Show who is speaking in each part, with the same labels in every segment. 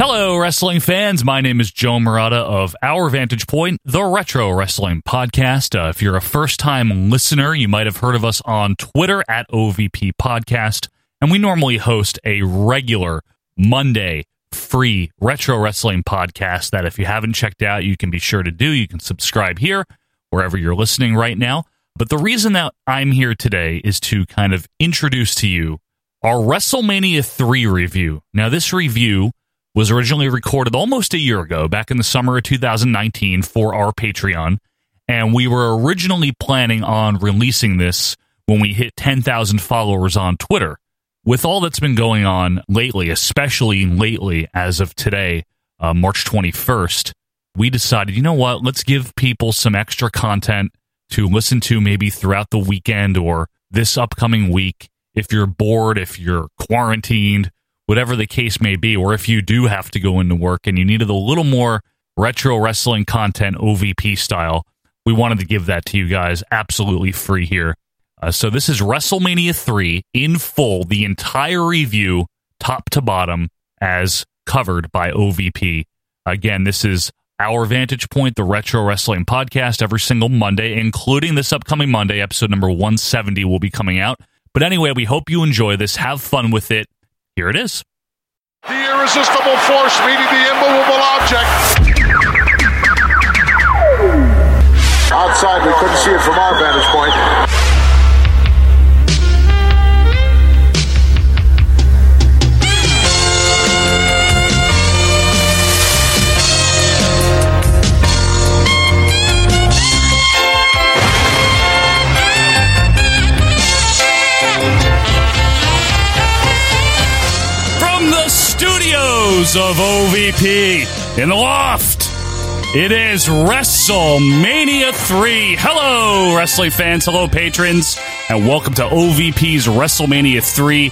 Speaker 1: Hello, wrestling fans. My name is Joe Murata of Our Vantage Point, the Retro Wrestling Podcast. Uh, if you're a first time listener, you might have heard of us on Twitter at OVP Podcast. And we normally host a regular Monday free retro wrestling podcast that if you haven't checked out, you can be sure to do. You can subscribe here, wherever you're listening right now. But the reason that I'm here today is to kind of introduce to you our WrestleMania 3 review. Now, this review was originally recorded almost a year ago, back in the summer of 2019, for our Patreon. And we were originally planning on releasing this when we hit 10,000 followers on Twitter. With all that's been going on lately, especially lately as of today, uh, March 21st, we decided, you know what, let's give people some extra content to listen to maybe throughout the weekend or this upcoming week. If you're bored, if you're quarantined, whatever the case may be, or if you do have to go into work and you needed a little more retro wrestling content, OVP style, we wanted to give that to you guys absolutely free here. Uh, so this is WrestleMania 3 in full, the entire review, top to bottom, as covered by OVP. Again, this is our vantage point, the Retro Wrestling Podcast, every single Monday, including this upcoming Monday, episode number 170 will be coming out. But anyway, we hope you enjoy this. Have fun with it. Here it is.
Speaker 2: The irresistible force meeting the immovable object.
Speaker 3: Outside, we couldn't see it from our vantage point.
Speaker 1: From the studios of OVP in the loft, it is WrestleMania 3. Hello, wrestling fans. Hello, patrons. And welcome to OVP's WrestleMania 3.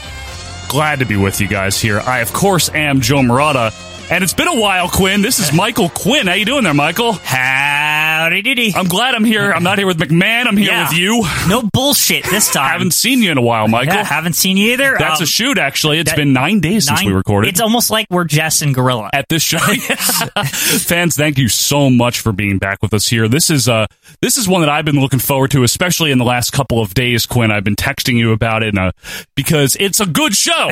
Speaker 1: Glad to be with you guys here. I, of course, am Joe Murata. And it's been a while, Quinn. This is Michael Quinn. How you doing there, Michael?
Speaker 4: Howdy doody.
Speaker 1: I'm glad I'm here. I'm not here with McMahon. I'm here
Speaker 4: Yeah.
Speaker 1: with you.
Speaker 4: No bullshit this time.
Speaker 1: haven't seen you in a while, Michael.
Speaker 4: Yeah, haven't seen you either.
Speaker 1: That's
Speaker 4: Um,
Speaker 1: a shoot, actually. It's
Speaker 4: that-
Speaker 1: been nine days since
Speaker 4: nine-
Speaker 1: we recorded.
Speaker 4: It's almost like we're Jess and Gorilla.
Speaker 1: at this show. Fans, thank you so much for being back with us here. This is uh this is one that I've been looking forward to, especially in the last couple of days, Quinn. I've been texting you about it and, uh, because it's a good show.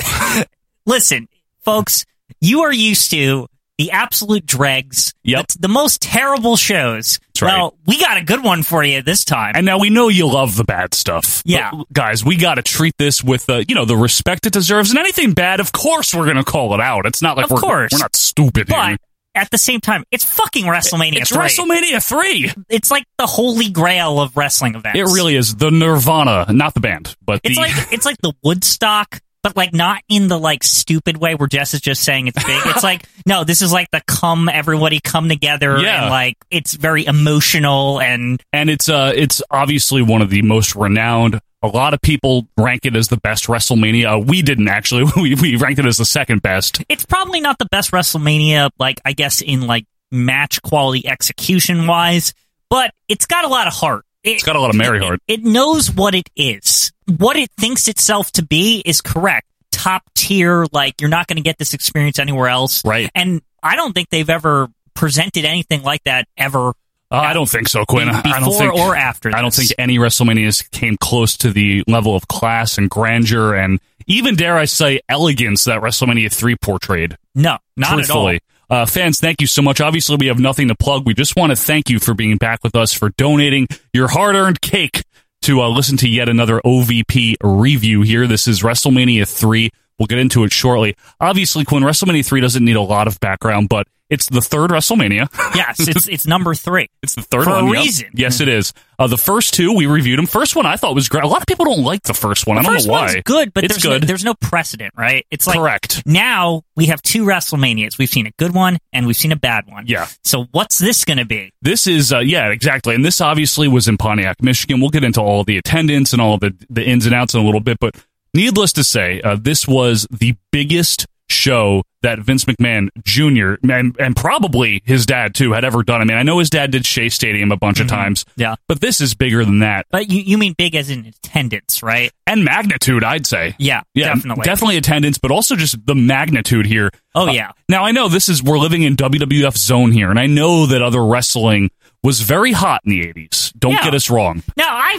Speaker 4: Listen, folks, you are used to the absolute dregs.
Speaker 1: Yep.
Speaker 4: The, the most terrible shows.
Speaker 1: That's right.
Speaker 4: Well, we got a good one for you this time.
Speaker 1: and now we know you love the bad stuff.
Speaker 4: Yeah.
Speaker 1: But, guys, we got to treat this with uh, you know the respect it deserves. And anything bad, of course, we're gonna call it out. It's not like
Speaker 4: Of
Speaker 1: we're
Speaker 4: course.
Speaker 1: we're not stupid. here.
Speaker 4: but at the same time, it's fucking WrestleMania
Speaker 1: It's
Speaker 4: 3.
Speaker 1: WrestleMania three.
Speaker 4: it's like the holy grail of wrestling events.
Speaker 1: It really is the Nirvana, not the band, but
Speaker 4: It's
Speaker 1: the,
Speaker 4: like it's like the Woodstock, but like not in the like stupid way where Jess is just saying it's big. It's like no, this is like the come everybody come together
Speaker 1: Yeah.
Speaker 4: and like it's very emotional and
Speaker 1: and it's uh it's obviously one of the most renowned. A lot of people rank it as the best WrestleMania. Uh, we didn't actually. We we ranked it as the second best. Uh,
Speaker 4: it's probably not the best WrestleMania like I guess in like match quality execution wise, but it's got a lot of heart. It,
Speaker 1: It's got a lot of merry heart.
Speaker 4: It, it knows what it is. What it thinks itself to be is correct. Top tier, like you're not going to get this experience anywhere else.
Speaker 1: Right.
Speaker 4: And I don't think they've ever presented anything like that ever
Speaker 1: Uh, I don't think so, Quinn.
Speaker 4: before
Speaker 1: I don't think,
Speaker 4: or after. This.
Speaker 1: I don't think any WrestleManias came close to the level of class and grandeur and even dare I say elegance that WrestleMania three portrayed.
Speaker 4: no, not
Speaker 1: truthfully.
Speaker 4: at
Speaker 1: Uh, fans, thank you so much. Obviously, we have nothing to plug. We just want to thank you for being back with us, for donating your hard earned cake to uh, listen to yet another OVP review here. This is WrestleMania 3. We'll get into it shortly. Obviously, Quinn, WrestleMania 3 doesn't need a lot of background, but it's the third WrestleMania.
Speaker 4: all. Yes, it's it's number three.
Speaker 1: It's the third
Speaker 4: For a
Speaker 1: one. yep.
Speaker 4: reason.
Speaker 1: Yes, it is. Uh, the first two, we reviewed them. First one I thought was great. A lot of people don't like the first one. I don't
Speaker 4: First
Speaker 1: know why.
Speaker 4: one's good, but
Speaker 1: it's
Speaker 4: there's
Speaker 1: good.
Speaker 4: No, there's no precedent, right? It's like
Speaker 1: Correct.
Speaker 4: now we have two WrestleManias. We've seen a good one and we've seen a bad one.
Speaker 1: Yeah.
Speaker 4: So what's this going to be?
Speaker 1: This is, uh, yeah, exactly. And this obviously was in Pontiac, Michigan. We'll get into all the attendance and all the, the ins and outs in a little bit. But needless to say, uh, this was the biggest show that Vince McMahon Jr. and and probably his dad too had ever done. I mean, I know his dad did Shea Stadium a bunch of times.
Speaker 4: Mm-hmm. Yeah.
Speaker 1: But this is bigger than that.
Speaker 4: But you, you mean big as in attendance, right?
Speaker 1: And magnitude, I'd say.
Speaker 4: Yeah, definitely.
Speaker 1: Definitely attendance, but also just the magnitude here.
Speaker 4: Oh,
Speaker 1: Uh,
Speaker 4: yeah.
Speaker 1: now I know this is we're living in WWF zone here, and I know that other wrestling was very hot in the eighties. Don't
Speaker 4: Yeah.
Speaker 1: get us wrong.
Speaker 4: No, I.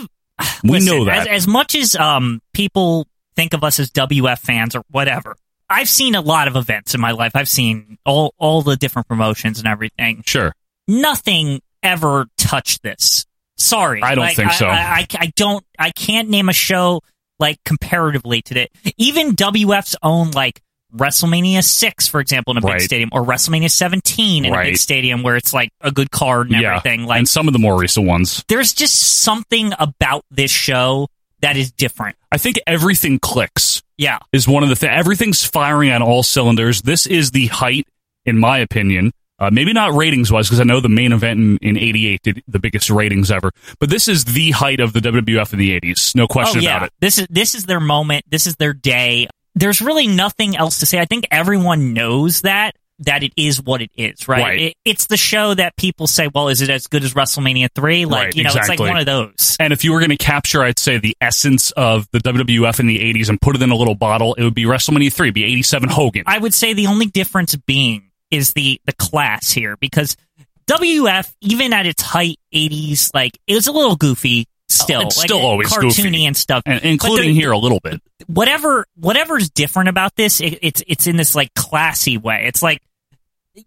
Speaker 1: We
Speaker 4: Listen,
Speaker 1: know that.
Speaker 4: As, as much as um, people think of us as WF fans or whatever, I've seen a lot of events in my life. I've seen all all the different promotions and everything.
Speaker 1: Sure.
Speaker 4: Nothing ever touched this. Sorry,
Speaker 1: I don't
Speaker 4: Like,
Speaker 1: think so.
Speaker 4: I, I, I don't. I can't name a show like comparatively to that. Even WF's own like WrestleMania six, for example, in a
Speaker 1: Right.
Speaker 4: big stadium, or WrestleMania seventeen in a
Speaker 1: Right.
Speaker 4: big stadium, where it's like a good card and
Speaker 1: yeah.
Speaker 4: everything. Like
Speaker 1: and some of the more recent ones.
Speaker 4: there's just something about this show that is different.
Speaker 1: I think everything clicks
Speaker 4: Yeah.
Speaker 1: is one of the things. Everything's firing on all cylinders. This is the height, in my opinion. Uh, maybe not ratings wise, because I know the main event in, in '88 did the biggest ratings ever. But this is the height of the WWF in the '80s. No
Speaker 4: Oh
Speaker 1: question
Speaker 4: yeah.
Speaker 1: about it.
Speaker 4: This is this is their moment. This is their day. There's really nothing else to say. I think everyone knows that that it is what it is, right?
Speaker 1: Right.
Speaker 4: It, it's the show that people say, "Well, is it as good as WrestleMania 3?" Like,
Speaker 1: Right,
Speaker 4: you know, it's
Speaker 1: exactly.
Speaker 4: like one of those.
Speaker 1: And if you were going to capture, I'd say the essence of the WWF in the '80s and put it in a little bottle, it would be WrestleMania three, be '87 Hogan.
Speaker 4: I would say the only difference being is the the class here because WF even at its height 80s like it was a little goofy still
Speaker 1: It's
Speaker 4: like,
Speaker 1: still always
Speaker 4: cartoony
Speaker 1: goofy.
Speaker 4: and stuff
Speaker 1: and,
Speaker 4: But
Speaker 1: including
Speaker 4: there-
Speaker 1: here a little bit.
Speaker 4: whatever whatever's different about this, it, it's it's in this like classy way. It's like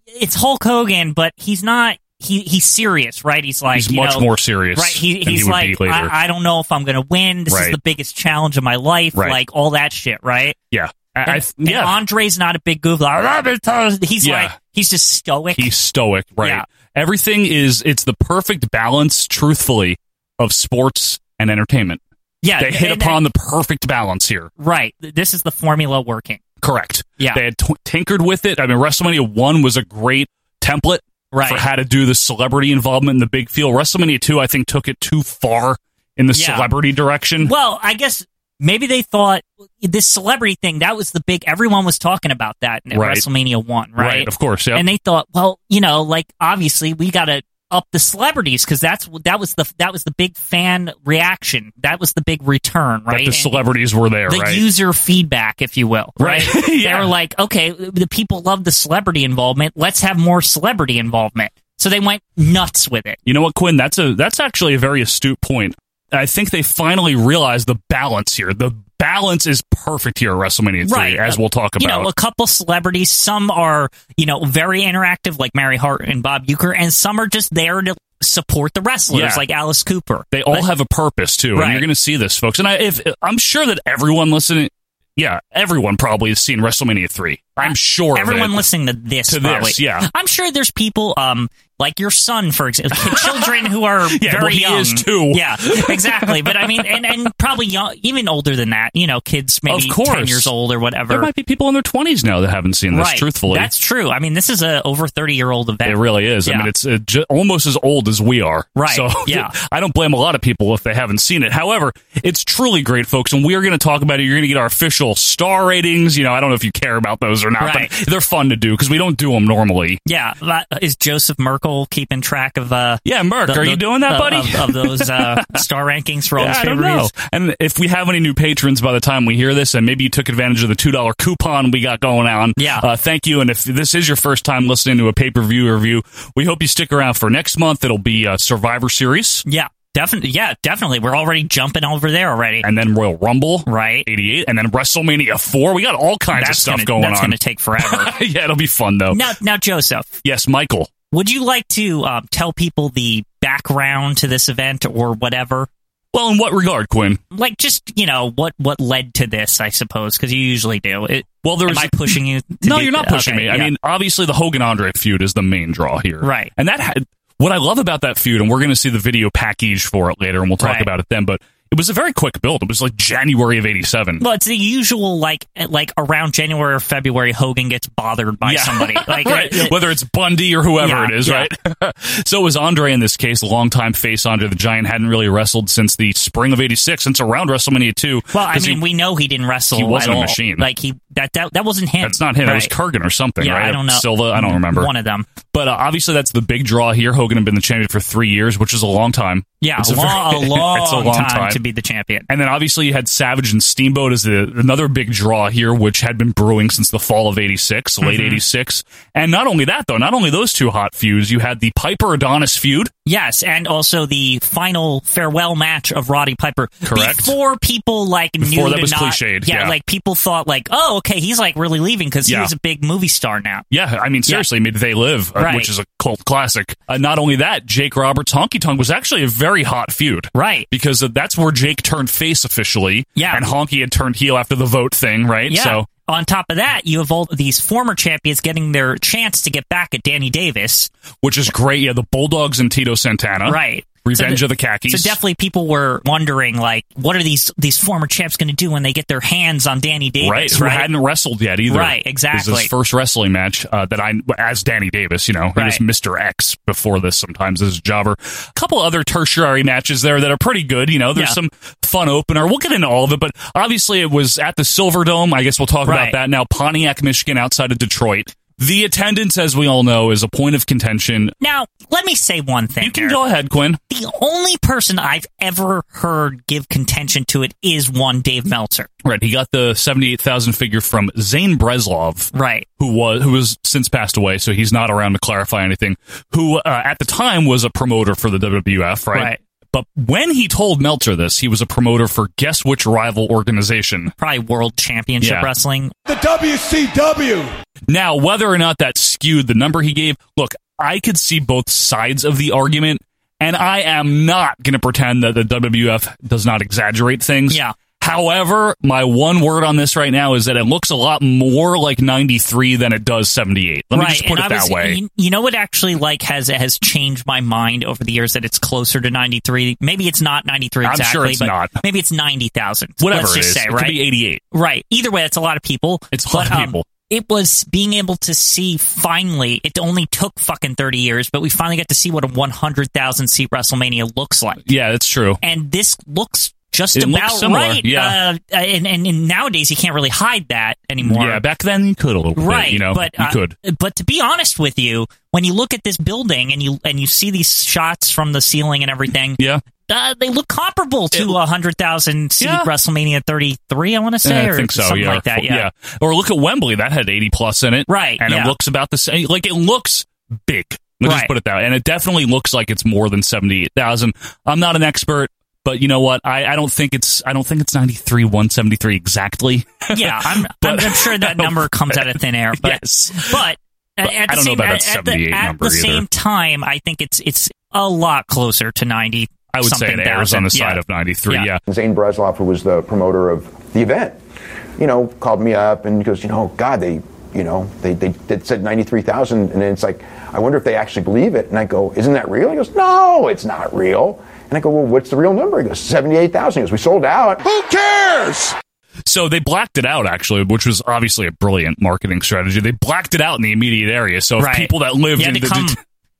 Speaker 4: it's Hulk Hogan, but he's not. He he's serious, right? He's like
Speaker 1: He's
Speaker 4: you
Speaker 1: much
Speaker 4: know,
Speaker 1: more serious.
Speaker 4: Right, he,
Speaker 1: than
Speaker 4: he's
Speaker 1: he would
Speaker 4: like,
Speaker 1: be later.
Speaker 4: I, I don't know if I'm going to win. This
Speaker 1: Right.
Speaker 4: is the biggest challenge of my life.
Speaker 1: Right.
Speaker 4: Like all that shit, right?
Speaker 1: yeah, I, I-
Speaker 4: And, and
Speaker 1: yeah.
Speaker 4: Andre's not a big goof. Like, "Ah, but those-" he's
Speaker 1: Yeah.
Speaker 4: like he's just stoic.
Speaker 1: He's stoic, right?
Speaker 4: Yeah.
Speaker 1: Everything is it's the perfect balance, truthfully, of sports and entertainment.
Speaker 4: yeah,
Speaker 1: They hit
Speaker 4: and-
Speaker 1: upon the perfect balance here.
Speaker 4: right. This is the formula working.
Speaker 1: Correct.
Speaker 4: Yeah.
Speaker 1: They had t- tinkered with it. I mean, WrestleMania 1 was a great template
Speaker 4: Right.
Speaker 1: for how to do the celebrity involvement in the big feel. WrestleMania 2, I think, took it too far in the
Speaker 4: Yeah.
Speaker 1: celebrity direction.
Speaker 4: Well, I guess maybe they thought this celebrity thing that was the big everyone was talking about that at
Speaker 1: Right.
Speaker 4: WrestleMania one, right?
Speaker 1: Of course. Yeah.
Speaker 4: And they thought, well, you know, like obviously we got to up the celebrities because that's that was the that was the big fan reaction, that was the big return,
Speaker 1: that
Speaker 4: right?
Speaker 1: the
Speaker 4: And
Speaker 1: celebrities were there,
Speaker 4: the
Speaker 1: right?
Speaker 4: user feedback, if you will, right?
Speaker 1: Right. Yeah.
Speaker 4: They were like, okay, the people love the celebrity involvement. Let's have more celebrity involvement. So they went nuts with it.
Speaker 1: You know what, Quinn? That's a that's actually a very astute point. I think they finally realized the balance here. The balance is perfect here at WrestleMania 3,
Speaker 4: Right.
Speaker 1: as we'll talk about.
Speaker 4: you know, a couple celebrities. Some are, you know, very interactive, like Mary Hart and Bob Euchre, and some are just there to support the wrestlers,
Speaker 1: Yeah.
Speaker 4: like Alice Cooper.
Speaker 1: they all
Speaker 4: But-
Speaker 1: have a purpose too, and
Speaker 4: Right.
Speaker 1: you're going to see this, folks. And I, if I'm sure that everyone listening, yeah, everyone probably has seen WrestleMania 3. I'm sure of
Speaker 4: Everyone
Speaker 1: it.
Speaker 4: listening to this,
Speaker 1: To this,
Speaker 4: probably.
Speaker 1: yeah.
Speaker 4: I'm sure there's people, um, like your son, for example, children who are
Speaker 1: Yeah,
Speaker 4: very
Speaker 1: well, he
Speaker 4: young.
Speaker 1: is too.
Speaker 4: Yeah, exactly. But I mean, and, and probably young, even older than that. You know, kids maybe
Speaker 1: Of course.
Speaker 4: ten years old or whatever.
Speaker 1: There might be people in their 20s now that haven't seen this.
Speaker 4: right.
Speaker 1: Truthfully,
Speaker 4: that's true. I mean, this is a over thirty year old event.
Speaker 1: it really is. I
Speaker 4: Yeah.
Speaker 1: mean, it's uh, ju- almost as old as we are.
Speaker 4: Right,
Speaker 1: So
Speaker 4: yeah.
Speaker 1: I don't blame a lot of people if they haven't seen it. However, it's truly great, folks, and we are going to talk about it. You're going to get our official star ratings. You know, I don't know if you care about those or not,
Speaker 4: Right.
Speaker 1: but they're fun to do because we don't do them normally.
Speaker 4: yeah, that- is Joseph Merkel keeping track of uh,
Speaker 1: Yeah, Merc,
Speaker 4: the-
Speaker 1: are
Speaker 4: the-
Speaker 1: you doing that,
Speaker 4: of-
Speaker 1: buddy?
Speaker 4: Of, of those uh, star rankings for all
Speaker 1: Yeah,
Speaker 4: these
Speaker 1: I don't
Speaker 4: pay-per-views.
Speaker 1: know. And if we have any new patrons by the time we hear this, and maybe you took advantage of the two dollar coupon we got going on,
Speaker 4: Yeah.
Speaker 1: uh, thank you. And if this is your first time listening to a pay per view review, we hope you stick around for next month. It'll be uh, Survivor Series
Speaker 4: Yeah, definitely. Yeah, definitely. We're already jumping over there already,
Speaker 1: and then Royal Rumble,
Speaker 4: right?
Speaker 1: eighty eight, and then WrestleMania four. We got all kinds of
Speaker 4: That's
Speaker 1: stuff
Speaker 4: gonna,
Speaker 1: going
Speaker 4: that's
Speaker 1: on.
Speaker 4: to take forever.
Speaker 1: yeah, it'll be fun though.
Speaker 4: now, now, Joseph,
Speaker 1: Yes, Michael.
Speaker 4: would you like to um, tell people the background to this event or whatever?
Speaker 1: Well, in what regard, Quinn?
Speaker 4: Like, just you know, what what led to this? I suppose because you usually do. It,
Speaker 1: Well, there
Speaker 4: am
Speaker 1: was
Speaker 4: I pushing you? to
Speaker 1: No,
Speaker 4: do-
Speaker 1: you're not pushing
Speaker 4: okay,
Speaker 1: me. I
Speaker 4: yeah.
Speaker 1: mean, obviously the Hogan Andre feud is the main draw here,
Speaker 4: Right.
Speaker 1: And that had what I love about that feud, and we're going to see the video package for it later, and we'll talk
Speaker 4: Right.
Speaker 1: about it then. But It was a very quick build. It was like January of '87.
Speaker 4: Well, it's the usual like like around January or February, Hogan gets bothered by somebody. Like
Speaker 1: right.
Speaker 4: it- it-
Speaker 1: Whether it's Bundy or whoever
Speaker 4: Yeah,
Speaker 1: it is,
Speaker 4: yeah.
Speaker 1: right? so it was Andre in this case, longtime face Andre the Giant hadn't really wrestled since the spring of '86, since around WrestleMania two.
Speaker 4: well, I
Speaker 1: 'cause he-
Speaker 4: mean, we know he didn't wrestle.
Speaker 1: He wasn't
Speaker 4: at
Speaker 1: a
Speaker 4: all.
Speaker 1: machine.
Speaker 4: Like he that that, that wasn't him.
Speaker 1: that's not him. It was
Speaker 4: Right.
Speaker 1: Kurgan or something,
Speaker 4: yeah,
Speaker 1: right?
Speaker 4: I don't know. Mm-hmm.
Speaker 1: Silva, I don't remember.
Speaker 4: One of them.
Speaker 1: But uh, obviously, that's the big draw here. Hogan had been the champion for three years, which is a long time.
Speaker 4: Yeah,
Speaker 1: It's
Speaker 4: a, long,
Speaker 1: very-
Speaker 4: a long,
Speaker 1: it's a long
Speaker 4: time,
Speaker 1: time.
Speaker 4: to be the champion.
Speaker 1: And then obviously you had Savage and Steamboat as the, another big draw here, which had been brewing since the fall of '86, late
Speaker 4: Mm-hmm.
Speaker 1: '86. And not only that, though, not only those two hot feuds, you had the Piper Adonis feud.
Speaker 4: Yes, and also the final farewell match of Roddy Piper.
Speaker 1: Correct.
Speaker 4: Before people like
Speaker 1: Before
Speaker 4: knew
Speaker 1: that
Speaker 4: to
Speaker 1: was
Speaker 4: not,
Speaker 1: cliched, yeah.
Speaker 4: like people thought like, oh, okay, he's like really leaving because
Speaker 1: Yeah.
Speaker 4: he was a big movie star now.
Speaker 1: Yeah, I mean, seriously, I mean, They Live, uh,
Speaker 4: Right.
Speaker 1: which is a cult classic. Uh, not only that, Jake Roberts' Honky Tonk was actually a very hot feud.
Speaker 4: Right.
Speaker 1: Because uh, that's where Jake turned face officially.
Speaker 4: Yeah.
Speaker 1: And Honky had turned heel after the vote thing, right?
Speaker 4: Yeah.
Speaker 1: So,
Speaker 4: on top of that, you have all these former champions getting their chance to get back at Danny Davis.
Speaker 1: which is great. Yeah, the Bulldogs and Tito Santana.
Speaker 4: Right.
Speaker 1: Revenge
Speaker 4: So
Speaker 1: of the Khakis.
Speaker 4: So definitely people were wondering like what are these these former champs going to do when they get their hands on Danny Davis,
Speaker 1: Right, who hadn't wrestled yet either.
Speaker 4: Right,
Speaker 1: This is his
Speaker 4: exactly.
Speaker 1: first wrestling match uh, that I, as Danny Davis, you know, he was
Speaker 4: Right.
Speaker 1: Mr. X before this sometimes as a jobber. A couple other tertiary matches there that are pretty good, you know, there's
Speaker 4: Yeah.
Speaker 1: some fun opener. We'll get into all of it, but obviously it was at the Silverdome. I guess we'll talk about
Speaker 4: Right.
Speaker 1: that now. Pontiac, Michigan, outside of Detroit. The attendance, as we all know, is a point of contention.
Speaker 4: Now, let me say one thing.
Speaker 1: You can
Speaker 4: here.
Speaker 1: go ahead, Quinn.
Speaker 4: the only person I've ever heard give contention to it is one Dave Meltzer.
Speaker 1: Right, he got the 78,000 figure from Zane Breslov.
Speaker 4: Right.
Speaker 1: who was who has since passed away, so he's not around to clarify anything. Who uh, at the time was a promoter for the WWF, right?
Speaker 4: Right.
Speaker 1: But when he told Meltzer this, he was a promoter for guess which rival organization.
Speaker 4: Probably World Championship
Speaker 1: Yeah.
Speaker 4: Wrestling.
Speaker 5: The WCW.
Speaker 1: Now, whether or not that skewed the number he gave, look, I could see both sides of the argument, and I am not going to pretend that the WWF does not exaggerate things.
Speaker 4: Yeah.
Speaker 1: However, my one word on this right now is that it looks a lot more like 93 than it does 78. Let
Speaker 4: right.
Speaker 1: me just put
Speaker 4: and
Speaker 1: it
Speaker 4: I
Speaker 1: that
Speaker 4: was-
Speaker 1: way.
Speaker 4: You, you know what actually like has has changed my mind over the years that it's closer to 93. Maybe it's not 93
Speaker 1: I'm
Speaker 4: exactly,
Speaker 1: sure it's
Speaker 4: but
Speaker 1: not.
Speaker 4: maybe it's 90,000.
Speaker 1: Whatever
Speaker 4: Let's
Speaker 1: it
Speaker 4: just
Speaker 1: is.
Speaker 4: say,
Speaker 1: It could
Speaker 4: right?
Speaker 1: be 88.
Speaker 4: Right. Either way, it's a lot of people.
Speaker 1: It's a lot
Speaker 4: But,
Speaker 1: of
Speaker 4: um,
Speaker 1: people.
Speaker 4: it was being able to see finally. It only took fucking thirty years, but we finally got to see what a one hundred thousand seat WrestleMania looks like.
Speaker 1: Yeah, that's true.
Speaker 4: And this looks just
Speaker 1: It looks
Speaker 4: about
Speaker 1: similar,
Speaker 4: right.
Speaker 1: yeah.
Speaker 4: Uh, and, and and nowadays you can't really hide that anymore.
Speaker 1: Yeah, back then you could a little
Speaker 4: right.
Speaker 1: bit, you know,
Speaker 4: but
Speaker 1: you
Speaker 4: uh,
Speaker 1: could.
Speaker 4: But to be honest with you, when you look at this building and you and you see these shots from the ceiling and everything,
Speaker 1: Yeah,
Speaker 4: uh, they look comparable to a hundred thousand seat
Speaker 1: Yeah.
Speaker 4: WrestleMania thirty three. I want to say,
Speaker 1: Yeah,
Speaker 4: or
Speaker 1: I think so.
Speaker 4: something
Speaker 1: yeah,
Speaker 4: like that.
Speaker 1: Or- Or look at Wembley; that had eighty plus in it,
Speaker 4: Right,
Speaker 1: And it
Speaker 4: yeah.
Speaker 1: looks about the same. Like it looks big. Let's just
Speaker 4: Right.
Speaker 1: put it that way. And it definitely looks like it's more than seventy eight thousand. I'm not an expert, but you know what? I, I don't think it's I don't think it's ninety three one seventy three exactly.
Speaker 4: yeah, I'm,
Speaker 1: But-
Speaker 4: I'm, I'm sure that number comes out of thin air. But,
Speaker 1: yes.
Speaker 4: but,
Speaker 1: But
Speaker 4: at,
Speaker 1: I don't
Speaker 4: the
Speaker 1: know
Speaker 4: same,
Speaker 1: about
Speaker 4: at,
Speaker 1: that
Speaker 4: at the-
Speaker 1: 78
Speaker 4: at
Speaker 1: number
Speaker 4: the
Speaker 1: either.
Speaker 4: same time, I think it's it's a lot closer to ninety.
Speaker 1: I would say it airs on the side of ninety three.
Speaker 4: Yeah.
Speaker 1: yeah.
Speaker 6: Zane Bresloff, who was the promoter of the event, you know, called me up and goes, you know, God, they, you know, they, they, they said 93,000. And then it's like, I wonder if they actually believe it. And I go, isn't that real? He goes, no, it's not real. And I go, well, what's the real number? He goes, 78,000. He goes, we sold out.
Speaker 5: Who cares?
Speaker 1: So they blacked it out, actually, which was obviously a brilliant marketing strategy. They blacked it out in the immediate area, so if
Speaker 4: Right.
Speaker 1: people that lived
Speaker 4: You
Speaker 1: in
Speaker 4: had to
Speaker 1: the
Speaker 4: come.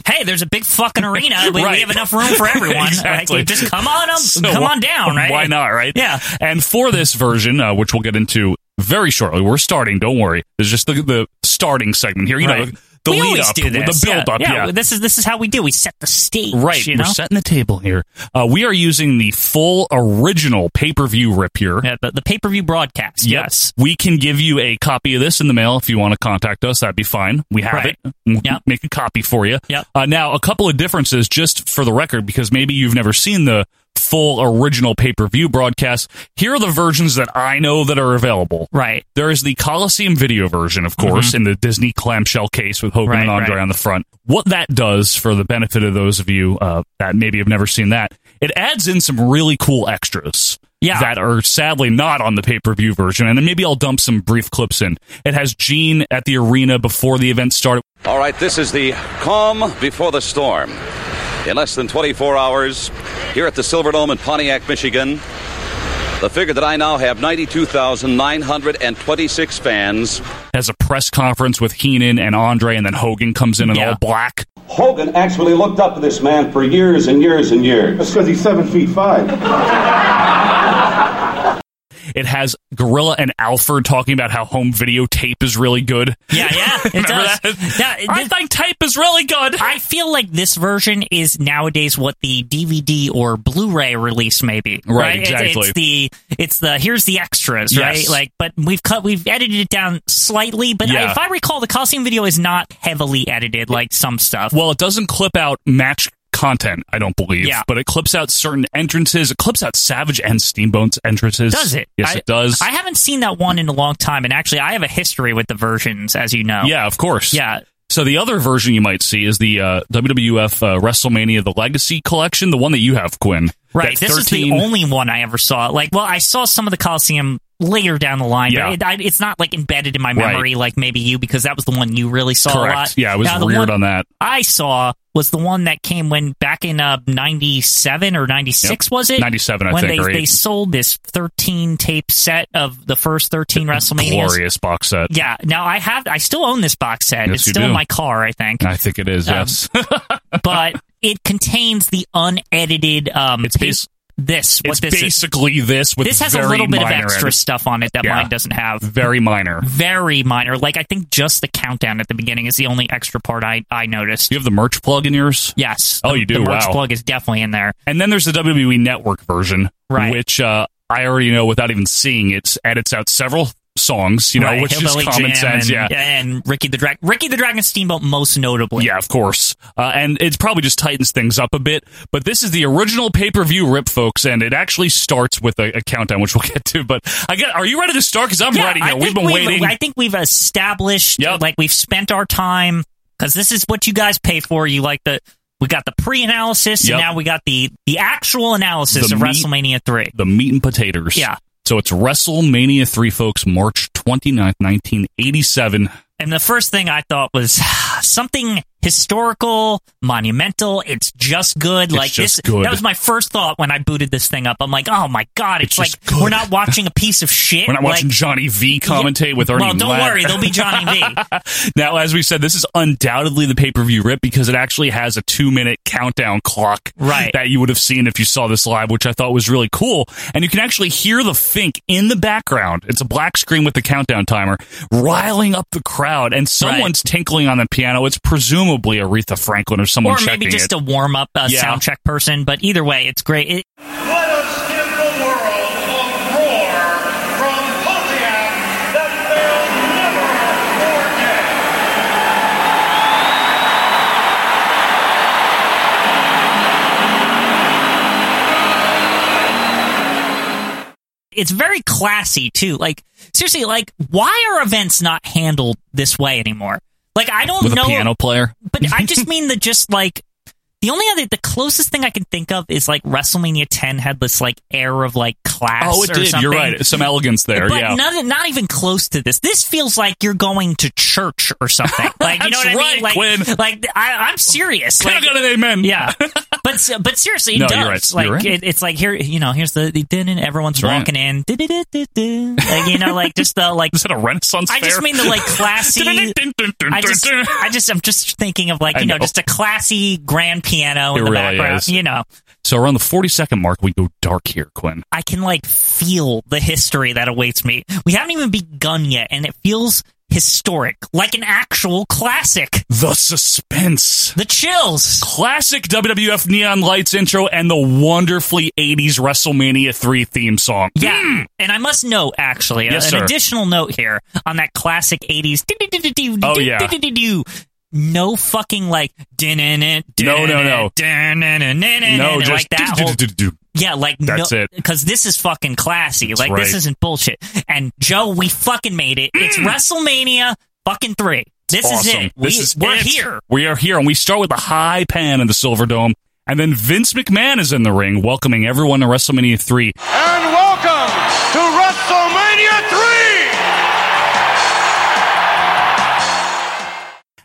Speaker 4: Hey, there's a big fucking arena. We, we
Speaker 1: Right.
Speaker 4: have enough room for everyone.
Speaker 1: Exactly.
Speaker 4: Like, just come on, up,
Speaker 1: So
Speaker 4: come
Speaker 1: why-
Speaker 4: on down, right?
Speaker 1: Why not, right?
Speaker 4: Yeah.
Speaker 1: And for this version, uh, which we'll get into very shortly, we're starting. Don't worry. There's just the, the starting segment here. You know,
Speaker 4: Right.
Speaker 1: the, the
Speaker 4: we
Speaker 1: lead
Speaker 4: always
Speaker 1: up,
Speaker 4: do this.
Speaker 1: the build
Speaker 4: yeah,
Speaker 1: up. Yeah.
Speaker 4: this is this is how we do. We set the stage.
Speaker 1: Right,
Speaker 4: You
Speaker 1: we're
Speaker 4: know?
Speaker 1: setting the table here. Uh, we are using the full original pay per view rip here.
Speaker 4: yeah, the, the pay per view broadcast.
Speaker 1: Yep.
Speaker 4: Yes.
Speaker 1: We can give you a copy of this in the mail if you want to contact us. That'd be fine. We have
Speaker 4: Right.
Speaker 1: it. We'll
Speaker 4: Yep.
Speaker 1: Make a copy for you.
Speaker 4: Yep.
Speaker 1: Uh, now, a couple of differences just for the record, because maybe you've never seen the full original pay per view broadcast. Here are the versions that I know that are available.
Speaker 4: Right.
Speaker 1: There is the Coliseum video version, of course, in the Disney clamshell case with Hogan
Speaker 4: Mm-hmm. Right,
Speaker 1: and Andre
Speaker 4: right.
Speaker 1: on the front. What that does, for the benefit of those of you uh, that maybe have never seen that, it adds in some really cool extras.
Speaker 4: Yeah.
Speaker 1: That are sadly not on the pay per view version. And then maybe I'll dump some brief clips in. It has Gene at the arena before the event started.
Speaker 7: All right, this is the calm before the storm. In less than 24 hours, here at the Silverdome in Pontiac, Michigan, The figure that I now have 92,926 fans.
Speaker 1: Has a press conference with Heenan and Andre, and then Hogan comes in in
Speaker 4: Yeah.
Speaker 1: all black.
Speaker 8: Hogan actually looked up to this man for years and years and years.
Speaker 9: That's because he's seven feet five.
Speaker 1: It has Gorilla and Alfred talking about how home video tape is really good.
Speaker 4: Yeah, yeah, it
Speaker 1: Remember
Speaker 4: does.
Speaker 1: that?
Speaker 4: Yeah,
Speaker 1: I
Speaker 4: thi-
Speaker 1: think tape is really good.
Speaker 4: I feel like this version is nowadays what the DVD or Blu-ray release may be.
Speaker 1: Right,
Speaker 4: It's-
Speaker 1: exactly.
Speaker 4: It's the it's the here's the extras, right?
Speaker 1: Yes.
Speaker 4: Like, but we've cut we've edited it down slightly. But
Speaker 1: Yeah.
Speaker 4: if I recall, the costume video is not heavily edited like some stuff.
Speaker 1: Well, it doesn't clip out match content, I don't believe.
Speaker 4: Yeah.
Speaker 1: But it clips out certain entrances. It clips out Savage and Steamboat's entrances.
Speaker 4: does it?
Speaker 1: Yes,
Speaker 4: I-
Speaker 1: it does.
Speaker 4: I haven't seen that one in a long time, and actually, I have a history with the versions, as you know.
Speaker 1: yeah, of course.
Speaker 4: yeah.
Speaker 1: So the other version you might see is the uh, WWF uh, WrestleMania the Legacy Collection, the one that you have, Quinn.
Speaker 4: Right.
Speaker 1: That
Speaker 4: This is the
Speaker 1: 13
Speaker 4: only one I ever saw. Like, well, I saw some of the Coliseum later down the line,
Speaker 1: Yeah.
Speaker 4: but it, I, it's not like embedded in my
Speaker 1: Right.
Speaker 4: memory like maybe you because that was the one you really saw
Speaker 1: Correct.
Speaker 4: a lot.
Speaker 1: Yeah, I was
Speaker 4: Now, the
Speaker 1: weird
Speaker 4: one
Speaker 1: on that.
Speaker 4: I saw was the one that came when back in uh, 97 or 96
Speaker 1: Yep.
Speaker 4: was it?
Speaker 1: 97, I
Speaker 4: when
Speaker 1: think,
Speaker 4: they,
Speaker 1: or
Speaker 4: they
Speaker 1: eight.
Speaker 4: sold this 13 tape set of the first 13 WrestleManias.
Speaker 1: glorious box set.
Speaker 4: Yeah. Now I have I still own this box set.
Speaker 1: Yes,
Speaker 4: it's
Speaker 1: you
Speaker 4: still
Speaker 1: do.
Speaker 4: in my car, I think.
Speaker 1: I think it is.
Speaker 4: Um,
Speaker 1: yes.
Speaker 4: but it contains the unedited um
Speaker 1: It's bas-
Speaker 4: this what
Speaker 1: it's
Speaker 4: this is.
Speaker 1: basically this with
Speaker 4: This has a
Speaker 1: very
Speaker 4: little bit of
Speaker 1: minor
Speaker 4: extra
Speaker 1: edits.
Speaker 4: stuff on it that
Speaker 1: Yeah.
Speaker 4: mine doesn't have.
Speaker 1: Very minor.
Speaker 4: Very minor. Like I think just the countdown at the beginning is the only extra part I I noticed.
Speaker 1: Do you have the merch plug in yours?
Speaker 4: Yes.
Speaker 1: Oh,
Speaker 4: the,
Speaker 1: you do?
Speaker 4: The merch
Speaker 1: Wow.
Speaker 4: plug is definitely in there.
Speaker 1: And then there's the WWE Network version,
Speaker 4: Right.
Speaker 1: Which uh, I already know without even seeing it edits out several songs, you know,
Speaker 4: Right,
Speaker 1: which is
Speaker 4: Hillbilly
Speaker 1: common
Speaker 4: Jam
Speaker 1: sense.
Speaker 4: and,
Speaker 1: yeah.
Speaker 4: And Ricky the Dragon, Ricky the Dragon Steamboat, most notably.
Speaker 1: Yeah, of course. Uh, and it probably just tightens things up a bit. But this is the original pay per view rip, folks, and it actually starts with a, a countdown, which we'll get to. But I get, are you ready to start? Because I'm
Speaker 4: Yeah,
Speaker 1: ready.
Speaker 4: I
Speaker 1: Here. We've
Speaker 4: think
Speaker 1: been waiting.
Speaker 4: I think we've established,
Speaker 1: Yep.
Speaker 4: like we've spent our time because this is what you guys pay for. You like the we got the pre-analysis,
Speaker 1: Yep.
Speaker 4: and now we got the the actual analysis
Speaker 1: The
Speaker 4: of
Speaker 1: meat-
Speaker 4: WrestleMania three.
Speaker 1: the meat and potatoes.
Speaker 4: Yeah.
Speaker 1: So it's WrestleMania 3, folks, March 29th, 1987.
Speaker 4: And the first thing I thought was something historical, monumental. It's just good. like
Speaker 1: just
Speaker 4: this,
Speaker 1: good.
Speaker 4: that was my first thought when I booted this thing up. I'm like, oh my god,
Speaker 1: It's
Speaker 4: it's,
Speaker 1: just
Speaker 4: like we're
Speaker 1: good.
Speaker 4: not watching a piece of shit.
Speaker 1: We're not watching
Speaker 4: Like,
Speaker 1: Johnny V commentate with Ernie
Speaker 4: Well, don't
Speaker 1: Ladd.
Speaker 4: worry, there'll be Johnny V.
Speaker 1: now, as we said, this is undoubtedly the pay per view rip because it actually has a two minute countdown clock
Speaker 4: Right.
Speaker 1: that you would have seen if you saw this live, which I thought was really cool. And you can actually hear the Fink in the background. It's a black screen with the countdown timer riling up the crowd, and someone's tinkling on the piano. It's presumably Aretha Franklin or someone
Speaker 4: or
Speaker 1: checking
Speaker 4: maybe
Speaker 1: it.
Speaker 4: just a warm up uh,
Speaker 1: Yeah.
Speaker 4: sound check person. But either way, it's great. It,
Speaker 10: Let us give the world a roar from Pontiac that they'll never forget.
Speaker 4: it's very classy too. Like seriously, like why are events not handled this way anymore? Like I don't
Speaker 1: with
Speaker 4: know,
Speaker 1: a piano player.
Speaker 4: but I just mean the just like the only other the closest thing I can think of is like WrestleMania 10 had this like air of like class.
Speaker 1: Oh, it
Speaker 4: or
Speaker 1: did.
Speaker 4: Something.
Speaker 1: You're right. Some elegance there.
Speaker 4: But
Speaker 1: yeah.
Speaker 4: none- not even close to this. This feels like you're going to church or something. Like you know
Speaker 1: That's
Speaker 4: what I
Speaker 1: right,
Speaker 4: mean? Like,
Speaker 1: Quinn.
Speaker 4: like I, I'm serious.
Speaker 1: Can I
Speaker 4: Like,
Speaker 1: get an amen?
Speaker 4: yeah, but s- but seriously, it
Speaker 1: No,
Speaker 4: does.
Speaker 1: you're right.
Speaker 4: Like
Speaker 1: You're right.
Speaker 4: It, it's like here, you know, here's the, the din and everyone's
Speaker 1: That's right.
Speaker 4: walking in, Du-du-du-du-du. Like, you know, like just the like.
Speaker 1: Is that a Renaissance
Speaker 4: I just
Speaker 1: fair?
Speaker 4: mean the like classy. I just, I just, I'm just thinking of like
Speaker 1: I
Speaker 4: you know,
Speaker 1: know.
Speaker 4: just a classy grand piano
Speaker 1: It
Speaker 4: in the
Speaker 1: really
Speaker 4: background.
Speaker 1: is.
Speaker 4: You know,
Speaker 1: so around the 40 second mark, we go dark here, Quinn.
Speaker 4: I can like feel the history that awaits me. We haven't even begun yet, and it feels historic, like an actual classic.
Speaker 1: The suspense.
Speaker 4: The chills.
Speaker 1: Classic WWF neon lights intro and the wonderfully 80s WrestleMania 3 theme song.
Speaker 4: Yeah, and I must note actually
Speaker 1: Yes,
Speaker 4: an
Speaker 1: sir.
Speaker 4: additional note here on that classic '80s.
Speaker 1: Oh, yeah.
Speaker 4: No fucking like no no
Speaker 1: No, no, no. No, just
Speaker 4: like that whole yeah like
Speaker 1: That's it.
Speaker 4: because this is fucking classy like
Speaker 1: right. Mm.
Speaker 4: this isn't bullshit and Joe we fucking made it it's WrestleMania fucking three this
Speaker 1: awesome.
Speaker 4: is it
Speaker 1: This
Speaker 4: we,
Speaker 1: is
Speaker 4: we're
Speaker 1: it.
Speaker 4: here
Speaker 1: We are here, and we start with a high pan in the Silver Dome, and then Vince McMahon is in the ring, welcoming everyone to WrestleMania 3.
Speaker 2: And welcome to WrestleMania 3!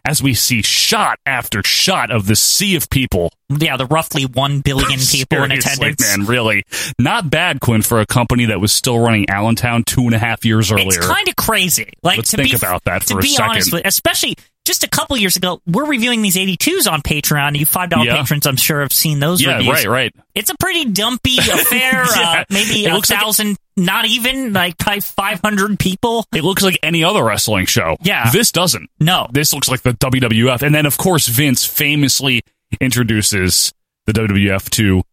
Speaker 1: as we see shot after shot of the sea of people.
Speaker 4: Yeah, the roughly one billion people in
Speaker 1: Seriously,
Speaker 4: attendance.
Speaker 1: man, really not bad, Quinn, for a company that was still running Allentown two and a half years earlier.
Speaker 4: It's kind of crazy. Like
Speaker 1: Let's
Speaker 4: to
Speaker 1: think
Speaker 4: be,
Speaker 1: about that
Speaker 4: to
Speaker 1: for a
Speaker 4: be honest,
Speaker 1: second.
Speaker 4: with, especially just a couple years ago, we're reviewing these 82s on Patreon. You five dollar
Speaker 1: Yeah.
Speaker 4: patrons, I'm sure, have seen those
Speaker 1: yeah,
Speaker 4: reviews.
Speaker 1: right, right.
Speaker 4: It's a pretty dumpy affair.
Speaker 1: Yeah.
Speaker 4: uh, maybe
Speaker 1: It
Speaker 4: a
Speaker 1: looks like it-
Speaker 4: thousand, not even like probably 500 people.
Speaker 1: It looks like any other wrestling show.
Speaker 4: Yeah.
Speaker 1: This doesn't.
Speaker 4: No,
Speaker 1: This looks like the WWF. And then, of course, Vince famously introduces the WWF to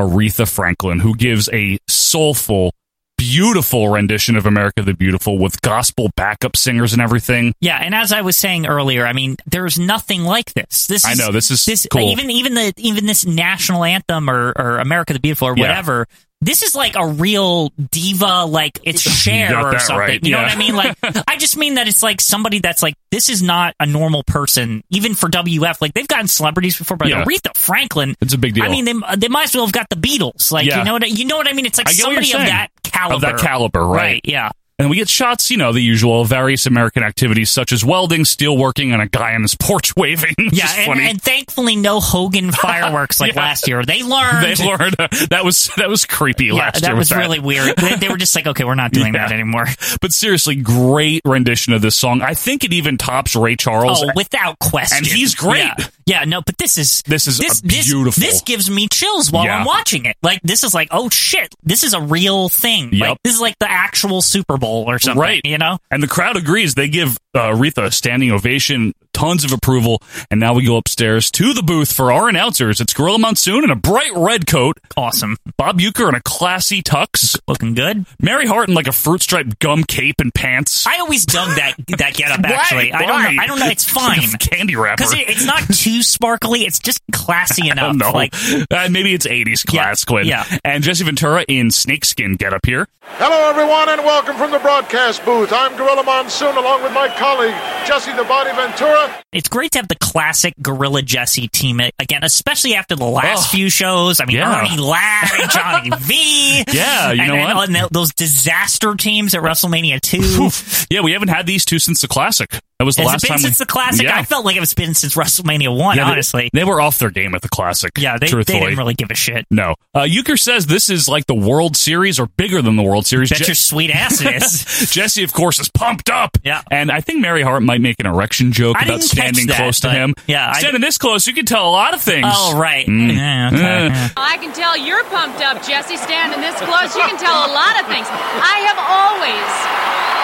Speaker 1: Aretha Franklin, who gives a soulful, beautiful rendition of America the Beautiful with gospel backup singers and everything.
Speaker 4: Yeah, and as I was saying earlier, I mean, there's nothing like this. This
Speaker 1: I
Speaker 4: is,
Speaker 1: know, this is cool.
Speaker 4: Even even the even this national anthem or, or America the Beautiful or
Speaker 1: Yeah.
Speaker 4: whatever. This is like a real diva, like it's Cher
Speaker 1: got
Speaker 4: or
Speaker 1: that
Speaker 4: something.
Speaker 1: right,
Speaker 4: You know
Speaker 1: yeah.
Speaker 4: what I mean? Like, I just mean that it's like somebody that's like this is not a normal person, even for WF. Like they've gotten celebrities before, but
Speaker 1: Yeah.
Speaker 4: Aretha Franklin.
Speaker 1: It's a big deal.
Speaker 4: I mean, they, they might as well have got the Beatles. Like
Speaker 1: Yeah.
Speaker 4: you know what I- you know what I mean? It's like
Speaker 1: I get what you're
Speaker 4: somebody of
Speaker 1: saying.
Speaker 4: that caliber.
Speaker 1: Of that caliber, right?
Speaker 4: right? Yeah.
Speaker 1: And we get shots, you know, the usual of various American activities such as welding, steelworking, and a guy on his porch waving. It's
Speaker 4: Yeah,
Speaker 1: just
Speaker 4: and,
Speaker 1: funny.
Speaker 4: and thankfully no Hogan fireworks like
Speaker 1: Yeah.
Speaker 4: last year. They learned.
Speaker 1: they learned uh, that was that was creepy
Speaker 4: yeah,
Speaker 1: last
Speaker 4: that
Speaker 1: year with
Speaker 4: was really weird. They, they were just like, okay, we're not doing
Speaker 1: Yeah.
Speaker 4: that anymore.
Speaker 1: But seriously, great rendition of this song. I think it even tops Ray Charles.
Speaker 4: Oh, without question.
Speaker 1: And he's great.
Speaker 4: Yeah, Yeah, no, but this is
Speaker 1: This is a
Speaker 4: this,
Speaker 1: beautiful-
Speaker 4: This, gives me chills while
Speaker 1: Yeah.
Speaker 4: I'm watching it. Like this is like, oh shit, this is a real thing.
Speaker 1: Yep.
Speaker 4: Like this is like the actual Super Bowl or something.
Speaker 1: Right.
Speaker 4: You know.
Speaker 1: and the crowd agrees. They give uh, Aretha a standing ovation, tons of approval. And now we go upstairs to the booth for our announcers. It's Gorilla Monsoon in a bright red coat,
Speaker 4: Awesome.
Speaker 1: Bob Euchre in a classy tux,
Speaker 4: Looking good.
Speaker 1: Mary Hart in like a fruit striped gum cape and pants.
Speaker 4: I always dug that that get up. Actually,
Speaker 1: Why?
Speaker 4: I don't
Speaker 1: Why?
Speaker 4: know. I don't know. It's fine.
Speaker 1: Candy wrapper.
Speaker 4: Because it's not too sparkly. It's just classy
Speaker 1: I
Speaker 4: enough.
Speaker 1: don't know.
Speaker 4: Like
Speaker 1: Uh, maybe it's 80s class,
Speaker 4: Yeah,
Speaker 1: Quinn.
Speaker 4: yeah.
Speaker 1: And Jesse Ventura in snakeskin get up here.
Speaker 2: Hello, everyone, and welcome from the broadcast booth. I'm Gorilla Monsoon along with my colleague, Jesse the Body Ventura.
Speaker 4: it's great to have the classic Gorilla Jesse team uh, again, especially after the last
Speaker 1: Oh,
Speaker 4: few shows. I mean,
Speaker 1: yeah.
Speaker 4: Ernie Ladd and Johnny V.
Speaker 1: Yeah, you
Speaker 4: and,
Speaker 1: know
Speaker 4: and,
Speaker 1: what?
Speaker 4: and th- those disaster teams at WrestleMania 2.
Speaker 1: Oof. Yeah, we haven't had these two since the classic. That was the
Speaker 4: Has
Speaker 1: last
Speaker 4: it been
Speaker 1: time.
Speaker 4: since
Speaker 1: we-
Speaker 4: the classic?
Speaker 1: Yeah.
Speaker 4: I felt like it's been since WrestleMania 1,
Speaker 1: Yeah, they-
Speaker 4: honestly.
Speaker 1: They, were off their game at the classic.
Speaker 4: yeah, they, they
Speaker 1: truthfully.
Speaker 4: didn't really give a shit.
Speaker 1: no. Uh, Euchre says this is like the World Series or bigger than the World Series.
Speaker 4: Bet
Speaker 1: Je-
Speaker 4: your sweet ass it is.
Speaker 1: Jesse, of course, is pumped up.
Speaker 4: Yeah.
Speaker 1: And I think Mary Hart might make an erection joke
Speaker 4: I
Speaker 1: about
Speaker 4: didn't catch
Speaker 1: standing
Speaker 4: that,
Speaker 1: close to
Speaker 4: but-
Speaker 1: him.
Speaker 4: yeah, I-
Speaker 1: Standing this close, you can tell a lot of things.
Speaker 4: Oh, right.
Speaker 1: Mm.
Speaker 4: Yeah, okay.
Speaker 1: Eh.
Speaker 4: yeah.
Speaker 10: I can tell you're pumped up, Jesse, standing this close. You can tell a lot of things. I have always,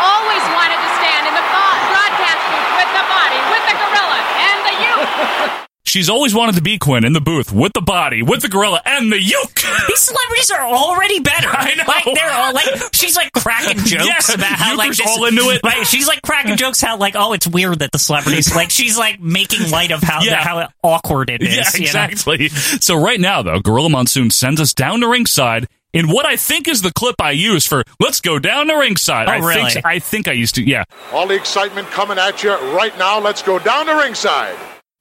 Speaker 10: always wanted to stand in the bo- broadcast booth with the body, with the gorilla, and the youth.
Speaker 1: She's always wanted to be Quinn in the booth with the body, with the gorilla, and the yoke.
Speaker 4: These celebrities are already better.
Speaker 1: I know.
Speaker 4: Like they're all like she's like cracking jokes
Speaker 1: Yeah,
Speaker 4: about how like
Speaker 1: Euchre's
Speaker 4: this,
Speaker 1: all into it.
Speaker 4: Right, she's like cracking jokes how like oh it's weird that the celebrities like she's like making light of how
Speaker 1: Yeah.
Speaker 4: how awkward it is.
Speaker 1: Yeah,
Speaker 4: you know?
Speaker 1: exactly. So right now, though, Gorilla Monsoon sends us down to ringside in what I think is the clip I use for "Let's go down to ringside."
Speaker 4: Oh,
Speaker 1: I
Speaker 4: really?
Speaker 1: Think, I think I used to. Yeah,
Speaker 2: All the excitement coming at you right now. Let's go down to ringside.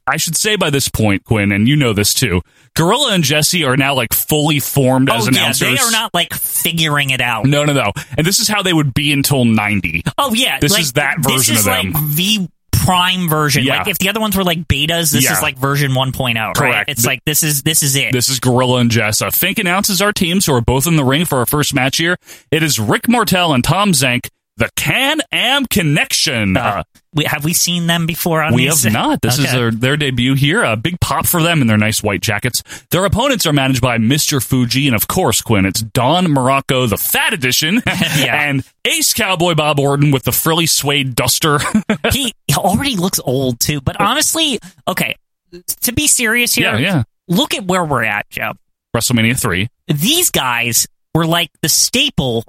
Speaker 1: I should say by this point, Quinn, and you know this too. Gorilla and Jesse are now like fully formed as
Speaker 4: Oh yeah,
Speaker 1: announcers.
Speaker 4: they are not like figuring it out.
Speaker 1: No, no, no. And this is how they would be until ninety.
Speaker 4: Oh yeah,
Speaker 1: This
Speaker 4: like,
Speaker 1: is that
Speaker 4: This
Speaker 1: version
Speaker 4: is
Speaker 1: of
Speaker 4: like
Speaker 1: them.
Speaker 4: the prime version.
Speaker 1: Yeah.
Speaker 4: Like if the other ones were like betas, this
Speaker 1: Yeah.
Speaker 4: is like version 1.0. Right?
Speaker 1: Correct.
Speaker 4: It's like this is this is it.
Speaker 1: This is Gorilla and Jessa. Fink announces our teams who are both in the ring for our first match here. It is Rick Martel and Tom Zank, the Can Am Connection. Uh,
Speaker 4: we, have we seen them before? On
Speaker 1: We
Speaker 4: these?
Speaker 1: have not. This is
Speaker 4: Okay.
Speaker 1: their, their debut here. A big pop for them in their nice white jackets. Their opponents are managed by Mr. Fuji and, of course, Quinn. It's Don Morocco, the fat edition, and ace cowboy Bob Orton with the frilly suede duster.
Speaker 4: he already looks old too. But honestly, okay, to be serious here,
Speaker 1: Yeah, yeah.
Speaker 4: look at where we're at, Joe.
Speaker 1: WrestleMania 3.
Speaker 4: These guys were like the staple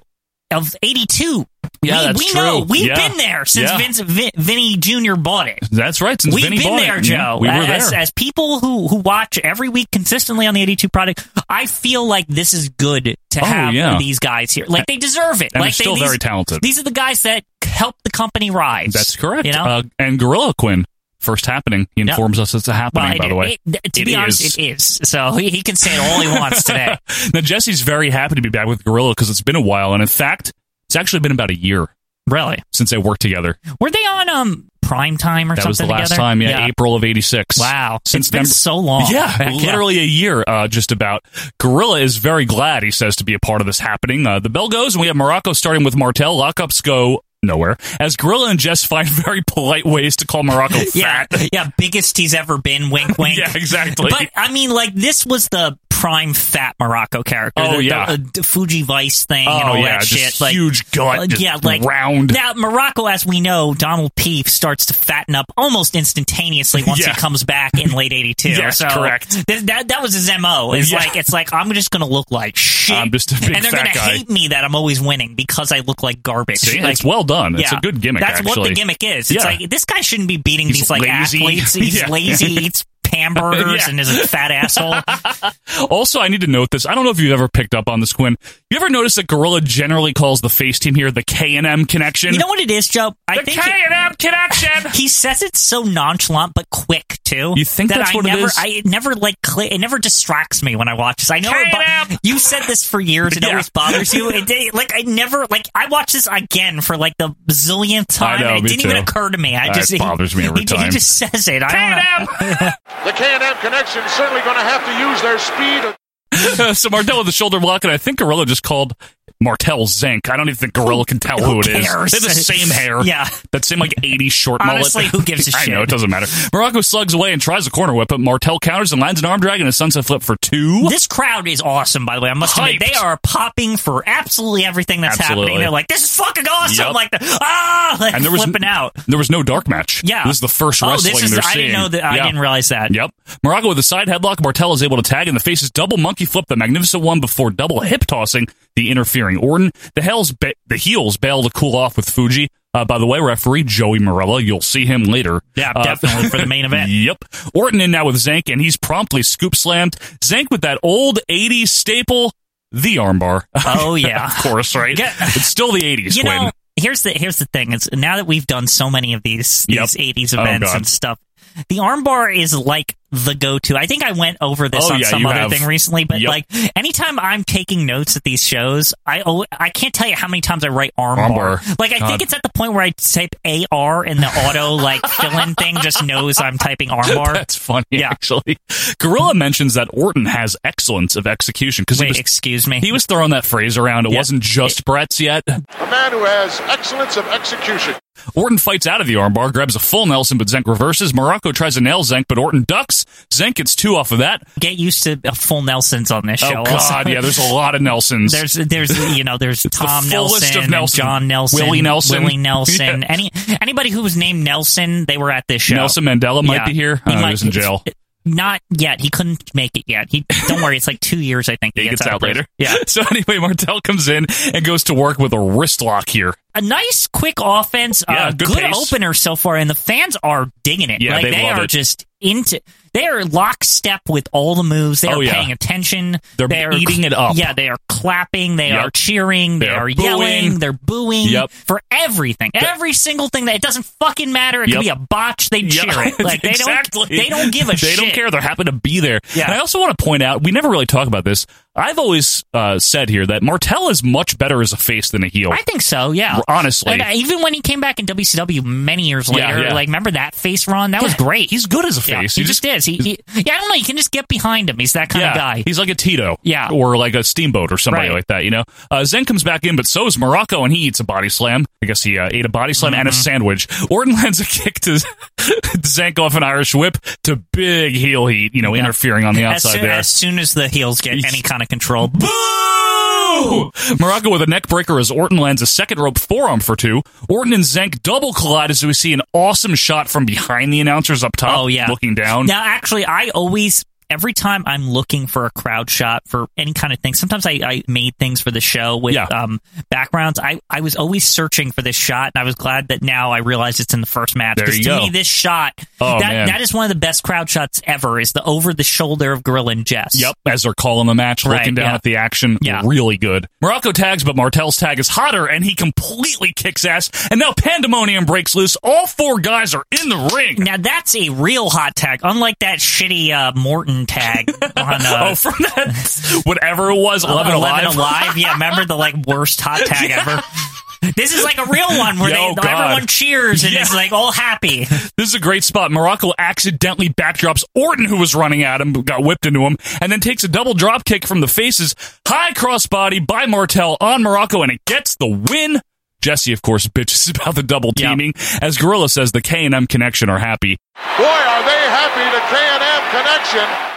Speaker 4: of '82.
Speaker 1: Yeah,
Speaker 4: we,
Speaker 1: that's
Speaker 4: we know
Speaker 1: true.
Speaker 4: we've
Speaker 1: Yeah.
Speaker 4: been there since
Speaker 1: Yeah.
Speaker 4: Vince Vin, Vinny Jr. bought it.
Speaker 1: That's right. Since
Speaker 4: We've
Speaker 1: Vinny
Speaker 4: been
Speaker 1: bought
Speaker 4: there,
Speaker 1: it. Mm-hmm.
Speaker 4: Joe.
Speaker 1: We were
Speaker 4: as,
Speaker 1: there.
Speaker 4: as people who who watch every week consistently on the '82 product, I feel like this is good to
Speaker 1: Oh,
Speaker 4: have
Speaker 1: yeah.
Speaker 4: these guys here. Like they deserve it.
Speaker 1: And
Speaker 4: like
Speaker 1: they're still
Speaker 4: they, these,
Speaker 1: very talented.
Speaker 4: These are the guys that helped the company rise.
Speaker 1: That's correct.
Speaker 4: You know,
Speaker 1: uh, and Gorilla Quinn, first happening. He
Speaker 4: Yeah.
Speaker 1: informs us it's a happening,
Speaker 4: it-
Speaker 1: by the way.
Speaker 4: it- to
Speaker 1: It
Speaker 4: be
Speaker 1: is.
Speaker 4: honest, it is. So he, he can say it all he wants today.
Speaker 1: now Jesse's very happy to be back with Gorilla because it's been a while, and in fact, it's actually been about a year
Speaker 4: Really?
Speaker 1: since they worked together.
Speaker 4: Were they on um prime time or
Speaker 1: That
Speaker 4: something?
Speaker 1: was the last
Speaker 4: together?
Speaker 1: time, yeah, April of '86.
Speaker 4: Wow,
Speaker 1: Since
Speaker 4: it's been
Speaker 1: then-
Speaker 4: so long.
Speaker 1: Yeah,
Speaker 4: Oh, Heck
Speaker 1: literally a year, uh, just about. Gorilla is very glad, he says, to be a part of this happening. Uh, the bell goes, and we have Morocco starting with Martel. Lockups go nowhere, as Gorilla and Jess find very polite ways to call Morocco
Speaker 4: Yeah,
Speaker 1: fat.
Speaker 4: yeah, biggest he's ever been. Wink, wink.
Speaker 1: Yeah, exactly.
Speaker 4: But I mean, like this was the prime fat Morocco character.
Speaker 1: Oh,
Speaker 4: the,
Speaker 1: yeah.
Speaker 4: the, the Fuji Vice thing and
Speaker 1: Oh,
Speaker 4: all
Speaker 1: yeah,
Speaker 4: that
Speaker 1: just
Speaker 4: shit. like
Speaker 1: huge gut,
Speaker 4: uh,
Speaker 1: just
Speaker 4: yeah, like
Speaker 1: round.
Speaker 4: Now Morocco, as we know, Donald Peef starts to fatten up almost instantaneously once
Speaker 1: Yeah.
Speaker 4: he comes back in late '82.
Speaker 1: Yes,
Speaker 4: so
Speaker 1: correct.
Speaker 4: th- that that was his mo. It's
Speaker 1: Yeah.
Speaker 4: like it's like I'm just gonna look like shit.
Speaker 1: I'm just a big
Speaker 4: and they're
Speaker 1: fat
Speaker 4: gonna
Speaker 1: guy.
Speaker 4: hate me that I'm always winning because I look like garbage.
Speaker 1: See,
Speaker 4: like,
Speaker 1: it's well done. It's a good gimmick,
Speaker 4: That's
Speaker 1: actually.
Speaker 4: what the gimmick is. It's
Speaker 1: Yeah.
Speaker 4: like this guy shouldn't be beating
Speaker 1: He's
Speaker 4: these like
Speaker 1: lazy.
Speaker 4: athletes. He's
Speaker 1: Yeah.
Speaker 4: lazy, eats hamburgers,
Speaker 1: Yeah.
Speaker 4: and is a fat asshole.
Speaker 1: Also, I need to note this. I don't know if you've ever picked up on this, Quinn. You ever notice that Gorilla generally calls the face team here the K&M connection?
Speaker 4: you know what it is, Joe? I
Speaker 1: the
Speaker 4: think it-
Speaker 1: K&M connection!
Speaker 4: he says it so nonchalant but quick too.
Speaker 1: You think
Speaker 4: that
Speaker 1: that's
Speaker 4: I
Speaker 1: what it
Speaker 4: never,
Speaker 1: is?
Speaker 4: I it never like cli it never distracts me when I watch this. I know it
Speaker 1: K&M.
Speaker 4: bo- you said this for years. It
Speaker 1: Yeah.
Speaker 4: always bothers you. It, it- like I never like I watched this again for like the bazillionth time.
Speaker 1: know,
Speaker 4: and it
Speaker 1: me
Speaker 4: didn't even
Speaker 1: too.
Speaker 4: occur to me. I
Speaker 1: It
Speaker 4: just he-
Speaker 1: bothers me every
Speaker 4: he,
Speaker 1: time.
Speaker 4: He just says it. I don't know.
Speaker 2: The K&M connection certainly going to have to use their speed.
Speaker 1: Uh, so Martel with the shoulder block, and I think Gorilla just called Martel Zenk. I don't even think Gorilla can tell who,
Speaker 4: Who
Speaker 1: it is.
Speaker 4: cares?
Speaker 1: They're the same hair.
Speaker 4: Yeah.
Speaker 1: That same, like, 80s short
Speaker 4: Honestly,
Speaker 1: mullet.
Speaker 4: who gives a
Speaker 1: I
Speaker 4: shit?
Speaker 1: know, it doesn't matter. Morocco slugs away and tries a corner whip, but Martel counters and lands an arm drag and a sunset flip for two.
Speaker 4: This crowd is awesome, by the way. I must admit,
Speaker 1: Hyped.
Speaker 4: they are popping for absolutely everything that's
Speaker 1: Absolutely.
Speaker 4: happening. They're like, "This is fucking awesome!"
Speaker 1: Yup.
Speaker 4: Like, the, ah, like
Speaker 1: And there was-
Speaker 4: flipping out.
Speaker 1: There was no dark match.
Speaker 4: Yeah,
Speaker 1: This is the first
Speaker 4: Oh,
Speaker 1: wrestling
Speaker 4: this is,
Speaker 1: they're
Speaker 4: I
Speaker 1: seeing.
Speaker 4: didn't know that. I
Speaker 1: Yeah.
Speaker 4: didn't realize that.
Speaker 1: Yep. Morocco with a side headlock. Martel is able to tag, and the faces double monkey flip the magnificent one before double hip tossing the interfering Orton. The hells ba- the heels bail to cool off with Fuji. Uh, by the way, referee Joey Morella, you'll see him later.
Speaker 4: Yeah,
Speaker 1: Uh,
Speaker 4: definitely for the main event.
Speaker 1: Yep. Orton in now with Zank, and he's promptly scoop slammed. Zank with that old 80s staple, the armbar.
Speaker 4: Oh yeah.
Speaker 1: of course, right?
Speaker 4: Yeah.
Speaker 1: It's still the 80s,
Speaker 4: you
Speaker 1: Quinn.
Speaker 4: know, here's the here's the thing. It's now that we've done so many of these these
Speaker 1: Yep.
Speaker 4: 80s
Speaker 1: Oh,
Speaker 4: events
Speaker 1: God.
Speaker 4: and stuff. The armbar is like the go-to. I think I went over this
Speaker 1: Oh,
Speaker 4: on
Speaker 1: yeah,
Speaker 4: some
Speaker 1: you
Speaker 4: other
Speaker 1: have.
Speaker 4: thing recently, but
Speaker 1: Yep.
Speaker 4: like anytime I'm taking notes at these shows, I al- I can't tell you how many times I write armbar.
Speaker 1: Armbar.
Speaker 4: Like I
Speaker 1: God.
Speaker 4: think it's at the point where I type AR and the auto like fill-in thing just knows I'm typing armbar.
Speaker 1: That's funny,
Speaker 4: Yeah.
Speaker 1: actually. Gorilla mentions that Orton has excellence of execution because he
Speaker 4: Wait,
Speaker 1: was
Speaker 4: excuse me.
Speaker 1: He was throwing that phrase around. It
Speaker 4: Yeah.
Speaker 1: wasn't just Brett's yet.
Speaker 2: A man who has excellence of execution.
Speaker 1: Orton fights out of the armbar, grabs a full Nelson, but Zenk reverses. Morocco tries to nail Zenk, but Orton ducks. Zenk gets two off of that.
Speaker 4: Get used to uh, full Nelsons on this
Speaker 1: Oh,
Speaker 4: show. also.
Speaker 1: God. Yeah, there's a lot of Nelsons.
Speaker 4: There's, there's, you know, there's Tom
Speaker 1: fullest of
Speaker 4: Nelson, and
Speaker 1: Nelson.
Speaker 4: John Nelson,
Speaker 1: Willie Nelson.
Speaker 4: Willie Nelson.
Speaker 1: Yeah.
Speaker 4: Any anybody who was named Nelson, they were at this show.
Speaker 1: Nelson Mandela might
Speaker 4: Yeah.
Speaker 1: be here.
Speaker 4: He
Speaker 1: Uh, he
Speaker 4: might-
Speaker 1: was in jail.
Speaker 4: Not yet. He couldn't make it yet. He don't worry. It's like two years. I think
Speaker 1: He gets out
Speaker 4: of prison.
Speaker 1: later.
Speaker 4: Yeah.
Speaker 1: So anyway, Martel comes in and goes to work with a wrist lock here.
Speaker 4: A nice, quick offense.
Speaker 1: Yeah,
Speaker 4: uh,
Speaker 1: good
Speaker 4: good
Speaker 1: pace.
Speaker 4: opener so far, and the fans are digging it.
Speaker 1: Yeah,
Speaker 4: like,
Speaker 1: they
Speaker 4: they,
Speaker 1: love
Speaker 4: are
Speaker 1: it.
Speaker 4: just into. They are lockstep with all the moves. They
Speaker 1: Oh,
Speaker 4: are
Speaker 1: yeah.
Speaker 4: paying attention.
Speaker 1: They're
Speaker 4: They are-
Speaker 1: eating it up.
Speaker 4: Yeah, they are clapping. They
Speaker 1: Yep.
Speaker 4: are cheering. They,
Speaker 1: They are
Speaker 4: are, yelling.
Speaker 1: booing.
Speaker 4: They're booing
Speaker 1: Yep.
Speaker 4: for everything. Every single thing that it doesn't fucking matter. It
Speaker 1: Yep.
Speaker 4: could be a botch. They
Speaker 1: Yeah,
Speaker 4: cheer it. Like they
Speaker 1: exactly.
Speaker 4: don't. They don't give a
Speaker 1: They
Speaker 4: shit.
Speaker 1: don't care. They're happy to be there.
Speaker 4: Yeah.
Speaker 1: And I also want to point out we never really talk about this. I've always uh, said here that Martel is much better as a face than a heel.
Speaker 4: I think so. Yeah.
Speaker 1: Honestly.
Speaker 4: And, uh, even when he came back in WCW many years
Speaker 1: Yeah,
Speaker 4: later,
Speaker 1: yeah.
Speaker 4: like remember that face run? That was great.
Speaker 1: He's good as a face.
Speaker 4: yeah, he,
Speaker 1: You
Speaker 4: just is. He, he- yeah, I don't know. You can just get behind him. He's that kind
Speaker 1: yeah,
Speaker 4: of guy.
Speaker 1: He's like a Tito.
Speaker 4: Yeah.
Speaker 1: Or like a Steamboat or somebody
Speaker 4: Right.
Speaker 1: like that, you know? Uh, Zen comes back in, but so is Morocco, and he eats a body slam. I guess he uh, ate a body slam and a
Speaker 4: Mm-hmm.
Speaker 1: sandwich. Orton lands a kick to Zenk off an Irish whip to big heel heat, you know, interfering on the
Speaker 4: as,
Speaker 1: outside
Speaker 4: soon,
Speaker 1: there.
Speaker 4: as soon as the heels get any kind of control,
Speaker 1: Boo! Morocco with a neck breaker as Orton lands a second rope forearm for two. Orton and Zenk double collide as we see an awesome shot from behind the announcers up top.
Speaker 4: Oh, yeah.
Speaker 1: Looking down.
Speaker 4: Now, actually, I always, every time I'm looking for a crowd shot for any kind of thing, sometimes I, I made things for the show with
Speaker 1: Yeah.
Speaker 4: um, backgrounds. I, I was always searching for this shot, and I was glad that now I realized it's in the first match.
Speaker 1: There
Speaker 4: 'Cause
Speaker 1: you
Speaker 4: to
Speaker 1: go.
Speaker 4: me, this shot,
Speaker 1: Oh,
Speaker 4: that,
Speaker 1: man.
Speaker 4: that is one of the best crowd shots ever, is the over the shoulder of Gorilla and Jess.
Speaker 1: Yep, as they're calling the match,
Speaker 4: Right,
Speaker 1: looking down
Speaker 4: yeah.
Speaker 1: at the action.
Speaker 4: Yeah.
Speaker 1: Really good. Morocco tags, but Martel's tag is hotter, and he completely kicks ass. And now pandemonium breaks loose. All four guys are in the ring.
Speaker 4: Now that's a real hot tag, unlike that shitty uh, Morton tag on uh,
Speaker 1: oh, from that, whatever it was, 11
Speaker 4: 11
Speaker 1: alive.
Speaker 4: alive. Yeah, remember the like worst hot tag ever. This is like a real one where
Speaker 1: Yeah, oh,
Speaker 4: they,
Speaker 1: God.
Speaker 4: everyone cheers and
Speaker 1: Yeah.
Speaker 4: it's like all happy.
Speaker 1: This is a great spot. Morocco accidentally backdrops Orton, who was running at him, got whipped into him, and then takes a double drop kick from the faces. High crossbody by Martel on Morocco, and it gets the win. Jesse, of course, bitches about the double
Speaker 4: Yeah.
Speaker 1: teaming. As Gorilla says, the K and M connection are happy.
Speaker 2: Boy, are they happy the K&M connection.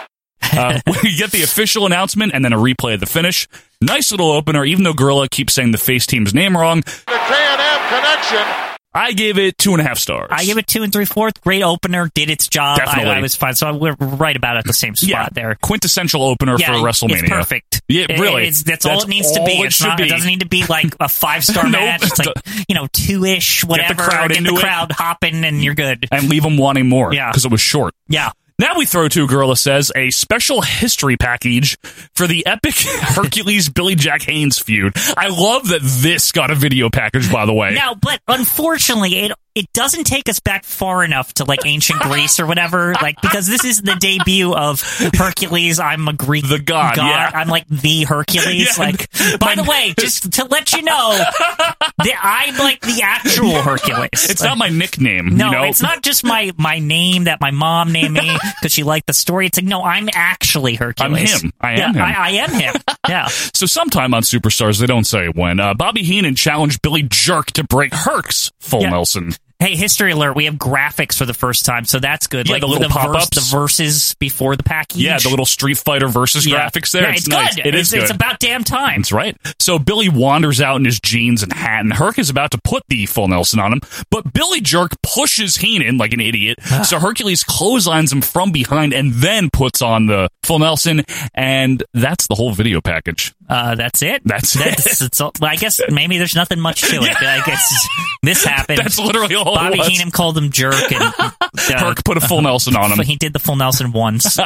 Speaker 1: Uh, we get the official announcement and then a replay of the finish. Nice little opener, even though Gorilla keeps saying the face team's name wrong.
Speaker 2: The K&M connection.
Speaker 1: I gave it two and a half stars.
Speaker 4: I give it two and three fourth. Great opener, did its job. I-
Speaker 1: Definitely.
Speaker 4: I, was fine. So we're right about at the same spot
Speaker 1: yeah,
Speaker 4: there.
Speaker 1: quintessential opener
Speaker 4: Yeah,
Speaker 1: for
Speaker 4: it's
Speaker 1: WrestleMania.
Speaker 4: perfect.
Speaker 1: Yeah,
Speaker 4: It-
Speaker 1: really.
Speaker 4: it's- that's, all
Speaker 1: That's
Speaker 4: it needs to
Speaker 1: all
Speaker 4: be.
Speaker 1: it
Speaker 4: it's
Speaker 1: should
Speaker 4: not,
Speaker 1: be.
Speaker 4: It doesn't need to be like a five star
Speaker 1: Nope.
Speaker 4: match. It's like you know two ish,
Speaker 1: the
Speaker 4: whatever.
Speaker 1: crowd
Speaker 4: Get
Speaker 1: into it.
Speaker 4: the crowd hopping, and you're good.
Speaker 1: and leave them wanting more.
Speaker 4: Yeah.
Speaker 1: Because it was short.
Speaker 4: Yeah.
Speaker 1: Now we throw to, Gorilla says, a special history package for the epic Hercules Billy Jack Haynes feud. I love that this got a video package, by the way.
Speaker 4: Now, but unfortunately, it it doesn't take us back far enough to like ancient Greece or whatever, like because this is the debut of Hercules. I'm a Greek
Speaker 1: The god, yeah.
Speaker 4: I'm like the Hercules.
Speaker 1: Yeah,
Speaker 4: like,
Speaker 1: my-
Speaker 4: by the way, just to let you know, that I'm like the actual Hercules.
Speaker 1: it's not my nickname.
Speaker 4: No,
Speaker 1: you know?
Speaker 4: it's not just my my name that my mom named me because she liked the story. It's like no, I'm actually Hercules.
Speaker 1: him. I am
Speaker 4: Yeah,
Speaker 1: him.
Speaker 4: I, I am him. Yeah.
Speaker 1: So sometime on Superstars, they don't say when, uh, Bobby Heenan challenged Billy Jerk to break Herc's full
Speaker 4: Yeah.
Speaker 1: Nelson.
Speaker 4: Hey, history alert! We have graphics for the first time, so that's good.
Speaker 1: Yeah,
Speaker 4: like
Speaker 1: the little
Speaker 4: verse,
Speaker 1: pop-ups.
Speaker 4: the verses before the package.
Speaker 1: Yeah, the little Street Fighter versus
Speaker 4: Yeah.
Speaker 1: graphics there.
Speaker 4: Yeah, it's,
Speaker 1: nice.
Speaker 4: good.
Speaker 1: It
Speaker 4: it's,
Speaker 1: is good.
Speaker 4: It's about damn time.
Speaker 1: That's right. So Billy wanders out in his jeans and hat, and Herc is about to put the full Nelson on him, but Billy Jerk pushes Heenan like an idiot.
Speaker 4: Ah.
Speaker 1: so Hercules clotheslines him from behind and then puts on the full Nelson, and that's the whole video package.
Speaker 4: Uh, that's it.
Speaker 1: That's it.
Speaker 4: that's it's all, well, I guess maybe there's nothing much to it. Like it's this happened.
Speaker 1: That's literally all
Speaker 4: Bobby
Speaker 1: it was.
Speaker 4: Heenan called him jerk, and uh,
Speaker 1: Herc put a full Nelson on him.
Speaker 4: he did the full Nelson once.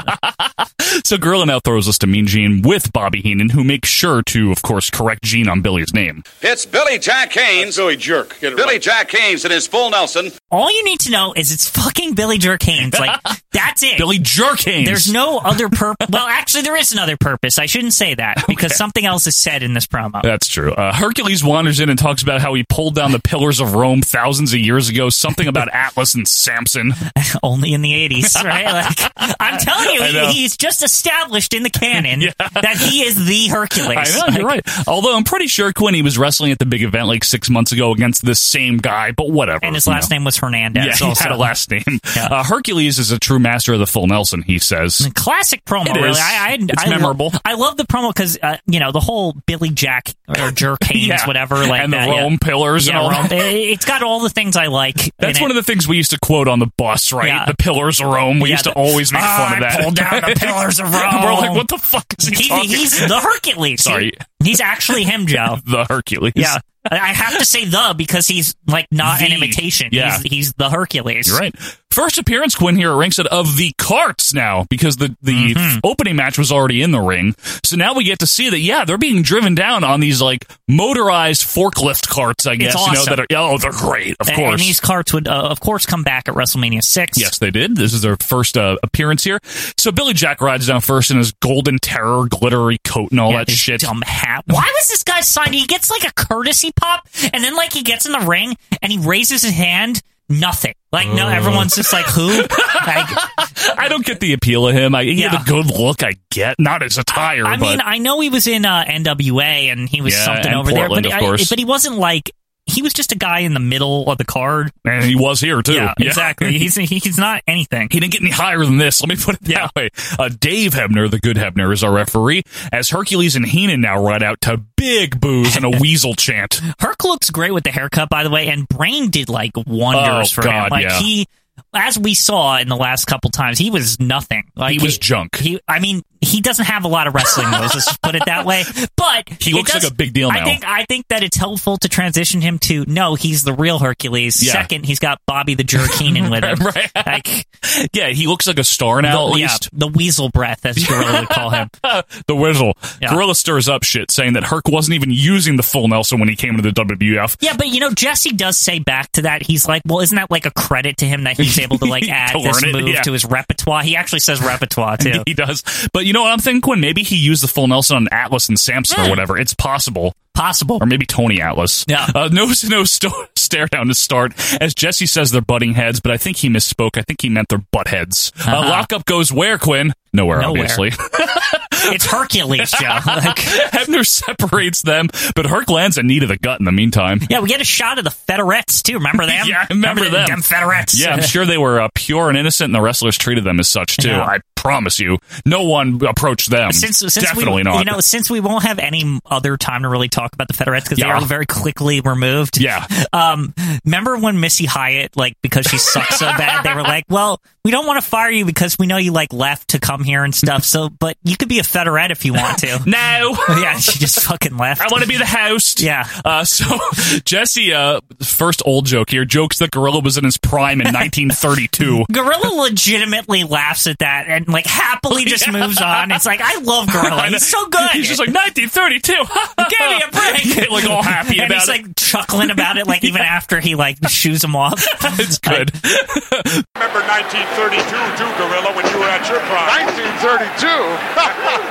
Speaker 1: So Gorilla now throws us to Mean Gene with Bobby Heenan, who makes sure to, of course, correct Gene on Billy's name.
Speaker 7: It's Billy Jack Haynes.
Speaker 2: Billy Jerk. Get it
Speaker 7: Billy
Speaker 2: right.
Speaker 7: Jack Haynes and his full Nelson.
Speaker 4: all you need to know is it's fucking Billy Jerk Haynes. Like that's it.
Speaker 1: Billy Jerk Haynes.
Speaker 4: There's no other purpose. well, actually, there is another purpose. I shouldn't say that because something else is said in this promo.
Speaker 1: That's true. Uh, Hercules wanders in and talks about how he pulled down the pillars of Rome thousands of years ago. Something about Atlas and Samson.
Speaker 4: only in the 80s, right? Like, I'm telling you,
Speaker 1: I know.
Speaker 4: he, he's just established in the canon that he is the Hercules.
Speaker 1: I know you're
Speaker 4: Like,
Speaker 1: right. Although I'm pretty sure Quinn he was wrestling at the big event like six months ago against this same guy, but whatever.
Speaker 4: And his
Speaker 1: you
Speaker 4: last
Speaker 1: know.
Speaker 4: name was Hernandez.
Speaker 1: Yeah, he
Speaker 4: also.
Speaker 1: had a last name.
Speaker 4: Yeah.
Speaker 1: Uh, Hercules is a true master of the full Nelson. He says.
Speaker 4: Classic promo,
Speaker 1: It is.
Speaker 4: really. I, I,
Speaker 1: It's
Speaker 4: I lo-
Speaker 1: memorable.
Speaker 4: I love the promo because uh, you know the whole Billy Jack or Jerk Haynes,
Speaker 1: Yeah.
Speaker 4: whatever, like
Speaker 1: and the
Speaker 4: that, yeah.
Speaker 1: Rome pillars
Speaker 4: Yeah,
Speaker 1: and all
Speaker 4: Rome.
Speaker 1: that.
Speaker 4: It- It's got all the things I like.
Speaker 1: That's one of the things we used to quote on the bus, right?
Speaker 4: Yeah.
Speaker 1: The pillars of Rome. We
Speaker 4: Yeah,
Speaker 1: used to
Speaker 4: the-
Speaker 1: always make
Speaker 4: Ah,
Speaker 1: fun of
Speaker 4: I
Speaker 1: that.
Speaker 4: pulled down the pillars of Rome.
Speaker 1: We're like, what the fuck is he, talking?
Speaker 4: he's the Hercules.
Speaker 1: Sorry.
Speaker 4: He- he's actually him, Joe.
Speaker 1: the Hercules.
Speaker 4: Yeah. I I have to say the because he's like not an
Speaker 1: The.
Speaker 4: imitation.
Speaker 1: Yeah.
Speaker 4: He's, he's the Hercules.
Speaker 1: You're right. First appearance, Quinn here at ringside of the carts now because the the
Speaker 4: Mm-hmm.
Speaker 1: opening match was already in the ring. So now we get to see that. Yeah, they're being driven down on these like motorized forklift carts. I guess you know
Speaker 4: awesome.
Speaker 1: that. Are, oh, they're great. Of
Speaker 4: And,
Speaker 1: course.
Speaker 4: and these carts would, uh, of course, come back at WrestleMania 6.
Speaker 1: Yes, they did. This is their first uh, appearance here. So Billy Jack rides down first in his golden terror glittery coat and all
Speaker 4: Yeah,
Speaker 1: that
Speaker 4: his
Speaker 1: shit.
Speaker 4: Dumb hat. Why was this guy signed? He gets like a courtesy pop, and then like he gets in the ring and he raises his hand. Nothing. Like no, everyone's just like who? Like,
Speaker 1: I don't get the appeal of him. I, he had
Speaker 4: Yeah.
Speaker 1: a good look, I get. Not his attire,
Speaker 4: I
Speaker 1: but
Speaker 4: mean, I know he was in uh, NWA and he was
Speaker 1: Yeah,
Speaker 4: something
Speaker 1: and
Speaker 4: over
Speaker 1: Portland,
Speaker 4: there,
Speaker 1: of
Speaker 4: but I-
Speaker 1: course.
Speaker 4: but he wasn't like he was just a guy in the middle of the card.
Speaker 1: and he was here too.
Speaker 4: Yeah, exactly. He's he's not anything.
Speaker 1: He didn't get any higher than this. Let me put it that
Speaker 4: Yeah.
Speaker 1: way. Uh, Dave Hebner, the good Hebner, is our referee, as Hercules and Heenan now ride out to big boos and a weasel chant.
Speaker 4: Herc looks great with the haircut, by the way, and Brain did like wonders
Speaker 1: Oh,
Speaker 4: for
Speaker 1: God,
Speaker 4: him. Like
Speaker 1: yeah.
Speaker 4: he, as we saw in the last couple times, he was nothing. Like
Speaker 1: He was junk.
Speaker 4: He, I mean, he doesn't have a lot of wrestling moves. let's just put it that way. But
Speaker 1: He
Speaker 4: it
Speaker 1: looks like a big deal
Speaker 4: I
Speaker 1: now.
Speaker 4: think I think that it's helpful to transition him to no, he's the real Hercules.
Speaker 1: Yeah.
Speaker 4: Second, he's got Bobby the Jerk Heenan with him.
Speaker 1: Right.
Speaker 4: Like
Speaker 1: Yeah, he looks like a star now,
Speaker 4: the,
Speaker 1: at
Speaker 4: yeah,
Speaker 1: least.
Speaker 4: the weasel breath, as Gorilla would call him.
Speaker 1: the whistle.
Speaker 4: Yeah.
Speaker 1: Gorilla stirs up shit, saying that Herc wasn't even using the full Nelson when he came to the WWF.
Speaker 4: Yeah, but you know, Jesse does say back to that. He's like, well, isn't that like a credit to him that he's able to like add
Speaker 1: To
Speaker 4: this
Speaker 1: learn it,
Speaker 4: move
Speaker 1: yeah.
Speaker 4: to his repertoire? He actually says repertoire too.
Speaker 1: He does. But you know what I'm thinking, Quinn? Maybe he used the full Nelson on Atlas and Samson or whatever. It's possible.
Speaker 4: Possible.
Speaker 1: or maybe Tony Atlas.
Speaker 4: Hmm. Yeah.
Speaker 1: Uh, nose to nose sto- stare down to start as Jesse says they're butting heads, but I think he misspoke. I think he meant they're butt heads. Uh,
Speaker 4: Uh-huh.
Speaker 1: lockup goes where, Quinn? Nowhere,
Speaker 4: Nowhere.
Speaker 1: obviously.
Speaker 4: It's Hercules, Joe. Like,
Speaker 1: Hebner separates them, but Herc lands a knee to the gut in the meantime.
Speaker 4: yeah, we get a shot of the Federettes too. Remember them?
Speaker 1: Yeah, I remember
Speaker 4: the-
Speaker 1: them.
Speaker 4: Them Federettes.
Speaker 1: Yeah, I'm sure they were uh, pure and innocent, and the wrestlers treated them as such too.
Speaker 4: Yeah.
Speaker 1: I promise you, no one approached them.
Speaker 4: Since, since
Speaker 1: definitely
Speaker 4: we,
Speaker 1: not.
Speaker 4: You know, since we won't have any other time to really talk about the Federettes because
Speaker 1: Yeah.
Speaker 4: they are very quickly removed.
Speaker 1: yeah,
Speaker 4: Um, remember when Missy Hyatt, like, because she sucks so bad, they were like, "Well, we don't want to fire you because we know you like left to come here and stuff. So, but you could be a Federette if you want to."
Speaker 1: no.
Speaker 4: yeah, she just fucking left.
Speaker 1: I want to be the host.
Speaker 4: Yeah.
Speaker 1: Uh, so Jesse, uh, first old joke here, jokes that Gorilla was in his prime in 1932.
Speaker 4: Gorilla legitimately laughs at that and like
Speaker 1: Oh,
Speaker 4: happily just moves on. It's like I love Gorilla. He's so good.
Speaker 1: He's just like 1932.
Speaker 4: give me a break.
Speaker 1: Get, like all happy
Speaker 4: and
Speaker 1: about
Speaker 4: he's
Speaker 1: it.
Speaker 4: like chuckling about it, like even after he like shoos him off.
Speaker 1: it's good.
Speaker 11: remember 1932 too, Gorilla, when you were at your prime.
Speaker 2: 1932.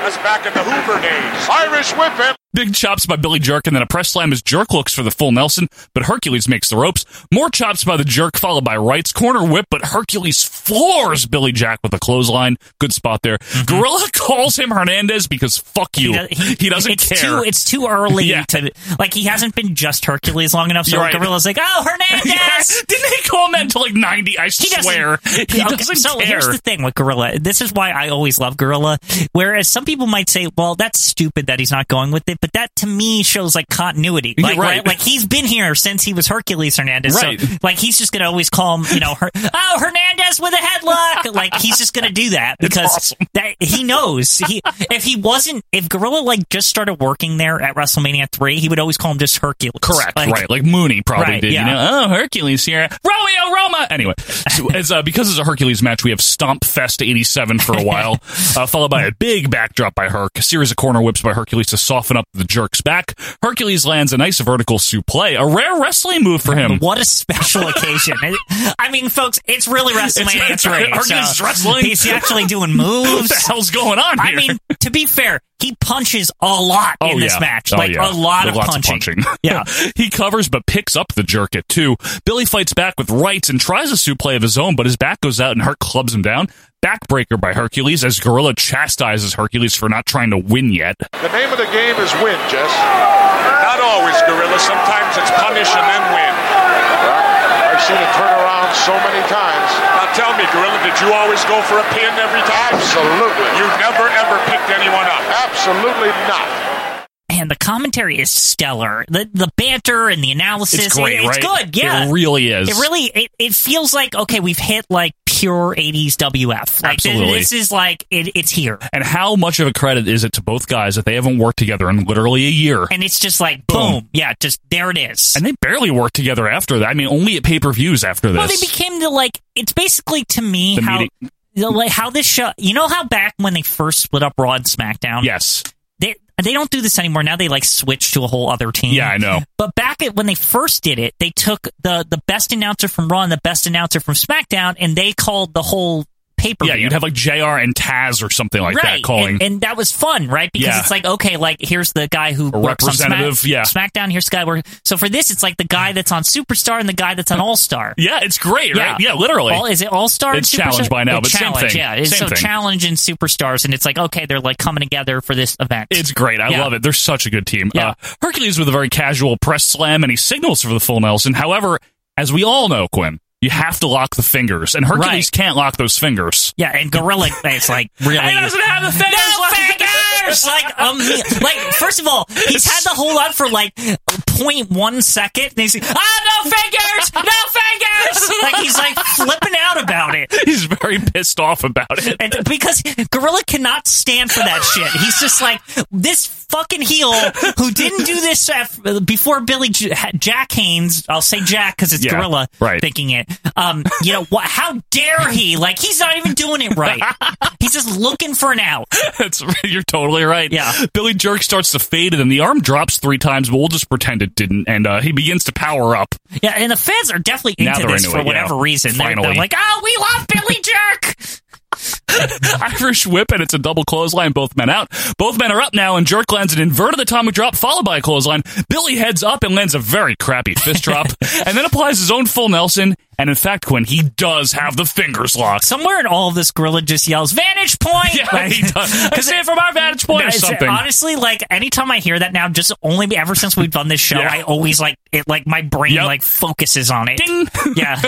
Speaker 11: That's back in the Hoover days.
Speaker 2: Irish whip him.
Speaker 1: Big chops by Billy Jerk, and then a press slam as Jerk looks for the full Nelson, but Hercules makes the ropes. More chops by the Jerk, followed by Wright's corner whip, but Hercules floors Billy Jack with a clothesline. Good spot there.
Speaker 4: Mm-hmm.
Speaker 1: Gorilla calls him Hernandez because fuck you. He, doesn't
Speaker 4: it's
Speaker 1: care.
Speaker 4: Too, it's too early
Speaker 1: Yeah.
Speaker 4: to like. He hasn't been just Hercules long enough. So
Speaker 1: You're right.
Speaker 4: Gorilla's like, oh Hernandez.
Speaker 1: Yes. Didn't they call him that until like 90? I
Speaker 4: He doesn't
Speaker 1: swear. He
Speaker 4: Okay,
Speaker 1: doesn't
Speaker 4: so
Speaker 1: care.
Speaker 4: here's the thing with Gorilla. This is why I always love Gorilla. Whereas some people might say, "Well, that's stupid that he's not going with it," but that to me shows like continuity.
Speaker 1: Yeah,
Speaker 4: Like,
Speaker 1: right.
Speaker 4: Like he's been here since he was Hercules Hernandez.
Speaker 1: Right.
Speaker 4: So, like he's just gonna always call him, you know, Her- oh Hernandez with a headlock. like he's just gonna do that because
Speaker 1: awesome.
Speaker 4: that he knows he if he wasn't if Gorilla like just started working there at WrestleMania three, he would always call him just Hercules.
Speaker 1: Correct,
Speaker 4: Like,
Speaker 1: right? Like Mooney probably
Speaker 4: Right,
Speaker 1: did. You
Speaker 4: yeah.
Speaker 1: know, oh Hercules here, Romeo Roma. Anyway, so it's, uh, because it's a Hercules match, we have Stomp Fest '87 for a while, uh, followed by a big backdrop by Herc, a series of corner whips by Hercules to soften up the jerk's back. Hercules lands a nice vertical suplex, a rare wrestling move for him.
Speaker 4: What a special occasion! It- I mean, folks, it's really WrestleMania
Speaker 1: It's-
Speaker 4: three.
Speaker 1: Arn
Speaker 4: so
Speaker 1: is wrestling.
Speaker 4: He's actually doing
Speaker 1: What the
Speaker 4: moves.
Speaker 1: hell's going on
Speaker 4: I
Speaker 1: here?
Speaker 4: mean, to be fair, he punches a lot in this match,
Speaker 1: Oh,
Speaker 4: like
Speaker 1: yeah.
Speaker 4: a lot
Speaker 1: There's
Speaker 4: of
Speaker 1: lots
Speaker 4: punching. Yeah.
Speaker 1: he covers but picks up the jerk at two. Billy fights back with rights and tries a suplex of his own, but his back goes out and Hurt clubs him down. Backbreaker by Hercules as Gorilla chastises Hercules for not trying to win yet.
Speaker 2: The name of the game is win, Jess.
Speaker 11: Not always, Gorilla. Sometimes it's punish and then win.
Speaker 2: I've seen it turn around so many times.
Speaker 11: Now tell me, Gorilla, did you always go for a pin every time?
Speaker 2: Absolutely.
Speaker 11: You never ever picked anyone up.
Speaker 2: Absolutely not.
Speaker 4: And the commentary is stellar. The the banter and the analysis,
Speaker 1: It's great,
Speaker 4: it- it's
Speaker 1: right?
Speaker 4: good. Yeah,
Speaker 1: It really is.
Speaker 4: It really it, it feels like okay, we've hit like pure '80s WF. Like, th-
Speaker 1: Absolutely.
Speaker 4: this is like it, it's here,
Speaker 1: and how much of a credit is it to both guys that they haven't worked together in literally a year?
Speaker 4: and it's just like
Speaker 1: Boom.
Speaker 4: boom, yeah, just there it is.
Speaker 1: And they barely worked together after that. I mean, only at pay per views after this.
Speaker 4: Well, they became the like. It's basically to me
Speaker 1: The
Speaker 4: how
Speaker 1: meeting-
Speaker 4: the, like how this show. You know how back when they first split up Raw and SmackDown.
Speaker 1: yes.
Speaker 4: they they don't do this anymore. Now they like switch to a whole other team.
Speaker 1: Yeah, I know.
Speaker 4: But back at when they first did it, they took the the best announcer from Raw and the best announcer from SmackDown, and they called the whole paper.
Speaker 1: Yeah, you'd have like JR and Taz or something like
Speaker 4: right,
Speaker 1: that calling.
Speaker 4: And, and that was fun, right? Because
Speaker 1: Yeah.
Speaker 4: it's like okay, like here's the guy who
Speaker 1: A
Speaker 4: works on
Speaker 1: representative,
Speaker 4: Smack-
Speaker 1: yeah.
Speaker 4: SmackDown. Here's the guy where. So for this, it's like the guy that's on Superstar and the guy that's on All Star.
Speaker 1: yeah, it's great, right? Yeah, literally.
Speaker 4: All, is it All Star?
Speaker 1: It's Challenge by now, but same
Speaker 4: challenge,
Speaker 1: thing.
Speaker 4: Yeah, it's-
Speaker 1: Same
Speaker 4: so
Speaker 1: thing.
Speaker 4: challenge and superstars, and it's like okay, they're like coming together for this event.
Speaker 1: It's great. I
Speaker 4: Yeah.
Speaker 1: love it. They're such a good team.
Speaker 4: Yeah.
Speaker 1: Uh, Hercules with a very casual press slam, and he signals for the full Nelson. However, as we all know, Quinn, you have to lock the fingers, and Hercules
Speaker 4: Right.
Speaker 1: can't lock those fingers.
Speaker 4: yeah, and Gorilla. it's like really.
Speaker 1: He doesn't have the fingers.
Speaker 4: No
Speaker 1: locked.
Speaker 4: fingers! like, um, like first of all, he's had the whole up for like 0.1 second, and he's like, ah, no fingers, no fingers. Like he's like flipping out about it.
Speaker 1: He's very pissed off about it.
Speaker 4: And because Gorilla cannot stand for that shit. He's just like this fucking heel who didn't do this af- before Billy J- Jack Haynes. I'll say Jack because it's
Speaker 1: Yeah,
Speaker 4: Gorilla
Speaker 1: right.
Speaker 4: thinking it. Um, you know what? How dare he? Like he's not even doing it right. He's just looking for an out.
Speaker 1: That's you're totally right.
Speaker 4: Yeah.
Speaker 1: Billy Jerk starts to fade, and then the arm drops three times, but we'll just pretend it didn't. And uh, he begins to power up.
Speaker 4: Yeah, and the fans are definitely
Speaker 1: Now
Speaker 4: into
Speaker 1: they're
Speaker 4: this
Speaker 1: into
Speaker 4: for
Speaker 1: it, yeah.
Speaker 4: "Oh, whatever reason. They're, they're
Speaker 1: Finally.
Speaker 4: like, oh, we love Billy Jerk.
Speaker 1: Irish whip, and it's a double clothesline. Both men out. Both men are up now, and Jerk lands an inverted atomic drop followed by a clothesline. Billy heads up and lands a very crappy fist drop, and then applies his own full Nelson. And in fact, Quinn, he does have the fingers locked.
Speaker 4: Somewhere in all of this, Gorilla just yells, Vantage point!
Speaker 1: Yeah, he does. I see it from our vantage point or
Speaker 4: it's-
Speaker 1: something.
Speaker 4: Honestly, like, anytime I hear that now, just only ever since we've done this show,
Speaker 1: Yeah.
Speaker 4: I always, like, it, like, my brain,
Speaker 1: Yep.
Speaker 4: like, focuses on it.
Speaker 1: Ding!
Speaker 4: Yeah.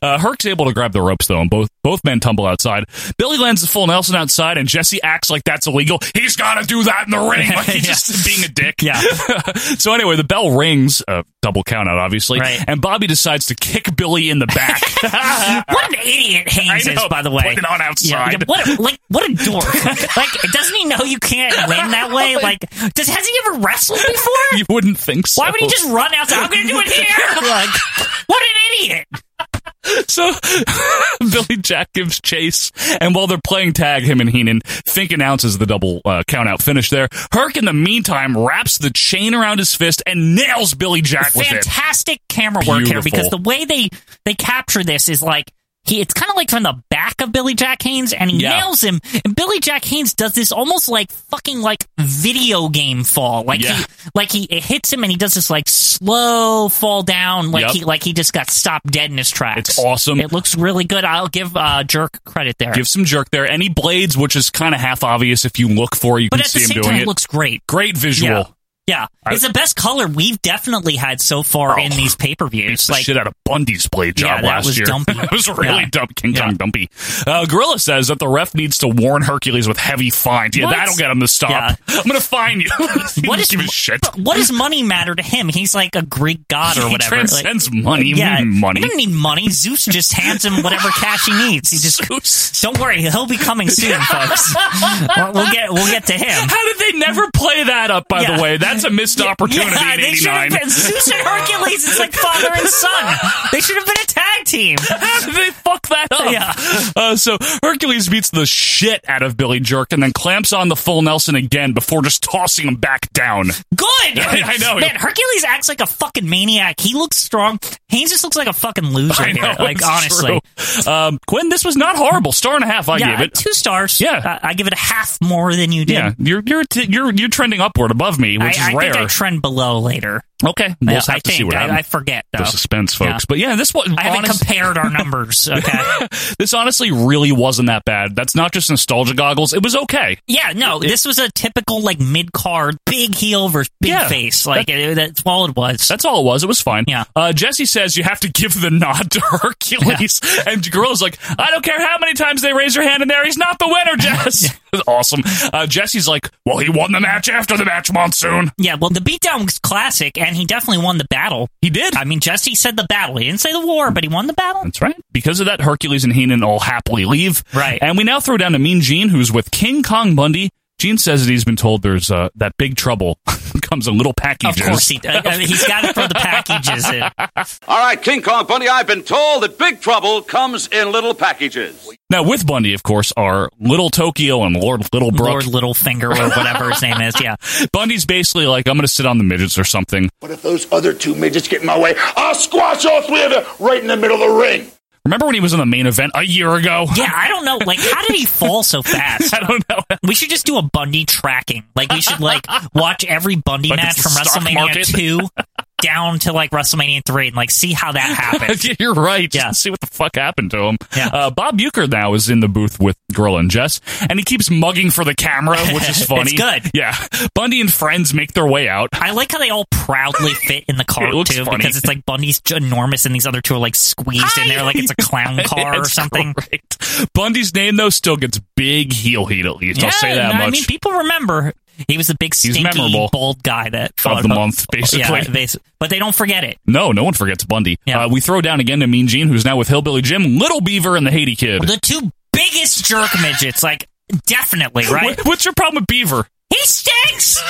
Speaker 1: Uh, Herc's able to grab the ropes though, and both both men tumble outside. Billy lands the full Nelson outside, and Jesse acts like that's illegal. He's got to do that in the ring, like he's
Speaker 4: Yeah.
Speaker 1: just being a dick.
Speaker 4: Yeah.
Speaker 1: so anyway, the bell rings, uh, double count out, obviously,
Speaker 4: Right.
Speaker 1: and Bobby decides to kick Billy in the back.
Speaker 4: what an idiot Haynes
Speaker 1: I know.
Speaker 4: is, by the way.
Speaker 1: Put it on outside.
Speaker 4: Yeah, what a, like what a dork. like, doesn't he know you can't win that way? Like, does has he ever wrestled before?
Speaker 1: you wouldn't think so.
Speaker 4: Why would he just run outside? I'm gonna do it here. like, what an idiot!
Speaker 1: So Billy Jack gives chase, and while they're playing tag, him and Heenan, Fink announces the double uh, countout finish there. Herc, in the meantime, wraps the chain around his fist and nails Billy Jack with it.
Speaker 4: Fantastic camera work here
Speaker 1: Beautiful.
Speaker 4: because the way they they capture this is like. He, it's kind of like from the back of Billy Jack Haynes, and he
Speaker 1: Yeah.
Speaker 4: nails him. And Billy Jack Haynes does this almost like fucking like video game fall, like
Speaker 1: Yeah.
Speaker 4: he like he it hits him, and he does this like slow fall down, like
Speaker 1: Yep.
Speaker 4: he like he just got stopped dead in his tracks.
Speaker 1: It's awesome.
Speaker 4: It looks really good. I'll give uh, Jerk credit there.
Speaker 1: Give some jerk there. Any blades, which is kind of half obvious if you look for, it, you
Speaker 4: but
Speaker 1: can
Speaker 4: at the
Speaker 1: see him
Speaker 4: same
Speaker 1: doing
Speaker 4: time,
Speaker 1: it.
Speaker 4: it looks great.
Speaker 1: Great visual.
Speaker 4: Yeah. Yeah,
Speaker 1: I-
Speaker 4: it's the best color we've definitely had so far in these pay per
Speaker 1: Beats
Speaker 4: views.
Speaker 1: the
Speaker 4: Like
Speaker 1: shit out of Bundy's blade job
Speaker 4: Yeah, that
Speaker 1: last
Speaker 4: was
Speaker 1: year.
Speaker 4: dumpy.
Speaker 1: it was really
Speaker 4: Yeah.
Speaker 1: dump, King
Speaker 4: Yeah.
Speaker 1: Kong dumpy. Uh, Gorilla says that the ref needs to warn Hercules with heavy fines. Yeah,
Speaker 4: What?
Speaker 1: that'll get him to stop.
Speaker 4: Yeah.
Speaker 1: I'm gonna fine you. He doesn't
Speaker 4: what is
Speaker 1: give a shit?
Speaker 4: but What does money matter to him? He's like a Greek god or
Speaker 1: He
Speaker 4: whatever. Like,
Speaker 1: transcends money.
Speaker 4: yeah,
Speaker 1: Mm, money.
Speaker 4: He doesn't need money. Zeus just hands him whatever cash he needs. He just don't worry, he'll be coming soon, folks. We'll- we'll get we'll get to him.
Speaker 1: How did they never play that up? By
Speaker 4: Yeah.
Speaker 1: the way, that's a missed opportunity
Speaker 4: Yeah,
Speaker 1: in
Speaker 4: they should
Speaker 1: '89.
Speaker 4: have been Zeus and Hercules. It's like father and son. They should have been a tag team.
Speaker 1: How did they fuck that up?
Speaker 4: Yeah.
Speaker 1: Uh, so Hercules beats the shit out of Billy Jerk and then clamps on the full Nelson again before just tossing him back down.
Speaker 4: Good.
Speaker 1: I- I know.
Speaker 4: Man, Hercules acts like a fucking maniac. He looks strong. Haynes just looks like a fucking loser
Speaker 1: I know,
Speaker 4: here. Like
Speaker 1: it's
Speaker 4: honestly.
Speaker 1: true. Um, Quinn, this was not horrible. Star and a half, I
Speaker 4: yeah,
Speaker 1: gave it.
Speaker 4: two stars. Uh,
Speaker 1: Yeah.
Speaker 4: I, I give it a half more than you did.
Speaker 1: Yeah, you're you're t- you're you're trending upward above me, which is
Speaker 4: I, I
Speaker 1: rare.
Speaker 4: think I trend below later.
Speaker 1: okay, we'll
Speaker 4: Yeah,
Speaker 1: just have
Speaker 4: I
Speaker 1: to see
Speaker 4: think.
Speaker 1: what
Speaker 4: I-
Speaker 1: happens.
Speaker 4: I forget,
Speaker 1: The
Speaker 4: though.
Speaker 1: suspense, folks.
Speaker 4: Yeah.
Speaker 1: But yeah, this was.
Speaker 4: I haven't
Speaker 1: honest-
Speaker 4: compared our numbers. Okay.
Speaker 1: this honestly really wasn't that bad. That's not just nostalgia goggles. It was okay.
Speaker 4: yeah, no, this was a typical like mid card big heel versus big
Speaker 1: Yeah.
Speaker 4: face. Like it, that's all it was.
Speaker 1: That's all it was. It was fine.
Speaker 4: Yeah.
Speaker 1: Uh, Jesse says you have to give the nod to Hercules, and Gorilla's like, I don't care how many times they raise your hand in there, he's not the winner, Jess. awesome. Uh, Jesse's like, well, he won the match after the match, Monsoon.
Speaker 4: yeah, well, the beatdown was classic, and he definitely won the battle.
Speaker 1: He did.
Speaker 4: I mean, Jesse said the battle. He didn't say the war, but he won the battle.
Speaker 1: That's right. Because of that, Hercules and Heenan all happily leave.
Speaker 4: Right.
Speaker 1: And we now throw down to Mean Gene, who's with King Kong Bundy. Gene says that he's been told there's uh, that big trouble comes in little
Speaker 4: Of
Speaker 1: packages.
Speaker 4: course, he, uh, I mean, he's got to throw the packages uh, in.
Speaker 7: All right, King Kong Bundy, I've been told that big trouble comes in little packages.
Speaker 1: Now, with Bundy, of course, are Little Tokyo and Lord Littlebrook.
Speaker 4: Lord Littlefinger or whatever his name is. Yeah.
Speaker 1: Bundy's basically like, I'm going to sit on the midgets or something.
Speaker 5: But if those other two midgets get in my way, I'll squash all three of them right in the middle of the ring.
Speaker 1: Remember when he was on the main event a year ago?
Speaker 4: Yeah, I don't know. Like, how did he fall so fast?
Speaker 1: I don't know.
Speaker 4: We should just do a Bundy tracking. Like we should like watch every Bundy
Speaker 1: Like
Speaker 4: match
Speaker 1: it's the
Speaker 4: from
Speaker 1: stock
Speaker 4: WrestleMania
Speaker 1: market.
Speaker 4: two down to like WrestleMania three and like see how that happens.
Speaker 1: Yeah, You're right. Just
Speaker 4: Yeah.
Speaker 1: see what the fuck happened to him.
Speaker 4: Yeah.
Speaker 1: Uh, Bob Euchre now is in the booth with Gorilla and Jess, and he keeps mugging for the camera, which is
Speaker 4: It's
Speaker 1: funny.
Speaker 4: good.
Speaker 1: Yeah. Bundy and friends make their way out.
Speaker 4: I like how they all proudly fit in the car
Speaker 1: It looks
Speaker 4: too,
Speaker 1: funny.
Speaker 4: because it's like Bundy's j- enormous and these other two are like squeezed in there like it's a clown car or
Speaker 1: It's
Speaker 4: something.
Speaker 1: correct. Bundy's name, though, still gets big heel heat, at least. I'll say that
Speaker 4: I
Speaker 1: much.
Speaker 4: mean, people remember he was the big
Speaker 1: He's
Speaker 4: stinky
Speaker 1: memorable.
Speaker 4: bald guy that
Speaker 1: of
Speaker 4: followed
Speaker 1: the
Speaker 4: up-
Speaker 1: month, basically.
Speaker 4: Yeah, basi- but they don't forget it.
Speaker 1: no, no one forgets Bundy.
Speaker 4: Yeah.
Speaker 1: Uh, we throw down again to Mean Gene, who's now with Hillbilly Jim, Little Beaver, and the Haiti Kid.
Speaker 4: The two biggest jerk midgets, like definitely right.
Speaker 1: What- what's your problem with Beaver?
Speaker 4: He stinks.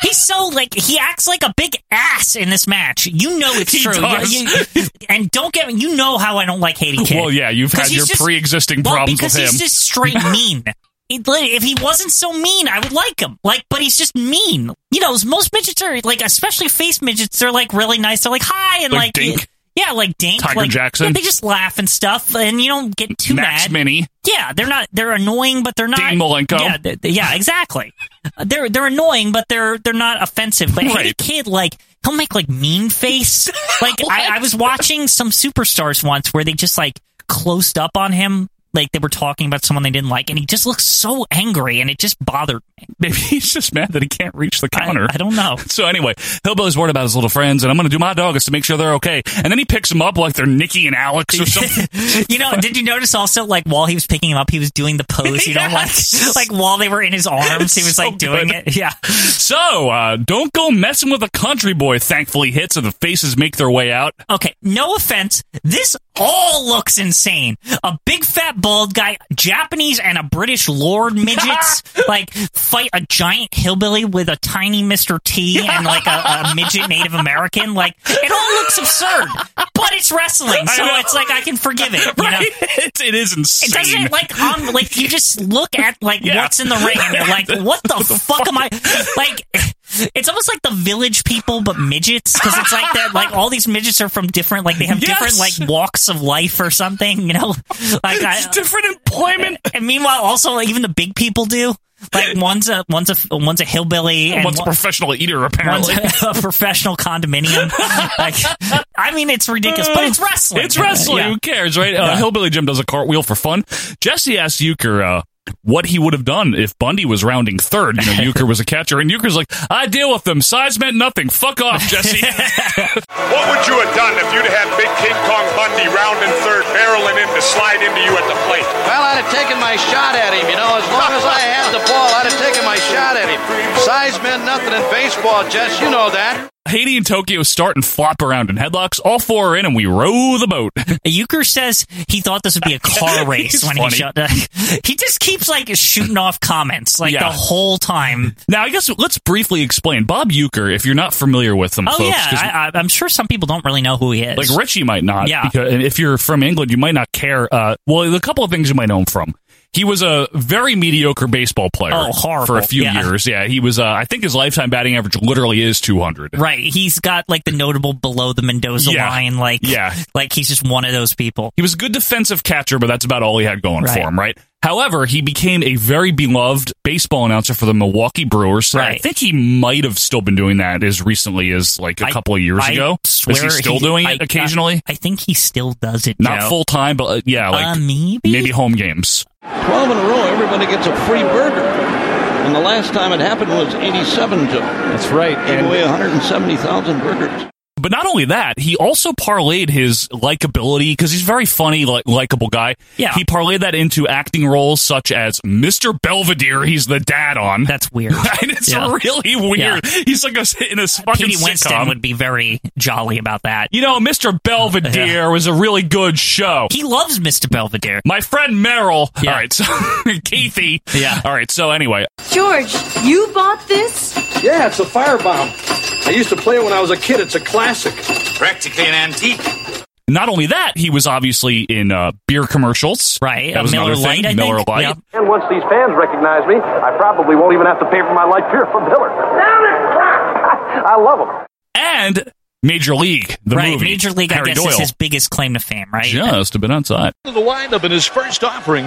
Speaker 4: He's so like he acts like a big ass in this match. You know it's
Speaker 1: He
Speaker 4: true.
Speaker 1: does.
Speaker 4: You- you- and don't get me. You know how I don't like Haiti Kid.
Speaker 1: Well, yeah, you've
Speaker 4: 'Cause
Speaker 1: had
Speaker 4: he's
Speaker 1: your
Speaker 4: just-
Speaker 1: pre-existing
Speaker 4: well,
Speaker 1: problems
Speaker 4: because
Speaker 1: with him.
Speaker 4: he's just straight mean. It- like, if he wasn't so mean, I would like him. Like, but he's just mean. You know, most midgets are like, especially face midgets. They're like really nice. They're like hi and
Speaker 1: Like
Speaker 4: like,
Speaker 1: Dink.
Speaker 4: yeah, like Dink,
Speaker 1: Tiger
Speaker 4: like,
Speaker 1: Jackson.
Speaker 4: yeah, they just laugh and stuff, and you don't get too
Speaker 1: Max
Speaker 4: mad.
Speaker 1: Mini.
Speaker 4: Yeah, they're not. They're annoying, but they're not.
Speaker 1: Dean Malenko.
Speaker 4: Yeah, th- th- yeah, exactly. Uh, they're they're annoying, but they're they're not offensive. But hey,
Speaker 1: Right.
Speaker 4: the kid, like he'll make like mean face. Like I, I was watching some superstars once where they just like closed up on him. Like they were talking about someone they didn't like, and he just looked so angry, and it just bothered me.
Speaker 1: Maybe he's just mad that he can't reach the counter.
Speaker 4: I don't know.
Speaker 1: So anyway, Hillbilly's worried about his little friends, and I'm going to do my dogest to make sure they're okay. And then he picks them up like they're Nikki and Alex or something.
Speaker 4: you know, did you notice also like while he was picking him up, he was doing the pose you don't
Speaker 1: Yes.
Speaker 4: like, like while they were in his arms, he was
Speaker 1: So
Speaker 4: like doing
Speaker 1: good.
Speaker 4: it. Yeah,
Speaker 1: so uh, don't go messing with a country boy. Thankfully, hits and the faces make their way out.
Speaker 4: Okay, no offense. This all looks insane. A big fat bald guy, Japanese and a British lord midgets, like fight a giant hillbilly with a tiny Mr. T and like a, a midget Native American. Like it all looks absurd, but it's wrestling, so
Speaker 1: I know.
Speaker 4: it's like I can forgive it. You know?
Speaker 1: Right? It, it is
Speaker 4: It
Speaker 1: insane.
Speaker 4: doesn't like um like you just look at like
Speaker 1: Yeah.
Speaker 4: what's in the ring and you're like what the, fuck, am I like it's almost like the village people but midgets because it's like that like all these midgets are from different like they have different
Speaker 1: Yes.
Speaker 4: like walks of life or something you know like
Speaker 1: It's
Speaker 4: I,
Speaker 1: different employment.
Speaker 4: and meanwhile also like, even the big people do like one's a one's a one's a hillbilly and
Speaker 1: One's a
Speaker 4: one-
Speaker 1: professional eater,
Speaker 4: one's
Speaker 1: apparently.
Speaker 4: a professional condominium. Like, I mean, it's ridiculous, but it's wrestling.
Speaker 1: It's wrestling.
Speaker 4: Yeah.
Speaker 1: Who cares, right? Uh,
Speaker 4: Yeah.
Speaker 1: Hillbilly Jim does a cartwheel for fun. Jesse asks Euchre uh, what he would have done if Bundy was rounding third. You know, Euchre was a catcher, and Euchre's like, I deal with them. Size meant nothing. Fuck off, Jesse.
Speaker 11: What would you have done if you'd had Big King Kong Bundy round in third, barreling in to slide into you at the plate?
Speaker 7: Well, I'd have taken my shot at him, you know. As long as I had the ball, I'd have taken my shot at him. Size meant nothing in baseball, Jess. You know that.
Speaker 1: Haiti and Tokyo start and flop around in headlocks. All four are in, and we row the boat.
Speaker 4: Euchre says he thought this would be a car race
Speaker 1: He's
Speaker 4: when
Speaker 1: funny.
Speaker 4: he showed up. he just keeps like shooting off comments like
Speaker 1: Yeah.
Speaker 4: the whole time.
Speaker 1: now, I guess let's briefly explain Bob Euchre, if you're not familiar with them,
Speaker 4: Oh
Speaker 1: folks.
Speaker 4: yeah,
Speaker 1: 'cause
Speaker 4: I, I, I'm sure some people don't really know who he is.
Speaker 1: Like Richie might not.
Speaker 4: Yeah.
Speaker 1: Because, and if you're from England, you might not care. Uh, well, a couple of things you might know him from. He was a very mediocre baseball player
Speaker 4: Oh, horrible.
Speaker 1: for a few
Speaker 4: Yeah.
Speaker 1: years. Yeah, he was. Uh, I think his lifetime batting average literally is 200.
Speaker 4: right? He's got like the notable below the Mendoza
Speaker 1: Yeah.
Speaker 4: line. Like
Speaker 1: Yeah.
Speaker 4: like he's just one of those people.
Speaker 1: He was a good defensive catcher, but that's about all he had going
Speaker 4: Right.
Speaker 1: for him, right? However, he became a very beloved baseball announcer for the Milwaukee Brewers. I
Speaker 4: Right.
Speaker 1: think he might have still been doing that as recently as like a
Speaker 4: I-
Speaker 1: couple of years
Speaker 4: I
Speaker 1: ago.
Speaker 4: swear
Speaker 1: is he still doing
Speaker 4: I-
Speaker 1: it occasionally?
Speaker 4: I, I think he still does it.
Speaker 1: not
Speaker 4: Joe.
Speaker 1: full time, but uh, yeah, like
Speaker 4: uh, maybe.
Speaker 1: maybe home games.
Speaker 7: 12 in a row, everybody gets a free burger. And the last time it happened was 87, Joe. That's right. Gave away 170,000 burgers.
Speaker 1: But not only that, he also parlayed his likability because he's a very funny, like likable guy.
Speaker 4: Yeah.
Speaker 1: he parlayed that into acting roles such as Mr. Belvedere. He's the dad on.
Speaker 4: That's weird.
Speaker 1: and it's
Speaker 4: Yeah.
Speaker 1: really weird. He's like a, in a fucking
Speaker 4: Petey Winston
Speaker 1: sitcom.
Speaker 4: would be very jolly about that.
Speaker 1: you know, Mr. Belvedere was a really good show.
Speaker 4: He loves Mr. Belvedere.
Speaker 1: My friend Merrill.
Speaker 4: Yeah.
Speaker 1: All right, so Keithy.
Speaker 4: Yeah.
Speaker 1: All right, so anyway,
Speaker 12: George, you bought this?
Speaker 5: Yeah, it's a firebomb. I used to play it when I was a kid. It's a classic.
Speaker 7: Practically an antique.
Speaker 1: not only that, he was obviously in uh, beer commercials.
Speaker 4: Right,
Speaker 1: That
Speaker 4: uh,
Speaker 1: was
Speaker 4: Miller
Speaker 1: another thing.
Speaker 4: Lite, I
Speaker 1: Miller
Speaker 4: think.
Speaker 1: Lite.
Speaker 4: Yeah.
Speaker 3: And once these fans recognize me, I probably won't even have to pay for my light beer from Miller. I love them.
Speaker 1: and Major League, the
Speaker 4: right,
Speaker 1: movie.
Speaker 4: Major League,
Speaker 1: Harry
Speaker 4: I guess,
Speaker 1: Doyle.
Speaker 4: is his biggest claim to fame, right?
Speaker 1: just a bit outside.
Speaker 7: The windup in his first offering.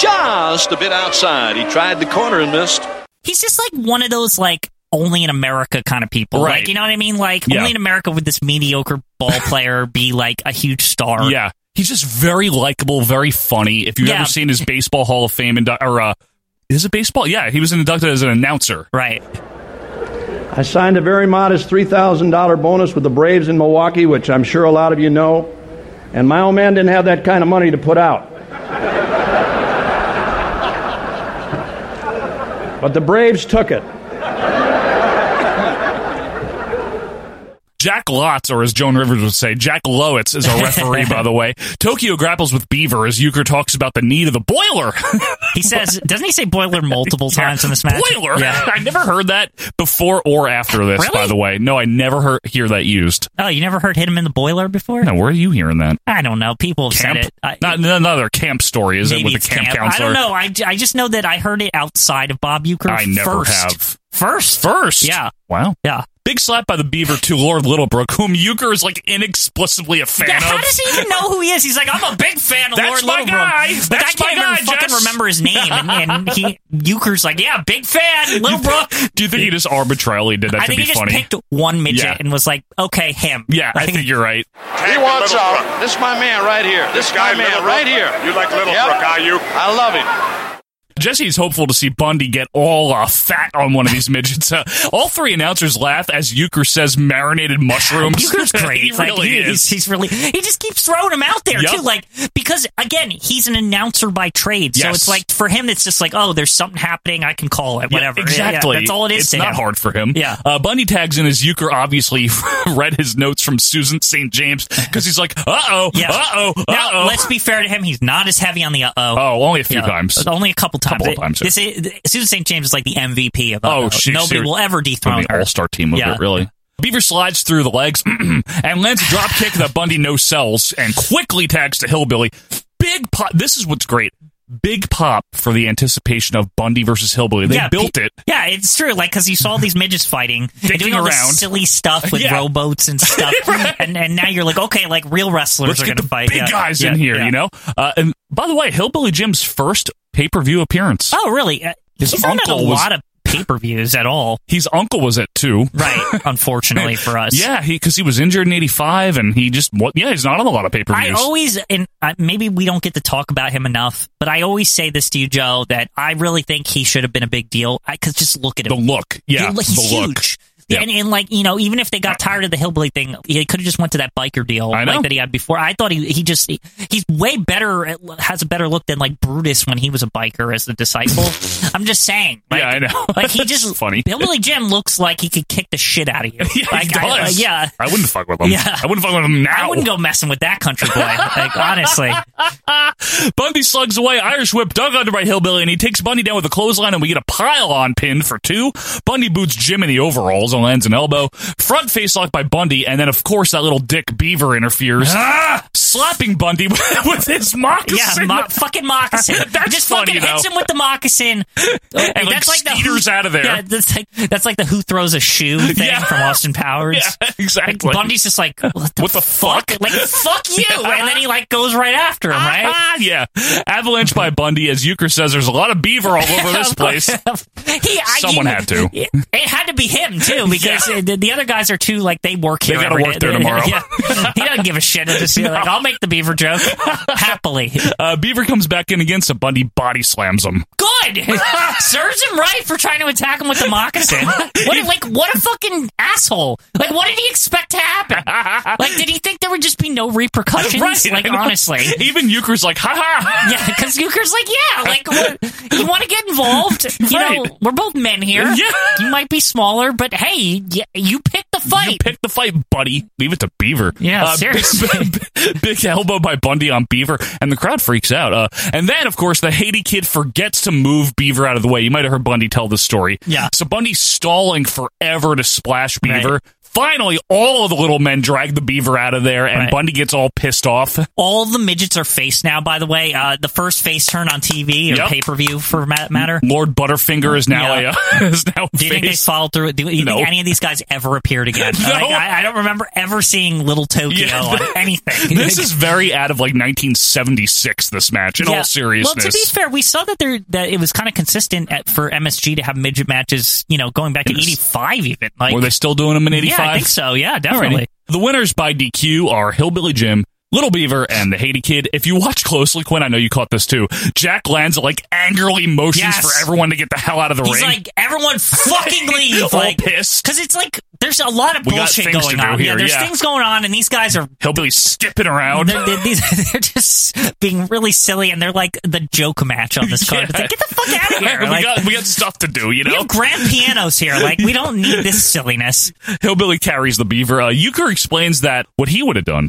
Speaker 7: Just a bit outside. He tried the corner and missed.
Speaker 4: he's just like one of those like only in America kind of people.
Speaker 1: Right.
Speaker 4: Like, you know what I mean? Like
Speaker 1: Yeah.
Speaker 4: only in America would this mediocre ball player be like a huge star.
Speaker 1: Yeah, he's just very likable, very funny. If you've
Speaker 4: Yeah.
Speaker 1: ever seen his baseball Hall of Fame indu- or uh, is it baseball? Yeah, he was inducted as an announcer.
Speaker 4: Right.
Speaker 13: I signed a very modest $3,000 bonus with the Braves in Milwaukee, which I'm sure a lot of you know, and my old man didn't have that kind of money to put out. But the Braves took it.
Speaker 1: Jack Lotz, or as Joan Rivers would say, Jack Lowitz is our referee, by the way. Tokyo grapples with Beaver as Euchre talks about the need of the boiler.
Speaker 4: He says doesn't he say boiler multiple times in this match?
Speaker 1: boiler?
Speaker 4: Yeah.
Speaker 1: I never heard that before or after this,
Speaker 4: Really?
Speaker 1: by the way. No, I never heard, hear that used.
Speaker 4: Oh, you never heard hit him in the boiler before?
Speaker 1: Now, where are you hearing that?
Speaker 4: I don't know. People have
Speaker 1: Camp?
Speaker 4: said it. I,
Speaker 1: Not another camp story, is it?
Speaker 4: maybe
Speaker 1: With the
Speaker 4: it's
Speaker 1: camp,
Speaker 4: camp.
Speaker 1: counselor?
Speaker 4: I don't know. I, j- I just know that I heard it outside of Bob Euchre
Speaker 1: I never
Speaker 4: first.
Speaker 1: have.
Speaker 4: First?
Speaker 1: First?
Speaker 4: Yeah.
Speaker 1: Wow.
Speaker 4: Yeah.
Speaker 1: Big slap by the Beaver to Lord Littlebrook, whom Euchre is like inexplicably a fan
Speaker 4: Yeah,
Speaker 1: of.
Speaker 4: how does he even know who he is? He's like, I'm a big fan of
Speaker 1: That's
Speaker 4: Lord
Speaker 1: my
Speaker 4: Littlebrook,
Speaker 1: guy.
Speaker 4: but
Speaker 1: That's
Speaker 4: I can't
Speaker 1: my guy,
Speaker 4: even fucking
Speaker 1: Jess.
Speaker 4: remember his name. And, and he Euchre's like, yeah, big fan, Littlebrook.
Speaker 1: Do you think he just arbitrarily did that
Speaker 4: I
Speaker 1: to
Speaker 4: think
Speaker 1: be
Speaker 4: he just
Speaker 1: funny?
Speaker 4: picked one midget
Speaker 1: Yeah.
Speaker 4: and was like, okay, him.
Speaker 1: yeah, I think you're right.
Speaker 5: He wants out.
Speaker 7: This is my man right here. This, is my man right here.
Speaker 11: You like Littlebrook, are you?
Speaker 7: I love him.
Speaker 1: Jesse is hopeful to see Bundy get all uh, fat on one of these midgets. Uh, all three announcers laugh as Euchre says marinated mushrooms.
Speaker 4: Buechner's great.
Speaker 1: he
Speaker 4: Like,
Speaker 1: really
Speaker 4: he-
Speaker 1: is.
Speaker 4: He's, he's really. He just keeps throwing him out there
Speaker 1: Yep.
Speaker 4: too, like because again, he's an announcer by trade. So
Speaker 1: Yes.
Speaker 4: it's like for him, it's just like, oh, there's something happening. I can call it.
Speaker 1: Yeah,
Speaker 4: Whatever. Yeah, yeah,
Speaker 1: exactly.
Speaker 4: that's all it is.
Speaker 1: It's
Speaker 4: to
Speaker 1: not
Speaker 4: him.
Speaker 1: hard for him.
Speaker 4: Yeah.
Speaker 1: Uh, Bundy tags in as Euchre obviously read his notes from Susan St. James because he's like, uh oh,
Speaker 4: Yeah.
Speaker 1: uh oh, uh
Speaker 4: Now,
Speaker 1: oh.
Speaker 4: let's be fair to him. He's not as heavy on the uh oh.
Speaker 1: Oh, only a few times.
Speaker 4: Only a couple times.
Speaker 1: Couple of times, yeah.
Speaker 4: This is, Susan St. James is like the MVP of uh-oh.
Speaker 1: Oh, she's
Speaker 4: Nobody
Speaker 1: serious-
Speaker 4: will ever
Speaker 1: on
Speaker 4: dethrone
Speaker 1: the
Speaker 4: her.
Speaker 1: all star team of
Speaker 4: Yeah.
Speaker 1: it, really. Beaver slides through the legs and lands a drop kick that Bundy no sells and quickly tags to Hillbilly. Big pop. This is what's great. Big pop for the anticipation of Bundy versus Hillbilly. They
Speaker 4: Yeah,
Speaker 1: built
Speaker 4: pe-
Speaker 1: it.
Speaker 4: Yeah, it's true. Like because you saw these midgets fighting, and
Speaker 1: Dicking
Speaker 4: doing all this
Speaker 1: around.
Speaker 4: silly stuff with
Speaker 1: Yeah.
Speaker 4: rowboats and stuff, and and now you're like, okay, like real wrestlers
Speaker 1: Let's
Speaker 4: are
Speaker 1: get
Speaker 4: going to
Speaker 1: the
Speaker 4: fight.
Speaker 1: big
Speaker 4: Yeah,
Speaker 1: guys
Speaker 4: yeah,
Speaker 1: in here,
Speaker 4: yeah.
Speaker 1: you know? Uh, and by the way, Hillbilly Jim's first pay per view appearance.
Speaker 4: Oh, really? Uh,
Speaker 1: His
Speaker 4: he's not at a
Speaker 1: uncle was-
Speaker 4: lot of pay per views at all,
Speaker 1: His uncle was at two.
Speaker 4: right? Unfortunately for us,
Speaker 1: Yeah, he because he was injured in '85, and he just wa- yeah, he's not on a lot of pay per
Speaker 4: I
Speaker 1: views.
Speaker 4: always, and uh, maybe we don't get to talk about him enough, but I always say this to you, Joe, that I really think he should have been a big deal. I could just look at him.
Speaker 1: the look, yeah,
Speaker 4: Dude, he's
Speaker 1: the look.
Speaker 4: huge.
Speaker 1: Yeah.
Speaker 4: And, and like you know, even if they got tired of the hillbilly thing, he could have just went to that biker deal
Speaker 1: I know.
Speaker 4: like that he had before. I thought he he just he, he's way better at, has a better look than like Brutus when he was a biker as the disciple. I'm just saying, like,
Speaker 1: yeah, I know.
Speaker 4: like he
Speaker 1: It's
Speaker 4: just
Speaker 1: funny.
Speaker 4: Hillbilly Jim looks like he could kick the shit out of you.
Speaker 1: Yeah,
Speaker 4: like,
Speaker 1: he
Speaker 4: I,
Speaker 1: does.
Speaker 4: yeah,
Speaker 1: I wouldn't fuck with him.
Speaker 4: Yeah.
Speaker 1: I wouldn't fuck with him now.
Speaker 4: I wouldn't go messing with that country boy. like honestly,
Speaker 1: Bundy slugs away, Irish whip dug under by Hillbilly, and he takes Bundy down with a clothesline, and we get a pile on pin for two. Bundy boots Jim in the overalls and lands an elbow. Front face lock by Bundy, and then, of course, that little dick beaver interferes, slapping Bundy with his moccasin.
Speaker 4: yeah, mo- fucking moccasin.
Speaker 1: That's
Speaker 4: just
Speaker 1: funny,
Speaker 4: fucking hits
Speaker 1: though.
Speaker 4: him with the moccasin. and
Speaker 1: like, skeeters out of there.
Speaker 4: Yeah, that's like that's like the who throws a shoe thing
Speaker 1: Yeah.
Speaker 4: from Austin Powers.
Speaker 1: Yeah,
Speaker 4: Like,
Speaker 1: exactly.
Speaker 4: Bundy's just like what the,
Speaker 1: What the fuck?
Speaker 4: Like fuck you, and then he like goes right after him, right?
Speaker 1: Ah, yeah. Avalanche by Bundy, as Euchre says, there's a lot of beaver all over this place.
Speaker 4: he, I,
Speaker 1: Someone
Speaker 4: you-
Speaker 1: had to.
Speaker 4: It, it had to be him too, because
Speaker 1: Yeah.
Speaker 4: uh, the, the other guys are too like they work here.
Speaker 1: They gotta
Speaker 4: every
Speaker 1: work
Speaker 4: day.
Speaker 1: there tomorrow.
Speaker 4: Yeah. he doesn't give a shit. He'll Just, be like, I'll make the beaver joke happily.
Speaker 1: Uh, Beaver comes back in again, so Bundy body slams him.
Speaker 4: good. Serves him right for trying to attack him with the moccasin. What, a- like, what a fucking asshole. Like, what did he expect to happen? Like, did he think there would just be no repercussions?
Speaker 1: Right,
Speaker 4: like,
Speaker 1: I know.
Speaker 4: honestly.
Speaker 1: Even Euchre's like, ha ha.
Speaker 4: Yeah, because Euchre's like, yeah, like, what, you want to get involved? You
Speaker 1: Right.
Speaker 4: know, we're both men here.
Speaker 1: Yeah.
Speaker 4: You might be smaller, but hey, y- you pick the
Speaker 1: You
Speaker 4: fight.
Speaker 1: pick the fight, buddy. Leave it to Beaver.
Speaker 4: Yeah,
Speaker 1: big-
Speaker 4: seriously.
Speaker 1: Big, elbow by Bundy on Beaver, and the crowd freaks out. Uh, and then, of course, the Haiti kid forgets to move Beaver out of the way. You might have heard Bundy tell this story.
Speaker 4: Yeah.
Speaker 1: So Bundy's stalling forever to splash
Speaker 4: Right.
Speaker 1: Beaver. Finally, all of the little men drag the beaver out of there, and
Speaker 4: Right.
Speaker 1: Bundy gets all pissed off.
Speaker 4: All the midgets are face now, by the way. Uh, the first face turn on TV or
Speaker 1: Yep.
Speaker 4: pay per view for ma- matter.
Speaker 1: Lord Butterfinger is now
Speaker 4: Yeah.
Speaker 1: a is now a
Speaker 4: Do you think they
Speaker 1: face.
Speaker 4: followed through? it? Do you
Speaker 1: No.
Speaker 4: think any of these guys ever appeared again?
Speaker 1: No.
Speaker 4: Like, I, I don't remember ever seeing Little Tokyo
Speaker 1: Yeah.
Speaker 4: on anything.
Speaker 1: this is very out of like 1976. This match, in
Speaker 4: Yeah.
Speaker 1: all seriousness,
Speaker 4: Well, to be fair, we saw that there that it was kind of consistent at, for MSG to have midget matches. You know, going back to
Speaker 1: Yes.
Speaker 4: '85, even like
Speaker 1: were they still doing them in
Speaker 4: yeah,
Speaker 1: '85?
Speaker 4: I think so. Yeah, definitely.
Speaker 1: Alrighty. The winners by DQ are Hillbilly Jim, Little Beaver, and the Haiti Kid. If you watch closely, Quinn, I know you caught this too. Jack lands like angrily motions
Speaker 4: Yes.
Speaker 1: for everyone to get the hell out of the
Speaker 4: He's
Speaker 1: ring.
Speaker 4: like, everyone fucking
Speaker 1: All
Speaker 4: leave, like,
Speaker 1: pissed.
Speaker 4: because it's like there's a lot of
Speaker 1: We got
Speaker 4: bullshit
Speaker 1: things to
Speaker 4: going
Speaker 1: do
Speaker 4: on.
Speaker 1: here,
Speaker 4: yeah, there's
Speaker 1: yeah.
Speaker 4: things going on, and these guys are
Speaker 1: Hillbilly's skipping around.
Speaker 4: They're, they're, these, they're just being really silly, and they're like the joke match on this card. It's like, get the fuck out of here!
Speaker 1: we,
Speaker 4: Like,
Speaker 1: got, we got stuff to do, you
Speaker 4: we
Speaker 1: know?
Speaker 4: have grand pianos here. Like, we don't need this silliness.
Speaker 1: Hillbilly carries the beaver. Uh, Euchre explains that what he would have done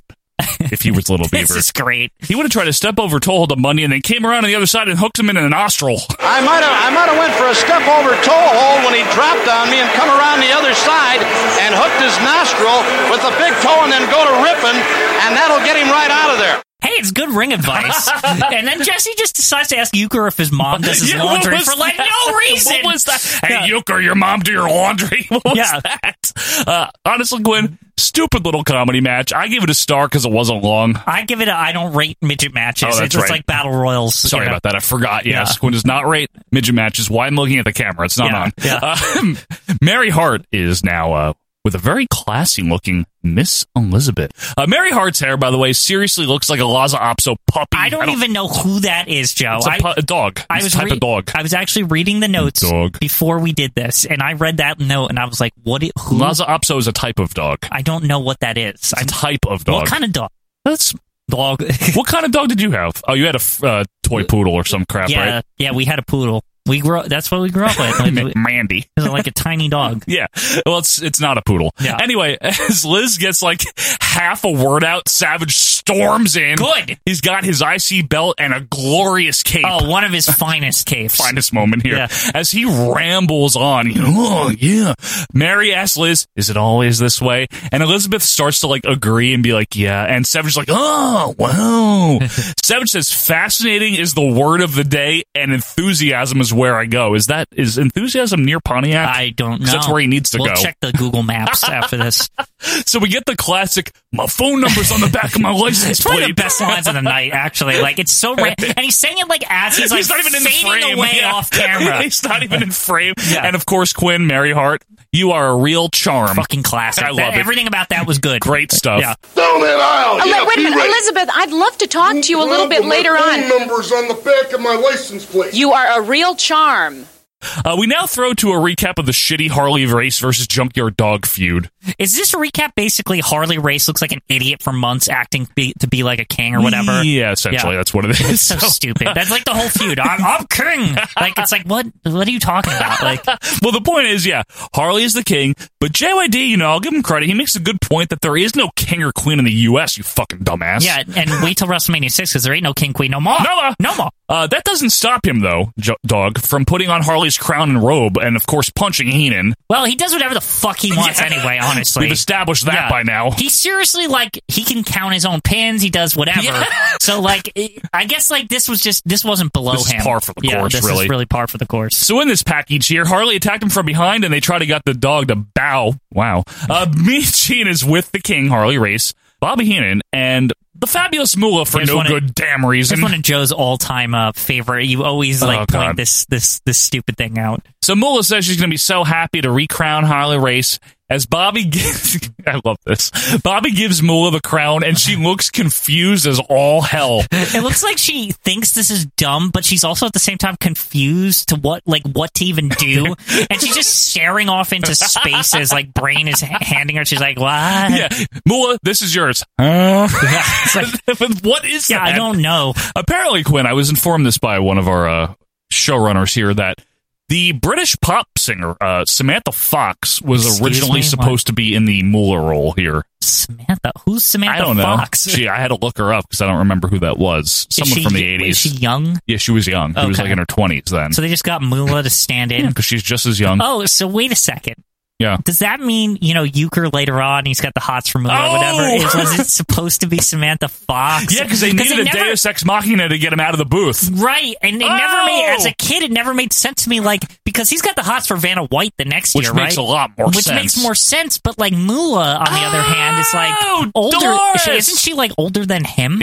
Speaker 1: if he was Little
Speaker 4: This
Speaker 1: Beaver.
Speaker 4: is great.
Speaker 1: He would have tried to step over toehold of Monday and then came around on the other side and hooked him in a nostril.
Speaker 7: I might have I might have went for a step over toe hold when he dropped on me and come around the other side and hooked his nostril with the big toe and then go to ripping and that'll get him right out of there.
Speaker 4: hey, it's good ring advice. and then Jesse just decides to ask Euchre if his mom does his
Speaker 1: Yeah, what
Speaker 4: laundry
Speaker 1: was
Speaker 4: for like
Speaker 1: that?
Speaker 4: no reason.
Speaker 1: What was that? Hey, Euchre, your mom do your laundry. What was
Speaker 4: Yeah.
Speaker 1: that? Uh, honestly, Gwen, stupid little comedy match. I give it a star because it wasn't long.
Speaker 4: I give it. A, I don't rate midget matches.
Speaker 1: Oh, that's
Speaker 4: it's just
Speaker 1: right.
Speaker 4: like battle royals.
Speaker 1: Sorry
Speaker 4: you know.
Speaker 1: about that. I forgot. Yes,
Speaker 4: Yeah.
Speaker 1: Gwen does not rate midget matches. Why I'm looking at the camera? It's not
Speaker 4: Yeah,
Speaker 1: on.
Speaker 4: yeah.
Speaker 1: Um, Mary Hart is now uh, with a very classy looking Miss Elizabeth. Uh, Mary Hart's hair, by the way, seriously looks like a Laza Opso puppy.
Speaker 4: I don't, even know who that is, Joe.
Speaker 1: It's a
Speaker 4: I
Speaker 1: pu- a dog.
Speaker 4: I
Speaker 1: It's a
Speaker 4: was
Speaker 1: type
Speaker 4: rea-
Speaker 1: of dog.
Speaker 4: I was actually reading the notes
Speaker 1: Dog.
Speaker 4: before we did this, and I read that note, and I was like, "What? It, who?
Speaker 1: Laza Opso is a type of dog.
Speaker 4: I don't know what that is.
Speaker 1: It's a
Speaker 4: I'm,
Speaker 1: type of dog.
Speaker 4: what kind of dog?
Speaker 1: That's dog. what kind of dog did you have? Oh, you had a f- uh, toy poodle or some crap,
Speaker 4: yeah,
Speaker 1: right?
Speaker 4: yeah. We had a poodle. We grew. up- That's what we grew up with. Like,
Speaker 1: Ma- Mandy.
Speaker 4: it was like a tiny dog.
Speaker 1: Yeah. Well, it's it's not a poodle.
Speaker 4: Yeah.
Speaker 1: Anyway, as Liz gets like half a word out, Savage storms in.
Speaker 4: Good.
Speaker 1: He's got his IC belt and a glorious cape.
Speaker 4: Oh, one of his finest capes.
Speaker 1: finest moment here.
Speaker 4: Yeah.
Speaker 1: As he rambles on, you know, oh, yeah. Mary asks Liz, is it always this way? And Elizabeth starts to like agree and be like, yeah. And Savage's like, oh, wow. Savage says, fascinating is the word of the day and enthusiasm is where I go. Is that, is enthusiasm near Pontiac?
Speaker 4: I don't know.
Speaker 1: 'Cause That's where he needs to
Speaker 4: we'll
Speaker 1: go.
Speaker 4: Check the Google Maps after this.
Speaker 1: So we get the classic, my phone number's on the back of my license
Speaker 4: It's one of the
Speaker 1: plate.
Speaker 4: best lines of the night, actually. Like it's so ra- and he's saying it like as he's like
Speaker 1: he's not even in the
Speaker 4: fading
Speaker 1: frame.
Speaker 4: away
Speaker 1: Yeah.
Speaker 4: off camera.
Speaker 1: he's not even in frame.
Speaker 4: Yeah.
Speaker 1: And of course, Quinn, Mary Hart, you are a real charm.
Speaker 4: Fucking classic.
Speaker 1: I love
Speaker 4: That-
Speaker 1: it.
Speaker 4: Everything about that was good.
Speaker 1: Great stuff.
Speaker 4: Yeah.
Speaker 5: Down that aisle.
Speaker 12: Ele-
Speaker 5: yeah,
Speaker 12: wait a
Speaker 5: be
Speaker 12: minute,
Speaker 5: ready.
Speaker 12: Elizabeth. I'd love to talk to you a little bit
Speaker 5: Remember,
Speaker 12: later
Speaker 5: my phone
Speaker 12: on.
Speaker 5: number's on the back of my license plate.
Speaker 12: You are a real charm.
Speaker 1: Uh, we now throw to a recap of the shitty Harley race versus Junkyard Dog feud.
Speaker 4: Is this recap basically Harley Race looks like an idiot for months acting be- to be like a king or whatever?
Speaker 1: Yeah, essentially,
Speaker 4: Yeah.
Speaker 1: that's what it is.
Speaker 4: It's so stupid. That's like the whole feud. I'm, I'm king. Like it's like what? What are you talking about? Like
Speaker 1: well, the point is, yeah, Harley is the king, but JYD, you know, I'll give him credit. He makes a good point that there is no king or queen in the U.S., you fucking dumbass.
Speaker 4: yeah, and wait till WrestleMania six because there ain't no king queen no more.
Speaker 1: No more.
Speaker 4: no more.
Speaker 1: Uh, that doesn't stop him, though, J- Dog, from putting on Harley's crown and robe and, of course, punching Heenan.
Speaker 4: Well, he does whatever the fuck he wants
Speaker 1: Yeah.
Speaker 4: anyway. Honestly,
Speaker 1: We've established that
Speaker 4: Yeah.
Speaker 1: by now.
Speaker 4: He seriously like he can count his own pins. He does whatever.
Speaker 1: Yeah.
Speaker 4: So like, it- I guess like this was just this wasn't below
Speaker 1: This is
Speaker 4: him.
Speaker 1: par for the
Speaker 4: yeah,
Speaker 1: course,
Speaker 4: This
Speaker 1: really.
Speaker 4: is really par for the course.
Speaker 1: So in this package here, Harley attacked him from behind, and they try to get the dog to bow. Wow. Uh, Michin is with the king, Harley Race, Bobby Heenan, and the fabulous Moolah for
Speaker 4: Here's
Speaker 1: no
Speaker 4: one of-
Speaker 1: good damn
Speaker 4: It's
Speaker 1: reason.
Speaker 4: one of Joe's all time uh, favorite. You always
Speaker 1: Oh,
Speaker 4: like
Speaker 1: God.
Speaker 4: point this this this stupid thing out.
Speaker 1: So Moolah says she's going to be so happy to recrown Harley Race. As Bobby gives, I love this. Bobby gives Moolah the crown, and she looks confused as all hell.
Speaker 4: It looks like she thinks this is dumb, but she's also at the same time confused to what like what to even do, and she's just staring off into space as like brain is ha- handing her. She's like, what?
Speaker 1: Yeah, Moolah, this is yours. Uh,
Speaker 4: It's like,
Speaker 1: what is
Speaker 4: yeah,
Speaker 1: that?
Speaker 4: I don't know.
Speaker 1: Apparently, Quinn, I was informed this by one of our uh, showrunners here that the British pop singer uh, Samantha Fox was
Speaker 4: Excuse
Speaker 1: originally
Speaker 4: me?
Speaker 1: supposed to be in the Moolah role here.
Speaker 4: Samantha, who's Samantha
Speaker 1: I don't know.
Speaker 4: Fox?
Speaker 1: She, I had to look her up because I don't remember who that was.
Speaker 4: Is
Speaker 1: Someone
Speaker 4: she-
Speaker 1: from the eighties.
Speaker 4: Is she young?
Speaker 1: yeah, she was young. She was
Speaker 4: Okay.
Speaker 1: like in her twenties then.
Speaker 4: So they just got Mula to stand in.
Speaker 1: because she's just as young.
Speaker 4: Oh, so wait a second.
Speaker 1: Yeah.
Speaker 4: Does that mean you know Euchre later on? He's got the hots for Mula
Speaker 1: Oh!
Speaker 4: or whatever. Is, was it supposed to be Samantha Fox?
Speaker 1: Yeah, because they needed a
Speaker 4: never,
Speaker 1: Deus Ex Machina to get him out of the booth.
Speaker 4: Right, and it
Speaker 1: Oh!
Speaker 4: never made as a kid. It never made sense to me, like because he's got the hots for Vanna White the next
Speaker 1: Which
Speaker 4: year,
Speaker 1: makes
Speaker 4: right?
Speaker 1: a lot more
Speaker 4: Which
Speaker 1: sense.
Speaker 4: makes more sense, but like Mula, on the other hand, is
Speaker 1: Oh,
Speaker 4: like older.
Speaker 1: Doris!
Speaker 4: She, isn't she like older than him?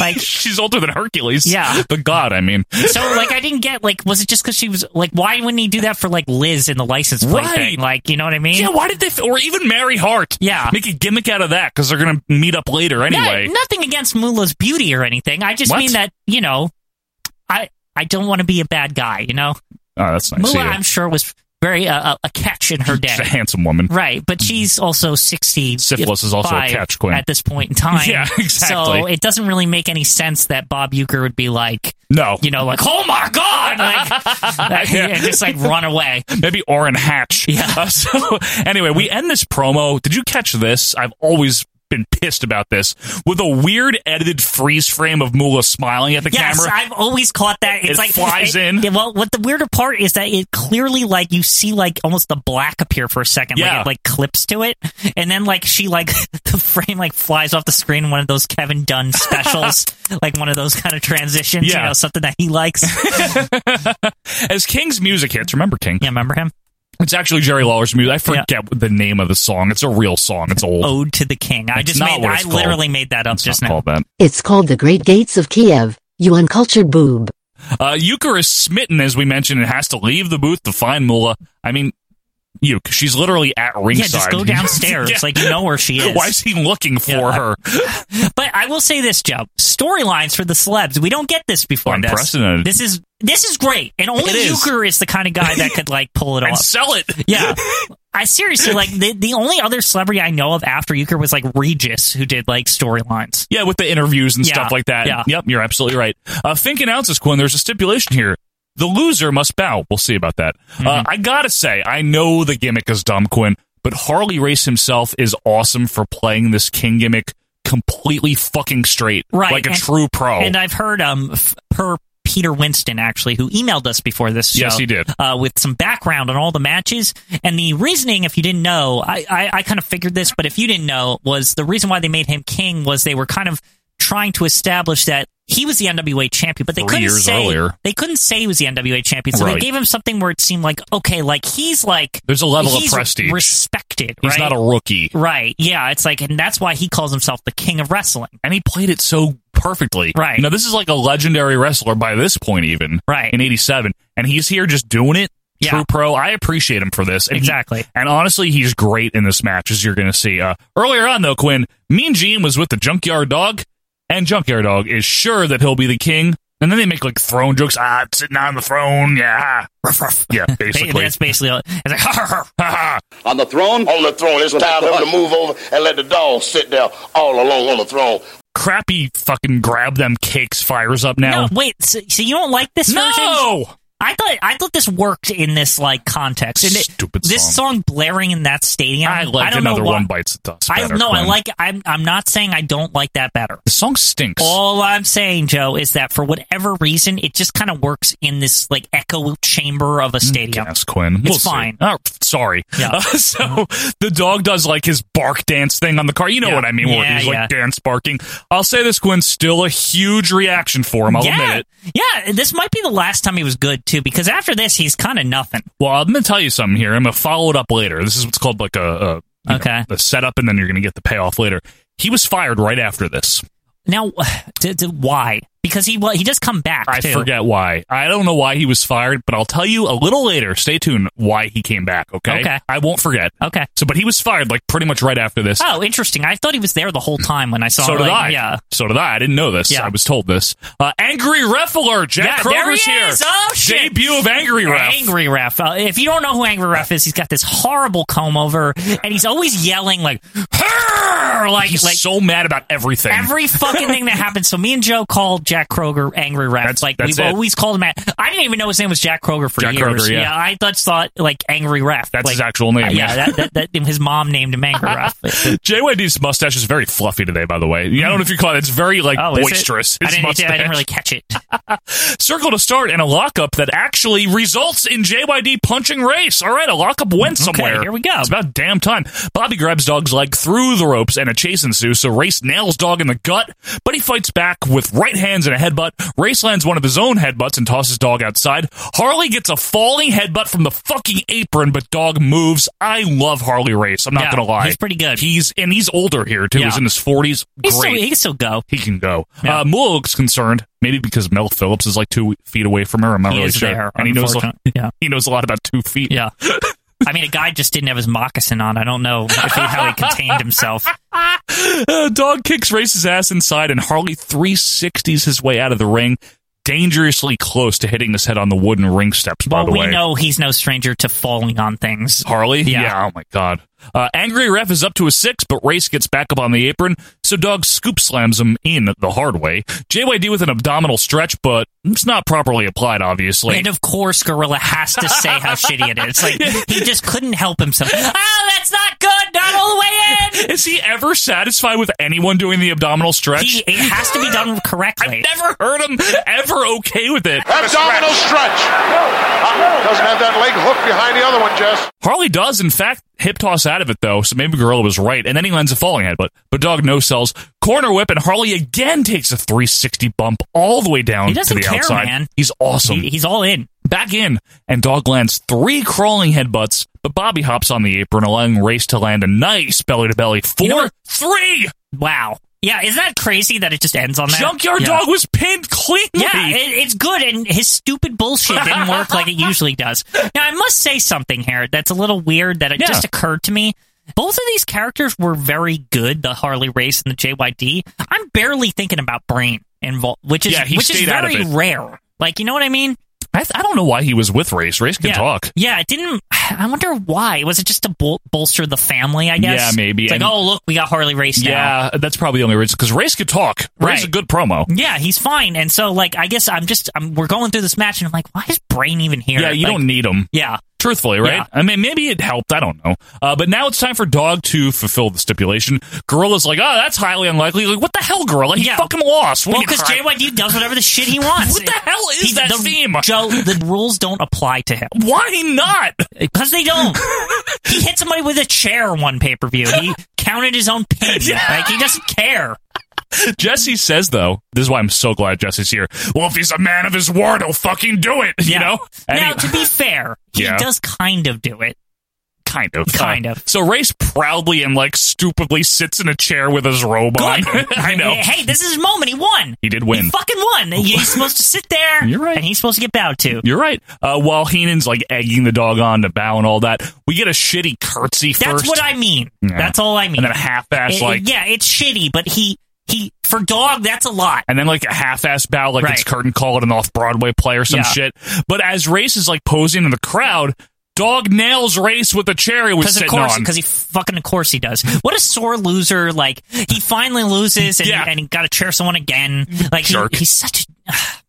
Speaker 4: like
Speaker 1: She's older than Hercules.
Speaker 4: Yeah.
Speaker 1: the god. I mean,
Speaker 4: So like I didn't get like was it just because she was like why wouldn't he do that for like Liz in the license plate
Speaker 1: Right.
Speaker 4: thing like you know what I mean
Speaker 1: Yeah, why did they, f- or even Mary Hart?
Speaker 4: Yeah.
Speaker 1: Make a gimmick out of that because they're going to meet up later
Speaker 4: No-
Speaker 1: anyway.
Speaker 4: nothing against Mula's beauty or anything I just
Speaker 1: What?
Speaker 4: mean that you know I I don't want to be a bad guy you know
Speaker 1: Oh, that's nice.
Speaker 4: Mula
Speaker 1: of you.
Speaker 4: I'm sure was very uh, a- a catch in
Speaker 1: She's
Speaker 4: her
Speaker 1: a
Speaker 4: day
Speaker 1: handsome woman.
Speaker 4: right but she's also sixty
Speaker 1: Mm-hmm. Syphilis is also a
Speaker 4: five
Speaker 1: catch, Quinn.
Speaker 4: at this point in time
Speaker 1: Yeah, exactly.
Speaker 4: so it doesn't really make any sense that Bob Euchre would be like
Speaker 1: No.
Speaker 4: you know like oh my god like and just like run away
Speaker 1: Maybe Orrin Hatch.
Speaker 4: Yeah.
Speaker 1: Uh, so, anyway, we end this promo. Did you catch this? I've always been pissed about this with a weird edited freeze frame of Moolah smiling at the
Speaker 4: yes,
Speaker 1: camera.
Speaker 4: I've always caught that. It's
Speaker 1: It
Speaker 4: like
Speaker 1: flies
Speaker 4: it-
Speaker 1: in.
Speaker 4: yeah, well, what the weirder part is that it clearly like you see like almost the black appear for a second.
Speaker 1: Yeah.
Speaker 4: Like it like clips to it, and then like she like the frame like flies off the screen. in One of those Kevin Dunn specials, like one of those kind of transitions.
Speaker 1: Yeah.
Speaker 4: You know, something that he likes.
Speaker 1: As King's music hits, remember King?
Speaker 4: Yeah, remember him?
Speaker 1: It's actually Jerry Lawler's music. I forget what the name of the song. It's a real song. It's old.
Speaker 4: Ode to the King. I
Speaker 1: It's
Speaker 4: just
Speaker 1: not
Speaker 4: made.
Speaker 1: what
Speaker 4: I
Speaker 1: it's called.
Speaker 4: literally made that up just now.
Speaker 1: that.
Speaker 14: It's called The Great Gates of Kiev, you uncultured boob.
Speaker 1: Uh, Euchre is smitten, as we mentioned, and has to leave the booth to find Moolah. I mean, Euchre, she's literally at
Speaker 4: Yeah,
Speaker 1: ringside.
Speaker 4: just go downstairs.
Speaker 1: Yeah.
Speaker 4: Like you know where she is.
Speaker 1: Why is he looking for her?
Speaker 4: But I will say this, Joe. Storylines for the celebs. We don't get this before this.
Speaker 1: Unprecedented.
Speaker 4: This is this is great. And only
Speaker 1: It is.
Speaker 4: Euchre is the kind of guy that could like pull it
Speaker 1: and
Speaker 4: off.
Speaker 1: sell it.
Speaker 4: yeah. I seriously like the the only other celebrity I know of after Euchre was like Regis who did like storylines.
Speaker 1: Yeah, with the interviews and
Speaker 4: Yeah,
Speaker 1: stuff like that.
Speaker 4: yeah.
Speaker 1: Yep, you're absolutely right. Uh, Fink announces, Quinn, there's a stipulation here. The loser must bow. We'll see about that. Uh,
Speaker 4: Mm-hmm.
Speaker 1: I gotta say, I know the gimmick is dumb, Quinn, but Harley Race himself is awesome for playing this King gimmick completely fucking straight.
Speaker 4: Right.
Speaker 1: Like a
Speaker 4: and-
Speaker 1: true pro.
Speaker 4: And I've heard um f- per Peter Winston actually who emailed us before this show.
Speaker 1: Yes, he did.
Speaker 4: Uh, with some background on all the matches and the reasoning if you didn't know, I I, I kind of figured this, but if you didn't know was the reason why they made him king was they were kind of trying to establish that he was the NWA champion, but they
Speaker 1: Three
Speaker 4: couldn't
Speaker 1: years
Speaker 4: say
Speaker 1: earlier.
Speaker 4: they couldn't say he was the NWA champion, so they
Speaker 1: Right.
Speaker 4: gave him something where it seemed like okay, like he's like
Speaker 1: There's a level of
Speaker 4: he's
Speaker 1: prestige.
Speaker 4: respected.
Speaker 1: He's
Speaker 4: right?
Speaker 1: not a rookie.
Speaker 4: Right. Yeah. It's like, and that's why he calls himself the king of wrestling.
Speaker 1: And he played it so perfectly.
Speaker 4: Right.
Speaker 1: Now, this is like a legendary wrestler by this point, even.
Speaker 4: Right.
Speaker 1: In 87. And he's here just doing it.
Speaker 4: Yeah.
Speaker 1: True pro. I appreciate him for this. And he-
Speaker 4: Exactly.
Speaker 1: and honestly, he's great in this match, as you're going to see. Uh, earlier on, though, Quinn, Mean Gene was with the Junkyard Dog, and Junkyard Dog is sure that he'll be the king. And then they make like throne jokes. Ah, I'm sitting on the throne. Yeah. Ruff, ruff. Yeah, basically.
Speaker 4: That's basically all. It's like,
Speaker 5: On the throne?
Speaker 11: Oh.
Speaker 5: On the throne. It's time for him to move over and let the dog sit there all alone on the throne.
Speaker 1: Crappy fucking grab them cakes fires up now.
Speaker 4: no, wait. So, so you don't like this version?
Speaker 1: No!
Speaker 4: I thought I thought this worked in this like context. And it-
Speaker 1: Stupid
Speaker 4: This song blaring in that stadium.
Speaker 1: I like
Speaker 4: don't
Speaker 1: another
Speaker 4: know why-
Speaker 1: one bites the dust.
Speaker 4: I
Speaker 1: better,
Speaker 4: no. I
Speaker 1: Quinn.
Speaker 4: like. I'm. I'm not saying I don't like that better.
Speaker 1: The song stinks.
Speaker 4: All I'm saying, Joe, is that for whatever reason, it just kind of works in this like echo chamber of a stadium.
Speaker 1: Mm, Yes, Quinn.
Speaker 4: It's
Speaker 1: We'll see.
Speaker 4: fine.
Speaker 1: Oh, sorry.
Speaker 4: Yeah.
Speaker 1: Uh, so the dog does like his bark dance thing on the car. You know
Speaker 4: Yeah.
Speaker 1: what I mean? where
Speaker 4: Yeah,
Speaker 1: he's
Speaker 4: yeah.
Speaker 1: like dance barking. I'll say this, Quinn. Still a huge reaction for him. I'll
Speaker 4: yeah,
Speaker 1: admit it.
Speaker 4: yeah. This might be the last time he was good too, because after this, he's kind of nothing.
Speaker 1: Well, I'm gonna tell you something here. I'm gonna follow it up later. This is what's called like a, a you
Speaker 4: Okay.
Speaker 1: know, a setup, and then you're gonna get the payoff later. He was fired right after this.
Speaker 4: Now, d- d- why? Because he well, he does come back.
Speaker 1: I
Speaker 4: too.
Speaker 1: forget why. I don't know why he was fired, but I'll tell you a little later. Stay tuned why he came back. Okay.
Speaker 4: Okay.
Speaker 1: I won't forget.
Speaker 4: Okay.
Speaker 1: So, but he was fired like pretty much right after this.
Speaker 4: Oh, interesting. I thought he was there the whole time when I saw.
Speaker 1: so
Speaker 4: him,
Speaker 1: did
Speaker 4: like,
Speaker 1: I.
Speaker 4: Yeah.
Speaker 1: So did I. I didn't know this.
Speaker 4: Yeah.
Speaker 1: I was told this. Uh, Angry Ref alert. Jack
Speaker 4: Yeah, there
Speaker 1: Kroger's
Speaker 4: he
Speaker 1: here.
Speaker 4: is! Oh, shit!
Speaker 1: Debut of Angry Ref.
Speaker 4: Angry ref. Uh, if you don't know who Angry Ref is, he's got this horrible comb over, and he's always yelling like, "Hurr!" like
Speaker 1: He's
Speaker 4: like
Speaker 1: so mad about everything.
Speaker 4: every fucking thing that happens. So me and Joe called Jack Kroger Angry Ref.
Speaker 1: That's-
Speaker 4: like
Speaker 1: that's
Speaker 4: we've
Speaker 1: it.
Speaker 4: always called him at. I didn't even know his name was Jack Kroger for
Speaker 1: Jack
Speaker 4: years.
Speaker 1: Kroger, yeah.
Speaker 4: I thought thought like Angry Ref.
Speaker 1: That's
Speaker 4: Like,
Speaker 1: his actual name.
Speaker 4: uh, yeah, that, that, that his mom named him Angry Ref.
Speaker 1: JYD's mustache is very fluffy today, by the way. I don't know if you caught it. It's very like
Speaker 4: Oh, is it?
Speaker 1: boisterous.
Speaker 4: I
Speaker 1: His
Speaker 4: didn't,
Speaker 1: mustache.
Speaker 4: I didn't really catch it.
Speaker 1: Circle to start and a lockup that actually results in JYD punching Race. All right, a lockup went
Speaker 4: Okay,
Speaker 1: somewhere.
Speaker 4: here we go.
Speaker 1: It's about damn time. Bobby grabs Dog's leg through the ropes and a chase ensues, so Race nails Dog in the gut, but he fights back with right hands and a headbutt. Race lands one of his own headbutts and tosses Dog outside. Harley gets a falling headbutt from the fucking apron, but Dog moves. I love Harley Race. I'm not
Speaker 4: Yeah,
Speaker 1: going to lie.
Speaker 4: he's pretty good.
Speaker 1: He's And he's older here, too.
Speaker 4: Yeah.
Speaker 1: He's in his 40s. Great.
Speaker 4: He's still, he can still go.
Speaker 1: he can go.
Speaker 4: Yeah.
Speaker 1: Uh, Moolah looks concerned, maybe because Mel Phillips is like two feet away from her. I'm not
Speaker 4: He
Speaker 1: really
Speaker 4: is
Speaker 1: sure,
Speaker 4: there,
Speaker 1: and he knows
Speaker 4: unfortunately. Yeah.
Speaker 1: he knows a lot about two feet.
Speaker 4: Yeah. I mean, a guy just didn't have his moccasin on. I don't know if he, how he contained himself.
Speaker 1: Uh, dog kicks Race's ass inside, and Harley 360s his way out of the ring, dangerously close to hitting his head on the wooden ring steps. By
Speaker 4: Well,
Speaker 1: the
Speaker 4: we
Speaker 1: way,
Speaker 4: know he's no stranger to falling on things.
Speaker 1: Harley?
Speaker 4: Yeah.
Speaker 1: Oh, my God. Uh, angry ref is up to a six, but Race gets back up on the apron, so Dog scoop slams him in the hard way. JYD with an abdominal stretch, but it's not properly applied, obviously.
Speaker 4: And of course, Gorilla has to say how shitty it is. Like, he just couldn't help himself. Oh, that's not good. not all the way in.
Speaker 1: Is he ever satisfied with anyone doing the abdominal stretch?
Speaker 4: He, it has to be done correctly.
Speaker 1: I've never heard him ever okay with it.
Speaker 2: Abdominal stretch. Uh, Doesn't have that leg hook behind the other one, Jess.
Speaker 1: Harley does, in fact, hip toss out of it though, so maybe Gorilla was right, and then he lands a falling head, but but Dog no sells corner whip, and Harley again takes a 360 bump all the way down
Speaker 4: He
Speaker 1: to
Speaker 4: doesn't
Speaker 1: the
Speaker 4: care,
Speaker 1: outside.
Speaker 4: man.
Speaker 1: He's awesome.
Speaker 4: He- he's all in.
Speaker 1: Back in, and Dog lands three crawling headbutts, but Bobby hops on the apron, allowing Race to land a nice belly to belly four
Speaker 4: know what?
Speaker 1: three.
Speaker 4: Wow. Yeah, isn't that crazy that it just ends on that?
Speaker 1: Junkyard
Speaker 4: Oh, yeah.
Speaker 1: Dog was pinned cleanly.
Speaker 4: Yeah, it, it's good, and his stupid bullshit didn't work like it usually does. Now, I must say something here that's a little weird that it
Speaker 1: Yeah.
Speaker 4: just occurred to me. Both of these characters were very good, the Harley Race and the JYD. I'm barely thinking about Brain involved, which is
Speaker 1: Yeah, he
Speaker 4: which is
Speaker 1: stayed out of
Speaker 4: very
Speaker 1: it.
Speaker 4: rare. Like, you know what I mean?
Speaker 1: I, th- I don't know why he was with Race. Race can
Speaker 4: yeah.
Speaker 1: talk.
Speaker 4: Yeah, it didn't. I wonder why. Was it just to bol- bolster the family? I guess.
Speaker 1: Yeah, maybe,
Speaker 4: It's like,
Speaker 1: and-
Speaker 4: oh look, we got Harley Race now.
Speaker 1: Yeah, that's probably the only reason. Because Race could talk. Race is
Speaker 4: Right.
Speaker 1: a good promo.
Speaker 4: Yeah, he's fine. And so, like, I guess I'm just I'm, we're going through this match, and I'm like, why is Brain even here?
Speaker 1: Yeah, you
Speaker 4: Like,
Speaker 1: don't need him.
Speaker 4: Yeah,
Speaker 1: Truthfully, right?
Speaker 4: Yeah.
Speaker 1: I mean, maybe it helped. I don't know. Uh, but now it's time for Dog to fulfill the stipulation. Gorilla's like, oh, that's highly unlikely. Like, what the hell, Gorilla? He
Speaker 4: Yeah.
Speaker 1: fucking lost. What
Speaker 4: well,
Speaker 1: do you
Speaker 4: because
Speaker 1: cry-
Speaker 4: JYD does whatever the shit he wants.
Speaker 1: What the hell is
Speaker 4: He's-
Speaker 1: that
Speaker 4: the,
Speaker 1: theme?
Speaker 4: Joe, the rules don't apply to him
Speaker 1: Why not?
Speaker 4: because they don't. he hit somebody with a chair one pay per view. He counted his own pin. Like he doesn't care.
Speaker 1: Jesse says, though, this is why I'm so glad Jesse's here. Well, if he's a man of his word, he'll fucking do it, you
Speaker 4: Yeah.
Speaker 1: know? And
Speaker 4: now,
Speaker 1: he-
Speaker 4: to be fair, he
Speaker 1: Yeah.
Speaker 4: does kind of do it.
Speaker 1: kind of.
Speaker 4: Kind
Speaker 1: Uh,
Speaker 4: of.
Speaker 1: So Race proudly and, like, stupidly sits in a chair with his robe on. Oh, I know.
Speaker 4: Hey, this is his moment. He won.
Speaker 1: He did win.
Speaker 4: He fucking won. He's supposed to sit there.
Speaker 1: You're right.
Speaker 4: And he's supposed to get bowed to.
Speaker 1: You're right. Uh, while Heenan's like egging the dog on to bow and all that, we get a shitty curtsy
Speaker 4: That's
Speaker 1: first.
Speaker 4: what I mean.
Speaker 1: Yeah.
Speaker 4: That's all I mean.
Speaker 1: And then a half-ass
Speaker 4: It-
Speaker 1: like,
Speaker 4: yeah, it's shitty, but he he for dog that's a lot.
Speaker 1: and then like a half-ass bow, like it's
Speaker 4: Right.
Speaker 1: curtain call at an off-Broadway play or some
Speaker 4: Yeah.
Speaker 1: shit. But as Race is like posing in the crowd, dog nails Race with the chair he was
Speaker 4: Because
Speaker 1: sitting
Speaker 4: of course,
Speaker 1: on.
Speaker 4: because he fucking of course he does. What a sore loser! Like he finally loses and,
Speaker 1: Yeah.
Speaker 4: and he got to chair someone again. Like he,
Speaker 1: Jerk.
Speaker 4: he's such. a...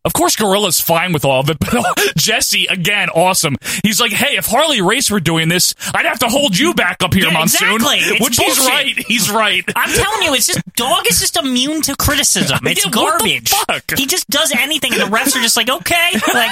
Speaker 1: Of course, Gorilla's fine with all of it, but Jesse again, awesome. He's like, "Hey, if Harley Race were doing this, I'd have to hold you back up here,
Speaker 4: Yeah,
Speaker 1: Monsoon."
Speaker 4: exactly. It's
Speaker 1: Which he's
Speaker 4: bullshit.
Speaker 1: right. He's right.
Speaker 4: I'm telling you, it's just dog is just immune to criticism. It's
Speaker 1: Yeah, what the
Speaker 4: garbage.
Speaker 1: fuck?
Speaker 4: He just does anything, and the refs are just like, okay, like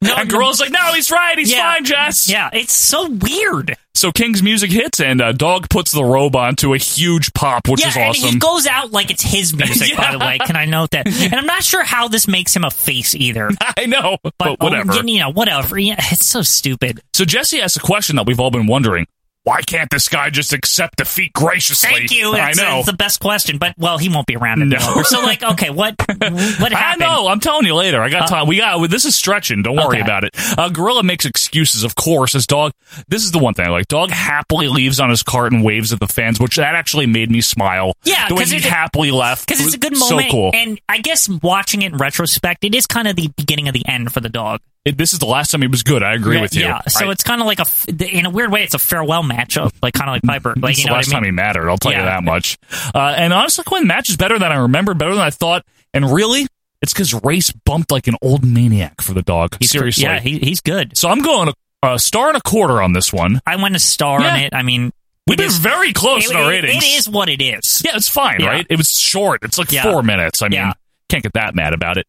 Speaker 4: no.
Speaker 1: and Gorilla's like, "No, he's right. He's
Speaker 4: Yeah.
Speaker 1: fine, Jess."
Speaker 4: Yeah, it's so weird.
Speaker 1: So King's music hits, and uh, Dog puts the robe on to a huge pop, which
Speaker 4: yeah,
Speaker 1: is
Speaker 4: and he
Speaker 1: awesome.
Speaker 4: goes out like it's his music. By the
Speaker 1: Yeah.
Speaker 4: way, can I note that? And I'm not sure how this makes him a face either.
Speaker 1: I know, but,
Speaker 4: But,
Speaker 1: Oh, whatever.
Speaker 4: oh, you know, whatever. Yeah, it's so stupid.
Speaker 1: so Jesse asks a question that we've all been wondering: Why can't this guy just accept defeat graciously?
Speaker 4: Thank you.
Speaker 1: I
Speaker 4: It's,
Speaker 1: know.
Speaker 4: it's the best question. But well, he won't be around anymore.
Speaker 1: No.
Speaker 4: So like, okay, what what
Speaker 1: I
Speaker 4: happened?
Speaker 1: know. I'm telling you later. I got time. We got this is stretching. Don't worry
Speaker 4: Okay.
Speaker 1: about it. Uh, Gorilla makes excuses, of course. As dog, this is the one thing I like. Dog happily leaves on his cart and waves at the fans, which that actually made me smile.
Speaker 4: Yeah,
Speaker 1: the way
Speaker 4: 'cause
Speaker 1: he
Speaker 4: it-
Speaker 1: happily left
Speaker 4: Because it's a good
Speaker 1: was
Speaker 4: moment,
Speaker 1: So cool.
Speaker 4: and I guess watching it in retrospect, it is kind of the beginning of the end for the dog.
Speaker 1: It- this is the last time he was good. I agree with you.
Speaker 4: Yeah, so
Speaker 1: I-
Speaker 4: it's kind of like a, f- in a weird way, it's a farewell matchup, like kind of like Piper. Like
Speaker 1: It's
Speaker 4: you
Speaker 1: the
Speaker 4: know
Speaker 1: last
Speaker 4: what I mean?
Speaker 1: time he mattered. I'll tell you
Speaker 4: Yeah.
Speaker 1: that much. Uh, and honestly, Quinn, the match is better than I remembered, better than I thought. And really, it's because Race bumped like an old maniac for the dog.
Speaker 4: He's-
Speaker 1: Seriously.
Speaker 4: yeah, he, he's good.
Speaker 1: so I'm going a, a star and a quarter on this one.
Speaker 4: I went a star on
Speaker 1: Yeah.
Speaker 4: it. I mean,
Speaker 1: We've
Speaker 4: it
Speaker 1: been
Speaker 4: is-
Speaker 1: very close
Speaker 4: it-
Speaker 1: in our
Speaker 4: it-
Speaker 1: ratings.
Speaker 4: it is what it is.
Speaker 1: Yeah, it's fine,
Speaker 4: Yeah.
Speaker 1: right? It was short. It's like
Speaker 4: Yeah.
Speaker 1: four minutes. I mean,
Speaker 4: Yeah.
Speaker 1: can't get that mad about it.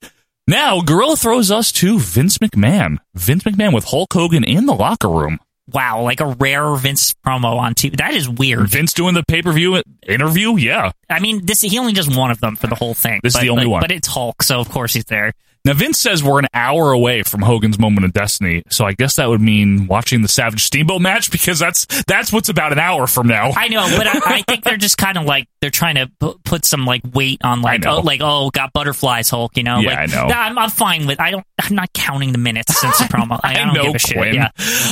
Speaker 1: Now, Gorilla throws us to Vince McMahon. Vince McMahon with Hulk Hogan in the locker room.
Speaker 4: Wow, like a rare Vince promo on TV. That is weird.
Speaker 1: Vince doing the pay per view interview. Yeah.
Speaker 4: I mean, this he only does one of them for the whole thing.
Speaker 1: This is
Speaker 4: but,
Speaker 1: the only
Speaker 4: like,
Speaker 1: one.
Speaker 4: but it's Hulk, so of course he's there.
Speaker 1: Now, Vince says we're an hour away from Hogan's moment of destiny, so I guess that would mean watching the Savage Steamboat match because that's that's what's about an hour from now.
Speaker 4: I know, but I, I think they're just kind of like they're trying to pu- put some like weight on like
Speaker 1: I know.
Speaker 4: oh like oh got butterflies Hulk, you know?
Speaker 1: Yeah,
Speaker 4: like,
Speaker 1: I know.
Speaker 4: nah, I'm, I'm fine with. I don't. I'm not counting the minutes since the promo. I, I don't give a shit. Yeah.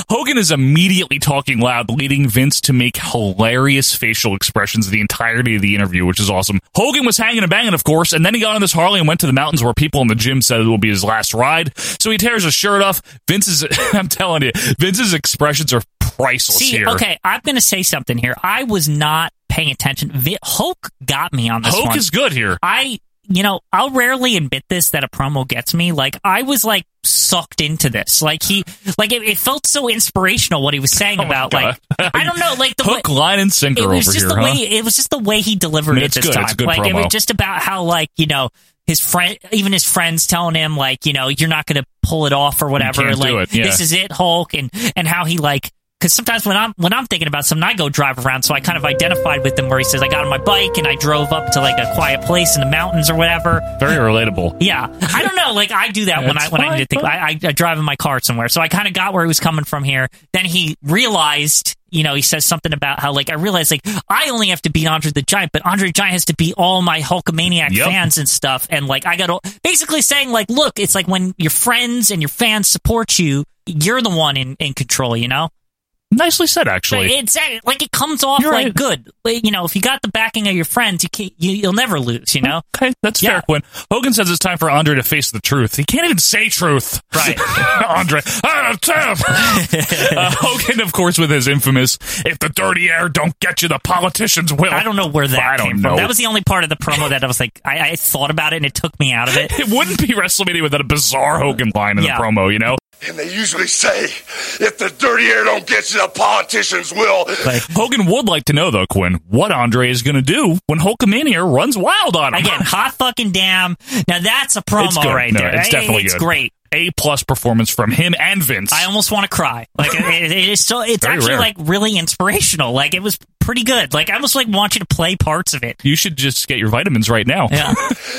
Speaker 1: Hogan is immediately talking loud, leading Vince to make hilarious facial expressions the entirety of the interview, which is awesome. Hogan was hanging and banging, of course, and then he got on this Harley and went to the mountains where people in the gym said it will be his last ride. So he tears his shirt off. Vince's, I'm telling you, Vince's expressions are priceless
Speaker 4: See,
Speaker 1: here.
Speaker 4: okay, I'm gonna say something here. I was not paying attention. Vi- Hulk got me on this
Speaker 1: Hoke
Speaker 4: one.
Speaker 1: is good here.
Speaker 4: I you know, I'll rarely admit this that a promo gets me. Like I was like sucked into this. Like he, like it, it felt so inspirational what he was
Speaker 1: Oh
Speaker 4: saying about like I don't know, like the
Speaker 1: hook,
Speaker 4: way,
Speaker 1: line, and sinker
Speaker 4: it was
Speaker 1: over
Speaker 4: just
Speaker 1: here,
Speaker 4: the
Speaker 1: huh?
Speaker 4: way it was just the way he delivered
Speaker 1: I mean, it's
Speaker 4: it this
Speaker 1: good.
Speaker 4: time.
Speaker 1: It's a good
Speaker 4: like it
Speaker 1: promo.
Speaker 4: was just about how like you know his friend, even his friends telling him like you know you're not going to pull it off or whatever.
Speaker 1: can't do
Speaker 4: like
Speaker 1: it, yeah.
Speaker 4: this is it, Hulk, and and how he like. Because sometimes when I'm when I'm thinking about something, I go drive around. So I kind of identified with him, where he says, "I got on my bike and I drove up to like a quiet place in the mountains or whatever."
Speaker 1: Very relatable.
Speaker 4: Yeah, I don't know. Like I do that when I
Speaker 1: That's
Speaker 4: when I
Speaker 1: fine,
Speaker 4: need to think.
Speaker 1: fine.
Speaker 4: I, I, I drive in my car somewhere, so I kind of got where he was coming from here. Then he realized, you know, he says something about how like I realized like I only have to beat Andre the Giant, but Andre the Giant has to beat all my Hulkamaniac
Speaker 1: Yep.
Speaker 4: fans and stuff. And like I got to basically saying like, look, it's like when your friends and your fans support you, you're the one in in control. You know.
Speaker 1: Nicely said, actually.
Speaker 4: It's like it comes off
Speaker 1: You're
Speaker 4: like
Speaker 1: right.
Speaker 4: good. Like, You know, if you got the backing of your friends, you can't, you, you'll never lose. You know,
Speaker 1: Okay, that's fair, Quinn. Hogan says it's time for Andre to face the truth. He can't even say truth.
Speaker 4: Right.
Speaker 1: Andre. "Ah, tough." uh, Hogan, of course, with his infamous, if the dirty air don't get you, the politicians will.
Speaker 4: I don't know where that
Speaker 1: I don't
Speaker 4: came
Speaker 1: know.
Speaker 4: from. That was the only part of the promo that I was like, I, I thought about it and it took me out of it.
Speaker 1: It wouldn't be WrestleMania without a bizarre Hogan line in
Speaker 4: Yeah.
Speaker 1: the promo, you know?
Speaker 5: And they usually say, if the dirty air don't get you, the politicians will.
Speaker 1: Hogan would like to know, though, Quinn, what Andre is going to do when Hulkamania runs wild on him.
Speaker 4: Again, hot fucking damn. Now that's a promo
Speaker 1: it's good.
Speaker 4: right
Speaker 1: No,
Speaker 4: there.
Speaker 1: It's
Speaker 4: It-
Speaker 1: definitely
Speaker 4: it's
Speaker 1: good.
Speaker 4: great.
Speaker 1: A plus performance from him and Vince.
Speaker 4: I almost want to cry. Like it, it- it is so. It's
Speaker 1: Very
Speaker 4: actually
Speaker 1: rare.
Speaker 4: like really inspirational. Like it was pretty good. Like I almost like want you to play parts of it.
Speaker 1: you should just get your vitamins right now.
Speaker 4: Yeah.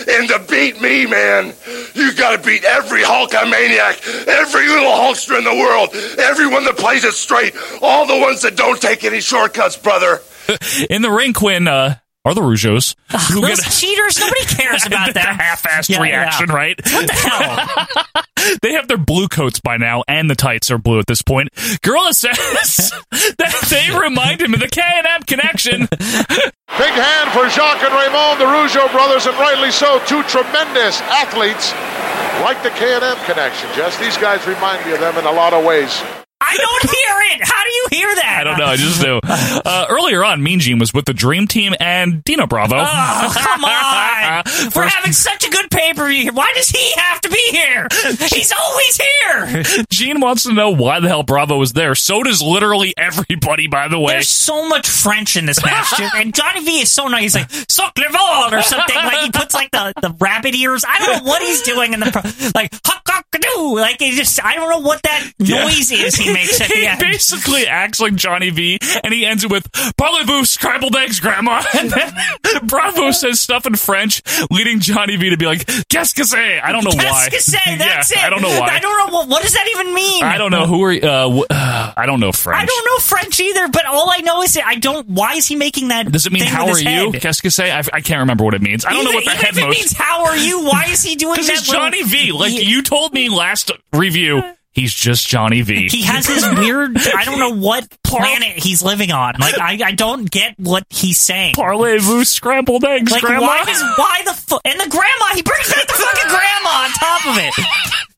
Speaker 5: And to beat me, man, you gotta beat every Hulkamaniac, every little Hulkster in the world, everyone that plays it straight, all the ones that don't take any shortcuts, brother.
Speaker 1: In the ring, Quinn, uh, are the Rougeos. who
Speaker 4: Those cheaters. Nobody cares Ah, about
Speaker 1: the
Speaker 4: that.
Speaker 1: half-assed
Speaker 4: Yeah, yeah.
Speaker 1: reaction, right?
Speaker 4: What the hell?
Speaker 1: They have their blue coats by now, and the tights are blue at this point. Gorilla says that they remind him of the K&M connection.
Speaker 2: Big hand for Jacques and Raymond, the Rougeau brothers, and rightly so. Two tremendous athletes like the K&M connection, Jess. These guys remind me of them in a lot of ways.
Speaker 4: I don't hear it. How do you hear that?
Speaker 1: I don't know. I just do. Uh, earlier on, Mean Gene was with the Dream Team and Dino Bravo.
Speaker 4: Oh, come on. We're having such a good pay per view. Why does he have to be here? He's always here.
Speaker 1: Gene wants to know why the hell Bravo was there. So does literally everybody, by the way.
Speaker 4: There's so much French in this match, dude. and Johnny V is so nice. He's like "suck le vol" or something. Like he puts like the, the rabbit ears. I don't know what he's doing in the pro- like huck huck doo. Like he just I don't know what that noise is he makes at
Speaker 1: he
Speaker 4: the end.
Speaker 1: basically acts like Johnny V, and he ends it with "Parlez-vous scrambled eggs, Grandma." And then Bravo says stuff in French, leading Johnny V to be like "Qu'est-ce que c'est?" I don't know why.
Speaker 4: That's to say, that's
Speaker 1: yeah,
Speaker 4: it.
Speaker 1: I don't know why.
Speaker 4: I don't know what, what does that even mean.
Speaker 1: I don't know who are. Uh, wh- I don't know French.
Speaker 4: I don't know French either, but all I know is that I don't. Why is he making that?
Speaker 1: Does it mean
Speaker 4: thing
Speaker 1: "How
Speaker 4: with
Speaker 1: are
Speaker 4: his
Speaker 1: you"?
Speaker 4: head?
Speaker 1: Qu'est-ce que c'est? I, I can't remember what it means. I don't
Speaker 4: even,
Speaker 1: know what the
Speaker 4: even
Speaker 1: head
Speaker 4: if it
Speaker 1: most.
Speaker 4: means how are you? Why is he doing
Speaker 1: Because
Speaker 4: that?
Speaker 1: he's Johnny
Speaker 4: little-
Speaker 1: V. Like
Speaker 4: He-
Speaker 1: you told me last review, he's just Johnny V.
Speaker 4: He has this weird. I don't know what planet he's living on. Like I, I don't get what he's saying.
Speaker 1: Parlez-vous scrambled eggs,
Speaker 4: Like
Speaker 1: Grandma?
Speaker 4: why does why the fu- and the grandma? He brings back the fucking grandma on top of it.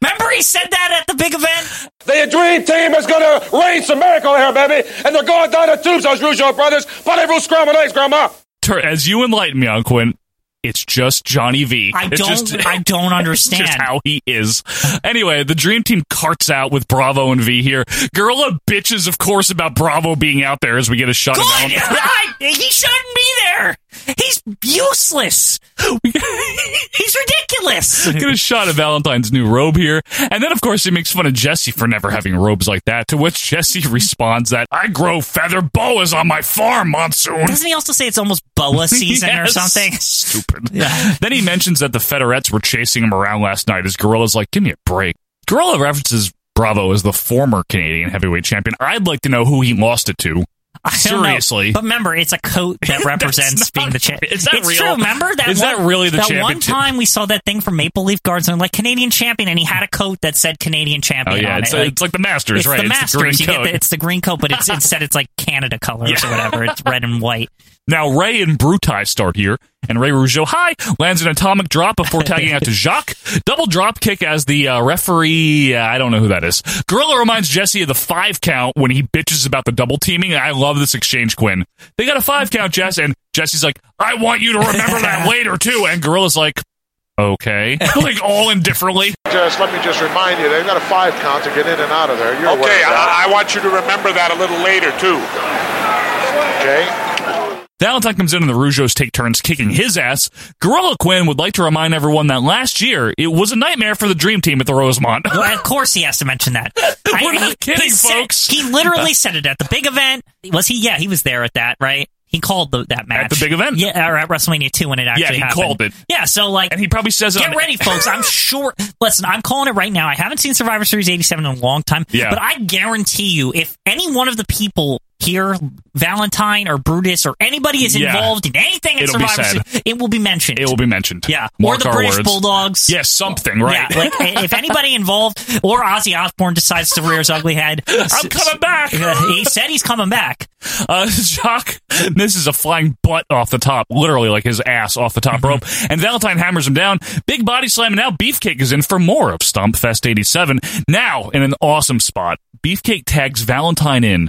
Speaker 4: Remember he said that at the big event.
Speaker 15: The dream team is going to rain some miracle here, baby, and they're going down the tubes, those Rougeau brothers. But everyone scrambled eggs, Grandma.
Speaker 1: Tur- as you enlighten me on Quinn, it's just Johnny V.
Speaker 4: I
Speaker 1: It's
Speaker 4: don't.
Speaker 1: just-
Speaker 4: I don't understand.
Speaker 1: Just how he is. Anyway, the dream team carts out with Bravo and V here. Gorilla bitches, of course, about Bravo being out there as we get a shot
Speaker 4: Good.
Speaker 1: of him.
Speaker 4: I, he shouldn't be there. He's useless. He's ridiculous.
Speaker 1: Get a shot of Valentine's new robe here. And then, of course, he makes fun of Jesse for never having robes like that, to which Jesse responds that, I grow feather boas on my farm, Monsoon.
Speaker 4: Doesn't he also say it's almost boa season or
Speaker 1: Yes.
Speaker 4: something?
Speaker 1: Stupid. Then he mentions that the Federettes were chasing him around last night as Gorilla's like, give me a break. Gorilla references Bravo as the former Canadian heavyweight champion. I'd like to know who he lost it to.
Speaker 4: I don't know.
Speaker 1: Seriously.
Speaker 4: But remember, it's a coat that represents
Speaker 1: not-
Speaker 4: being the champion.
Speaker 1: is that
Speaker 4: it's
Speaker 1: real?
Speaker 4: true. Remember that?
Speaker 1: Is
Speaker 4: one,
Speaker 1: that really the
Speaker 4: that one
Speaker 1: championship?
Speaker 4: time we saw that thing from Maple Leaf Guards and like Canadian champion, and he had a coat that said Canadian
Speaker 1: Oh,
Speaker 4: champion.
Speaker 1: yeah.
Speaker 4: on
Speaker 1: It's,
Speaker 4: it.
Speaker 1: it's like the Masters,
Speaker 4: it's
Speaker 1: right?
Speaker 4: the
Speaker 1: it's the
Speaker 4: Masters.
Speaker 1: green
Speaker 4: you get
Speaker 1: coat.
Speaker 4: the, it's the green coat, but it's instead it's like Canada colors
Speaker 1: Yeah.
Speaker 4: or whatever. It's red and white.
Speaker 1: Now Ray and Brutai start here, and Ray Rougeau high lands an atomic drop before tagging out to Jacques. Double drop kick as the uh, referee. Uh, I don't know who that is. Gorilla reminds Jesse of the five count when he bitches about the double teaming. I love this exchange, Quinn. They got a five count, Jess, and Jesse's like, "I want you to remember that later too." And Gorilla's like, Okay. like all indifferently.
Speaker 2: Just let me just remind you, they've got a five count to get in and out of there. You're
Speaker 11: Okay,
Speaker 2: aware of that.
Speaker 11: I, I want you to remember that a little later, too.
Speaker 2: Okay.
Speaker 1: Valentine comes in and the Rougeos take turns kicking his ass. Gorilla Quinn would like to remind everyone that last year it was a nightmare for the Dream Team at the Rosemont.
Speaker 4: Well, of course he has to mention that. I-
Speaker 1: We're not
Speaker 4: he-
Speaker 1: kidding,
Speaker 4: he said-
Speaker 1: folks.
Speaker 4: he literally said it at the big event. Was he? Yeah, he was there at that, right? He called the, that match.
Speaker 1: the big event?
Speaker 4: Yeah, or at WrestleMania 2 when it actually
Speaker 1: yeah, he
Speaker 4: happened.
Speaker 1: called it.
Speaker 4: Yeah, so like,
Speaker 1: And he probably says it
Speaker 4: get
Speaker 1: on-
Speaker 4: ready, folks. I'm sure. Listen, I'm calling it right now. I haven't seen Survivor Series 87 in a long time.
Speaker 1: Yeah.
Speaker 4: But I guarantee you, if any one of the people here, Valentine or Brutus or anybody is
Speaker 1: Yeah.
Speaker 4: involved in anything at
Speaker 1: It'll be
Speaker 4: Survivor
Speaker 1: said.
Speaker 4: Series, it will be mentioned.
Speaker 1: It will be mentioned.
Speaker 4: yeah,
Speaker 1: Mark
Speaker 4: or the
Speaker 1: our
Speaker 4: British
Speaker 1: words.
Speaker 4: Bulldogs.
Speaker 1: Yes, something, right?
Speaker 4: Yeah, like i- if anybody involved or Ozzy Osbourne decides to rear his ugly head,
Speaker 1: I'm coming back.
Speaker 4: he said he's coming back.
Speaker 1: Uh, Jock misses a flying butt off the top, literally like his ass off the
Speaker 4: Mm-hmm.
Speaker 1: top rope, and Valentine hammers him down. Big body slam, and now Beefcake is in for more of Stomp Fest 87. Now, in an awesome spot, Beefcake tags Valentine in,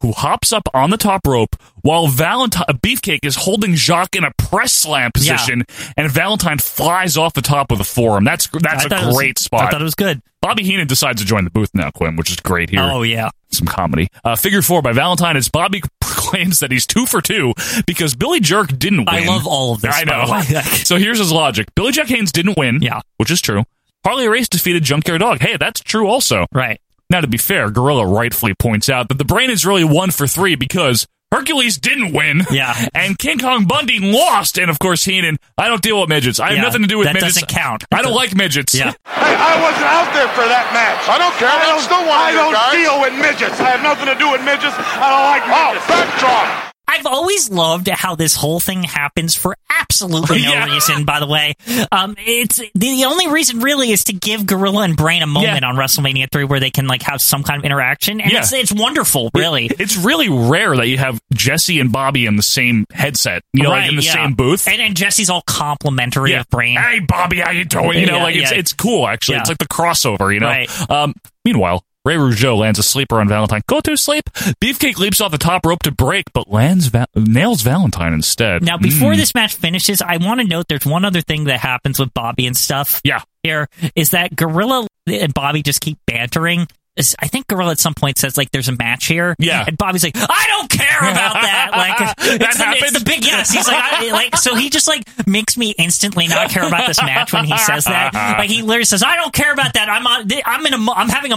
Speaker 1: who hops up on the top rope while Valentine uh, Beefcake is holding Jock in a press slam
Speaker 4: Yeah.
Speaker 1: position, and Valentine flies off the top with a forearm. That's that's
Speaker 4: I
Speaker 1: a
Speaker 4: thought it was-
Speaker 1: great spot.
Speaker 4: I thought it was good.
Speaker 1: Bobby Heenan decides to join the booth now, Quinn, which is great here
Speaker 4: Oh yeah.
Speaker 1: some comedy. Uh, figure four by Valentine is Bobby proclaims that he's two for two because Billy Jerk didn't win.
Speaker 4: I love all of this,
Speaker 1: I
Speaker 4: by
Speaker 1: know.
Speaker 4: the way.
Speaker 1: so here's his logic: Billy Jack Haynes didn't win. Yeah, which is true. Harley Race defeated Junkyard Dog. Hey, that's true also.
Speaker 4: Right.
Speaker 1: Now, to be fair, Gorilla rightfully points out that the brain is really one for three because Hercules didn't win.
Speaker 4: Yeah.
Speaker 1: And King Kong Bundy lost. And of course, Heenan, I don't deal with midgets. I have
Speaker 4: Yeah,
Speaker 1: nothing to do with
Speaker 4: that
Speaker 1: midgets.
Speaker 4: doesn't count.
Speaker 1: I don't like midgets.
Speaker 4: Yeah.
Speaker 5: Hey, I wasn't out there for that match.
Speaker 2: I don't care.
Speaker 5: I
Speaker 2: I'm
Speaker 5: don't,
Speaker 2: still one
Speaker 5: I
Speaker 2: of you
Speaker 5: don't
Speaker 2: guys.
Speaker 5: deal with midgets. I have nothing to do with midgets. I don't like midgets. Oh, backdrop.
Speaker 4: I've always loved how this whole thing happens for absolutely no
Speaker 1: Yeah.
Speaker 4: reason. By the way, um, it's the, the only reason really is to give Gorilla and Brain a moment on WrestleMania three where they can like have some kind of interaction, and
Speaker 1: Yeah.
Speaker 4: it's it's wonderful, really.
Speaker 1: It's really rare that you have Jesse and Bobby in the same headset, you know, like in the
Speaker 4: yeah.
Speaker 1: same booth.
Speaker 4: and, and Jesse's all complimentary of Brain.
Speaker 1: Hey, Bobby, how you doing? You know,
Speaker 4: Yeah,
Speaker 1: like it's
Speaker 4: yeah.
Speaker 1: it's cool actually. It's
Speaker 4: Yeah.
Speaker 1: like the crossover, you know.
Speaker 4: Right.
Speaker 1: Um, meanwhile, Ray Rougeau lands a sleeper on Valentine. Go to sleep. Beefcake leaps off the top rope to break, but lands va- nails Valentine instead.
Speaker 4: Now, before
Speaker 1: Mm.
Speaker 4: this match finishes, I want to note there's one other thing that happens with Bobby and stuff.
Speaker 1: Yeah.
Speaker 4: Here is that Gorilla and Bobby just keep bantering. It's- I think Gorilla at some point says like there's a match here.
Speaker 1: Yeah.
Speaker 4: And Bobby's like, I don't care about that. Like
Speaker 1: That
Speaker 4: it's, the, it's
Speaker 1: happened?
Speaker 4: the big yes. He's like, I, like so he just like makes me instantly not care about this match when he says that. Like he literally says, I don't care about that. I'm on. I'm in a. Mo- I'm having a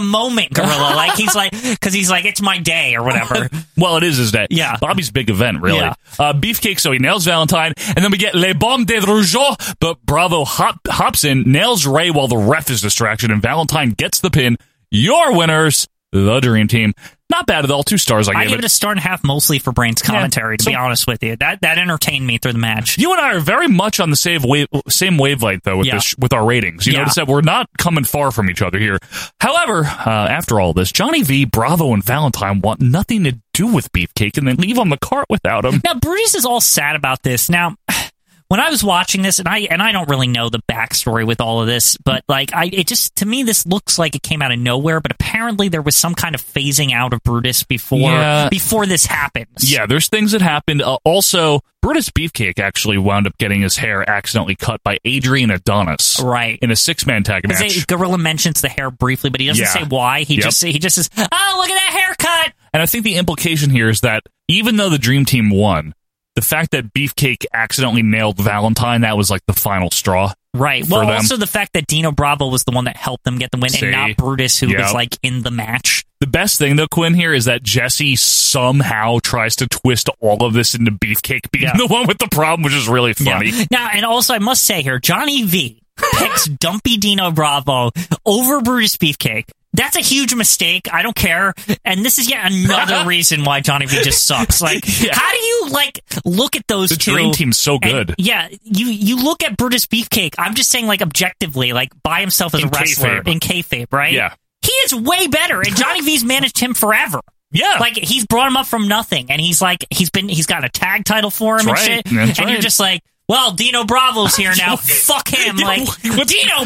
Speaker 4: moment, Gorilla. Like he's like because he's like it's my day or whatever.
Speaker 1: Well, it is his day.
Speaker 4: Yeah.
Speaker 1: Bobby's big event, really.
Speaker 4: Yeah.
Speaker 1: Uh, Beefcake, so he nails Valentine, and then we get Les Bombes de Rougeau, but Bravo hop, hops in, nails Ray while the ref is distracted, and Valentine gets the pin. Your winners, the Dream Team. Not bad at all. Two stars I
Speaker 4: I
Speaker 1: gave
Speaker 4: gave it a star and a half mostly for Brain's commentary, to
Speaker 1: so-
Speaker 4: be honest with you. That that entertained me through the match.
Speaker 1: You and I are very much on the same wave, same wavelength though with
Speaker 4: Yeah.
Speaker 1: this, with our ratings. You
Speaker 4: Yeah.
Speaker 1: notice that we're not coming far from each other here. However, uh, after all this, Johnny V, Bravo, and Valentine want nothing to do with Beefcake, and they leave on the cart without him.
Speaker 4: Now Brutus is all sad about this. Now when I was watching this and I and I don't really know the backstory with all of this, but like I it just to me this looks like it came out of nowhere, but apparently there was some kind of phasing out of Brutus before
Speaker 1: Yeah.
Speaker 4: before this happens.
Speaker 1: Yeah, there's things that happened. Uh, also, Brutus Beefcake actually wound up getting his hair accidentally cut by Adrian Adonis
Speaker 4: Right.
Speaker 1: in a six man tag match.
Speaker 4: Because Gorilla mentions the hair briefly, but he doesn't
Speaker 1: Yeah.
Speaker 4: say why. He
Speaker 1: Yep.
Speaker 4: just he just says, "Oh, look at that haircut."
Speaker 1: And I think the implication here is that even though the Dream Team won, the fact that Beefcake accidentally nailed Valentine, that was like the final straw.
Speaker 4: Right.
Speaker 1: for
Speaker 4: Well,
Speaker 1: them.
Speaker 4: also the fact that Dino Bravo was the one that helped them get the win,
Speaker 1: See?
Speaker 4: and not Brutus, who
Speaker 1: Yeah.
Speaker 4: was like in the match.
Speaker 1: The best thing though, Quinn, here is that Jesse somehow tries to twist all of this into Beefcake being
Speaker 4: Yeah.
Speaker 1: the one with the problem, which is really funny.
Speaker 4: Yeah. Now, and also I must say here, Johnny V picks Dumpy Dino Bravo over Brutus Beefcake. That's a huge mistake. I don't care. And this is yet another reason why Johnny V just sucks. Like,
Speaker 1: Yeah.
Speaker 4: how do you like look at those
Speaker 1: The
Speaker 4: two?
Speaker 1: Dream Team's so
Speaker 4: and-
Speaker 1: good.
Speaker 4: yeah, you you look at Brutus Beefcake. I'm just saying, like objectively, like by himself as
Speaker 1: In
Speaker 4: a wrestler
Speaker 1: kayfabe.
Speaker 4: in kayfabe, right?
Speaker 1: Yeah.
Speaker 4: he is way better, and Johnny V's managed him forever.
Speaker 1: Yeah.
Speaker 4: Like he's brought him up from nothing, and he's like he's been he's got a tag title for him
Speaker 1: That's
Speaker 4: and
Speaker 1: right.
Speaker 4: shit.
Speaker 1: That's
Speaker 4: and
Speaker 1: right.
Speaker 4: you're just like, well, Dino Bravo's here now. Fuck him.
Speaker 1: Yeah,
Speaker 4: Like
Speaker 1: what-
Speaker 4: Dino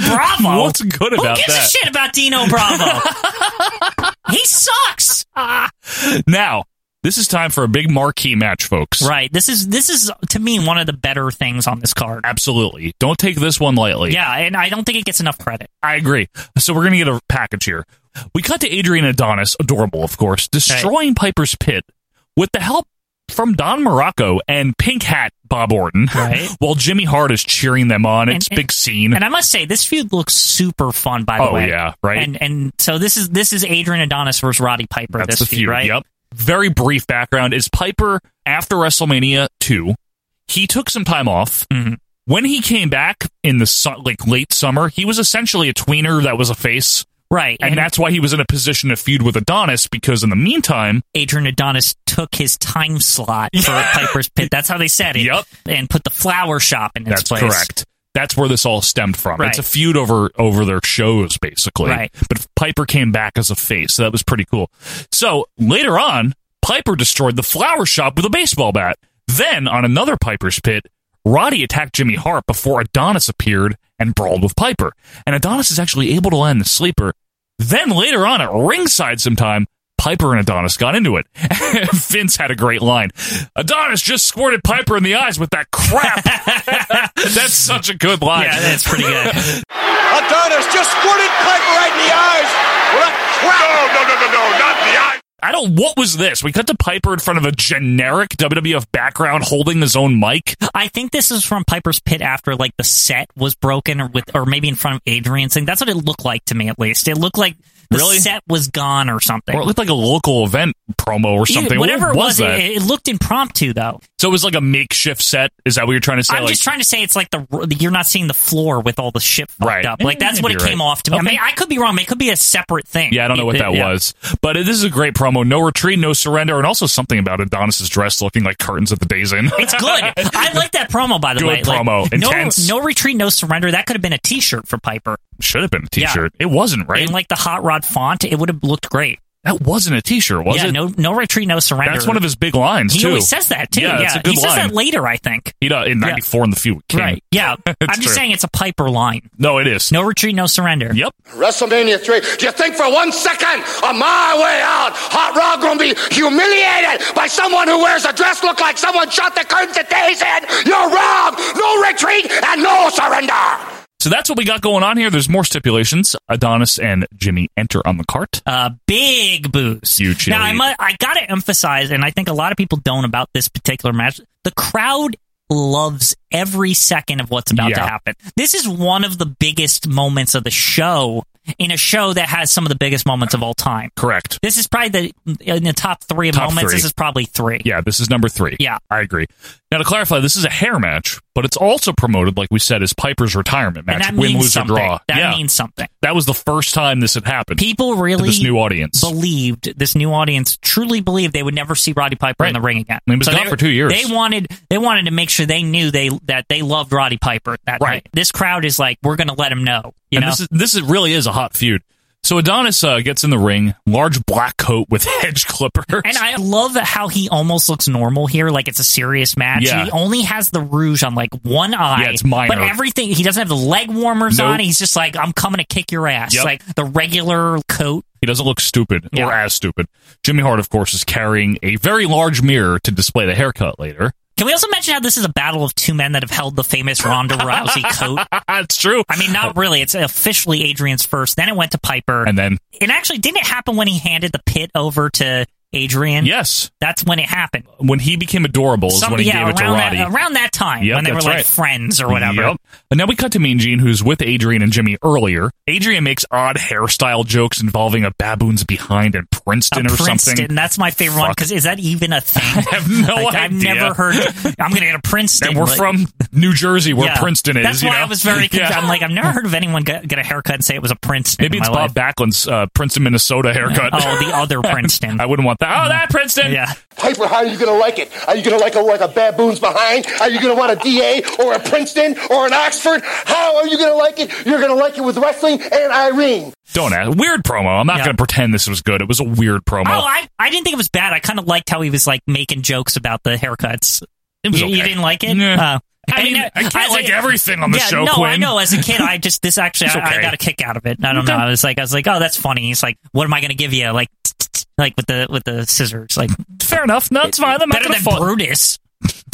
Speaker 4: Bravo.
Speaker 1: what's good about
Speaker 4: Who gives
Speaker 1: that?
Speaker 4: a shit about Dino Bravo? he sucks.
Speaker 1: Now, This is time for a big marquee match, folks.
Speaker 4: Right. This is this is to me one of the better things on this card.
Speaker 1: Absolutely. Don't take this one lightly.
Speaker 4: Yeah, and I don't think it gets enough credit.
Speaker 1: I agree. So we're gonna get a package here. We cut to Adrian Adonis, adorable, of course, destroying Piper's Pit with the help from Don Morocco and Pink Hat Bob Orton,
Speaker 4: Right.
Speaker 1: while Jimmy Hart is cheering them on.
Speaker 4: And-
Speaker 1: It's big scene.
Speaker 4: And I must say, this feud looks super fun. By the
Speaker 1: Oh,
Speaker 4: way,
Speaker 1: yeah, right?
Speaker 4: And and so this is this is Adrian Adonis versus Roddy Piper.
Speaker 1: That's
Speaker 4: this
Speaker 1: the feud,
Speaker 4: right?
Speaker 1: Yep. Very brief background is Piper after WrestleMania two, he took some time off. When he came back in the su- like late summer, he was essentially a tweener that was a face,
Speaker 4: Right,
Speaker 1: and,
Speaker 4: and-
Speaker 1: that's why he was in a position to feud with Adonis because in the meantime,
Speaker 4: Adrian Adonis took his time slot for Piper's Pit. That's how they said it.
Speaker 1: Yep.
Speaker 4: And put the flower shop in
Speaker 1: that's
Speaker 4: its place.
Speaker 1: correct. That's where this all stemmed from.
Speaker 4: Right.
Speaker 1: It's a feud over over their shows basically.
Speaker 4: Right.
Speaker 1: But Piper came back as a face, so that was pretty cool. So later on, Piper destroyed the flower shop with a baseball bat. Then on another Piper's pit, Roddy attacked Jimmy Hart before Adonis appeared and brawled with Piper. And Adonis is actually able to land the sleeper. Then later on at ringside sometime, Piper and Adonis got into it. Vince had a great line. Adonis just squirted Piper in the eyes with that crap. that's such a good line.
Speaker 4: Yeah, that's pretty good.
Speaker 15: Adonis just squirted Piper right in the eyes. What
Speaker 11: No, no, no, no, not in the eye.
Speaker 1: I don't. What was this? We cut to Piper in front of a generic WWF background holding his own mic.
Speaker 4: I think this is from Piper's Pit after like the set was broken, or with, or maybe in front of Adrian's thing. That's what it looked like to me, at least. It looked like the
Speaker 1: Really?
Speaker 4: set was gone or something.
Speaker 1: Or it looked like a local event promo or
Speaker 4: Either-
Speaker 1: something. What
Speaker 4: whatever it was,
Speaker 1: that?
Speaker 4: it, it looked impromptu though.
Speaker 1: so it was like a makeshift set. Is that what you're trying to say?
Speaker 4: I'm
Speaker 1: Like-
Speaker 4: just trying to say it's like the r- you're not seeing the floor with all the shit fucked
Speaker 1: Right.
Speaker 4: up. Like that's what it
Speaker 1: Maybe you're
Speaker 4: came
Speaker 1: right.
Speaker 4: off to me. I
Speaker 1: Okay.
Speaker 4: mean, I could be wrong. It could be a separate thing.
Speaker 1: yeah, I don't know what
Speaker 4: It-
Speaker 1: that
Speaker 4: yeah.
Speaker 1: was, but it, this is a great promo. No retreat, no surrender, and also something about Adonis's dress looking like curtains at the Days Inn.
Speaker 4: It's good. I like that promo by the
Speaker 1: Good
Speaker 4: way. Like,
Speaker 1: promo.
Speaker 4: no,
Speaker 1: Intense.
Speaker 4: no retreat, no surrender. That could have been a T-shirt for Piper.
Speaker 1: Should have been a T-shirt. It wasn't, right?
Speaker 4: In like the hot rod font, it would have looked great.
Speaker 1: that wasn't a T-shirt, was
Speaker 4: yeah,
Speaker 1: it?
Speaker 4: no, no retreat, no surrender.
Speaker 1: That's one of his big lines
Speaker 4: He
Speaker 1: too.
Speaker 4: always says that too.
Speaker 1: Yeah,
Speaker 4: Yeah,
Speaker 1: that's a good
Speaker 4: he
Speaker 1: line.
Speaker 4: says that later, I think.
Speaker 1: He does in
Speaker 4: Yeah.
Speaker 1: '94 in the feud. with King.
Speaker 4: Right. Yeah, I'm
Speaker 1: It's
Speaker 4: just
Speaker 1: true.
Speaker 4: saying it's a Piper line.
Speaker 1: No, it is.
Speaker 4: No retreat, no surrender.
Speaker 1: Yep.
Speaker 5: WrestleMania 3. Do you think for one second on my way out, Hot Rod gonna be humiliated by someone who wears a dress look like someone shot the curtains at days in? You're wrong! No retreat and no surrender!
Speaker 1: So that's what we got going on here. There's more stipulations. Adonis and Jimmy enter on the cart.
Speaker 4: uh, big boost.
Speaker 1: Huge
Speaker 4: Now I,
Speaker 1: lead.
Speaker 4: mu- I gotta emphasize, and I think a lot of people don't about this particular match. The crowd loves every second of what's about to
Speaker 1: Yeah.
Speaker 4: happen. This is one of the biggest moments of the show in a show that has some of the biggest moments of all time.
Speaker 1: Correct.
Speaker 4: This is probably the in the top three of
Speaker 1: Top
Speaker 4: moments.
Speaker 1: three.
Speaker 4: This is probably three.
Speaker 1: Yeah, this is number three.
Speaker 4: Yeah.
Speaker 1: I agree. Now, to clarify, this is a hair match, but it's also promoted, like we said, as Piper's retirement
Speaker 4: and
Speaker 1: match.
Speaker 4: that
Speaker 1: Win,
Speaker 4: means
Speaker 1: lose,
Speaker 4: something.
Speaker 1: or draw.
Speaker 4: That
Speaker 1: yeah.
Speaker 4: means something.
Speaker 1: that was the first time this had happened
Speaker 4: People
Speaker 1: to
Speaker 4: really
Speaker 1: this new audience.
Speaker 4: believed this new audience truly believed they would never see Roddy Piper
Speaker 1: Right.
Speaker 4: in the ring again.
Speaker 1: I mean, he was gone
Speaker 4: they,
Speaker 1: for two years.
Speaker 4: They wanted they wanted to make sure they knew they that they loved Roddy Piper that
Speaker 1: Right.
Speaker 4: night. This crowd is like, we're gonna let him know. You
Speaker 1: and
Speaker 4: know,
Speaker 1: this is this is really is a hot feud. So Adonis uh, gets in the ring, large black coat with hedge clippers.
Speaker 4: and I love how he almost looks normal here, like it's a serious match.
Speaker 1: Yeah.
Speaker 4: He only has the rouge on like one eye.
Speaker 1: Yeah, it's minor.
Speaker 4: But everything he doesn't have the leg warmers
Speaker 1: Nope.
Speaker 4: on. He's just like, I'm coming to kick your ass.
Speaker 1: Yep.
Speaker 4: Like the regular coat.
Speaker 1: He doesn't look stupid
Speaker 4: Yeah.
Speaker 1: or as stupid. Jimmy Hart, of course, is carrying a very large mirror to display the haircut later.
Speaker 4: Can we also mention how this is a battle of two men that have held the famous Ronda Rousey coat?
Speaker 1: it's true.
Speaker 4: uh, I mean, not really. It's officially Adrian's first. Then it went to Piper.
Speaker 1: Oh. And then
Speaker 4: it actually didn't it happen when he handed the pit over to Adrian.
Speaker 1: yes,
Speaker 4: That's when it happened.
Speaker 1: when he became adorable is
Speaker 4: Some-
Speaker 1: when he
Speaker 4: yeah,
Speaker 1: gave it to
Speaker 4: around
Speaker 1: Roddy.
Speaker 4: That, around that time
Speaker 1: Yep,
Speaker 4: when they were
Speaker 1: that's
Speaker 4: like
Speaker 1: right.
Speaker 4: friends or whatever.
Speaker 1: Yep. And now we cut to Mean Gene, who's with Adrian and Jimmy earlier. Adrian makes odd hairstyle jokes involving a baboon's behind and
Speaker 4: A
Speaker 1: Princeton or
Speaker 4: Princeton.
Speaker 1: something.
Speaker 4: That's my favorite one
Speaker 1: Fuck.
Speaker 4: because is that even a thing? I
Speaker 1: have no
Speaker 4: I've
Speaker 1: idea.
Speaker 4: never heard. I'm gonna get a Princeton.
Speaker 1: and we're
Speaker 4: like-
Speaker 1: from New Jersey, where
Speaker 4: Yeah.
Speaker 1: Princeton is.
Speaker 4: That's
Speaker 1: you
Speaker 4: why
Speaker 1: know?
Speaker 4: I was very.
Speaker 1: Yeah.
Speaker 4: Confused. I'm like, I've never heard of anyone get, get a haircut and say it was a Princeton.
Speaker 1: Maybe
Speaker 4: in
Speaker 1: it's
Speaker 4: my
Speaker 1: Bob Backlund's uh, Princeton, Minnesota haircut.
Speaker 4: Life. Oh, the other Princeton.
Speaker 1: I wouldn't want that. Oh, that Princeton.
Speaker 4: yeah.
Speaker 5: Piper, how are you gonna like it? Are you gonna like a like a baboon's behind? Are you gonna want a DA or a Princeton or an Oxford? How are you gonna like it? You're gonna like it with wrestling and Irene.
Speaker 1: Don't ask. Weird promo. I'm not
Speaker 4: Yeah.
Speaker 1: going to pretend this was good. It was a weird promo.
Speaker 4: Oh, I, I didn't think it was bad. I kind of liked how he was like making jokes about the haircuts.
Speaker 1: It was
Speaker 4: you, you
Speaker 1: okay.
Speaker 4: didn't like it?
Speaker 1: Nah.
Speaker 4: Oh.
Speaker 1: I mean, I can't
Speaker 4: as
Speaker 1: like everything on the
Speaker 4: yeah,
Speaker 1: show,
Speaker 4: No, I
Speaker 1: Quinn.
Speaker 4: know. As a kid, I just this actually,
Speaker 1: It's
Speaker 4: I, I
Speaker 1: okay.
Speaker 4: got a kick out of it. I don't know. I was like, I was like, oh, that's funny. He's like, what am I going to give you? Like, t- t- t- like with the with the scissors. Like
Speaker 1: Fair enough. No, it's fine. I'm not
Speaker 4: better
Speaker 1: gonna
Speaker 4: than
Speaker 1: fault-
Speaker 4: Brutus.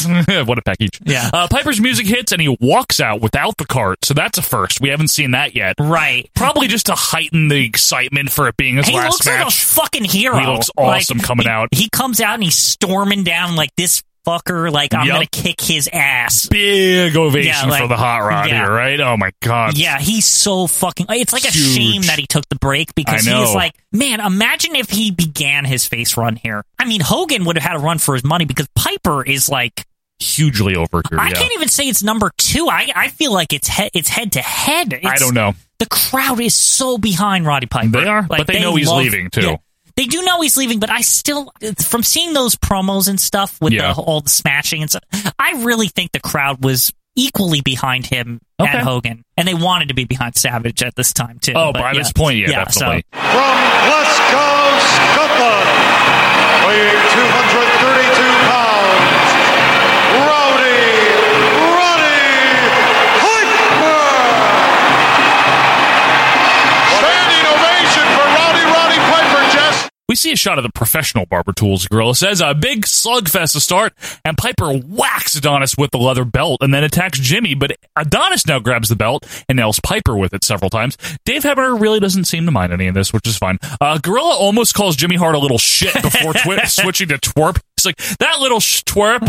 Speaker 1: what a package.
Speaker 4: Yeah.
Speaker 1: Uh, Piper's music hits and he walks out without the cart, so that's a first. We haven't seen that yet.
Speaker 4: Right.
Speaker 1: Probably just to heighten the excitement for it being his
Speaker 4: He
Speaker 1: last
Speaker 4: looks like a
Speaker 1: match.
Speaker 4: fucking hero.
Speaker 1: He looks
Speaker 4: Like,
Speaker 1: awesome coming out.
Speaker 4: he comes out and he's storming down like this fucker. Like I'm
Speaker 1: Yup.
Speaker 4: gonna kick his ass.
Speaker 1: Big ovation
Speaker 4: Yeah, like-
Speaker 1: for the hot rod
Speaker 4: yeah.
Speaker 1: here, right? Oh my god.
Speaker 4: Yeah, he's so fucking. It's like a
Speaker 1: Huge.
Speaker 4: shame that he took the break because
Speaker 1: I
Speaker 4: he's
Speaker 1: know.
Speaker 4: like, man, imagine if he began his face run here. I mean, Hogan would have had a run for his money because Piper is like,
Speaker 1: Hugely over here.
Speaker 4: I
Speaker 1: yeah.
Speaker 4: can't even say it's number two. I, I feel like it's he- it's head to head.
Speaker 1: I
Speaker 4: It's-
Speaker 1: don't know.
Speaker 4: The crowd is so behind Roddy Piper.
Speaker 1: They are,
Speaker 4: Like,
Speaker 1: but they, know he's
Speaker 4: love-
Speaker 1: leaving too.
Speaker 4: yeah. They do know he's leaving, but I still, from seeing those promos and stuff with
Speaker 1: Yeah.
Speaker 4: the, all the smashing and stuff, I really think the crowd was equally behind him
Speaker 1: Okay.
Speaker 4: and Hogan, and they wanted to be behind Savage at this time too.
Speaker 1: Oh,
Speaker 4: but
Speaker 1: by
Speaker 4: yeah.
Speaker 1: this point, yeah, definitely.
Speaker 4: So,
Speaker 2: From Glasgow, Scotland, weighing 232 pounds, Rowdy Roddy Piper! Standing ovation for Rowdy Roddy Piper, Jess!
Speaker 1: We see a shot of the professional barber tools gorilla says a big slugfest to start, and Piper whacks Adonis with the leather belt and then attacks Jimmy, but Adonis now grabs the belt and nails Piper with it several times. Dave Hebner really doesn't seem to mind any of this, which is fine. Uh, gorilla almost calls Jimmy Hart a little shit before twi- switching to twerp. He's like, that little sh- twerp.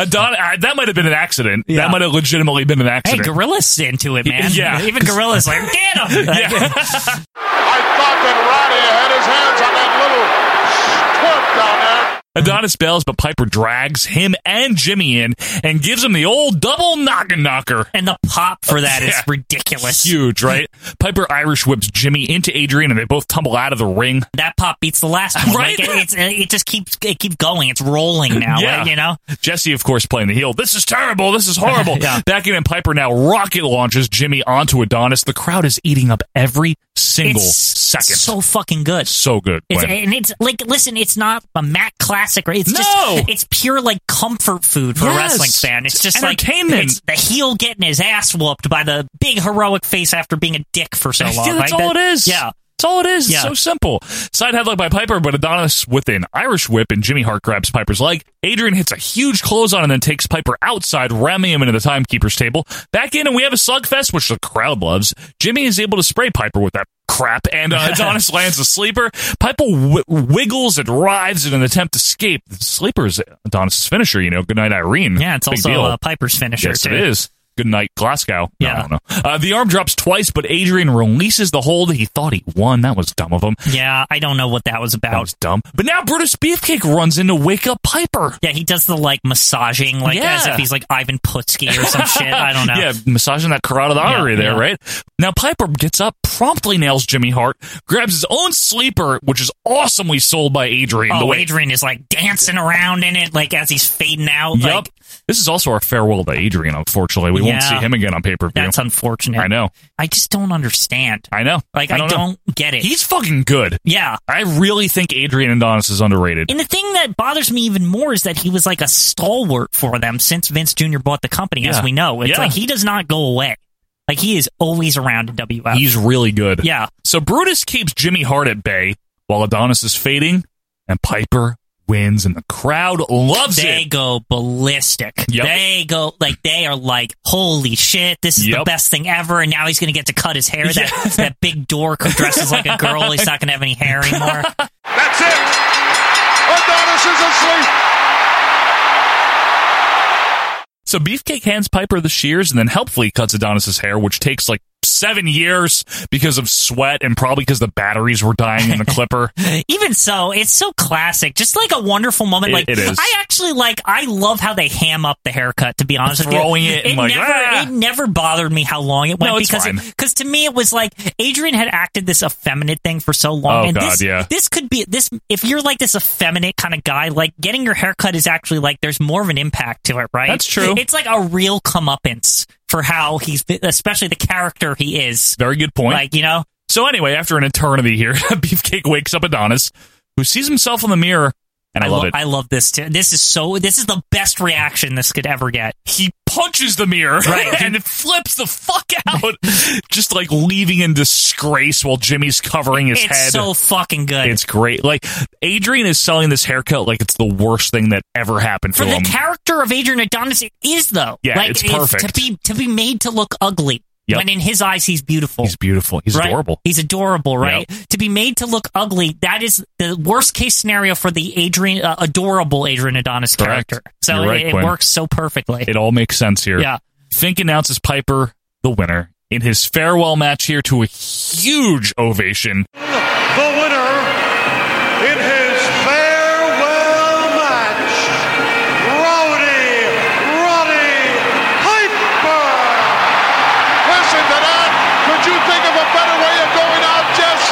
Speaker 1: Adonis, uh, that might have been an accident.
Speaker 4: Yeah.
Speaker 1: That might have legitimately been an
Speaker 4: Hey,
Speaker 1: accident.
Speaker 4: Gorilla's into it, man.
Speaker 1: Yeah.
Speaker 4: even Gorilla's like, get him. Like,
Speaker 2: I thought that Roddy had his hands on that little twerp down there.
Speaker 1: Adonis bails, but Piper drags him and Jimmy in and gives him the old double knockin' knocker.
Speaker 4: And the pop for that is
Speaker 1: Yeah.
Speaker 4: ridiculous.
Speaker 1: Huge, right? Piper Irish whips Jimmy into Adrian, and they both tumble out of the ring.
Speaker 4: That pop beats the last one.
Speaker 1: Right?
Speaker 4: Like, it, it's, it just keeps it keep going. It's rolling now.
Speaker 1: Yeah.
Speaker 4: like, you know.
Speaker 1: Jesse, of course, playing the heel. This is terrible. This is horrible.
Speaker 4: Yeah.
Speaker 1: Back in, and Piper now rocket launches Jimmy onto Adonis. The crowd is eating up every single
Speaker 4: it's
Speaker 1: second.
Speaker 4: so fucking good.
Speaker 1: So good.
Speaker 4: It's,
Speaker 1: Glenn.
Speaker 4: and it's like, listen, it's not a Matt classic, right? It's
Speaker 1: No!
Speaker 4: just, it's pure like comfort food for a
Speaker 1: Yes.
Speaker 4: wrestling fan. It's just like
Speaker 1: Entertainment.
Speaker 4: It's the heel getting his ass whooped by the big heroic face after being a dick for so long.
Speaker 1: Yeah, that's
Speaker 4: right?
Speaker 1: all
Speaker 4: That-
Speaker 1: it is.
Speaker 4: Yeah.
Speaker 1: That's all it is. It's
Speaker 4: Yeah.
Speaker 1: so simple. Side headlock by Piper, but Adonis with an Irish whip, and Jimmy Hart grabs Piper's leg. Adrian hits a huge clothesline and then takes Piper outside, ramming him into the timekeeper's table. Back in, and we have a slugfest, which the crowd loves. Jimmy is able to spray Piper with that crap, and uh, Adonis lands a sleeper. Piper w- wiggles and writhes in an attempt to escape. The sleeper is Adonis' finisher, you know. Good night, Irene.
Speaker 4: Yeah, it's
Speaker 1: Big
Speaker 4: also
Speaker 1: deal.
Speaker 4: uh, Piper's finisher.
Speaker 1: Yes,
Speaker 4: too.
Speaker 1: it is. Good night, Glasgow. No,
Speaker 4: Yeah.
Speaker 1: I don't know. Uh, the arm drops twice, but Adrian releases the hold. He thought he won. That was dumb of him.
Speaker 4: Yeah, I don't know what that was
Speaker 1: That
Speaker 4: about.
Speaker 1: was dumb. But now Brutus Beefcake runs in to wake up Piper.
Speaker 4: yeah, he does the like massaging, like as
Speaker 1: Yeah.
Speaker 4: if he's like Ivan Putski or some shit. I don't know.
Speaker 1: Yeah, massaging that carotid artery
Speaker 4: Oh, Yeah,
Speaker 1: there,
Speaker 4: yeah.
Speaker 1: right? Now Piper gets up, promptly nails Jimmy Hart, grabs his own sleeper, which is awesomely sold by Adrian. the
Speaker 4: Oh,
Speaker 1: way-
Speaker 4: Adrian is like dancing around in it, like as he's fading out.
Speaker 1: Yep.
Speaker 4: Like,
Speaker 1: this is also our farewell to Adrian, unfortunately. We won't
Speaker 4: Yeah.
Speaker 1: see him again on pay per view.
Speaker 4: that's unfortunate.
Speaker 1: I know.
Speaker 4: I just don't understand.
Speaker 1: I know.
Speaker 4: Like I don't,
Speaker 1: know.
Speaker 4: get it.
Speaker 1: He's fucking good.
Speaker 4: yeah.
Speaker 1: I really think Adrian Adonis is underrated.
Speaker 4: And the thing that bothers me even more is that he was like a stalwart for them since Vince Jr. bought the company,
Speaker 1: Yeah.
Speaker 4: as we know. It's
Speaker 1: Yeah.
Speaker 4: like he does not go away. Like he is always around in WF.
Speaker 1: He's really good.
Speaker 4: yeah.
Speaker 1: Uh, So Brutus keeps Jimmy Hart at bay while Adonis is fading, and Piper wins, and the crowd loves
Speaker 4: They
Speaker 1: it.
Speaker 4: go ballistic.
Speaker 1: Yep.
Speaker 4: They go like they are like, holy shit, this is the
Speaker 1: Yep.
Speaker 4: best thing ever. And now he's gonna get to cut his hair. That that big dork who dresses like a girl, he's not gonna have any hair anymore.
Speaker 2: That's it. Adonis is asleep.
Speaker 1: So Beefcake hands Piper the shears and then helpfully cuts Adonis's hair, which takes like seven years because of sweat and probably because the batteries were dying in the clipper.
Speaker 4: Even so, it's so classic. Just like a wonderful moment.
Speaker 1: It-
Speaker 4: like
Speaker 1: it is.
Speaker 4: I actually like. I love how they ham up the haircut. To be honest,
Speaker 1: Throwing
Speaker 4: with you.
Speaker 1: it and like,
Speaker 4: never,
Speaker 1: "Ah."
Speaker 4: it never bothered me how long it went
Speaker 1: No, it's
Speaker 4: because
Speaker 1: fine.
Speaker 4: because to me it was like Adrian had acted this effeminate thing for so long.
Speaker 1: Oh,
Speaker 4: and
Speaker 1: God,
Speaker 4: this,
Speaker 1: yeah.
Speaker 4: this could be this if you're like this effeminate kind of guy. Like getting your haircut is actually like there's more of an impact to it, right?
Speaker 1: That's true.
Speaker 4: It's like a real comeuppance for how he's, been- especially the character he is.
Speaker 1: Very good point.
Speaker 4: Like you know,
Speaker 1: so anyway, after an eternity here, Beefcake wakes up Adonis, who sees himself in the mirror, and I, love
Speaker 4: lo-
Speaker 1: it.
Speaker 4: I love this too. This is so. This is the best reaction this could ever get.
Speaker 1: he punches the mirror
Speaker 4: Right.
Speaker 1: and it flips the fuck out, just like leaving in disgrace while Jimmy's covering his
Speaker 4: It's
Speaker 1: head.
Speaker 4: so fucking good.
Speaker 1: it's great. Like Adrian is selling this haircut like it's the worst thing that ever happened
Speaker 4: for
Speaker 1: to
Speaker 4: the
Speaker 1: him.
Speaker 4: character of Adrian Adonis, it is though.
Speaker 1: Yeah,
Speaker 4: like,
Speaker 1: it's
Speaker 4: to
Speaker 1: perfect.
Speaker 4: be to be made to look ugly.
Speaker 1: Yep.
Speaker 4: When in his eyes he's beautiful.
Speaker 1: He's beautiful. He's
Speaker 4: right?
Speaker 1: adorable.
Speaker 4: He's adorable, right? To be made to look ugly, that is the worst case scenario for the Adrian, uh, adorable Adrian Adonis
Speaker 1: Correct.
Speaker 4: character. So
Speaker 1: You're
Speaker 4: it-
Speaker 1: right,
Speaker 4: it,
Speaker 1: Quinn.
Speaker 4: works so perfectly.
Speaker 1: It all makes sense here.
Speaker 4: Yeah.
Speaker 1: Fink announces Piper the winner in his farewell match here to a huge ovation.
Speaker 16: the winner in his farewell match, Rowdy Roddy Piper.
Speaker 2: Listen to that. Could you think of a better way of going out, Jess?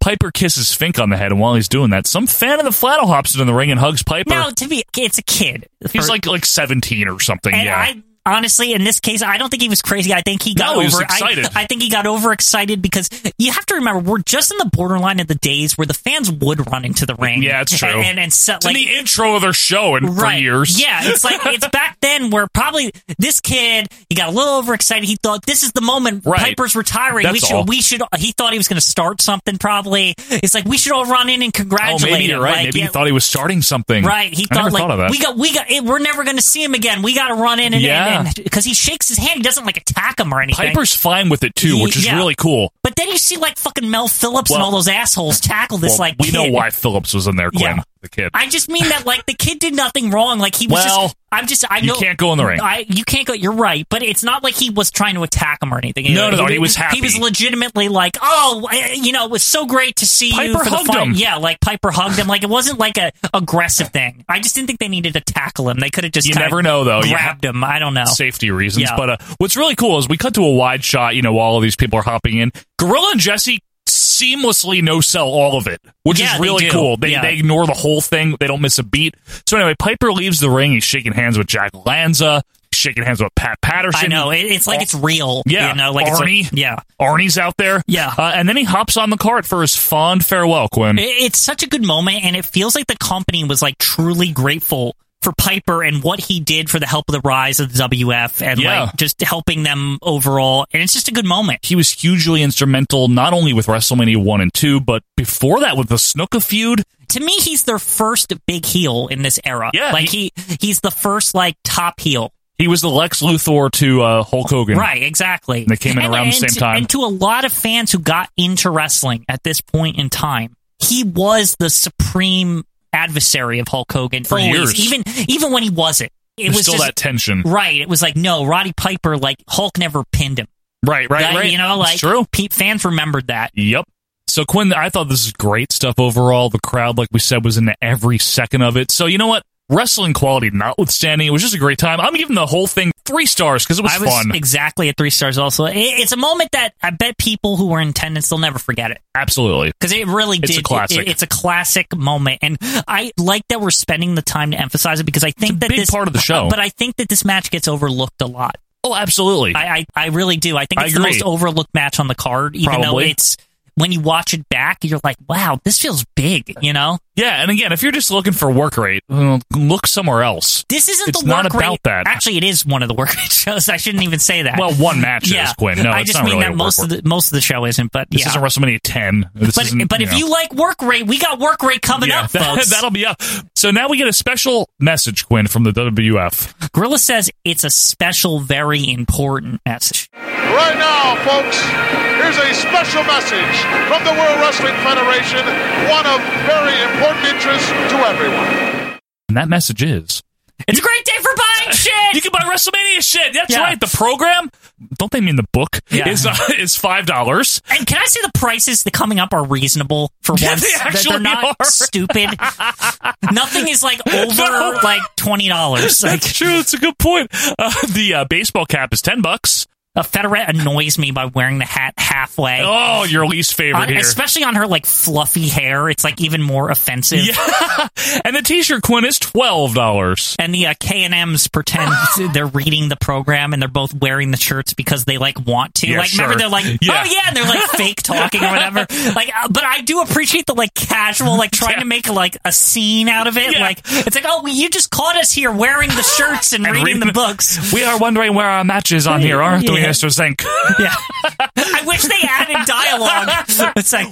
Speaker 1: Piper kisses Fink on the head, and while he's doing that, some fan of the Flannel hops into the ring and hugs Piper.
Speaker 4: No, to be, it's a kid.
Speaker 1: he's like like seventeen or something.
Speaker 4: And
Speaker 1: yeah,
Speaker 4: I honestly, in this case, I don't think he was crazy. I think he got
Speaker 1: No,
Speaker 4: over
Speaker 1: he was excited.
Speaker 4: I, I think he got overexcited because you have to remember we're just in the borderline of the days where the fans would run into the ring.
Speaker 1: yeah, it's true.
Speaker 4: And and, and set,
Speaker 1: it's
Speaker 4: like
Speaker 1: in the intro of their show in
Speaker 4: right.
Speaker 1: three years.
Speaker 4: Yeah, it's like it's back then where probably this kid he got a little overexcited. He thought this is the moment
Speaker 1: Right.
Speaker 4: Piper's retiring. we
Speaker 1: That's
Speaker 4: should
Speaker 1: all.
Speaker 4: we should he thought he was going to start something probably. It's like we should all run in and
Speaker 1: Oh,
Speaker 4: congratulate
Speaker 1: maybe
Speaker 4: him.
Speaker 1: you're right.
Speaker 4: Like,
Speaker 1: maybe
Speaker 4: yeah,
Speaker 1: he thought he was starting something.
Speaker 4: Right, he
Speaker 1: Mm. I
Speaker 4: thought
Speaker 1: never
Speaker 4: like
Speaker 1: thought of that.
Speaker 4: we got we got it, we're never going to see him again. We got to run in and
Speaker 1: Yeah.
Speaker 4: and because he shakes his hand, he doesn't like attack him or anything.
Speaker 1: Piper's fine with it too,
Speaker 4: He-
Speaker 1: which is
Speaker 4: yeah.
Speaker 1: really cool.
Speaker 4: but then you see like fucking Mel Phillips and
Speaker 1: Well-
Speaker 4: all those assholes tackle this
Speaker 1: Well,
Speaker 4: like
Speaker 1: we know
Speaker 4: kid.
Speaker 1: why Phillips was in there, Quinn,
Speaker 4: Yeah.
Speaker 1: the kid.
Speaker 4: I just mean that like the kid did nothing wrong. Like he was
Speaker 1: Well,
Speaker 4: just I'm just I
Speaker 1: you
Speaker 4: know
Speaker 1: can't go in the ring.
Speaker 4: I you can't go you're right, but it's not like he was trying to attack him or anything.
Speaker 1: No, no, no, he was
Speaker 4: He was
Speaker 1: happy.
Speaker 4: legitimately like, "Oh, eh, you know, it was so great to see you
Speaker 1: Piper
Speaker 4: for
Speaker 1: hugged
Speaker 4: the fight."
Speaker 1: him.
Speaker 4: Yeah, like Piper hugged him. Like it wasn't like a aggressive thing. I just didn't think they needed to tackle him. They could have just
Speaker 1: You
Speaker 4: kinda
Speaker 1: never know, though. You
Speaker 4: grabbed him. I don't know.
Speaker 1: safety reasons.
Speaker 4: Yeah.
Speaker 1: But uh, what's really cool is we cut to a wide shot. You know, while all of these people are hopping in, Gorilla and Jesse seamlessly no sell all of it, which
Speaker 4: Yeah,
Speaker 1: is
Speaker 4: they
Speaker 1: really
Speaker 4: do.
Speaker 1: cool. They
Speaker 4: Yeah.
Speaker 1: they ignore the whole thing. They don't miss a beat. So anyway, Piper leaves the ring. He's shaking hands with Jack Lanza. Shaking hands with Pat Patterson.
Speaker 4: I know. It, it's like it's real.
Speaker 1: Yeah,
Speaker 4: you know, like
Speaker 1: Arnie.
Speaker 4: It's like, yeah.
Speaker 1: Arnie's out there.
Speaker 4: Yeah.
Speaker 1: Uh, and then he hops on the cart for his fond farewell, Quinn.
Speaker 4: It- It's such a good moment, and it feels like the company was like truly grateful for Piper and what he did for the help of the rise of the WF and
Speaker 1: Yeah.
Speaker 4: like just helping them overall. And it's just a good moment.
Speaker 1: he was hugely instrumental, not only with WrestleMania 1 and 2, but before that with the Snuka feud.
Speaker 4: To me, he's their first big heel in this era.
Speaker 1: Yeah,
Speaker 4: like he, he's the first like top heel.
Speaker 1: He was the Lex Luthor to uh, Hulk Hogan.
Speaker 4: Right, exactly.
Speaker 1: They came in around the same
Speaker 4: to,
Speaker 1: time.
Speaker 4: And to a lot of fans who got into wrestling at this point in time, he was the supreme adversary of Hulk Hogan
Speaker 1: For
Speaker 4: always,
Speaker 1: years.
Speaker 4: Even even when he wasn't, it
Speaker 1: There's
Speaker 4: was
Speaker 1: still
Speaker 4: just,
Speaker 1: that tension.
Speaker 4: Right. It was like, no, Roddy Piper, like, Hulk never pinned him.
Speaker 1: Right, right,
Speaker 4: That-
Speaker 1: right.
Speaker 4: You know,
Speaker 1: It's
Speaker 4: like,
Speaker 1: true.
Speaker 4: pe- fans remembered that.
Speaker 1: Yep. So Quinn, I thought this is great stuff overall. The crowd, like we said, was into every second of it. So you know what? Wrestling quality notwithstanding, it was just a great time. I'm giving the whole thing three stars because it was,
Speaker 4: I was
Speaker 1: fun.
Speaker 4: exactly at three stars also. It, it's a moment that I bet people who were in attendance, they'll never forget it.
Speaker 1: Absolutely.
Speaker 4: Because it really
Speaker 1: It's
Speaker 4: did.
Speaker 1: a classic.
Speaker 4: it- it's a classic moment, and I like that we're spending the time to emphasize it because I think that
Speaker 1: big
Speaker 4: this
Speaker 1: part of the show.
Speaker 4: But I think that this match gets overlooked a lot.
Speaker 1: Oh, absolutely.
Speaker 4: I, I, I really do. I think
Speaker 1: I
Speaker 4: it's the
Speaker 1: agree.
Speaker 4: most overlooked match on the card, even though
Speaker 1: Probably.
Speaker 4: it's when you watch it back, you're like, wow, this feels big. You know,
Speaker 1: yeah, and again, if you're just looking for work rate, uh, look somewhere else.
Speaker 4: this isn't
Speaker 1: It's
Speaker 4: the work
Speaker 1: not about
Speaker 4: rate-
Speaker 1: that.
Speaker 4: Actually, it is one of the work rate shows. I shouldn't even say that.
Speaker 1: Well, one match
Speaker 4: yeah,
Speaker 1: is Quinn. No,
Speaker 4: I
Speaker 1: it's
Speaker 4: just
Speaker 1: not
Speaker 4: mean
Speaker 1: really a
Speaker 4: that
Speaker 1: work
Speaker 4: most of
Speaker 1: rate.
Speaker 4: the most of the show isn't, but
Speaker 1: This
Speaker 4: yeah.
Speaker 1: isn't WrestleMania 10. This
Speaker 4: but
Speaker 1: isn't,
Speaker 4: but if
Speaker 1: know.
Speaker 4: you like work rate, we got work rate coming
Speaker 1: Yeah,
Speaker 4: up, folks.
Speaker 1: that'll be up. So now we get a special message, Quinn, from the WWF.
Speaker 4: Gorilla says it's a special, very important message.
Speaker 2: Right now, folks, here's a special message from the World Wrestling Federation, one of very important interest to everyone.
Speaker 1: And that message is
Speaker 4: It's a great day for buying shit.
Speaker 1: You can buy WrestleMania shit. That's
Speaker 4: Yeah.
Speaker 1: right. The program, don't they mean the book,
Speaker 4: Yeah.
Speaker 1: is, uh, is $5.
Speaker 4: And can I say the prices that coming up are reasonable for once?
Speaker 1: Yeah, they
Speaker 4: That
Speaker 1: actually
Speaker 4: they're not
Speaker 1: are.
Speaker 4: stupid. Nothing is like over
Speaker 1: No.
Speaker 4: like twenty dollars. Like
Speaker 1: That's true. That's a good point. Uh, the uh, baseball cap is 10 bucks.
Speaker 4: Uh, Federette annoys me by wearing the hat halfway.
Speaker 1: Oh, your least favorite
Speaker 4: On-
Speaker 1: here.
Speaker 4: Especially on her like fluffy hair. It's like even more offensive.
Speaker 1: Yeah. and the t-shirt Quinn is twelve dollars.
Speaker 4: And the uh, K&Ms pretend they're reading the program and they're both wearing the shirts because they like want to.
Speaker 1: Yeah,
Speaker 4: like
Speaker 1: sure.
Speaker 4: remember they're like,
Speaker 1: Yeah.
Speaker 4: "Oh yeah," and they're like fake talking or whatever. Like uh, but I do appreciate the like casual like trying to make like a scene out of it. Like it's like, "Oh, well, you just caught us here wearing the shirts and, reading, the books."
Speaker 1: We are wondering where our match is on here, aren't we,
Speaker 4: Yeah.
Speaker 1: Mr. Zink?
Speaker 4: Yeah. I wish they added dialogue. It's like,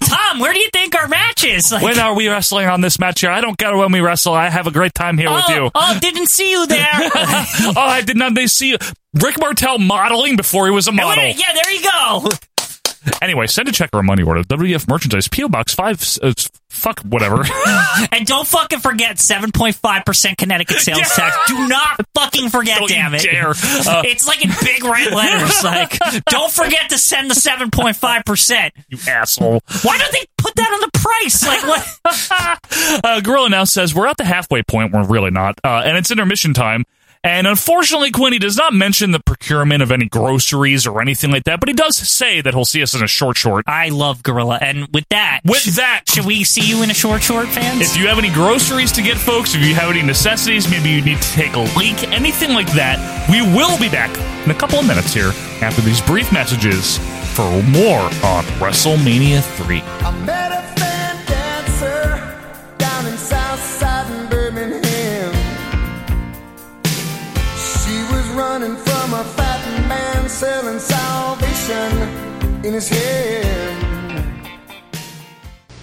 Speaker 4: Tom, where do you think our match is? Like,
Speaker 1: when are we wrestling on this match here? I don't care when we wrestle. I have a great time here with
Speaker 4: oh,
Speaker 1: you.
Speaker 4: Oh, didn't see you there.
Speaker 1: oh, I did not they see you. Rick Martel modeling before he was a model.
Speaker 4: yeah, there you go.
Speaker 1: Anyway, send a check or a money order. WF merchandise, PO Box five. Uh, fuck whatever.
Speaker 4: And don't fucking forget 7.5% Connecticut sales
Speaker 1: Yeah.
Speaker 4: tax. Do not fucking forget,
Speaker 1: Don't you
Speaker 4: damn it.
Speaker 1: dare. Uh,
Speaker 4: it's like in big red letters. Like, don't forget to send the 7.5%.
Speaker 1: you asshole.
Speaker 4: Why don't they put that on the price? Like, what?
Speaker 1: Uh, Gorilla now says we're at the halfway point. We're really not, uh, and it's intermission time. And unfortunately, Quinny does not mention the procurement of any groceries or anything like that, but he does say that he'll see us in a short short.
Speaker 4: I love Gorilla. And with that,
Speaker 1: With that,
Speaker 4: should we see you in a short short, fans?
Speaker 1: If you have any groceries to get, folks, if you have any necessities, maybe you need to take a leak, anything like that, we will be back in a couple of minutes here after these brief messages for more on WrestleMania 3.
Speaker 17: I met a fan dancer down in Southside in Birmingham. She was running from a fat man selling salvation in his hand.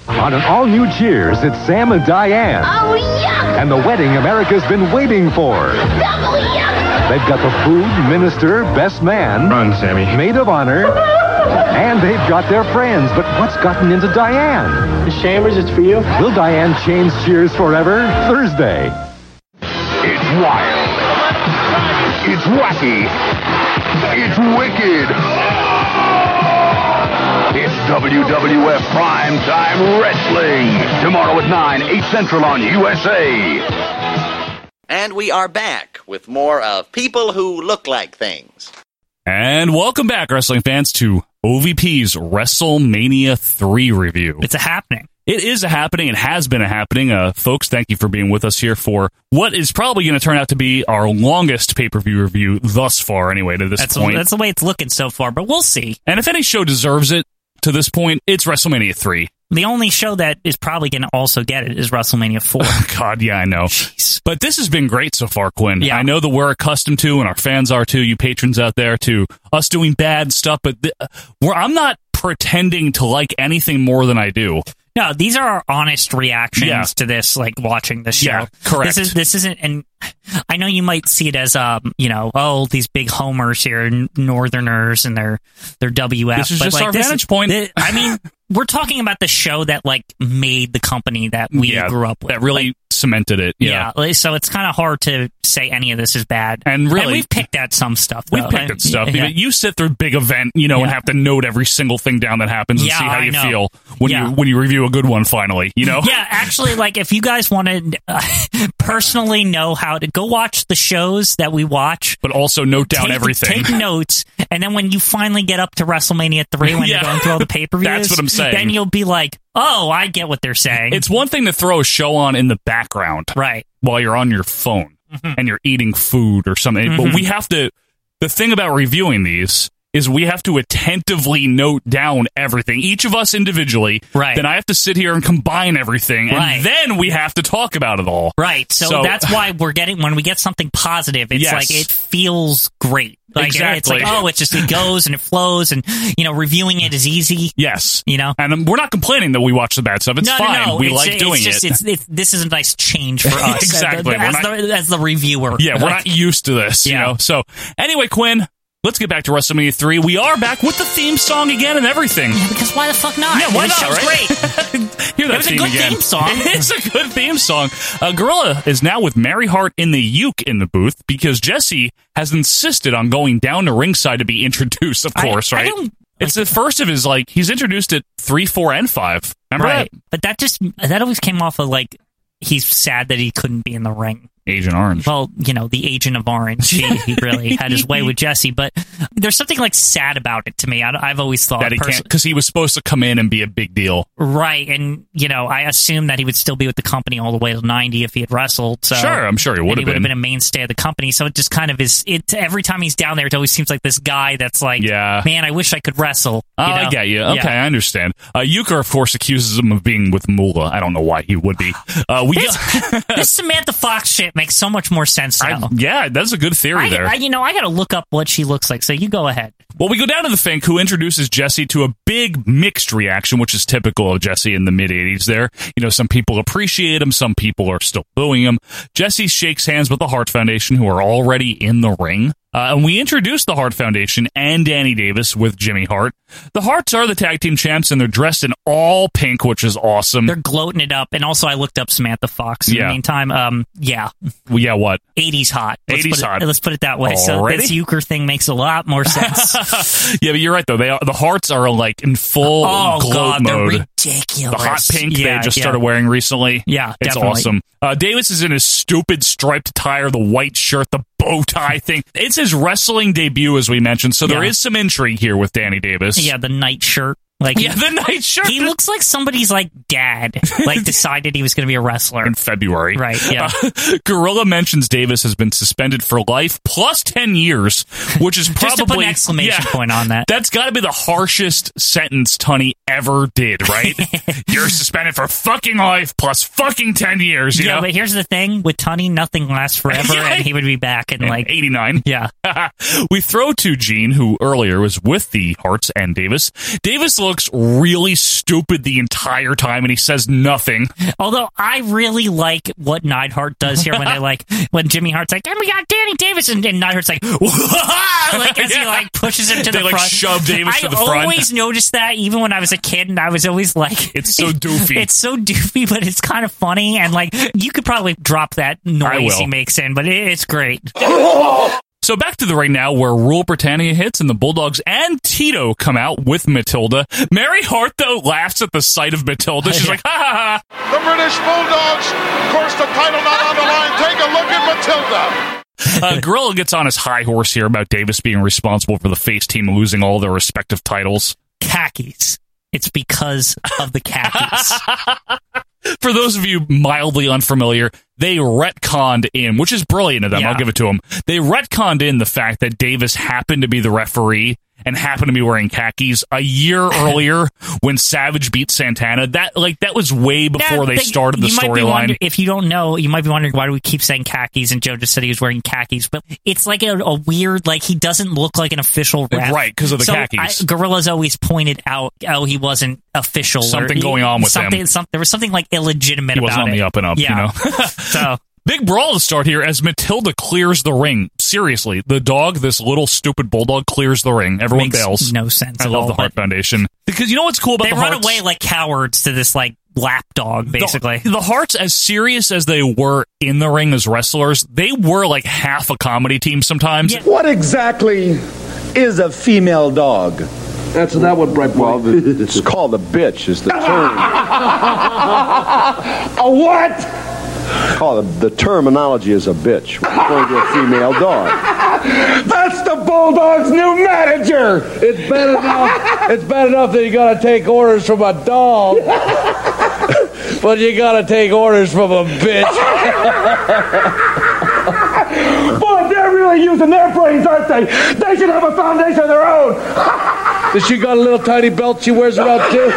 Speaker 18: On an all new Cheers, it's Sam and Diane.
Speaker 17: Oh, yuck!
Speaker 18: And the wedding America's been waiting for.
Speaker 17: Double yuck!
Speaker 18: They've got the food, minister, best man. Run, Sammy. Maid of honor. and they've got their friends. But what's gotten into Diane? Chambers, it's for you. Will Diane change Cheers forever? Thursday.
Speaker 19: It's wild. It's wacky. It's wicked. It's WWF Prime Time Wrestling. Tomorrow at 9, 8 Central on USA.
Speaker 20: And we are back with more of people who look like things.
Speaker 1: And welcome back, wrestling fans, to OVP's WrestleMania 3 review.
Speaker 4: It's a happening.
Speaker 1: It is a happening. It has been a happening. Uh, folks, thank you for being with us here for what is probably going to turn out to be our longest pay per view review thus far, anyway, to this
Speaker 4: that's,
Speaker 1: point.
Speaker 4: that's the way it's looking so far, but we'll see.
Speaker 1: and if any show deserves it to this point, it's WrestleMania 3.
Speaker 4: The only show that is probably going to also get it is WrestleMania 4.
Speaker 1: God, yeah, I know. But this has been great so far, Quinn.
Speaker 4: Yeah.
Speaker 1: I know that we're accustomed to, and our fans are too, you patrons out there, to us doing bad stuff. But th- we're, I'm not pretending to like anything more than I do.
Speaker 4: No, these are our honest reactions
Speaker 1: Yeah.
Speaker 4: to this, like watching this show.
Speaker 1: Yeah, correct.
Speaker 4: This is this isn't, and I know you might see it as, um, you know, oh, these big homers here, n- Northerners, and their their WF.
Speaker 1: This is
Speaker 4: but,
Speaker 1: just
Speaker 4: like,
Speaker 1: our
Speaker 4: this
Speaker 1: vantage
Speaker 4: is-
Speaker 1: point.
Speaker 4: thi- I mean, we're talking about the show that like made the company that we
Speaker 1: Yeah,
Speaker 4: grew up with.
Speaker 1: That really cemented it. Yeah.
Speaker 4: Yeah, like, so it's kind of hard to say any of this is bad.
Speaker 1: And really-
Speaker 4: we've picked at some stuff.
Speaker 1: We
Speaker 4: Though.
Speaker 1: picked at stuff.
Speaker 4: Yeah.
Speaker 1: You sit through big event, you know, and
Speaker 4: Yeah.
Speaker 1: have to note every single thing down that happens and
Speaker 4: Yeah,
Speaker 1: see how
Speaker 4: I
Speaker 1: you
Speaker 4: know.
Speaker 1: feel when
Speaker 4: Yeah.
Speaker 1: you when you review a good one finally. You know,
Speaker 4: yeah actually like if you guys want to uh, personally know how to go watch the shows that we watch
Speaker 1: but also note down
Speaker 4: take,
Speaker 1: everything.
Speaker 4: take notes and then when you finally get up to wrestlemania 3 when
Speaker 1: Yeah.
Speaker 4: you're going through all the pay-per-views
Speaker 1: That's what I'm saying.
Speaker 4: then you'll be like oh i get what they're saying
Speaker 1: It's one thing to throw a show on in the background,
Speaker 4: right? Mm-hmm.
Speaker 1: While you're on your phone and you're eating food or something. But
Speaker 4: Mhm.
Speaker 1: we have to. The thing about reviewing these is we have to attentively note down everything, each of us individually.
Speaker 4: Right.
Speaker 1: Then I have to sit here and combine everything,
Speaker 4: Right.
Speaker 1: and then we have to talk about it all.
Speaker 4: right so,
Speaker 1: So-
Speaker 4: that's why we're getting when we get something positive it's
Speaker 1: Yes.
Speaker 4: like it feels great like it's
Speaker 1: Exactly.
Speaker 4: like oh it just it goes and it flows and you know reviewing it is easy
Speaker 1: Yes.
Speaker 4: you know
Speaker 1: And um, we're not complaining that we watch the bad stuff. It's
Speaker 4: no,
Speaker 1: fine.
Speaker 4: No, no.
Speaker 1: We
Speaker 4: It's-
Speaker 1: like
Speaker 4: it's
Speaker 1: doing
Speaker 4: just,
Speaker 1: it.
Speaker 4: It's, it's, this is a nice change for us.
Speaker 1: Exactly.
Speaker 4: As,
Speaker 1: We're
Speaker 4: the, as the reviewer.
Speaker 1: Yeah, we're
Speaker 4: Like,
Speaker 1: not used to this, you know. So anyway, Quinn, let's get back to WrestleMania three. We are back with the theme song again and everything.
Speaker 4: Because why the fuck not?
Speaker 1: Yeah, why
Speaker 4: This
Speaker 1: not,
Speaker 4: show's
Speaker 1: right?
Speaker 4: great.
Speaker 1: Hear that
Speaker 4: It was a
Speaker 1: theme
Speaker 4: good
Speaker 1: again.
Speaker 4: theme song.
Speaker 1: it's a good theme song. Uh, Gorilla is now with Mary Hart in the Uke in the booth because Jesse has insisted on going down to ringside to be introduced. Of
Speaker 4: I-
Speaker 1: course,
Speaker 4: I
Speaker 1: right?
Speaker 4: don't-
Speaker 1: it's the first of his like he's introduced at three, four, and five. Remember
Speaker 4: right.
Speaker 1: that?
Speaker 4: But that just that always came off of like he's sad that he couldn't be in the ring.
Speaker 1: Agent Orange.
Speaker 4: Well, you know, the agent of Orange. He, he really had his way with Jesse, but there's something like sad about it to me. I, have always thought
Speaker 1: that he
Speaker 4: pers-
Speaker 1: can't because he was supposed to come in and be a big deal.
Speaker 4: Right, and you know, I assume that he would still be with the company all the way to ninety if he had wrestled. So
Speaker 1: Sure, I'm sure he
Speaker 4: And
Speaker 1: would have
Speaker 4: He would have
Speaker 1: been.
Speaker 4: been a mainstay of the company. So it just kind of is. It every time he's down there, it always seems like this guy that's like,
Speaker 1: Yeah.
Speaker 4: man, I wish I could wrestle.
Speaker 1: Oh,
Speaker 4: you
Speaker 1: I
Speaker 4: know?
Speaker 1: get you.
Speaker 4: Yeah.
Speaker 1: Okay, I understand. Uh, Euchre, of course, accuses him of being with Moolah. I don't know why he would be. Uh, we
Speaker 4: this Samantha Fox shit makes so much more sense now.
Speaker 1: yeah, that's a good theory
Speaker 4: I,
Speaker 1: there.
Speaker 4: I- you know, I got to look up what she looks like. So you go ahead.
Speaker 1: Well, we go down to the Fink, who introduces Jesse to a big mixed reaction, which is typical of Jesse in the mid 80s there. You know, some people appreciate him, some people are still booing him. Jesse shakes hands with the Hart Foundation, who are already in the ring. Uh, and we introduce the Hart Foundation and Danny Davis with Jimmy Hart. The Harts are the tag team champs, and they're dressed in all pink, which is awesome.
Speaker 4: They're gloating it up, and also I looked up Samantha Fox. In
Speaker 1: Yeah.
Speaker 4: the meantime, um, yeah,
Speaker 1: Well, yeah, what?
Speaker 4: 80s hot. Let's
Speaker 1: 80s
Speaker 4: put it,
Speaker 1: hot.
Speaker 4: Let's put it that way. So
Speaker 1: Alrighty.
Speaker 4: this euchre thing makes a lot more sense.
Speaker 1: yeah, but you're right though. They are, the hearts are like in full
Speaker 4: Oh,
Speaker 1: gloat
Speaker 4: God, they're
Speaker 1: mode.
Speaker 4: ridiculous.
Speaker 1: The hot pink
Speaker 4: Yeah,
Speaker 1: they just
Speaker 4: yeah.
Speaker 1: started wearing recently.
Speaker 4: Yeah,
Speaker 1: it's
Speaker 4: definitely.
Speaker 1: awesome. Uh, Davis is in his stupid striped attire, the white shirt, the bow tie thing. It's his wrestling debut, as we mentioned. So there
Speaker 4: Yeah.
Speaker 1: is some intrigue here with Danny Davis.
Speaker 4: Yeah, the night shirt. Like
Speaker 1: yeah, the night shirt.
Speaker 4: He looks like somebody's like dad, like decided he was going to be a wrestler.
Speaker 1: in February.
Speaker 4: Right, yeah.
Speaker 1: Uh, Gorilla mentions Davis has been suspended for life plus 10 years, which is probably.
Speaker 4: Just to put an exclamation
Speaker 1: Yeah.
Speaker 4: point on that.
Speaker 1: That's got to be the harshest sentence Tunney ever did, right? You're suspended for fucking life plus fucking 10 years, you
Speaker 4: yeah,
Speaker 1: know?
Speaker 4: but here's the thing with Tunny, nothing lasts forever,
Speaker 1: Yeah.
Speaker 4: and he would be back in like
Speaker 1: 89.
Speaker 4: yeah.
Speaker 1: we throw to Gene, who earlier was with the Hearts and Davis. Davis looks really stupid the entire time, and he says nothing.
Speaker 4: Although I really like what Neidhart does here when they like when Jimmy Hart's like, and we got Danny Davis, and, and Neidhart's like, like as he like pushes him to
Speaker 1: They,
Speaker 4: the
Speaker 1: like,
Speaker 4: front.
Speaker 1: shove Davis
Speaker 4: I
Speaker 1: to the front.
Speaker 4: always noticed that even when I was a kid, and I was always like,
Speaker 1: It's so doofy.
Speaker 4: it's so doofy, but it's kind of funny, and like you could probably drop that noise he
Speaker 1: will.
Speaker 4: makes in, but it, it's great.
Speaker 1: So back to the ring now, where Rule Britannia hits and the Bulldogs and Tito come out with Matilda. Mary Hart though laughs at the sight of Matilda. She's like, ha ha ha.
Speaker 2: The British Bulldogs, of course, the title not on the line. Take a look at Matilda.
Speaker 1: Uh, Gorilla gets on his high horse here about Davis being responsible for the face team losing all their respective titles.
Speaker 4: Khakis. It's because of the khakis.
Speaker 1: For those of you mildly unfamiliar, they retconned in, which is brilliant of them.
Speaker 4: Yeah.
Speaker 1: I'll give it to them. They retconned in the fact that Davis happened to be the referee and happened to be wearing khakis a year earlier when Savage beat Santana. That like that was way before
Speaker 4: Now,
Speaker 1: they started the
Speaker 4: you might be
Speaker 1: storyline.
Speaker 4: wonder- If you don't know, you might be wondering why do we keep saying khakis and Joe just said he was wearing khakis, but it's like a, a weird like he doesn't look like an official ref,
Speaker 1: Right, 'cause of the
Speaker 4: so
Speaker 1: khakis.
Speaker 4: I, Gorilla's always pointed out, oh, he wasn't official. or
Speaker 1: Something
Speaker 4: he-
Speaker 1: going on with
Speaker 4: something,
Speaker 1: him.
Speaker 4: some- there was something like illegitimate
Speaker 1: He
Speaker 4: about
Speaker 1: wasn't on
Speaker 4: it.
Speaker 1: the up and up, you
Speaker 4: Yeah.
Speaker 1: know?
Speaker 4: so
Speaker 1: Big brawl to start here as Matilda clears the ring. Seriously, the dog, this little stupid bulldog, clears the ring. Everyone
Speaker 4: Makes
Speaker 1: bails.
Speaker 4: no sense
Speaker 1: I
Speaker 4: at
Speaker 1: love
Speaker 4: all,
Speaker 1: the Heart
Speaker 4: but-
Speaker 1: Foundation because you know what's cool about
Speaker 4: they
Speaker 1: the
Speaker 4: run
Speaker 1: Hearts?
Speaker 4: away like cowards to this like lapdog, basically.
Speaker 1: The, the Hearts, as serious as they were in the ring as wrestlers, they were like half a comedy team sometimes.
Speaker 21: What exactly is a female dog? That's not what Brett. Well, the, it's called a bitch. Is the term?
Speaker 16: a what?
Speaker 21: called the terminology is a bitch. We're going to a female dog.
Speaker 16: That's the Bulldog's new manager. It's bad enough. it's bad enough that you got to take orders from a dog, but you got to take orders from a bitch. Boy, they're really using their brains, aren't they? They should have a foundation of their own. Does she got a little tiny belt she wears around too?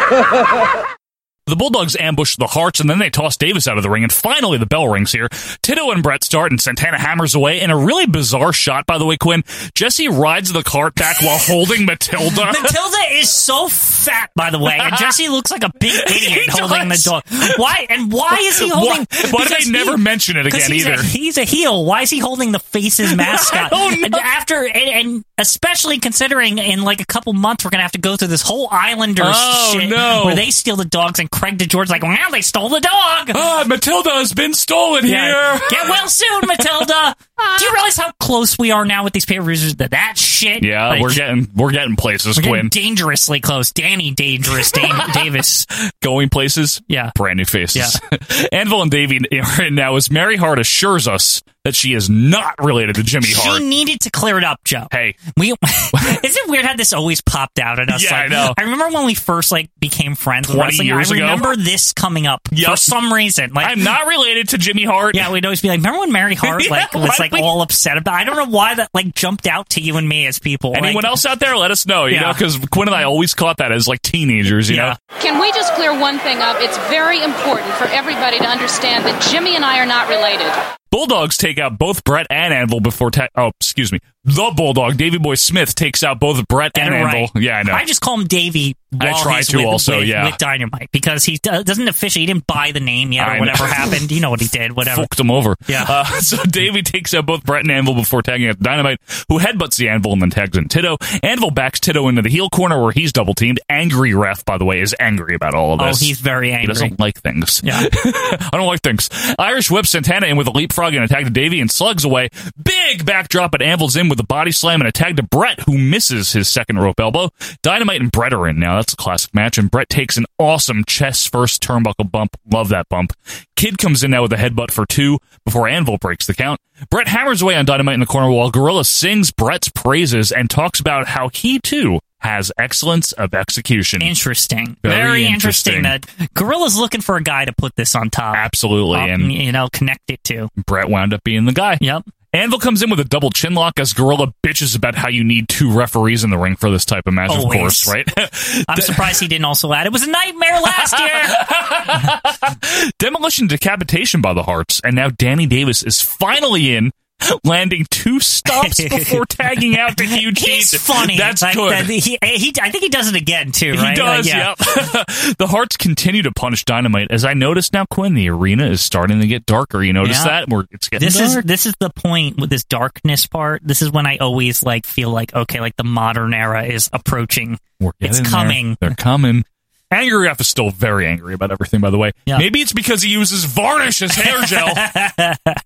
Speaker 1: The Bulldogs ambush the Hearts, and then they toss Davis out of the ring. And finally, the bell rings here. Tito and Brett start, and Santana hammers away in a really bizarre shot. By the way, Quinn Jesse rides the cart back while holding Matilda.
Speaker 4: Matilda is so fat, by the way, and Jesse looks like a big idiot holding the dog. Why and why is he
Speaker 1: Why, why
Speaker 4: holding?
Speaker 1: did
Speaker 4: because
Speaker 1: they
Speaker 4: he-
Speaker 1: never mention it
Speaker 4: 'cause
Speaker 1: again
Speaker 4: he's
Speaker 1: either?
Speaker 4: A, he's a heel. Why is he holding the faces mascot?
Speaker 1: don't know.
Speaker 4: And after and, and especially considering in like a couple months we're gonna have to go through this whole Islander
Speaker 1: Oh,
Speaker 4: shit
Speaker 1: no.
Speaker 4: where they steal the dogs and Craig DeGeorge like, wow, they stole the dog. Ah,
Speaker 1: Matilda has been stolen
Speaker 4: here. Get well soon, Matilda. Do you realize how close we are now with these pay per views to that shit?
Speaker 1: Yeah,
Speaker 4: Like,
Speaker 1: we're getting we're getting places,
Speaker 4: we're getting
Speaker 1: Quinn.
Speaker 4: dangerously close. Danny Dangerous Dan- Davis.
Speaker 1: Going places, yeah. Brand new faces. Anvil and Davey are in now as Mary Hart assures us that she is not related to Jimmy Hart.
Speaker 4: She needed to clear it up, Joe.
Speaker 1: Hey,
Speaker 4: we is it weird how this always popped out at us?
Speaker 1: Yeah, I
Speaker 4: Like,
Speaker 1: know.
Speaker 4: remember when we first like became friends. with
Speaker 1: 20
Speaker 4: wrestling.
Speaker 1: years
Speaker 4: I
Speaker 1: ago?
Speaker 4: remember this coming up for some reason. Like
Speaker 1: I'm not related to Jimmy Hart.
Speaker 4: Yeah, we'd always be like, remember when Mary Hart
Speaker 1: Yeah,
Speaker 4: like
Speaker 1: why
Speaker 4: was like
Speaker 1: we-
Speaker 4: all upset about? I don't know why that like jumped out to you and me as people.
Speaker 1: Anyone
Speaker 4: Like,
Speaker 1: else out there? Let us know. You
Speaker 4: Yeah.
Speaker 1: know, because Quinn and I always caught that as like teenagers. You know,
Speaker 12: Can we just clear one thing up? It's very important for everybody to understand that Jimmy and I are not related.
Speaker 1: Bulldogs take out both Brett and Anvil before. Ta- oh, excuse me. The Bulldog, Davy Boy Smith, takes out both Brett
Speaker 4: Get
Speaker 1: and
Speaker 4: it
Speaker 1: Anvil.
Speaker 4: right.
Speaker 1: Yeah, I know.
Speaker 4: I just call him Davey.
Speaker 1: I
Speaker 4: while
Speaker 1: try
Speaker 4: he's
Speaker 1: to
Speaker 4: with,
Speaker 1: also,
Speaker 4: with-
Speaker 1: yeah.
Speaker 4: with Dynamite because he do- doesn't officially. He didn't buy the name yet,
Speaker 1: I
Speaker 4: or
Speaker 1: know.
Speaker 4: whatever happened. You know what he did, whatever.
Speaker 1: fucked him over.
Speaker 4: Yeah.
Speaker 1: Uh, so Davey takes out both Brett and Anvil before tagging out Dynamite, who headbutts the Anvil and then tags in Tito. Anvil backs Tito into the heel corner where he's double teamed. Angry ref, by the way, is angry about all of
Speaker 4: Oh,
Speaker 1: this.
Speaker 4: he's very
Speaker 1: He
Speaker 4: angry.
Speaker 1: doesn't like things.
Speaker 4: Yeah.
Speaker 1: I don't like things. Irish whips Santana in with a leapfrog and a tag to Davey and slugs away. Big backdrop at Anvil's in with a body slam and a tag to Brett, who misses his second rope elbow. Dynamite and Brett are in now. That's a classic match. And Brett takes an awesome chest first turnbuckle bump. Love that bump. Kid comes in now with a headbutt for two before Anvil breaks the count. Brett hammers away on Dynamite in the corner while Gorilla sings Brett's praises and talks about how he too has excellence of execution.
Speaker 4: Interesting.
Speaker 1: Very
Speaker 4: Very, interesting.
Speaker 1: interesting.
Speaker 4: that Gorilla's looking for a guy to put this on top.
Speaker 1: Absolutely.
Speaker 4: Up
Speaker 1: and
Speaker 4: and, you know, connect it to.
Speaker 1: Brett wound up being the guy.
Speaker 4: Yep.
Speaker 1: Anvil comes in with a double chin lock as Gorilla bitches about how you need two referees in the ring for this type of match,
Speaker 4: Always.
Speaker 1: of course, right? Uh,
Speaker 4: I'm surprised he didn't also add. It was a nightmare last year.
Speaker 1: Demolition decapitation by the Hearts, and now Danny Davis is finally in, landing two stops before tagging out to huge
Speaker 4: He's funny.
Speaker 1: That's
Speaker 4: Like,
Speaker 1: good.
Speaker 4: that- he, eh, he, I think he does it again too. Right?
Speaker 1: He does,
Speaker 4: Like,
Speaker 1: yep. the Hearts continue to punish Dynamite. As I noticed now, Quinn, the arena is starting to get darker. You notice
Speaker 4: Yeah.
Speaker 1: that? We're, it's getting
Speaker 4: this
Speaker 1: dark.
Speaker 4: is this is the point with this darkness part. This is when I always like feel like okay, like the modern era is approaching.
Speaker 1: We're
Speaker 4: It's
Speaker 1: getting there.
Speaker 4: coming.
Speaker 1: They're coming. Angry Ref is still very angry about everything, by the way.
Speaker 4: Yeah.
Speaker 1: Maybe it's because he uses varnish as hair gel.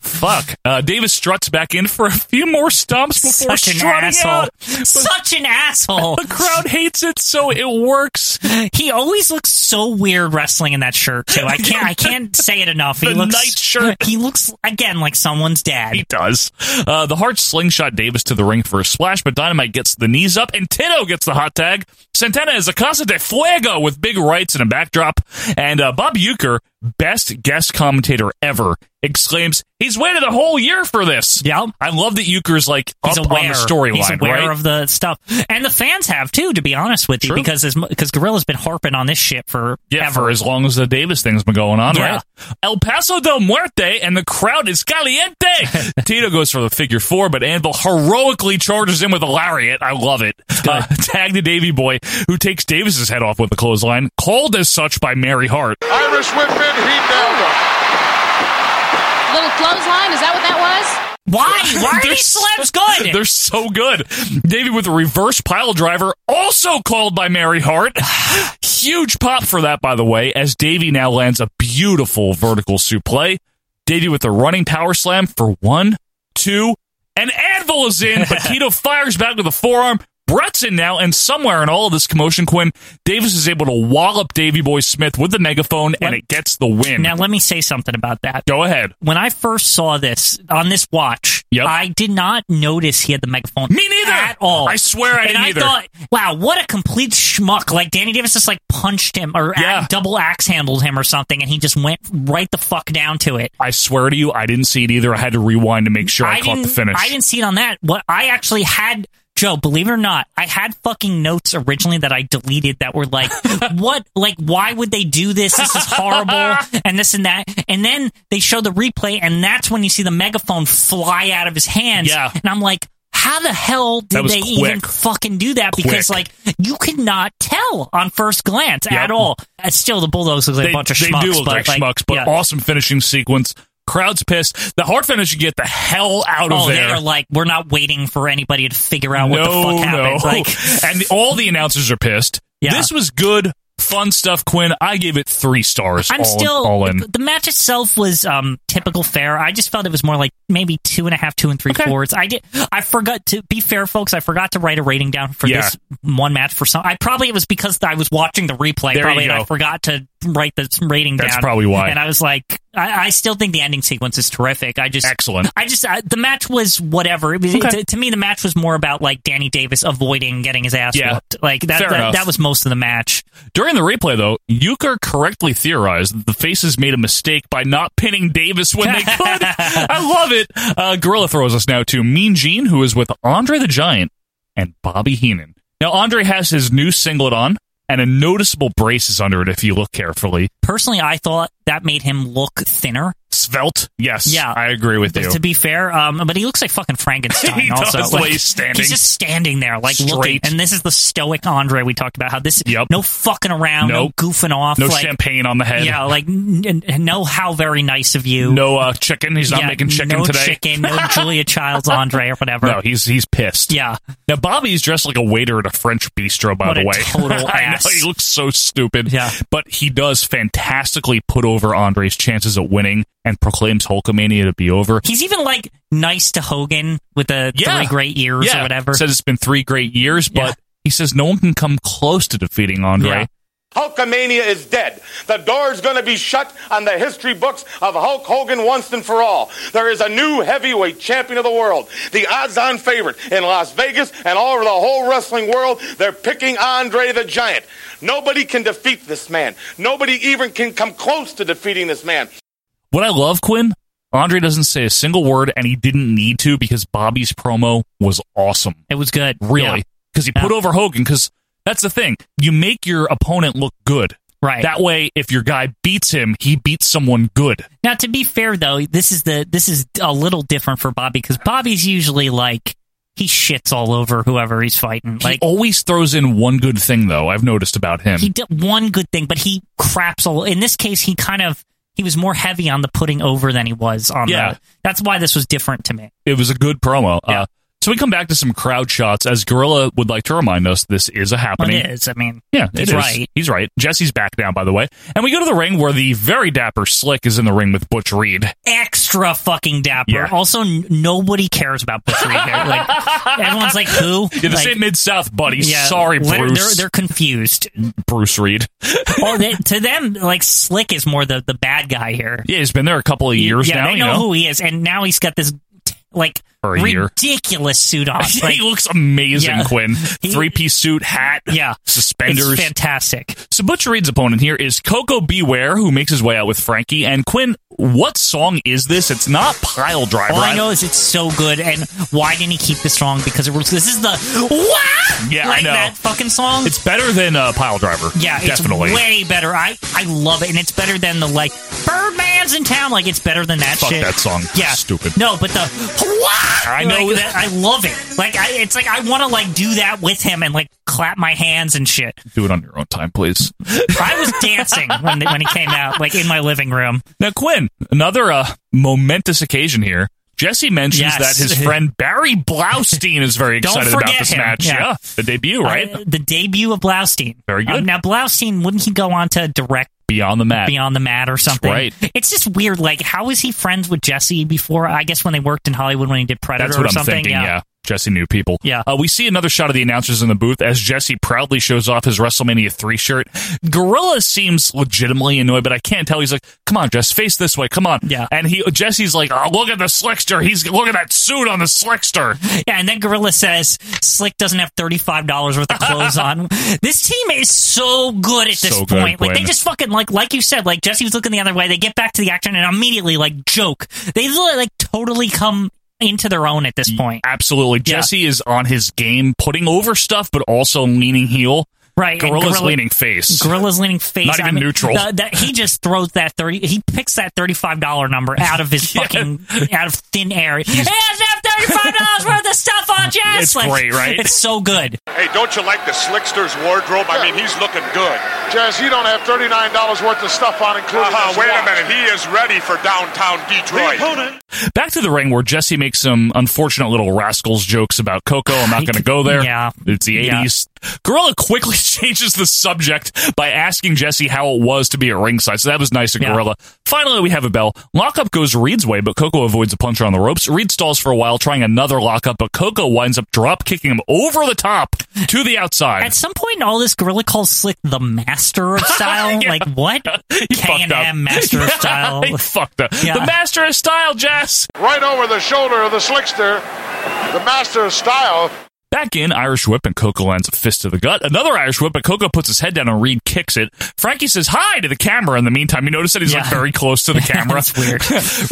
Speaker 1: Fuck. Uh, Davis struts back in for a few more stumps before
Speaker 4: Such an
Speaker 1: strutting
Speaker 4: asshole.
Speaker 1: out.
Speaker 4: Such an asshole.
Speaker 1: The crowd hates it, so it works.
Speaker 4: He always looks so weird wrestling in that shirt too. I can't I can't say it enough. He
Speaker 1: The
Speaker 4: looks
Speaker 1: night shirt.
Speaker 4: He looks again like someone's dad.
Speaker 1: He does. Uh, the Hearts slingshot Davis to the ring for a splash, but Dynamite gets the knees up, and Tito gets the hot tag. Santana is a Casa de Fuego with big rights and a backdrop. And uh, Bob Euchre, best guest commentator ever, exclaims, He's waited a whole year for this.
Speaker 4: Yeah.
Speaker 1: I love that Euchre's like
Speaker 4: He's
Speaker 1: up
Speaker 4: aware.
Speaker 1: on the
Speaker 4: He's
Speaker 1: storyline,
Speaker 4: aware
Speaker 1: right?
Speaker 4: of the stuff, and the fans have too. To be honest with you, because because Gorilla's been harping on this shit for
Speaker 1: yeah,
Speaker 4: ever.
Speaker 1: for as long as the Davis thing's been going on,
Speaker 4: Yeah.
Speaker 1: right? El Paso del Muerte, and the crowd is caliente. Tito goes for the figure four, but Anvil heroically charges in with a lariat. I love it. Uh, tag to Davy Boy, who takes Davis's head off with a clothesline, called as such by Mary Hart.
Speaker 2: Irish whip in, he nailed him.
Speaker 12: Little clothesline, is that what that was?
Speaker 4: Why? Why are
Speaker 1: They're
Speaker 4: these
Speaker 1: so-
Speaker 4: slabs good?
Speaker 1: They're so good. Davy with a reverse pile driver, also called by Mary Hart. Huge pop for that, by the way, as Davy now lands a beautiful vertical suplex. Davy with a running power slam for one, two, and Anvil is in, but Tito fires back with a forearm. Brett's in now, and somewhere in all of this commotion, Quinn, Davis is able to wallop Davy Boy Smith with the megaphone, and it gets the win.
Speaker 4: Now let me say something about that.
Speaker 1: Go ahead.
Speaker 4: When I first saw this on this watch,
Speaker 1: Yep.
Speaker 4: I did not notice he had the megaphone.
Speaker 1: Me neither!
Speaker 4: At all.
Speaker 1: I swear I
Speaker 4: and
Speaker 1: didn't
Speaker 4: I
Speaker 1: either.
Speaker 4: thought, wow, what a complete schmuck! Like Danny Davis just like punched him or
Speaker 1: Yeah.
Speaker 4: a- double axe handled him or something, and he just went right the fuck down to it.
Speaker 1: I swear to you, I didn't see it either. I had to rewind to make sure I, caught
Speaker 4: didn't,
Speaker 1: the finish.
Speaker 4: I didn't see it on that. What I actually had, Joe, believe it or not, I had fucking notes originally that I deleted that were like, what, like, why would they do this? This is horrible, and this and that. And then they show the replay, and that's when you see the megaphone fly out of his hands.
Speaker 1: Yeah.
Speaker 4: And I'm like, how the hell
Speaker 1: That
Speaker 4: did
Speaker 1: was
Speaker 4: they
Speaker 1: quick.
Speaker 4: even fucking do that? Because,
Speaker 1: Quick.
Speaker 4: like, you could not tell on first glance
Speaker 1: Yep.
Speaker 4: at all. And still, the Bulldogs look like a bunch of schmucks.
Speaker 1: do look
Speaker 4: but,
Speaker 1: like,
Speaker 4: like,
Speaker 1: schmucks, but
Speaker 4: yeah.
Speaker 1: awesome finishing sequence. Crowd's pissed. The hard finish, you get the hell out of
Speaker 4: Oh,
Speaker 1: there.
Speaker 4: they're like, we're not waiting for anybody to figure out
Speaker 1: no,
Speaker 4: what the fuck happened.
Speaker 1: no.
Speaker 4: Like,
Speaker 1: and all the announcers are pissed.
Speaker 4: Yeah.
Speaker 1: This was good Fun stuff, Quinn. I gave it three stars.
Speaker 4: I'm
Speaker 1: all,
Speaker 4: still
Speaker 1: all in.
Speaker 4: The match itself was um, typical fair. I just felt it was more like maybe two and a half, two and three fourths. I did. I forgot to be fair, folks. I forgot to write a rating down for
Speaker 1: Yeah.
Speaker 4: this one match. For some, I probably it was because I was watching the replay.
Speaker 1: There
Speaker 4: probably
Speaker 1: you
Speaker 4: and
Speaker 1: go.
Speaker 4: I forgot to write the rating down.
Speaker 1: That's probably why.
Speaker 4: And I was like, I, I still think the ending sequence is terrific. I just excellent. I just I, the match was whatever. It was, to, to me, the match was more about like Danny Davis avoiding getting his ass
Speaker 1: Yeah.
Speaker 4: whooped. Like that.
Speaker 1: Fair
Speaker 4: that,
Speaker 1: enough.
Speaker 4: that was most of the match.
Speaker 1: During the replay, though, Euchre correctly theorized that the faces made a mistake by not pinning Davis when they could. I love it. Uh, Gorilla throws us now to Mean Gene, who is with Andre the Giant and Bobby Heenan. Now, Andre has his new singlet on and a noticeable brace is under it if you look carefully.
Speaker 4: Personally, I thought that made him look thinner.
Speaker 1: Svelte, yes.
Speaker 4: Yeah.
Speaker 1: I agree with you.
Speaker 4: To be fair, um, but he looks like fucking Frankenstein.
Speaker 1: He
Speaker 4: also,
Speaker 1: does, the
Speaker 4: like,
Speaker 1: way he's standing.
Speaker 4: he's just standing there, like
Speaker 1: Straight.
Speaker 4: looking. And this is the stoic Andre we talked about. How this, no fucking around,
Speaker 1: Nope.
Speaker 4: no goofing off,
Speaker 1: No
Speaker 4: like,
Speaker 1: champagne on the head.
Speaker 4: Yeah, like n- n- no, how very nice of you.
Speaker 1: No uh, chicken. He's not
Speaker 4: Yeah,
Speaker 1: making chicken
Speaker 4: no
Speaker 1: today.
Speaker 4: chicken, no Julia Childs Andre or whatever.
Speaker 1: No, he's he's pissed.
Speaker 4: Yeah.
Speaker 1: Now Bobby's dressed like a waiter at a French bistro. By
Speaker 4: What
Speaker 1: the
Speaker 4: a
Speaker 1: way,
Speaker 4: total
Speaker 1: I
Speaker 4: ass.
Speaker 1: know he looks so stupid.
Speaker 4: Yeah.
Speaker 1: But he does fantastically put over Andre's chances at winning and proclaims Hulkamania to be over.
Speaker 4: He's even like nice to Hogan with the
Speaker 1: Yeah.
Speaker 4: three great years
Speaker 1: yeah.
Speaker 4: or whatever.
Speaker 1: Says it's been three great years, but
Speaker 4: Yeah.
Speaker 1: he says no one can come close to defeating Andre.
Speaker 4: Yeah.
Speaker 15: Hulkamania is dead. The door's going to be shut on the history books of Hulk Hogan once and for all. There is a new heavyweight champion of the world, the odds-on favorite in Las Vegas and all over the whole wrestling world. They're picking Andre the Giant. Nobody can defeat this man. Nobody even can come close to defeating this man.
Speaker 1: What I love, Quinn, Andre doesn't say a single word, and he didn't need to because Bobby's promo was awesome.
Speaker 4: It was good.
Speaker 1: Really.
Speaker 4: Yeah.
Speaker 1: Because he put over Hogan, because that's the thing. You make your opponent look good.
Speaker 4: Right.
Speaker 1: That way, if your guy beats him, he beats someone good.
Speaker 4: Now, to be fair though, this is the this is a little different for Bobby because Bobby's usually like he shits all over whoever he's fighting. Like
Speaker 1: he always throws in one good thing, though, I've noticed about him.
Speaker 4: he did one good thing, but he craps all. In this case, he kind of he was more heavy on the putting over than he was on.
Speaker 1: Yeah.
Speaker 4: the, that's why this was different to me.
Speaker 1: it was a good promo. Uh, so we come back to some crowd shots as Gorilla would like to remind us this is a
Speaker 4: But
Speaker 1: happening.
Speaker 4: it is. I mean,
Speaker 1: Yeah, it
Speaker 4: he's
Speaker 1: is.
Speaker 4: right.
Speaker 1: He's right. Jesse's back down, by the way. And we go to the ring where the very dapper Slick is in the ring with Butch Reed.
Speaker 4: Extra fucking dapper.
Speaker 1: Yeah.
Speaker 4: Also, n- nobody cares about Butch Reed. here. Like everyone's like, who?
Speaker 1: Yeah, this
Speaker 4: Like,
Speaker 1: ain't Mid South, buddy.
Speaker 4: yeah,
Speaker 1: Sorry,
Speaker 4: they're-
Speaker 1: Bruce.
Speaker 4: They're, they're confused.
Speaker 1: Bruce Reed.
Speaker 4: well, they, to them, like Slick is more the the bad guy here.
Speaker 1: Yeah, he's been there a couple of years
Speaker 4: yeah,
Speaker 1: now.
Speaker 4: they
Speaker 1: you
Speaker 4: know,
Speaker 1: know,
Speaker 4: who he is, and now he's got this like
Speaker 1: For a year.
Speaker 4: ridiculous suit on. Like,
Speaker 1: he looks amazing,
Speaker 4: Yeah.
Speaker 1: Quinn.
Speaker 4: He-
Speaker 1: Three piece suit, hat,
Speaker 4: yeah,
Speaker 1: suspenders.
Speaker 4: It's fantastic.
Speaker 1: so Butch Reed's opponent here is Coco Beware, who makes his way out with Frankie. And Quinn, what song is this? It's not Pile Driver.
Speaker 4: All Oh, I know is it's so good, and why didn't he keep this song? Because it was this is the wow,
Speaker 1: Yeah, I
Speaker 4: like
Speaker 1: know.
Speaker 4: that fucking song.
Speaker 1: It's better than uh, Pile Driver.
Speaker 4: yeah, it's
Speaker 1: definitely.
Speaker 4: way better. I I love it, and it's better than the like Birdman's in town. Like it's better than that
Speaker 1: Fuck
Speaker 4: shit.
Speaker 1: that song.
Speaker 4: Yeah,
Speaker 1: Stupid.
Speaker 4: No, but the wow,
Speaker 1: I know that-
Speaker 4: like, that. I love it. Like I, it's like I want to like do that with him and like clap my hands and shit.
Speaker 1: Do it on your own time, please.
Speaker 4: I was dancing when when he came out, like in my living room.
Speaker 1: Now, Quinn, another uh, momentous occasion here. Jesse mentions
Speaker 4: Yes.
Speaker 1: that his friend Barry Blaustein is very
Speaker 4: Don't
Speaker 1: excited about
Speaker 4: forget
Speaker 1: this
Speaker 4: him.
Speaker 1: match.
Speaker 4: Yeah.
Speaker 1: the debut, right?
Speaker 4: Uh, the debut of Blaustein.
Speaker 1: Very good.
Speaker 4: Um, now Blaustein, wouldn't he go on to direct
Speaker 1: Beyond the mat.
Speaker 4: Beyond the Mat or something?
Speaker 1: right.
Speaker 4: It's just weird. Like, how is he friends with Jesse before? I guess when they worked in Hollywood when he did Predator
Speaker 1: That's what
Speaker 4: or
Speaker 1: I'm
Speaker 4: something.
Speaker 1: thinking. Yeah. Jesse knew people.
Speaker 4: Yeah.
Speaker 1: Uh, we see another shot of the announcers in the booth as Jesse proudly shows off his WrestleMania 3 shirt. Gorilla seems legitimately annoyed, but I can't tell. He's like, come on, Jess, face this way. Come on.
Speaker 4: Yeah.
Speaker 1: And he Jesse's like, oh, look at the slickster. He's look at that suit on the slickster.
Speaker 4: Yeah, and then Gorilla says Slick doesn't have thirty five dollars worth of clothes on. This team is so good at this
Speaker 1: So good,
Speaker 4: point. like they
Speaker 1: Gwen.
Speaker 4: just fucking like like you said, like Jesse was looking the other way. They get back to the action and immediately like joke. They literally, like totally come into their own at this point.
Speaker 1: Absolutely.
Speaker 4: Yeah.
Speaker 1: Jesse is on his game, putting over stuff, but also leaning heel.
Speaker 4: Right, and
Speaker 1: Gorilla's
Speaker 4: Gorilla-
Speaker 1: leaning face.
Speaker 4: Gorilla's leaning face.
Speaker 1: Not even neutral.
Speaker 4: the- the- he just throws that thirty. He picks that thirty-five dollar number out of his fucking out of thin air. It has have thirty-five dollars worth of stuff on Jess.
Speaker 2: It's
Speaker 4: Like,
Speaker 2: great, right?
Speaker 4: It's so good.
Speaker 2: Hey, don't you like the Slickster's wardrobe? I mean, he's looking good. Jazz, you don't have $39 worth of stuff on, including
Speaker 11: Uh-huh,
Speaker 2: his
Speaker 11: wait a
Speaker 2: watch.
Speaker 11: minute. He is ready for downtown Detroit.
Speaker 1: Back to the ring where Jesse makes some unfortunate little rascals jokes about Coco. I'm not going to go there.
Speaker 4: Yeah.
Speaker 1: It's the
Speaker 4: Yeah.
Speaker 1: 80s. Gorilla quickly changes the subject by asking Jesse how it was to be at ringside. So that was nice of Gorilla. Finally, we have a bell. Lockup goes Reed's way, but Coco avoids a puncher on the ropes. Reed stalls for a while, trying another lockup, but Coco winds up drop kicking him over the top to the outside.
Speaker 4: At some point, all this gorilla calls Slick the master of style. Like what? K and M master of style.
Speaker 1: he fucked up.
Speaker 4: Yeah.
Speaker 1: The master of style, Jess.
Speaker 2: Right over the shoulder of the Slickster, the master of style.
Speaker 1: Back in, Irish whip, and Coco lands a fist to the gut. Another Irish whip, but Coco puts his head down and Reed kicks it. Frankie says hi to the camera. In the meantime, you notice that he's like
Speaker 4: Yeah.
Speaker 1: very close to the camera.
Speaker 4: That's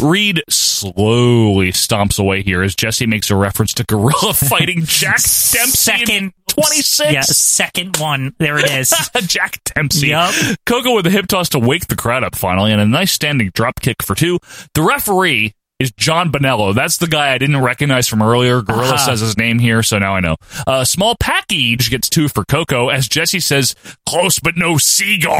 Speaker 4: weird.
Speaker 1: Reed slowly stomps away here as Jesse makes a reference to Gorilla fighting Jack Dempsey.
Speaker 4: Second
Speaker 1: twenty six.
Speaker 4: Yeah, second one. There it is.
Speaker 1: Jack Dempsey.
Speaker 4: Yup.
Speaker 1: Coco with a hip toss to wake the crowd up finally, and a nice standing drop kick for two. The referee is John Bonello. That's the guy I didn't recognize from earlier. Gorilla
Speaker 4: Uh-huh.
Speaker 1: says his name here, so now I know. A small package gets two for Coco, as Jesse says, "Close but no cigar."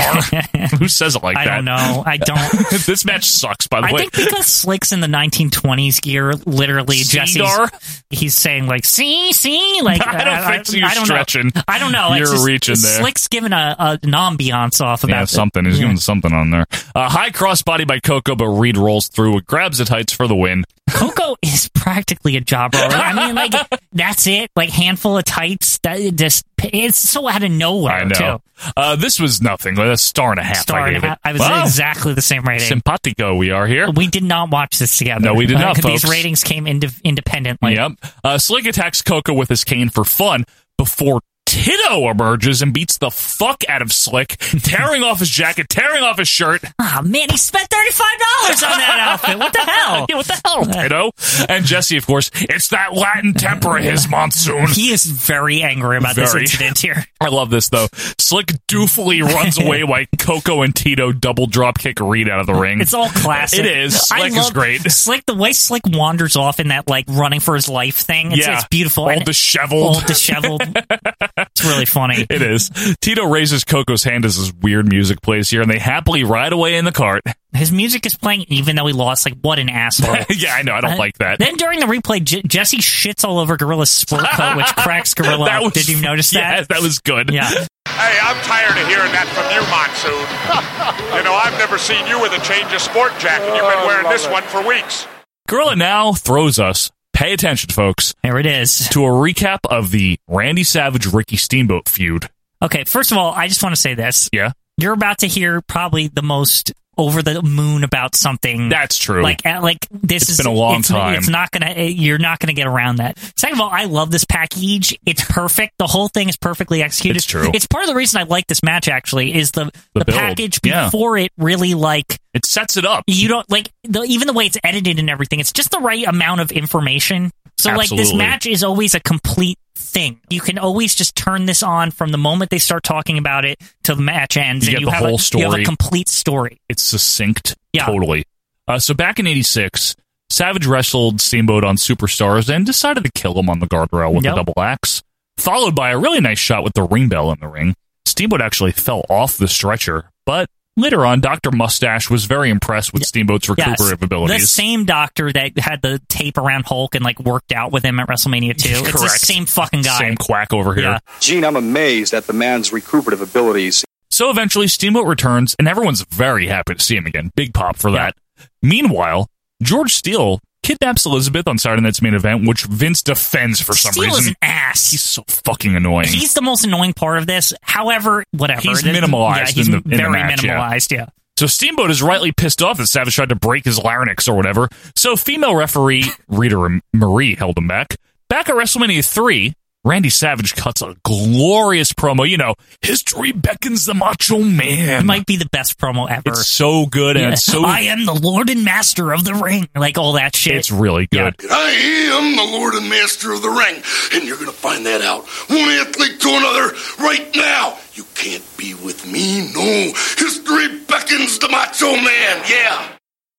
Speaker 1: Who says it like
Speaker 4: I
Speaker 1: that?
Speaker 4: don't know. I don't.
Speaker 1: this match sucks, by the
Speaker 4: I
Speaker 1: way.
Speaker 4: think because Slick's in the 1920s gear, literally
Speaker 1: Cigar?
Speaker 4: Jesse's he's saying like, see, see, like
Speaker 1: I don't think so. You're
Speaker 4: I don't
Speaker 1: stretching.
Speaker 4: Know. I don't know. It's
Speaker 1: You're
Speaker 4: just-
Speaker 1: reaching there.
Speaker 4: Slick's giving a, a an ambiance off about
Speaker 1: yeah,
Speaker 4: it.
Speaker 1: something. He's
Speaker 4: Yeah.
Speaker 1: doing something on there. Uh, high crossbody by Coco, but Reed rolls through, grabs the tights for the win.
Speaker 4: Coco is practically a job roller. I mean, like that's it. Like handful of tights. That it just it's so out of nowhere.
Speaker 1: I know.
Speaker 4: Too.
Speaker 1: Uh, this was nothing. Like a star and a half.
Speaker 4: Star
Speaker 1: I
Speaker 4: and
Speaker 1: gave
Speaker 4: a half.
Speaker 1: it.
Speaker 4: I was Oh,
Speaker 1: Wow.
Speaker 4: exactly the same rating.
Speaker 1: Simpatico, we are here.
Speaker 4: we did not watch this together.
Speaker 1: No, we did not,
Speaker 4: These
Speaker 1: folks.
Speaker 4: ratings came ind- independently.
Speaker 1: Yep. Uh, Slick attacks Coco with his cane for fun before Tito emerges and beats the fuck out of Slick, tearing off his jacket, tearing off his shirt.
Speaker 4: Oh man, he spent thirty five dollars on that outfit. What the hell?
Speaker 1: Yeah, what the hell, Oh, Tito? and Jesse, of course, it's that Latin temper of his monsoon.
Speaker 4: He is very angry about this
Speaker 1: Very.
Speaker 4: incident here.
Speaker 1: I love this though. Slick doofily runs away while Coco and Tito double drop kick Reed out of the ring.
Speaker 4: It's all classic.
Speaker 1: It is.
Speaker 4: I
Speaker 1: Slick is
Speaker 4: love-
Speaker 1: great.
Speaker 4: Slick, the way Slick wanders off in that like running for his life thing. It's,
Speaker 1: Yeah.
Speaker 4: it's beautiful.
Speaker 1: All
Speaker 4: And
Speaker 1: disheveled.
Speaker 4: All disheveled. it's really funny.
Speaker 1: It is. Tito raises Coco's hand as this weird music plays here, and they happily ride away in the cart.
Speaker 4: His music is playing even though he lost. Like what an asshole.
Speaker 1: yeah, I know. I don't
Speaker 4: Uh,
Speaker 1: like that.
Speaker 4: Then during the replay, J- Jesse shits all over Gorilla's sport coat, which cracks Gorilla.
Speaker 1: That
Speaker 4: up.
Speaker 1: was-
Speaker 4: Did you notice that?
Speaker 1: Yes, that was good.
Speaker 4: Yeah.
Speaker 11: Hey, I'm tired of hearing that from you, Monsoon. you know, I've never seen you with a change of sport jacket. You've been wearing this one for weeks.
Speaker 1: Gorilla now throws us. Pay attention, folks.
Speaker 4: There it is.
Speaker 1: To a recap of the Randy Savage Ricky Steamboat feud.
Speaker 4: Okay, first of all, I just want to say this.
Speaker 1: Yeah,
Speaker 4: You're about to hear probably the most over the moon about something.
Speaker 1: that's true.
Speaker 4: Like, uh, like this
Speaker 1: It's
Speaker 4: is
Speaker 1: been a long
Speaker 4: it's,
Speaker 1: time.
Speaker 4: It's not gonna. uh, You're not gonna get around that. Second of all, I love this package. It's perfect. The whole thing is perfectly executed.
Speaker 1: It's true.
Speaker 4: It's part of the reason I like this match. Actually, is the
Speaker 1: The
Speaker 4: the,
Speaker 1: build.
Speaker 4: package
Speaker 1: Yeah.
Speaker 4: before it really like
Speaker 1: it sets it up.
Speaker 4: you don't like the, even the way it's edited and everything. It's just the right amount of information. So like this
Speaker 1: Absolutely.
Speaker 4: match is always a complete thing. You can always just turn this on from the moment they start talking about it till the match ends,
Speaker 1: You
Speaker 4: and
Speaker 1: get
Speaker 4: you
Speaker 1: the
Speaker 4: have
Speaker 1: whole
Speaker 4: a, You have
Speaker 1: story.
Speaker 4: a complete story.
Speaker 1: It's succinct.
Speaker 4: Yeah.
Speaker 1: Totally. Uh, so back in 86, Savage wrestled Steamboat on Superstars and decided to kill him on the guardrail with
Speaker 4: Yep.
Speaker 1: a double axe, followed by a really nice shot with the ring bell in the ring. Steamboat actually fell off the stretcher, but later on, Dr. Mustache was very impressed with Steamboat's
Speaker 4: Yes.
Speaker 1: recuperative
Speaker 4: The
Speaker 1: abilities.
Speaker 4: same doctor that had the tape around Hulk and like worked out with him at WrestleMania 2. It's the
Speaker 1: Correct.
Speaker 4: same fucking guy.
Speaker 1: Same quack over here.
Speaker 4: Yeah.
Speaker 6: Gene, I'm amazed at the man's recuperative abilities.
Speaker 1: So eventually, Steamboat returns, and everyone's very happy to see him again. Big pop for that. Meanwhile, George Steele kidnaps Elizabeth on Saturday Night's main event, which Vince defends for some
Speaker 4: Steele
Speaker 1: reason.
Speaker 4: is an ass.
Speaker 1: He's so fucking annoying.
Speaker 4: He's the most annoying part of this. However, whatever.
Speaker 1: He's
Speaker 4: It is-
Speaker 1: minimalized
Speaker 4: Yeah, he's
Speaker 1: in the- in the
Speaker 4: very
Speaker 1: match, yeah.
Speaker 4: minimalized, yeah.
Speaker 1: so Steamboat is rightly pissed off that Savage tried to break his larynx or whatever. So female referee Rita Ram- Marie held him back. Back at WrestleMania 3, Randy Savage cuts a glorious promo. You know, history beckons the macho man.
Speaker 4: It might be the best promo ever.
Speaker 1: it's so good and it's so
Speaker 4: I am the Lord and Master of the Ring, like all that shit.
Speaker 1: it's really good.
Speaker 5: I am the Lord and Master of the Ring, and you're going to find that out one athlete to another right now. You can't be with me, no. History beckons the Macho Man, yeah.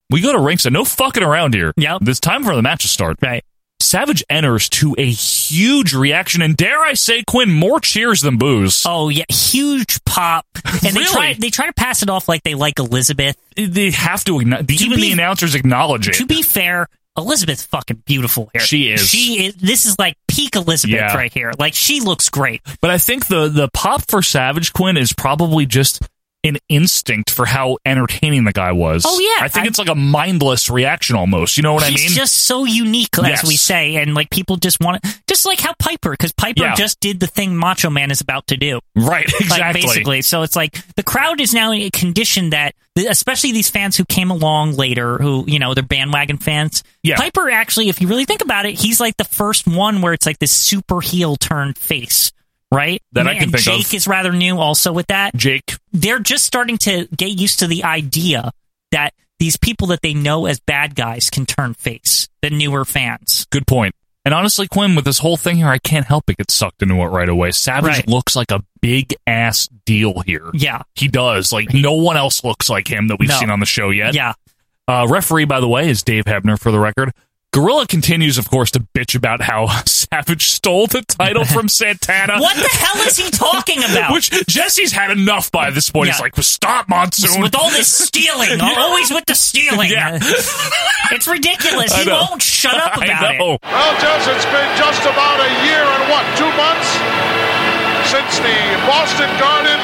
Speaker 1: We go to ringside, no fucking around here.
Speaker 4: Yep.
Speaker 1: It's time for the match to start.
Speaker 4: Right.
Speaker 1: Savage enters to a huge reaction, and dare I say, Quinn, more cheers than boos.
Speaker 4: Oh yeah, huge pop, and they try they try to pass it off like they like Elizabeth.
Speaker 1: They have to acknowledge. Even the announcers acknowledge it.
Speaker 4: To be fair, Elizabeth's fucking beautiful here.
Speaker 1: She is.
Speaker 4: She is. This is like peak Elizabeth
Speaker 1: Yeah.
Speaker 4: right here. Like she looks great.
Speaker 1: But I think the the pop for Savage Quinn is probably just an instinct for how entertaining the guy was.
Speaker 4: Oh, yeah.
Speaker 1: I think
Speaker 4: I-
Speaker 1: it's like a mindless reaction almost. You know what I
Speaker 4: He's
Speaker 1: mean?
Speaker 4: just so unique, as
Speaker 1: Yes.
Speaker 4: we say, and like people just want it, just like how Piper, because Piper
Speaker 1: Yeah.
Speaker 4: just did the thing Macho Man is about to do,
Speaker 1: Right,
Speaker 4: Like,
Speaker 1: exactly.
Speaker 4: basically, so it's like the crowd is now in a condition that, especially these fans who came along later, who you know they're bandwagon fans.
Speaker 1: Yeah.
Speaker 4: Piper actually, if you really think about it, he's like the first one where it's like this super heel turned face, right?
Speaker 1: That I can
Speaker 4: and
Speaker 1: think of.
Speaker 4: Jake is rather new, also with that.
Speaker 1: Jake,
Speaker 4: they're just starting to get used to the idea that these people that they know as bad guys can turn face, the newer fans.
Speaker 1: good point. And honestly, Quinn, with this whole thing here, I can't help but get sucked into it right away. Savage
Speaker 4: Right.
Speaker 1: looks like a big ass deal here.
Speaker 4: Yeah.
Speaker 1: He does. Like no one else looks like him that we've
Speaker 4: No.
Speaker 1: seen on the show yet.
Speaker 4: Yeah.
Speaker 1: Uh, referee, by the way, is Dave Hebner for the record. Gorilla continues, of course, to bitch about how Savage stole the title from Santana.
Speaker 4: What the hell is he talking about?
Speaker 1: Which Jesse's had enough by this point. He's
Speaker 4: Yeah.
Speaker 1: like, "Stop, Monsoon!"
Speaker 4: With all this stealing,
Speaker 1: Yeah.
Speaker 4: always with the stealing.
Speaker 1: Yeah.
Speaker 4: It's ridiculous.
Speaker 1: I
Speaker 4: He
Speaker 1: know.
Speaker 4: won't shut up
Speaker 1: I
Speaker 4: about it.
Speaker 1: know.
Speaker 2: Well, Jess, it's been just about a year and what, two months since the Boston Garden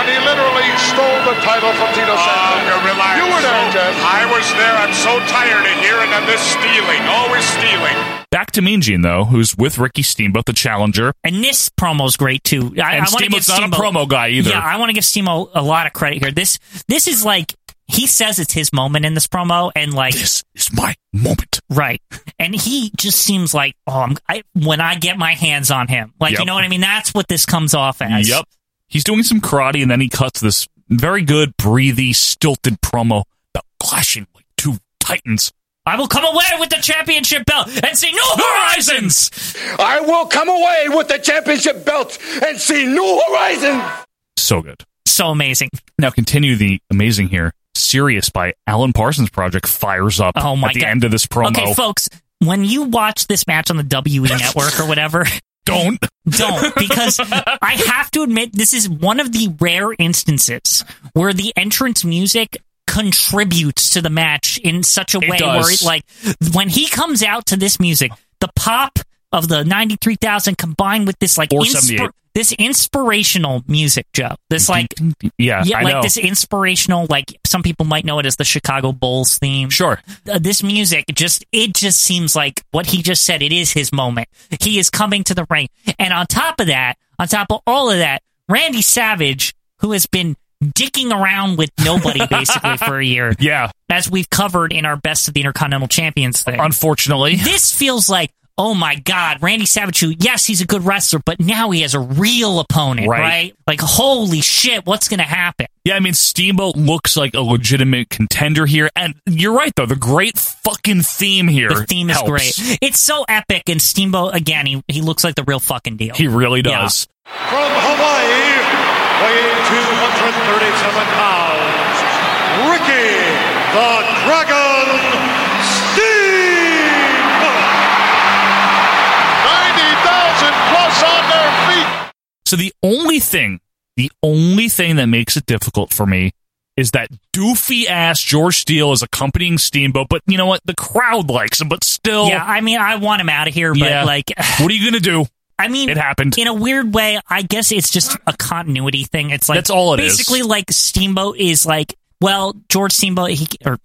Speaker 2: when he literally stole the title from
Speaker 5: Uh,
Speaker 2: Tito Santana. you were there, Jess.
Speaker 11: I was there. I'm so tired of hearing of this stealing. Always stealing.
Speaker 1: Back to Mean Gene though, who's with Ricky Steamboat, the challenger.
Speaker 4: And this promo's great too. I,
Speaker 1: And
Speaker 4: I want to give
Speaker 1: Steamboat's not a promo
Speaker 4: Steamboat,
Speaker 1: guy either.
Speaker 4: Yeah, I want to give Steamboat a lot of credit here. This this is like he says it's his moment in this promo, and like
Speaker 1: This is my moment.
Speaker 4: Right. And he just seems like, oh, I'm, I, when I get my hands on him, like,
Speaker 1: Yep.
Speaker 4: you know what I mean? That's what this comes off as.
Speaker 1: Yep. He's doing some karate, and then he cuts this very good, breathy, stilted promo about clashing like two titans.
Speaker 4: I will come away with the championship belt and see no horizons.
Speaker 5: I will come away with the championship belt and see new horizons.
Speaker 1: So good.
Speaker 4: So amazing.
Speaker 1: Now continue the amazing here. Serious by Alan Parsons Project fires up
Speaker 4: Oh, my
Speaker 1: at the
Speaker 4: God.
Speaker 1: end of this promo.
Speaker 4: Okay, folks, when you watch this match on the WE network or whatever,
Speaker 1: Don't.
Speaker 4: don't because I have to admit this is one of the rare instances where the entrance music contributes to the match in such a
Speaker 1: It
Speaker 4: way
Speaker 1: does.
Speaker 4: where it like when he comes out to this music, the pop of the ninety three thousand combined with this like
Speaker 1: Or 78.
Speaker 4: this inspirational music, Joe. This like
Speaker 1: Yeah, Uh, I
Speaker 4: like
Speaker 1: know.
Speaker 4: this inspirational like some people might know it as the Chicago Bulls theme.
Speaker 1: Sure.
Speaker 4: Uh, this music just it just seems like what he just said it is his moment he is coming to the ring and on top of that on top of all of that randy savage who has been dicking around with nobody basically for a year
Speaker 1: Yeah.
Speaker 4: as we've covered in our best of the intercontinental champions thing
Speaker 1: Unfortunately.
Speaker 4: this feels like oh my god randy savage who yes he's a good wrestler but now he has a real opponent
Speaker 1: Right.
Speaker 4: right, like holy shit what's gonna happen
Speaker 1: Yeah, I mean, Steamboat looks like a legitimate contender here. And you're right, though. The great fucking theme here.
Speaker 4: the theme is
Speaker 1: helps.
Speaker 4: great it's so epic and steamboat again he, he looks like the real fucking deal
Speaker 1: He really
Speaker 4: Yeah.
Speaker 1: does.
Speaker 15: From Hawaii, weighing 237 pounds, Ricky the Dragon Steamboat.
Speaker 2: 90,000 plus on their feet.
Speaker 1: So the only thing, the only thing that makes it difficult for me is that doofy ass George Steele is accompanying Steamboat, but you know what? The crowd likes him, but still,
Speaker 4: Yeah, I mean, I want him out of here, but
Speaker 1: Yeah.
Speaker 4: like,
Speaker 1: what are you gonna do?
Speaker 4: I mean,
Speaker 1: It happened.
Speaker 4: in a weird way. I guess it's just a continuity thing. It's like
Speaker 1: That's all it is.
Speaker 4: basically like Steamboat is like. Well, George Steamboat, he or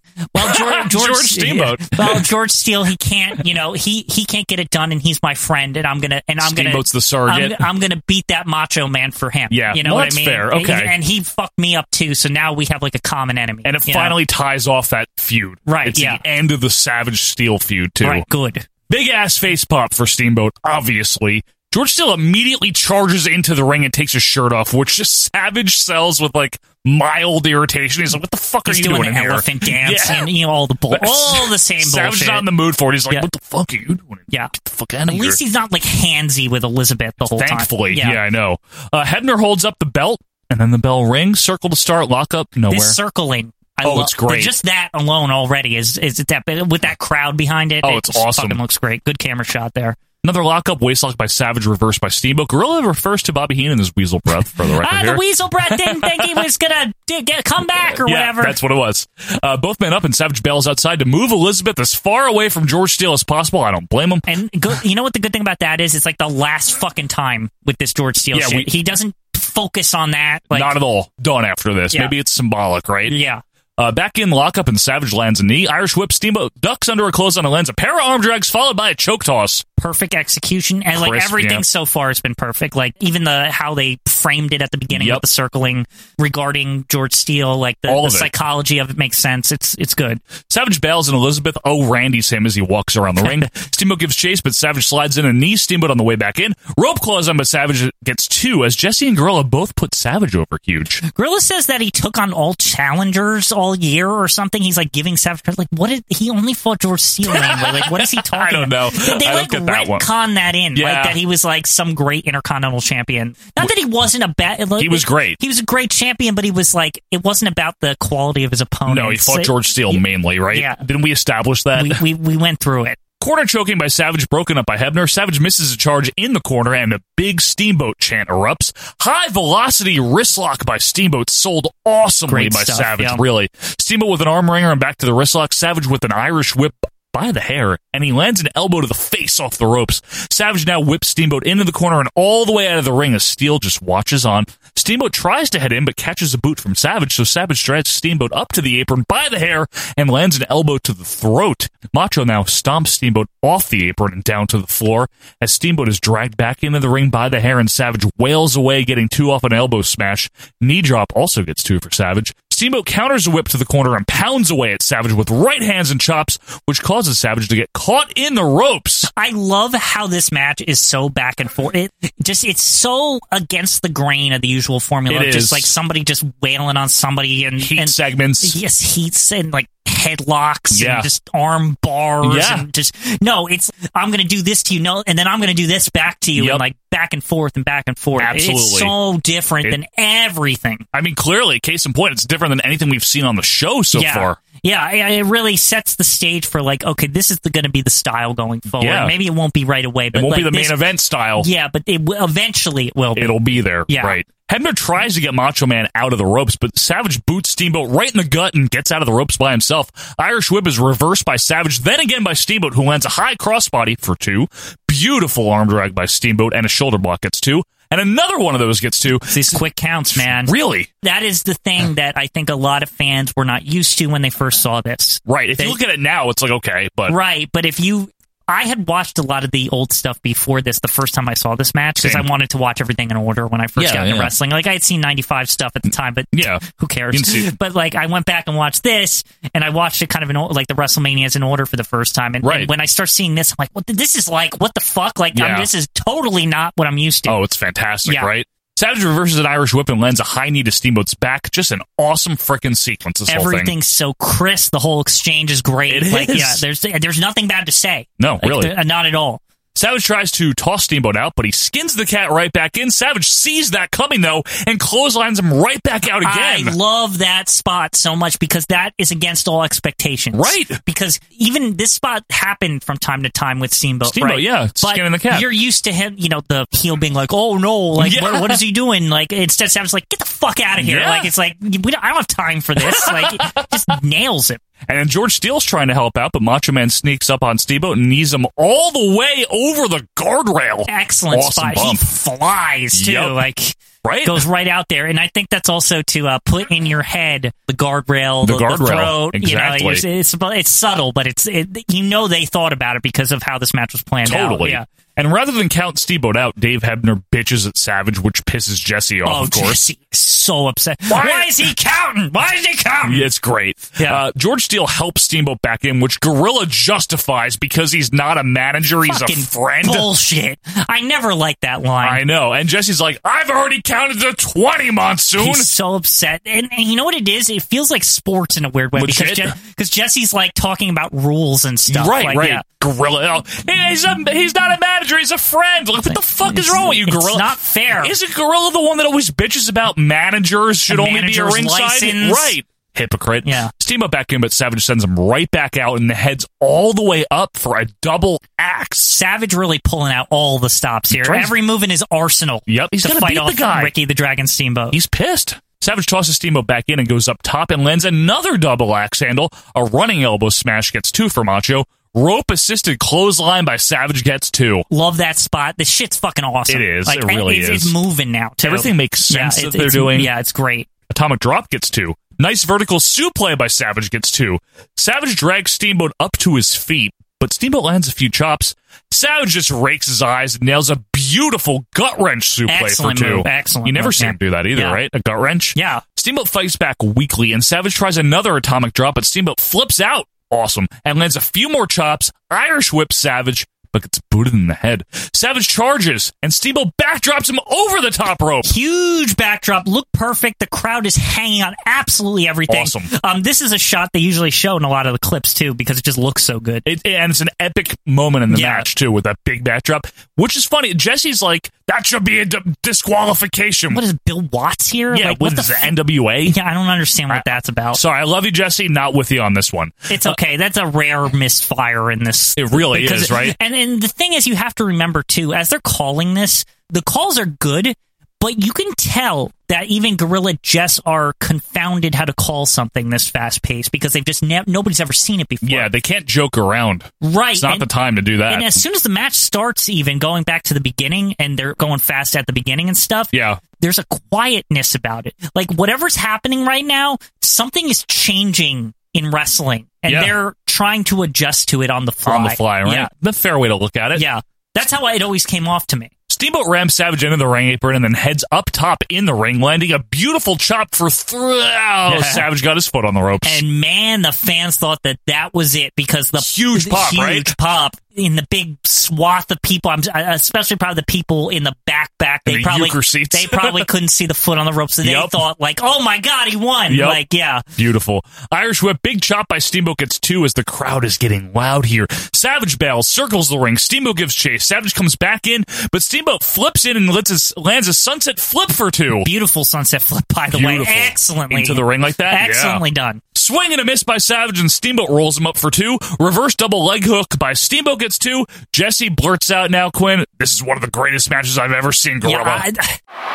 Speaker 4: well George, George,
Speaker 1: George Steamboat.
Speaker 4: well, George Steele, he can't. You know, he he can't get it done, and he's my friend, and I'm gonna and I'm gonna
Speaker 1: Steamboat's the surrogate.
Speaker 4: I'm, I'm gonna beat that macho man for him.
Speaker 1: Yeah.
Speaker 4: you know
Speaker 1: Well,
Speaker 4: what
Speaker 1: that's
Speaker 4: I mean.
Speaker 1: fair.
Speaker 4: And-
Speaker 1: Okay.
Speaker 4: and, he fucked me up too. So now we have like a common enemy,
Speaker 1: And it
Speaker 4: you know?
Speaker 1: finally ties off that feud.
Speaker 4: Right,
Speaker 1: It's
Speaker 4: yeah.
Speaker 1: the end of the Savage Steel feud too.
Speaker 4: right, good.
Speaker 1: Big ass face pop for Steamboat, obviously. George Steele immediately charges into the ring and takes his shirt off, which just Savage sells with like mild irritation. He's like, "What the fuck
Speaker 4: He's
Speaker 1: are you
Speaker 4: doing,
Speaker 1: in
Speaker 4: the
Speaker 1: here?"
Speaker 4: elephant dance
Speaker 1: Yeah.
Speaker 4: and you know all the bull, all the same
Speaker 1: Savage's
Speaker 4: bullshit.
Speaker 1: not in the mood for it. He's like,
Speaker 4: Yeah.
Speaker 1: "What the fuck are you doing?
Speaker 4: yeah,
Speaker 1: Get the fuck out of
Speaker 4: At
Speaker 1: here!"
Speaker 4: least he's not like handsy with Elizabeth the whole time.
Speaker 1: Thankfully, yeah. I know. Uh, Hebner holds up the belt, and then the bell rings. Circle to start, lock up, nowhere.
Speaker 4: This circling, I
Speaker 1: Oh,
Speaker 4: lo-
Speaker 1: it's great.
Speaker 4: Just that alone already is is it that with that crowd behind it.
Speaker 1: Oh,
Speaker 4: it
Speaker 1: it's
Speaker 4: just
Speaker 1: awesome.
Speaker 4: Fucking looks great. Good camera shot there.
Speaker 1: Another lockup, waistlock by Savage, reversed by Steamboat. Gorilla refers to Bobby Heenan as Weasel Breath for the record
Speaker 4: Ah,
Speaker 1: here.
Speaker 4: the weasel brat didn't think he was gonna d- get, come back or
Speaker 1: yeah,
Speaker 4: whatever.
Speaker 1: that's what it was. Uh, both men up, and Savage bails outside to move Elizabeth as far away from George Steele as possible. I don't blame him.
Speaker 4: And go, you know what the good thing about that is? It's like the last fucking time with this George Steele
Speaker 1: Yeah,
Speaker 4: shit.
Speaker 1: we-
Speaker 4: he doesn't focus on that. Like,
Speaker 1: Not at all. Done after this.
Speaker 4: Yeah.
Speaker 1: Maybe it's symbolic, right?
Speaker 4: Yeah.
Speaker 1: Uh, back in lockup, and Savage lands a knee. Irish whip, Steamboat ducks under a close on a lens, a pair of arm drags, followed by a choke toss.
Speaker 4: Perfect execution and like
Speaker 1: Crisp,
Speaker 4: everything
Speaker 1: yeah.
Speaker 4: so far has been perfect. Like even the how they framed it at the beginning
Speaker 1: Yep.
Speaker 4: with the circling regarding George Steele, like the,
Speaker 1: All
Speaker 4: the
Speaker 1: of it.
Speaker 4: psychology of it makes sense. It's it's good.
Speaker 1: Savage bails and Elizabeth oh Randy's him as he walks around the ring. Steamboat gives chase, but Savage slides in a knee. Steamboat on the way back in. Rope claws on, but Savage gets two as Jesse and Gorilla both put Savage over huge.
Speaker 4: Gorilla says that he took on all challengers all year or something. He's like giving Savage credit. like what? Did, he only fought George Steele. Anyway. Like what is he talking?
Speaker 1: I don't know.
Speaker 4: They, they
Speaker 1: I don't
Speaker 4: like
Speaker 1: get that one.
Speaker 4: retcon that in,
Speaker 1: Yeah.
Speaker 4: like that he was like some great intercontinental champion. Not that he wasn't a bad.
Speaker 1: He was great.
Speaker 4: He was a great champion, but he was like it wasn't about the quality of his opponent.
Speaker 1: No, he fought George Steele mainly, right?
Speaker 4: Oh, Yeah.
Speaker 1: Didn't we establish that?
Speaker 4: We, we we went through it.
Speaker 1: Corner choking by Savage, broken up by Hebner. Savage misses a charge in the corner, and a big Steamboat chant erupts. High velocity wrist lock by Steamboat, sold awesomely
Speaker 4: Great
Speaker 1: by
Speaker 4: stuff,
Speaker 1: Savage,
Speaker 4: yeah.
Speaker 1: really. Steamboat with an arm wringer and back to the wrist lock. Savage with an Irish whip by the hair, and he lands an elbow to the face off the ropes. Savage now whips Steamboat into the corner and all the way out of the ring as Steele just watches on. Steamboat tries to head in, but catches a boot from Savage, so Savage drags Steamboat up to the apron by the hair and lands an elbow to the throat. Macho now stomps Steamboat off the apron and down to the floor as Steamboat is dragged back into the ring by the hair and Savage wails away, getting two off an elbow smash. Knee drop also gets two for Savage. Steamboat counters a whip to the corner and pounds away at Savage with right hands and chops, which causes Savage to get caught in the ropes.
Speaker 4: I love how this match is so back and forth. It just it's so against the grain of the usual formula.
Speaker 1: It
Speaker 4: just
Speaker 1: is.
Speaker 4: like somebody just wailing on somebody and
Speaker 1: Heat
Speaker 4: and,
Speaker 1: segments.
Speaker 4: Yes, heats and like headlocks
Speaker 1: Yeah.
Speaker 4: and just arm bars
Speaker 1: Yeah.
Speaker 4: and just no, it's I'm gonna do this to you, no and then I'm gonna do this back to you
Speaker 1: Yep.
Speaker 4: and like back and forth and back and forth. It's
Speaker 1: Absolutely.
Speaker 4: so different
Speaker 1: It-
Speaker 4: than everything.
Speaker 1: I mean, clearly, case in point, it's different than anything we've seen on the show so
Speaker 4: yeah.
Speaker 1: far.
Speaker 4: Yeah, I- I- it really sets the stage for like, okay, this is going to be the style going forward.
Speaker 1: Yeah.
Speaker 4: Maybe it won't be right away, but
Speaker 1: it won't
Speaker 4: like
Speaker 1: be the
Speaker 4: this-
Speaker 1: main event style.
Speaker 4: Yeah, but it will, eventually it will be.
Speaker 1: It'll be there.
Speaker 4: Yeah.
Speaker 1: Right. Hebner tries to get Macho Man out of the ropes, but Savage boots Steamboat right in the gut and gets out of the ropes by himself. Irish Whip is reversed by Savage, then again by Steamboat, who lands a high crossbody for two. Beautiful arm drag by Steamboat and a shoulder block gets two. And another one of those gets two.
Speaker 4: These quick counts, man.
Speaker 1: Really?
Speaker 4: That is the thing that I think a lot of fans were not used to when they first saw this.
Speaker 1: Right. If
Speaker 4: They-
Speaker 1: you look at it now, it's like, okay, but
Speaker 4: Right, but if you. I had watched a lot of the old stuff before this the first time I saw this match because I
Speaker 1: Same.
Speaker 4: wanted to watch everything in order when I first
Speaker 1: Yeah,
Speaker 4: got into
Speaker 1: yeah.
Speaker 4: wrestling. Like I had seen 95 stuff at the time, but
Speaker 1: yeah.
Speaker 4: who cares?
Speaker 1: You can see-
Speaker 4: But like, I went back and watched this, and I watched it kind of in or- like the WrestleManias in order for the first time. And,
Speaker 1: Right.
Speaker 4: and when I start seeing this, I'm like, what? the- This is like what the fuck? Like, I'm-
Speaker 1: Yeah.
Speaker 4: this is totally not what I'm used to.
Speaker 1: Oh, it's fantastic,
Speaker 4: Yeah.
Speaker 1: right? Savage reverses an Irish whip and lands a high knee to Steamboat's back. Just an awesome freaking sequence. This whole thing.
Speaker 4: Everything's so crisp. The whole exchange is great.
Speaker 1: It
Speaker 4: like,
Speaker 1: is.
Speaker 4: yeah, there's there's nothing bad to say.
Speaker 1: No,
Speaker 4: Like,
Speaker 1: really.
Speaker 4: th- not at all.
Speaker 1: Savage tries to toss Steamboat out, but he skins the cat right back in. Savage sees that coming though and clotheslines him right back out again.
Speaker 4: I love that spot so much because that is against all expectations.
Speaker 1: Right.
Speaker 4: Because even this spot happened from time to time with Steamboat.
Speaker 1: Steamboat,
Speaker 4: right?
Speaker 1: yeah, skinning the cat.
Speaker 4: You're used to him, you know, the heel being like, "Oh no, like
Speaker 1: Yeah.
Speaker 4: what, what is he doing?" Like instead, Savage is like, "Get the fuck out of here!"
Speaker 1: Yeah.
Speaker 4: Like it's like we don't, I don't have time for this. Like it just nails it.
Speaker 1: and then George Steele's trying to help out, but Macho Man sneaks up on Steamboat and knees him all the way over the guardrail.
Speaker 4: Excellent
Speaker 1: awesome
Speaker 4: spot.
Speaker 1: Bump.
Speaker 4: He flies too.
Speaker 1: Yup.
Speaker 4: Like
Speaker 1: right?
Speaker 4: goes right out there. And I think that's also to uh, put in your head the guardrail,
Speaker 1: The
Speaker 4: the,
Speaker 1: guardrail.
Speaker 4: throat. You
Speaker 1: Exactly.
Speaker 4: know, it's, it's it's subtle, but it's it, you know they thought about it because of how this match was planned. out.
Speaker 1: Totally.
Speaker 4: Yeah.
Speaker 1: And rather than count Steamboat out, Dave Hebner bitches at Savage, which pisses Jesse off,
Speaker 4: Oh,
Speaker 1: of course.
Speaker 4: Jesse is so upset.
Speaker 1: Why-
Speaker 4: Why, is he counting? Why is he counting?
Speaker 1: Yeah, It's great.
Speaker 4: Yeah.
Speaker 1: Uh, George Steele helps Steamboat back in, which Gorilla justifies because he's not a manager, he's
Speaker 4: Fucking
Speaker 1: a friend.
Speaker 4: bullshit. I never liked that line.
Speaker 1: I know. And Jesse's like, I've already counted to 20, Monsoon.
Speaker 4: He's so upset, and, and you know what it is? It feels like sports in a weird way
Speaker 1: Legit.
Speaker 4: because because Jesse's like talking about rules and stuff.
Speaker 1: right,
Speaker 4: like,
Speaker 1: right.
Speaker 4: yeah.
Speaker 1: Gorilla. Oh, He's, a, he's not a manager, he's a friend. Look, what the fuck is wrong with you,
Speaker 4: It's
Speaker 1: Gorilla?
Speaker 4: not fair.
Speaker 1: Isn't Gorilla the one that always bitches about managers should
Speaker 4: A
Speaker 1: only be a
Speaker 4: manager's
Speaker 1: ringside?
Speaker 4: license.
Speaker 1: Right. Hypocrite. Yeah. Steamboat back in, but Savage sends him right back out and the head's all the way up for a double axe.
Speaker 4: Savage really pulling out all the stops here.
Speaker 1: Tries-
Speaker 4: Every move in his arsenal.
Speaker 1: Yep, he's
Speaker 4: to
Speaker 1: gonna
Speaker 4: fight
Speaker 1: beat
Speaker 4: off
Speaker 1: the guy.
Speaker 4: Ricky the Dragon Steamboat.
Speaker 1: He's pissed. Savage tosses Steamboat back in and goes up top and lands another double axe handle. A running elbow smash gets two for Macho. Rope assisted clothesline by Savage gets two.
Speaker 4: Love that spot. This shit's fucking
Speaker 1: It
Speaker 4: awesome.
Speaker 1: is.
Speaker 4: Like,
Speaker 1: It
Speaker 4: and
Speaker 1: really
Speaker 4: it's,
Speaker 1: is.
Speaker 4: It's moving now. Too.
Speaker 1: Everything makes
Speaker 4: Yeah,
Speaker 1: sense
Speaker 4: it's-
Speaker 1: that they're
Speaker 4: it's-
Speaker 1: doing.
Speaker 4: Yeah, it's great.
Speaker 1: Atomic Drop gets two. Nice vertical suplex by Savage gets two. Savage drags Steamboat up to his feet, but Steamboat lands a few chops. Savage just rakes his eyes and nails a beautiful gut wrench suplex
Speaker 4: Excellent
Speaker 1: for two.
Speaker 4: move. Excellent
Speaker 1: You never
Speaker 4: move,
Speaker 1: see
Speaker 4: yeah.
Speaker 1: him do that either,
Speaker 4: Yeah.
Speaker 1: right? A gut wrench.
Speaker 4: Yeah.
Speaker 1: Steamboat fights back weakly, and Savage tries another Atomic Drop, but Steamboat flips out. Awesome, and lands a few more chops. Irish whips Savage, but gets booted in the head. Savage charges, and Steamboat backdrops him over the top rope.
Speaker 4: Huge backdrop. Look perfect. The crowd is hanging on absolutely everything.
Speaker 1: Awesome.
Speaker 4: Um, this is a shot they usually show in a lot of the clips too because it just looks so good.
Speaker 1: It, and it's an epic moment in the
Speaker 4: Yeah.
Speaker 1: match too with that big backdrop, which is funny. Jesse's like, "That should be a d- disqualification."
Speaker 4: What is Bill Watts here?
Speaker 1: yeah,
Speaker 4: Like,
Speaker 1: what
Speaker 4: the
Speaker 1: is
Speaker 4: f-
Speaker 1: it, NWA?
Speaker 4: Yeah, I don't understand what that's about.
Speaker 1: Sorry, I uh, love you, Jesse. Not with you on this one.
Speaker 4: It's okay. That's a rare misfire in this.
Speaker 1: It really
Speaker 4: because-
Speaker 1: is, right?
Speaker 4: And and the thing is, you have to remember too, as they're calling this, the calls are good, but you can tell that even Gorilla Jess are confounded how to call something this fast paced because they've just ne- nobody's ever seen it before.
Speaker 1: Yeah, they can't joke around.
Speaker 4: Right.
Speaker 1: It's not
Speaker 4: and-
Speaker 1: the time to do that.
Speaker 4: And as soon as the match starts, even going back to the beginning, and they're going fast at the beginning and stuff.
Speaker 1: Yeah.
Speaker 4: There's a quietness about it. Like whatever's happening right now, something is changing in wrestling, and
Speaker 1: Yeah.
Speaker 4: they're trying to adjust to it on the fly.
Speaker 1: on the fly, right?
Speaker 4: Yeah.
Speaker 1: The fair way to look at it.
Speaker 4: Yeah. That's how it always came off to me.
Speaker 1: Steamboat rams Savage into the ring apron and then heads up top in the ring, landing a beautiful chop for three. Oh, Savage got his foot on the ropes.
Speaker 4: And man, the fans thought that that was it because the
Speaker 1: Huge pop,
Speaker 4: huge
Speaker 1: right?
Speaker 4: pop in the big swath of people. I'm especially probably the people in the back back.
Speaker 1: In
Speaker 4: They
Speaker 1: the
Speaker 4: probably
Speaker 1: euchre seats.
Speaker 4: they probably couldn't see the foot on the rope, so they
Speaker 1: Yep.
Speaker 4: thought like, "Oh my god, he won!"
Speaker 1: Yep.
Speaker 4: Like, yeah,
Speaker 1: Beautiful. Irish whip, big chop by Steamboat gets two as the crowd is getting loud here. Savage bails, circles the ring. Steamboat gives chase. Savage comes back in, but Steamboat flips in and lets his, lands a sunset flip for two.
Speaker 4: beautiful sunset flip by the way,
Speaker 1: Beautiful.
Speaker 4: excellently
Speaker 1: Into the ring like that? Yeah.
Speaker 4: excellently done.
Speaker 1: Swing and a miss by Savage and Steamboat rolls him up for two. Reverse double leg hook by Steamboat gets two. Jesse blurts out now, Quinn, this is one of the greatest matches I've ever seen, Gorilla.
Speaker 4: Yeah,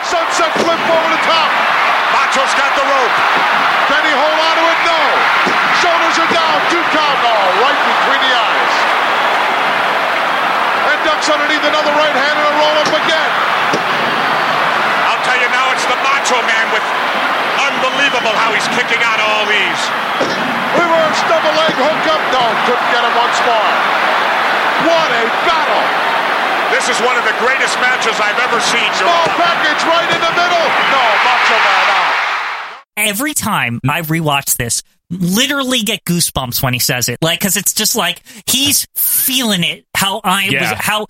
Speaker 2: Sunset flip over the top. Macho's got the rope. Can he hold on to it? No. Shoulders are down. Two count. Oh, right between the eyes. And ducks underneath another right hand and a roll up again.
Speaker 11: I'll tell you now, it's the Macho Man with unbelievable how he's kicking out all these.
Speaker 2: Reverse double leg hook up. No, couldn't get him once more. What a battle.
Speaker 11: This is one of the greatest matches I've ever seen.
Speaker 2: Small package right in the middle. No, Macho Man out.
Speaker 4: Every time I rewatch this, literally get goosebumps when he says it. Like, cause it's just like, he's feeling it. How I
Speaker 1: Yeah.
Speaker 4: was, how,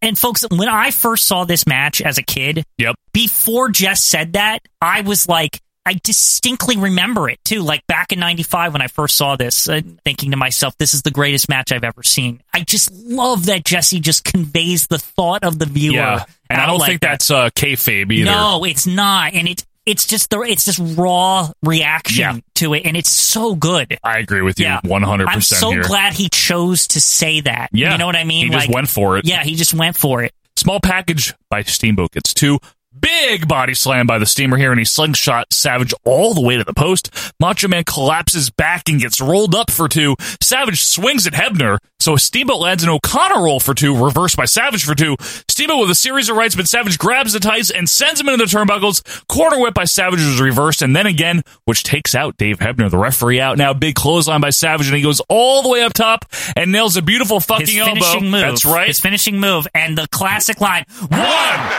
Speaker 4: and folks, when I first saw this match as a kid,
Speaker 1: Yep.
Speaker 4: before Jess said that, I was like, I distinctly remember it too. Like back in 95 when I first saw this, uh, thinking to myself, this is the greatest match I've ever seen. I just love that Jesse just conveys the thought of the viewer.
Speaker 1: Yeah. And I
Speaker 4: out
Speaker 1: don't
Speaker 4: like
Speaker 1: think
Speaker 4: that.
Speaker 1: that's uh, kayfabe either.
Speaker 4: No, it's not, and it's it's just the it's just raw reaction
Speaker 1: Yeah.
Speaker 4: to it, and it's so good.
Speaker 1: I agree with you
Speaker 4: Yeah.
Speaker 1: 100%
Speaker 4: I'm so
Speaker 1: here.
Speaker 4: glad he chose to say that.
Speaker 1: Yeah.
Speaker 4: you know what I mean.
Speaker 1: He just
Speaker 4: Like,
Speaker 1: went for it.
Speaker 4: Yeah, he just went for it.
Speaker 1: Small package by Steamboat gets two. Big body slam by the steamer here, and he slingshot Savage all the way to the post. Macho Man collapses back and gets rolled up for two. Savage swings at Hebner, so Steamboat lands an O'Connor roll for two, reversed by Savage for two. Steamboat with a series of rights, but Savage grabs the ties and sends him into the turnbuckles. Corner whip by Savage is reversed, and then again, which takes out Dave Hebner, the referee out now. Big clothesline by Savage, and he goes all the way up top and nails a beautiful fucking
Speaker 4: His
Speaker 1: elbow.
Speaker 4: finishing move.
Speaker 1: That's right.
Speaker 4: His finishing move, and the classic line:
Speaker 1: One,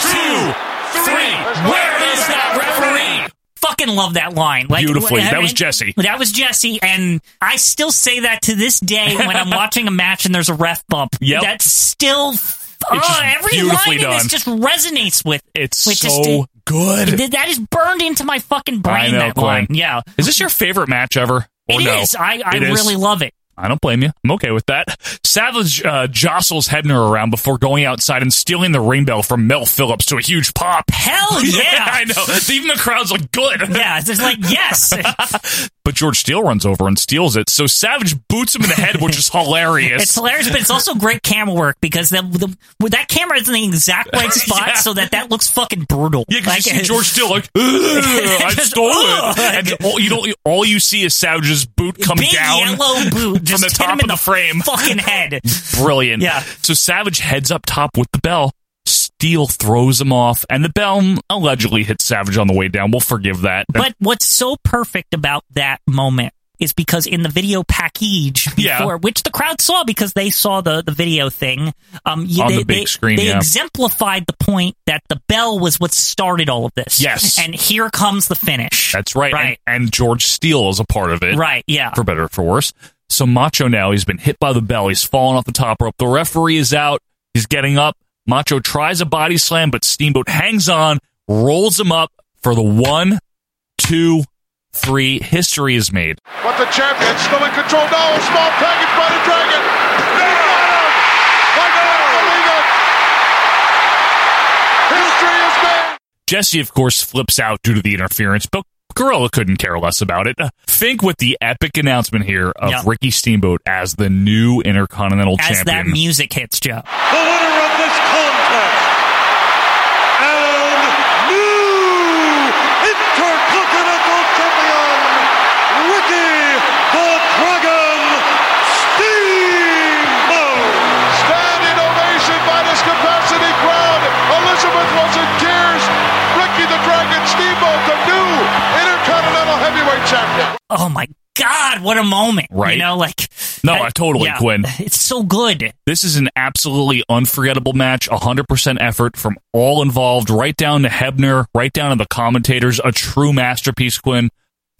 Speaker 1: two, three. Where is that referee?
Speaker 4: Fucking love that line. Like,
Speaker 1: Beautifully.
Speaker 4: I
Speaker 1: That was
Speaker 4: mean,
Speaker 1: Jesse.
Speaker 4: That was Jesse, and I still say that to this day when I'm watching a match and there's a ref bump.
Speaker 1: Yep.
Speaker 4: That's still.
Speaker 1: just
Speaker 4: Oh, every
Speaker 1: beautifully
Speaker 4: line in this
Speaker 1: done.
Speaker 4: just resonates with
Speaker 1: It's
Speaker 4: with just-
Speaker 1: so good.
Speaker 4: Th- that is burned into my fucking brain.
Speaker 1: I know,
Speaker 4: that line,
Speaker 1: Glenn.
Speaker 4: yeah,
Speaker 1: Is this your favorite match ever? Or
Speaker 4: It is.
Speaker 1: no?
Speaker 4: I I
Speaker 1: It is.
Speaker 4: really love it.
Speaker 1: I don't blame you. I'm okay with that. Savage uh, jostles Hebner around before going outside and stealing the ring bell from Mel Phillips to a huge pop.
Speaker 4: Hell yeah.
Speaker 1: I know. Even the crowd's like, good.
Speaker 4: Yeah, it's just like, yes.
Speaker 1: But George Steele runs over and steals it. So Savage boots him in the head, which is hilarious.
Speaker 4: It's hilarious, but it's also great camera work because the, the with that camera is in the exact right spot
Speaker 1: Yeah.
Speaker 4: so that that looks fucking brutal.
Speaker 1: Yeah, because you see George Steele like, "Ugh, I
Speaker 4: Just,
Speaker 1: stole
Speaker 4: "Ugh."
Speaker 1: it, and all you don't. All you see is Savage's boot come
Speaker 4: big
Speaker 1: down
Speaker 4: yellow boot
Speaker 1: from the
Speaker 4: just hit him
Speaker 1: top
Speaker 4: in
Speaker 1: of
Speaker 4: the,
Speaker 1: the frame.
Speaker 4: fucking head.
Speaker 1: Brilliant.
Speaker 4: Yeah.
Speaker 1: So Savage heads up top with the bell. Steele throws him off, and the bell allegedly hits Savage on the way down. We'll forgive that.
Speaker 4: But what's so perfect about that moment is because in the video package before,
Speaker 1: Yeah.
Speaker 4: which the crowd saw because they saw the, the video thing, um, you-
Speaker 1: On
Speaker 4: they,
Speaker 1: the big
Speaker 4: they-
Speaker 1: screen,
Speaker 4: they
Speaker 1: yeah.
Speaker 4: exemplified the point that the bell was what started all of this.
Speaker 1: Yes.
Speaker 4: and here comes the finish.
Speaker 1: That's right.
Speaker 4: Right.
Speaker 1: And, and George Steele is a part of it.
Speaker 4: Right, yeah.
Speaker 1: For better or for worse. So Macho now, he's been hit by the bell. He's fallen off the top rope. The referee is out. He's getting up. Macho tries a body slam, but Steamboat hangs on, rolls him up for the one, two, three. History is made.
Speaker 2: But the champion's still in control. No, small package by the Dragon. They got him. They got him. Believe it. History is made.
Speaker 1: Jesse, of course, flips out due to the interference, but Gorilla couldn't care less about it. Think with the epic announcement here of
Speaker 4: Yeah.
Speaker 1: Ricky Steamboat as the new Intercontinental
Speaker 4: As
Speaker 1: Champion.
Speaker 4: that music hits, Joe.
Speaker 8: the winner of this contest and new Intercontinental Champion, Ricky the Dragon Steamboat.
Speaker 2: Standing ovation by this capacity crowd. Elizabeth was in tears. Ricky the Dragon Steamboat, the new Intercontinental Heavyweight Champion.
Speaker 4: Oh my God, what a moment.
Speaker 1: Right.
Speaker 4: You know, like.
Speaker 1: No,
Speaker 4: I-
Speaker 1: I totally,
Speaker 4: yeah.
Speaker 1: Quinn.
Speaker 4: It's so good.
Speaker 1: This is an absolutely unforgettable match, 100% effort from all involved, right down to Hebner, right down to the commentators. A true masterpiece, Quinn.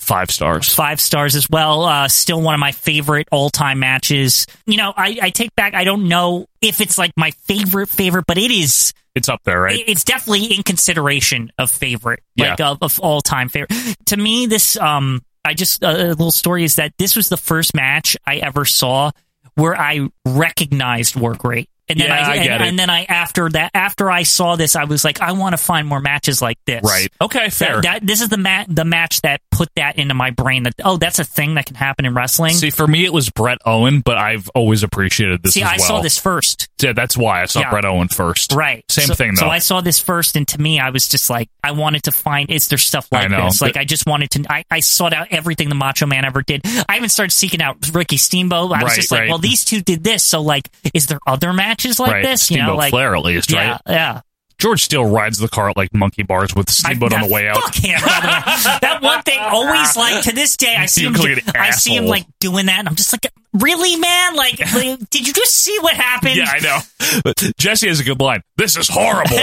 Speaker 1: Five stars.
Speaker 4: five stars as well. Uh, still one of my favorite all time matches. You know, I, I take back. I don't know if it's like my favorite favorite, but it is.
Speaker 1: It's up there, right?
Speaker 4: it- It's definitely in consideration of favorite, like
Speaker 1: Yeah.
Speaker 4: of, of all time favorite. To me, this um, I just a little story is that this was the first match I ever saw where I recognized work rate. And then
Speaker 1: Yeah, I
Speaker 4: and,
Speaker 1: get it.
Speaker 4: and then I after that after I saw this I was like I want to find more matches like this.
Speaker 1: Right. Okay, fair.
Speaker 4: That, that- this is the ma- the match that put that into my brain that oh that's a thing that can happen in wrestling.
Speaker 1: See, for me, it was Brett Owen, but I've always appreciated this
Speaker 4: See,
Speaker 1: as
Speaker 4: I saw
Speaker 1: well.
Speaker 4: this first.
Speaker 1: Yeah, that's why I saw
Speaker 4: Yeah.
Speaker 1: Brett Owen first.
Speaker 4: Right.
Speaker 1: Same
Speaker 4: So-
Speaker 1: thing, though.
Speaker 4: So I saw this first, and to me, I was just like, I wanted to find, is there stuff
Speaker 1: I
Speaker 4: like
Speaker 1: know,
Speaker 4: this? Like,
Speaker 1: but-
Speaker 4: I just wanted to, I, I sought out everything the Macho Man ever did. I even started seeking out Ricky Steamboat. I was
Speaker 1: Right,
Speaker 4: just like,
Speaker 1: right.
Speaker 4: well, these two did this. So, like, is there other matches like
Speaker 1: right.
Speaker 4: this?
Speaker 1: Steamboat
Speaker 4: you know, like,
Speaker 1: Flair, at least,
Speaker 4: yeah,
Speaker 1: right?
Speaker 4: yeah.
Speaker 1: George Steele rides the cart like monkey bars with Steamboat on the way out.
Speaker 4: Fuck him. by the way. that one thing always like to this day I see
Speaker 1: You
Speaker 4: him.
Speaker 1: look
Speaker 4: do-
Speaker 1: like an
Speaker 4: I see him
Speaker 1: asshole.
Speaker 4: like doing that, and I'm just like, really, man? Like, like, did you just see what happened?
Speaker 1: Yeah, I know. But Jesse has a good line. This is horrible.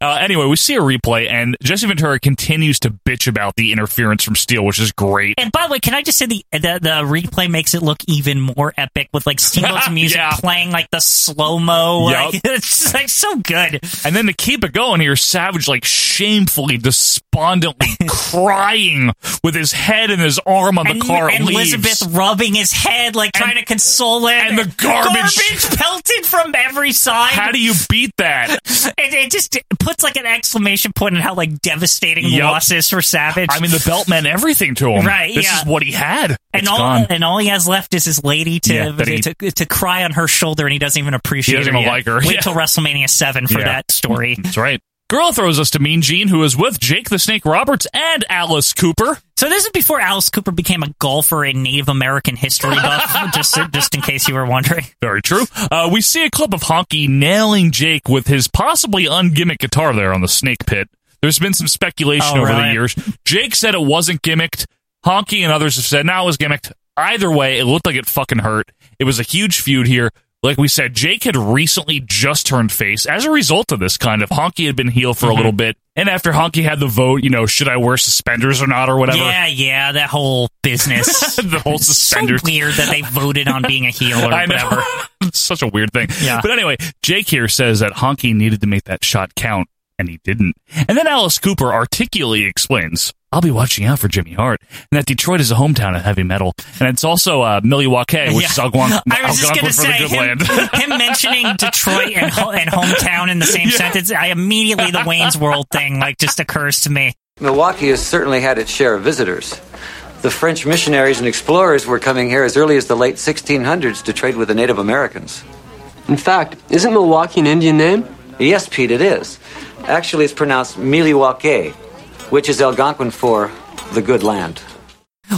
Speaker 1: uh, anyway, we see a replay, and Jesse Ventura continues to bitch about the interference from Steele, which is great.
Speaker 4: And by the way, can I just say the the, the replay makes it look even more epic with like Steamboat's music
Speaker 1: Yeah.
Speaker 4: playing like the slow mo.
Speaker 1: Yup.
Speaker 4: Like, it's just, like so good.
Speaker 1: And then to keep it going here, Savage like shamefully, despondently crying with his head and his arm on the
Speaker 4: and,
Speaker 1: car.
Speaker 4: and
Speaker 1: leaves.
Speaker 4: Elizabeth rubbing his head, like trying to console him.
Speaker 1: and the garbage-
Speaker 4: garbage pelted from every side.
Speaker 1: How do you beat that?
Speaker 4: it, it just puts like an exclamation point on how like devastating the
Speaker 1: Yup.
Speaker 4: loss is for Savage.
Speaker 1: I mean, the belt meant everything to him.
Speaker 4: Right,
Speaker 1: This
Speaker 4: yeah.
Speaker 1: is what he had.
Speaker 4: and
Speaker 1: It's
Speaker 4: all
Speaker 1: gone.
Speaker 4: and all he has left is his lady to,
Speaker 1: Yeah, that he-
Speaker 4: to to cry on her shoulder, and he doesn't even appreciate.
Speaker 1: He doesn't
Speaker 4: her
Speaker 1: even
Speaker 4: yet.
Speaker 1: like her.
Speaker 4: Wait
Speaker 1: Yeah.
Speaker 4: till WrestleMania Seven for
Speaker 1: Yeah.
Speaker 4: that story.
Speaker 1: That's right. Girl throws us to Mean Gene, who is with Jake the Snake Roberts and Alice Cooper.
Speaker 4: So this is before Alice Cooper became a golfer in Native American history buff. just just in case you were wondering.
Speaker 1: Very true. Uh, we see a clip of Honky nailing Jake with his possibly ungimmick guitar there on the snake pit. There's been some speculation
Speaker 4: Oh,
Speaker 1: over the
Speaker 4: right.
Speaker 1: years. Jake said it wasn't gimmicked. Honky and others have said, no, it was gimmicked. Either way, it looked like it fucking hurt. It was a huge feud here. Like we said, Jake had recently just turned face as a result of this kind of. Honky had been heel
Speaker 4: Mm-hmm.
Speaker 1: for a little bit. And after Honky had the vote, you know, should I wear suspenders or not or whatever?
Speaker 4: Yeah, yeah, that whole business.
Speaker 1: the whole suspenders.
Speaker 4: So weird that they voted on being a heel or
Speaker 1: I know.
Speaker 4: whatever.
Speaker 1: It's Such a weird thing.
Speaker 4: Yeah.
Speaker 1: But anyway, Jake here says that Honky needed to make that shot count. and he didn't. And then Alice Cooper articulately explains, I'll be watching out for Jimmy Hart, and that Detroit is a hometown of heavy metal, and it's also uh, Milwaukee, which is Algon-
Speaker 4: I was just
Speaker 1: Algonquin for
Speaker 4: gonna
Speaker 1: the
Speaker 4: say
Speaker 1: good
Speaker 4: him,
Speaker 1: land.
Speaker 4: him mentioning Detroit and, ho- and hometown in the same sentence. I immediately the Wayne's World thing like just occurs to me.
Speaker 9: Milwaukee has certainly had its share of visitors. The French missionaries and explorers were coming here as early as the late 1600s to trade with the Native Americans. In fact, isn't Milwaukee an Indian name? Yes, Pete, it is. Actually, it's pronounced Miliwake, which is Algonquin for the good land.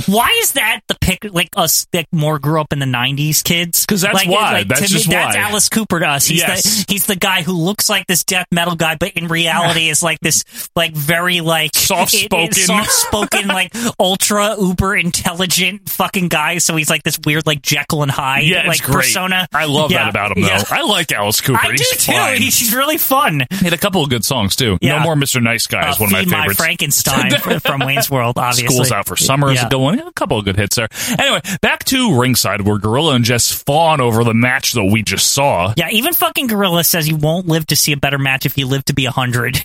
Speaker 4: Why is that the pick like us that more grew up in the '90s kids? Because
Speaker 1: that's why. That's
Speaker 4: to
Speaker 1: just
Speaker 4: me, That's
Speaker 1: why.
Speaker 4: Alice Cooper to us. He's
Speaker 1: Yes.
Speaker 4: the he's the guy who looks like this death metal guy, but in reality is like this like very like
Speaker 1: Soft-spoken.
Speaker 4: soft spoken, like ultra uber intelligent fucking guy. So he's like this weird like Jekyll and Hyde
Speaker 1: yeah, it's
Speaker 4: like
Speaker 1: great.
Speaker 4: persona.
Speaker 1: I love
Speaker 4: Yeah.
Speaker 1: that about him, though.
Speaker 4: Yeah.
Speaker 1: I like Alice Cooper.
Speaker 4: I do
Speaker 1: He's
Speaker 4: too.
Speaker 1: fine.
Speaker 4: He's he's really fun.
Speaker 1: He had a couple of good songs too.
Speaker 4: Yeah.
Speaker 1: No more Mr. Nice Guy is
Speaker 4: Uh,
Speaker 1: one of my
Speaker 4: Feed My
Speaker 1: favorites.
Speaker 4: Frankenstein from Wayne's World, obviously.
Speaker 1: School's out for summer is a
Speaker 4: Yeah.
Speaker 1: good one. A couple of good hits there. Anyway, back to ringside where Gorilla and Jess fawn over the match that we just saw.
Speaker 4: Yeah, even fucking Gorilla says you won't live to see a better match if you live to be 100,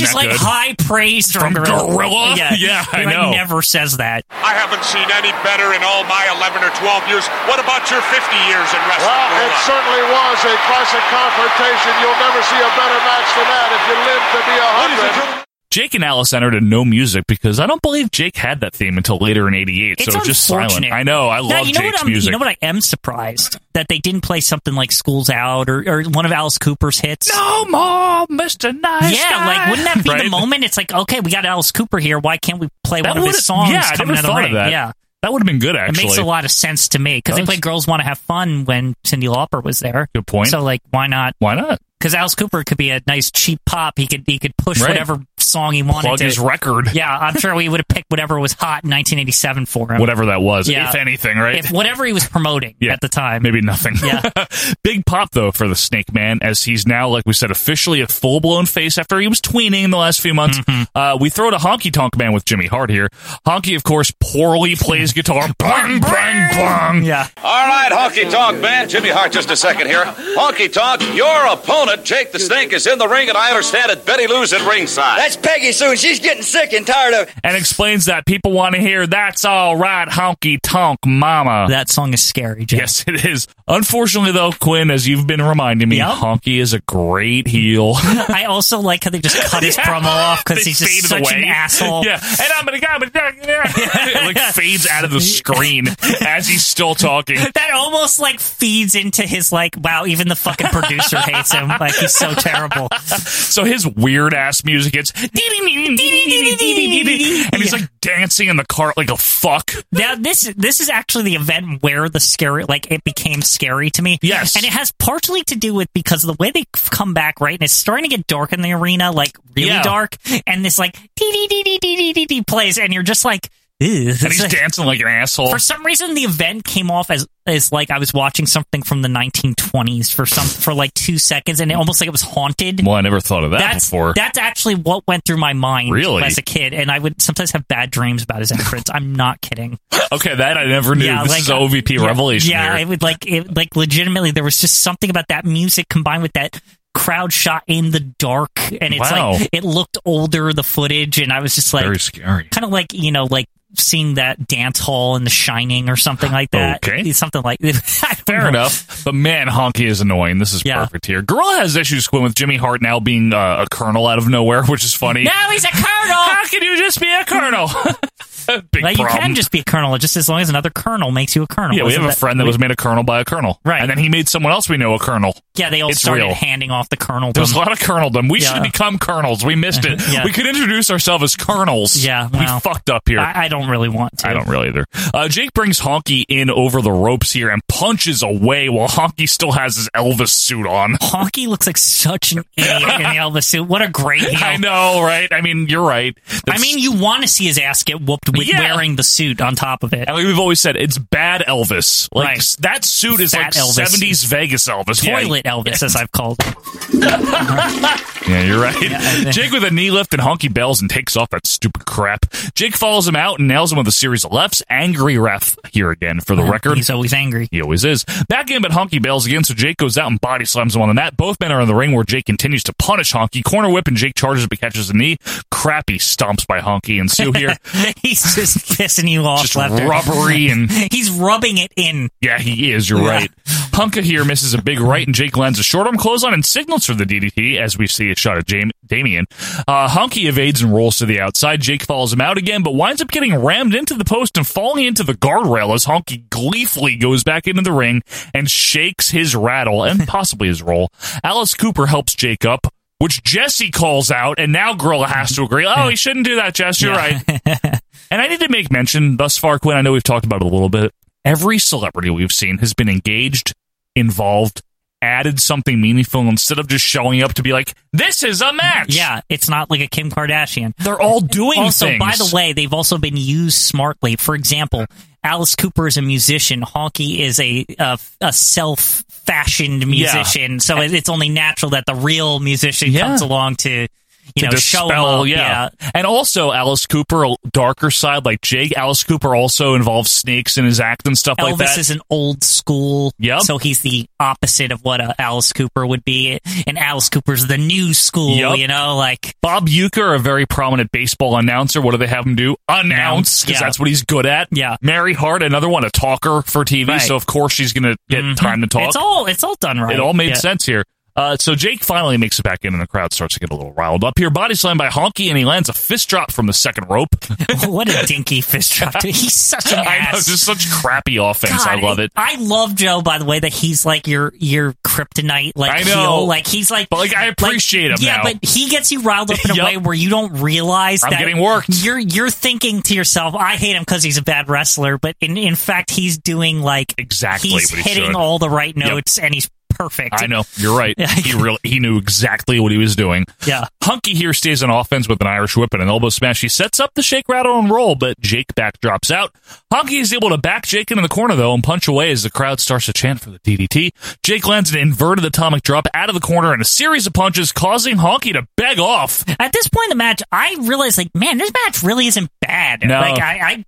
Speaker 1: Isn't
Speaker 4: is
Speaker 1: that
Speaker 4: like
Speaker 1: good?
Speaker 4: high praise from,
Speaker 1: From Gorilla?
Speaker 4: Yeah,
Speaker 1: Yeah, I
Speaker 4: he, like,
Speaker 1: know.
Speaker 4: never says that.
Speaker 11: I haven't seen any better in all my 11 or 12 years. What about your 50 years in wrestling?
Speaker 2: Well,
Speaker 11: Gorilla?
Speaker 2: it certainly was a classic confrontation. You'll never see a better match than that if you live to be a hundred.
Speaker 1: Jake and Alice entered in no music because I don't believe Jake had that theme until later in '88.
Speaker 4: It's
Speaker 1: So it's just silent.
Speaker 4: unfortunate.
Speaker 1: I know. I love
Speaker 4: now, you know
Speaker 1: Jake's
Speaker 4: what I'm,
Speaker 1: music.
Speaker 4: You know what I am surprised? That they didn't play something like School's Out or, or one of Alice Cooper's hits.
Speaker 1: no more Mr. Nice
Speaker 4: yeah,
Speaker 1: Guy.
Speaker 4: like wouldn't that be
Speaker 1: Right?
Speaker 4: the moment? It's like, okay, we got Alice Cooper here. Why can't we play
Speaker 1: That
Speaker 4: one of
Speaker 1: would've-
Speaker 4: his songs?
Speaker 1: Yeah, I never
Speaker 4: coming out of the
Speaker 1: thought
Speaker 4: ring?
Speaker 1: of that.
Speaker 4: Yeah,
Speaker 1: that would have been good. Actually,
Speaker 4: it makes a lot of sense to me because they
Speaker 1: Does.
Speaker 4: played "Girls Want to Have Fun" when Cindy Lauper was there.
Speaker 1: Good point.
Speaker 4: So like, why not?
Speaker 1: Why not?
Speaker 4: Because Alice Cooper could be a nice cheap pop. He could he could push
Speaker 1: Right.
Speaker 4: whatever song he wanted.
Speaker 1: Plug
Speaker 4: to.
Speaker 1: his record.
Speaker 4: Yeah, I'm sure we would have picked whatever was hot in 1987 for him.
Speaker 1: whatever that was,
Speaker 4: Yeah.
Speaker 1: if anything, right?
Speaker 4: If whatever he was promoting at the time.
Speaker 1: Maybe nothing. Yeah. Big pop though for the Snake Man, as he's now, like we said, officially a full blown face after he was tweening in the last few months. Uh, we throw to Honky Tonk Man with Jimmy Hart here. Honky, of course, poorly plays guitar. bang, bang, bang.
Speaker 4: Yeah.
Speaker 22: All right, honky tonk man, Jimmy Hart, just a second here. Honky tonk, your opponent, Jake the Snake, is in the ring, and I understand it. Betty Lou's at ringside.
Speaker 23: That's Peggy Sue, and she's getting sick and tired of.
Speaker 1: And explains that people want to hear that's all right, honky tonk mama.
Speaker 4: That song is scary, Jim.
Speaker 1: Yes, it is. Unfortunately, though, Quinn, as you've been reminding me, Honky is a great heel.
Speaker 4: I also like how they just cut his promo off because
Speaker 1: They
Speaker 4: he's just
Speaker 1: faded
Speaker 4: such
Speaker 1: away.
Speaker 4: an asshole.
Speaker 1: Yeah, and I'm gonna go. it like fades out of the screen as he's still talking.
Speaker 4: That almost like feeds into his like, wow, even the fucking producer hates him. Like he's so terrible.
Speaker 1: So his weird ass music hits, and he's like dancing in the cart like a fuck.
Speaker 4: Now this this is actually the event where the scary like it became scary to me. Yes, and it has partially to do with because of the way they f- come back right, and it's starting to get dark in the arena, like really
Speaker 1: Yeah.
Speaker 4: dark, and this like dee dee dee dee dee dee dee dee plays, and you're just like, Ugh.
Speaker 1: And he's dancing like an asshole.
Speaker 4: For some reason, the event came off as as like I was watching something from the 1920s for some for like two seconds, and it almost like it was haunted.
Speaker 1: Well, I never thought of that
Speaker 4: that's
Speaker 1: before.
Speaker 4: that's actually what went through my mind
Speaker 1: Really?
Speaker 4: as a kid, and I would sometimes have bad dreams about his entrance. I'm not kidding.
Speaker 1: okay, that I never knew. this is OVP
Speaker 4: yeah,
Speaker 1: revelation.
Speaker 4: Yeah,
Speaker 1: here.
Speaker 4: it would like it like legitimately there was just something about that music combined with that crowd shot in the dark and it's
Speaker 1: Wow.
Speaker 4: like it looked older the footage and I was just like
Speaker 1: Very scary.
Speaker 4: Kind of like, you know, like seeing that dance hall in The Shining or something like that.
Speaker 1: Okay.
Speaker 4: It's something like
Speaker 1: Fair enough. But man, Honky is annoying. This is perfect here. Gorilla has issues, Quinn, with Jimmy Hart now being uh, a colonel out of nowhere, which is funny.
Speaker 4: Now he's a colonel. How
Speaker 1: can you just be a colonel? Big
Speaker 4: like, you
Speaker 1: problem.
Speaker 4: can just be a colonel just as long as another colonel makes you a colonel.
Speaker 1: Yeah, we
Speaker 4: Isn't
Speaker 1: have a friend that was made a colonel by a colonel. Right. And then he made someone else we know a colonel.
Speaker 4: Yeah, they all
Speaker 1: It's
Speaker 4: started
Speaker 1: real.
Speaker 4: handing off the colonel.
Speaker 1: There's a lot of colonel. We
Speaker 4: Mm-hmm. Yeah.
Speaker 1: should have become colonels. We missed it.
Speaker 4: Yeah.
Speaker 1: We could introduce ourselves as colonels.
Speaker 4: Yeah, well,
Speaker 1: we fucked up here.
Speaker 4: I, I don't really want to.
Speaker 1: I don't really either. Uh, Jake brings Honky in over the ropes here and punches away while Honky still has his Elvis suit on.
Speaker 4: Honky looks like such an idiot in the Elvis suit. What a great heel.
Speaker 1: I know, right? I mean, you're right.
Speaker 4: I mean, you want to see his ass get whooped with wearing the suit on top of it.
Speaker 1: And like we've always said, it's bad Elvis. Like s- that suit is like
Speaker 4: Fat Elvis.
Speaker 1: seventies Vegas Elvis.
Speaker 4: Toilet Elvis, as I've called it.
Speaker 1: Yeah, you're right. Jake with a knee lift and honky bells and takes off that stupid crap. Jake follows him out and nails him with a series of lefts. Angry ref here again for the record.
Speaker 4: He's always angry.
Speaker 1: He always is. Back in at Honky Bells again, so Jake goes out and body slams him on the mat. Both men are in the ring where Jake continues to punish Honky. Corner whip and Jake charges but catches the knee. Crappy stomps by Honky and Sue here.
Speaker 4: He's just pissing you off
Speaker 1: Just
Speaker 4: left. and-
Speaker 1: rubbery and-
Speaker 4: he's rubbing it in.
Speaker 1: Yeah, he is. You're
Speaker 4: Yeah.
Speaker 1: right. Punka here misses a big right, and Jake lands a short arm clothesline and signals for the DDT as we see a shot of Jam- Damien. Uh, Honky evades and rolls to the outside. Jake follows him out again, but winds up getting rammed into the post and falling into the guardrail as Honky gleefully goes back into the ring and shakes his rattle and possibly his roll. Alice Cooper helps Jake up. Which Jesse calls out, and now Gorilla has to agree. Oh, he shouldn't do that, Jess. You're right. And I need to make mention thus far, Quinn. I know we've talked about it a little bit. Every celebrity we've seen has been engaged, involved, added something meaningful instead of just showing up to be like, this is a match.
Speaker 4: Yeah, it's not like a Kim Kardashian.
Speaker 1: They're all doing
Speaker 4: also,
Speaker 1: things.
Speaker 4: by the way, they've also been used smartly. For example, Alice Cooper is a musician. Honky is a a, a self fashioned musician. So it, it's only natural that the real musician comes along to you
Speaker 1: to
Speaker 4: know show 'em
Speaker 1: dispel,
Speaker 4: up.
Speaker 1: yeah. And also, Alice Cooper, a darker side like Jake. Alice Cooper also involves snakes in his act and stuff like
Speaker 4: Elvis
Speaker 1: that.
Speaker 4: is an old school,
Speaker 1: Yep.
Speaker 4: so he's the opposite of what a Alice Cooper would be, and Alice Cooper's the new school.
Speaker 1: Yep.
Speaker 4: You know, like
Speaker 1: Bob Euchre, a very prominent baseball announcer. What do they have him do? Announce, because
Speaker 4: yeah.
Speaker 1: that's what he's good at.
Speaker 4: Yeah.
Speaker 1: Mary Hart, another one, a talker for TV.
Speaker 4: Right. Mm-hmm.
Speaker 1: So of course she's going to get time to talk.
Speaker 4: it's all it's all done right.
Speaker 1: It all made
Speaker 4: Yeah.
Speaker 1: sense here. Uh, so Jake finally makes it back in, and the crowd starts to get a little riled up here. Body slam by Honky, and he lands a fist drop from the second rope.
Speaker 4: what a dinky fist drop! Dude. He's such an
Speaker 1: I know,
Speaker 4: ass.
Speaker 1: just such crappy offense. I
Speaker 4: God,
Speaker 1: love it.
Speaker 4: I love Joe. By the way, that he's like your your kryptonite, like
Speaker 1: I know.
Speaker 4: heel. Like he's like,
Speaker 1: But, like, I appreciate him
Speaker 4: Yeah,
Speaker 1: now.
Speaker 4: but he gets you riled up in a
Speaker 1: Yup.
Speaker 4: way where you don't realize
Speaker 1: I'm
Speaker 4: that
Speaker 1: getting worked.
Speaker 4: You're you're thinking to yourself, I hate him because he's a bad wrestler, but in in fact, he's doing like
Speaker 1: Exactly
Speaker 4: he's
Speaker 1: what he
Speaker 4: hitting
Speaker 1: should.
Speaker 4: all the right
Speaker 1: Yup.
Speaker 4: notes and he's perfect.
Speaker 1: I know you're right. He really he knew exactly what he was doing.
Speaker 4: Yeah.
Speaker 1: Hunky here stays on offense with an Irish whip and an elbow smash. He sets up the shake, rattle, and roll, but Jake backdrops out. Hunky is able to back Jake into the corner, though, and punch away as the crowd starts to chant for the DDT. Jake lands an inverted atomic drop out of the corner and a series of punches, causing Honky to beg off.
Speaker 4: At this point in the match, I realized like, man, this match really isn't bad.
Speaker 1: No.
Speaker 4: Like I. I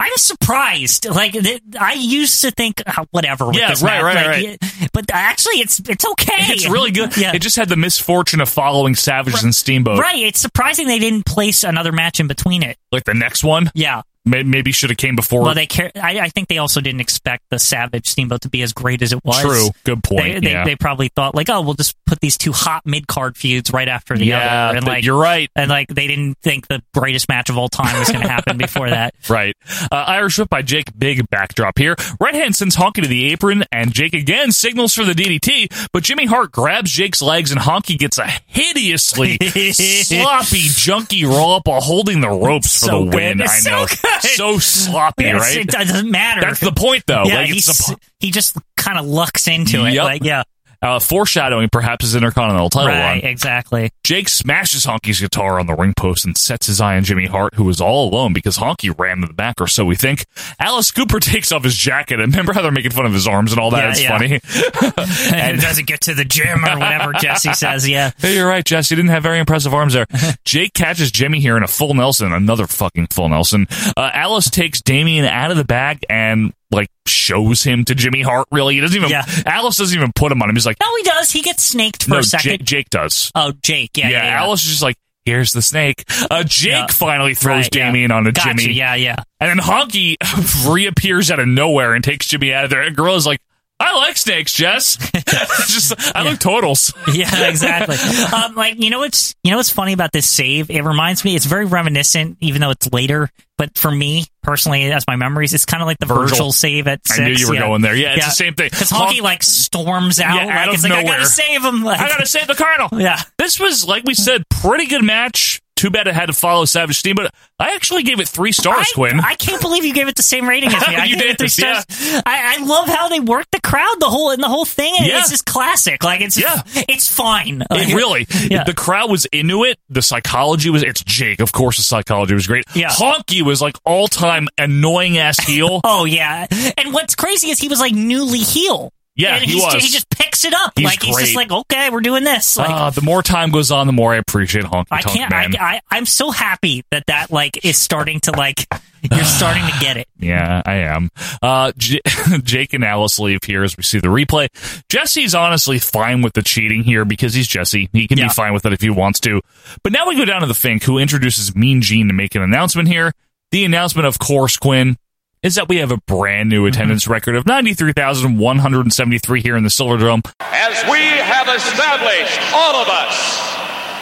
Speaker 4: I'm surprised. Like th- I used to think, ah, whatever. With
Speaker 1: Yeah,
Speaker 4: this
Speaker 1: right,
Speaker 4: match.
Speaker 1: right,
Speaker 4: Like,
Speaker 1: right.
Speaker 4: yeah, But actually, it's it's okay.
Speaker 1: It's really good.
Speaker 4: Yeah.
Speaker 1: It just had the misfortune of following Savage and Steamboat.
Speaker 4: Right. It's surprising they didn't place another match in between it.
Speaker 1: Like the next one,
Speaker 4: Yeah.
Speaker 1: may- maybe should have came before.
Speaker 4: well, they care. I, I think they also didn't expect the Savage Steamboat to be as great as it was.
Speaker 1: True. Good point.
Speaker 4: They, they,
Speaker 1: yeah.
Speaker 4: they probably thought like, oh, we'll just put these two hot mid card feuds right after the
Speaker 1: Yeah,
Speaker 4: other. And
Speaker 1: th-
Speaker 4: like
Speaker 1: you're right.
Speaker 4: And like they didn't think the greatest match of all time was going to happen before that.
Speaker 1: Right. Uh, Irish whip by Jake. Big backdrop here. Red Hand sends Honky to the apron, and Jake again signals for the DDT, but Jimmy Hart grabs Jake's legs, and Honky gets a hideously sloppy, junky roll up while holding the ropes
Speaker 4: It's
Speaker 1: for
Speaker 4: so
Speaker 1: the
Speaker 4: good.
Speaker 1: win.
Speaker 4: It's
Speaker 1: I
Speaker 4: so
Speaker 1: know.
Speaker 4: good.
Speaker 1: So sloppy,
Speaker 4: Yes,
Speaker 1: right?
Speaker 4: It doesn't matter.
Speaker 1: That's the point, though.
Speaker 4: Yeah,
Speaker 1: Like, it's
Speaker 4: he's-
Speaker 1: the po-
Speaker 4: he just kind of lucks into it.
Speaker 1: Yep.
Speaker 4: Like yeah,
Speaker 1: uh, foreshadowing perhaps his Intercontinental title
Speaker 4: right,
Speaker 1: run.
Speaker 4: exactly.
Speaker 1: Jake smashes Honky's guitar on the ring post and sets his eye on Jimmy Hart, who is all alone because Honky ran to the back, or so we think. Alice Cooper takes off his jacket, and remember how they're making fun of his arms and all that?
Speaker 4: Yeah,
Speaker 1: it's
Speaker 4: yeah.
Speaker 1: funny.
Speaker 4: and doesn't get to the gym or whatever Jesse says. Yeah.
Speaker 1: Hey, you're right, Jesse. Didn't have very impressive arms there. Jake catches Jimmy here in a full Nelson, another fucking full Nelson. Uh, Alice takes Damien out of the bag and like shows him to Jimmy Hart. Really, he doesn't even.
Speaker 4: Yeah.
Speaker 1: Alice doesn't even put him on him. He's like,
Speaker 4: No, he does. He gets snaked for
Speaker 1: no,
Speaker 4: a second.
Speaker 1: Jake, Jake does.
Speaker 4: oh, Jake. Yeah,
Speaker 1: yeah,
Speaker 4: yeah. yeah.
Speaker 1: Alice is just like, here's the snake. Uh, Jake
Speaker 4: Yeah.
Speaker 1: finally throws
Speaker 4: Right, yeah.
Speaker 1: Damien onto
Speaker 4: Gotcha,
Speaker 1: Jimmy.
Speaker 4: Yeah, yeah.
Speaker 1: And then Honky reappears out of nowhere and takes Jimmy out of there. And Gorilla's like, I like snakes, Jess. just I like totals.
Speaker 4: Yeah, exactly. um, like you know what's you know what's funny about this save? It reminds me. It's very reminiscent, even though it's later. But for me personally, as my memories, it's kind of like the
Speaker 1: Virgil.
Speaker 4: Virgil, save at six.
Speaker 1: I knew you were
Speaker 4: yeah.
Speaker 1: going there. Yeah, it's the same thing.
Speaker 4: Because Honky like storms out.
Speaker 1: Yeah,
Speaker 4: like,
Speaker 1: out of
Speaker 4: it's like, I
Speaker 1: nowhere.
Speaker 4: gotta save him. Like,
Speaker 1: I gotta save the Colonel.
Speaker 4: Yeah.
Speaker 1: This was, like we said, pretty good match. Too bad it had to follow Savage Steam, but I actually gave it three stars, Quinn.
Speaker 4: I can't believe you gave it the same rating as me. I
Speaker 1: You
Speaker 4: gave it
Speaker 1: did,
Speaker 4: three stars. I, I love how they work the crowd the whole in the whole thing. And
Speaker 1: Yeah.
Speaker 4: It's just classic. Like it's
Speaker 1: Yeah.
Speaker 4: it's fine. Like,
Speaker 1: It really, the crowd was into it. The psychology was. It's Jake, of course. The psychology was great.
Speaker 4: Yeah.
Speaker 1: Honky was like all time annoying ass heel.
Speaker 4: Oh yeah. And what's crazy is he was like newly heel.
Speaker 1: Yeah,
Speaker 4: and
Speaker 1: he
Speaker 4: he's-
Speaker 1: was.
Speaker 4: He just picks it up.
Speaker 1: He's
Speaker 4: like he's just
Speaker 1: great.
Speaker 4: like, okay, we're doing this. Like
Speaker 1: Ah, the more time goes on, the more I appreciate Honky
Speaker 4: I
Speaker 1: Tonk
Speaker 4: can't. I,
Speaker 1: Man.
Speaker 4: I I'm so happy that that like is starting to like you're starting to get it.
Speaker 1: Yeah, I am. Uh, J- Jake and Alice leave here as we see the replay. Jesse's honestly fine with the cheating here because he's Jesse. He can be fine with it if he wants to. But now we go down to the Fink, who introduces Mean Gene to make an announcement here. The announcement, of course, Quinn, is that we have a brand new attendance record of 93,173 here in the Silver Dome.
Speaker 8: As we have established, all of us,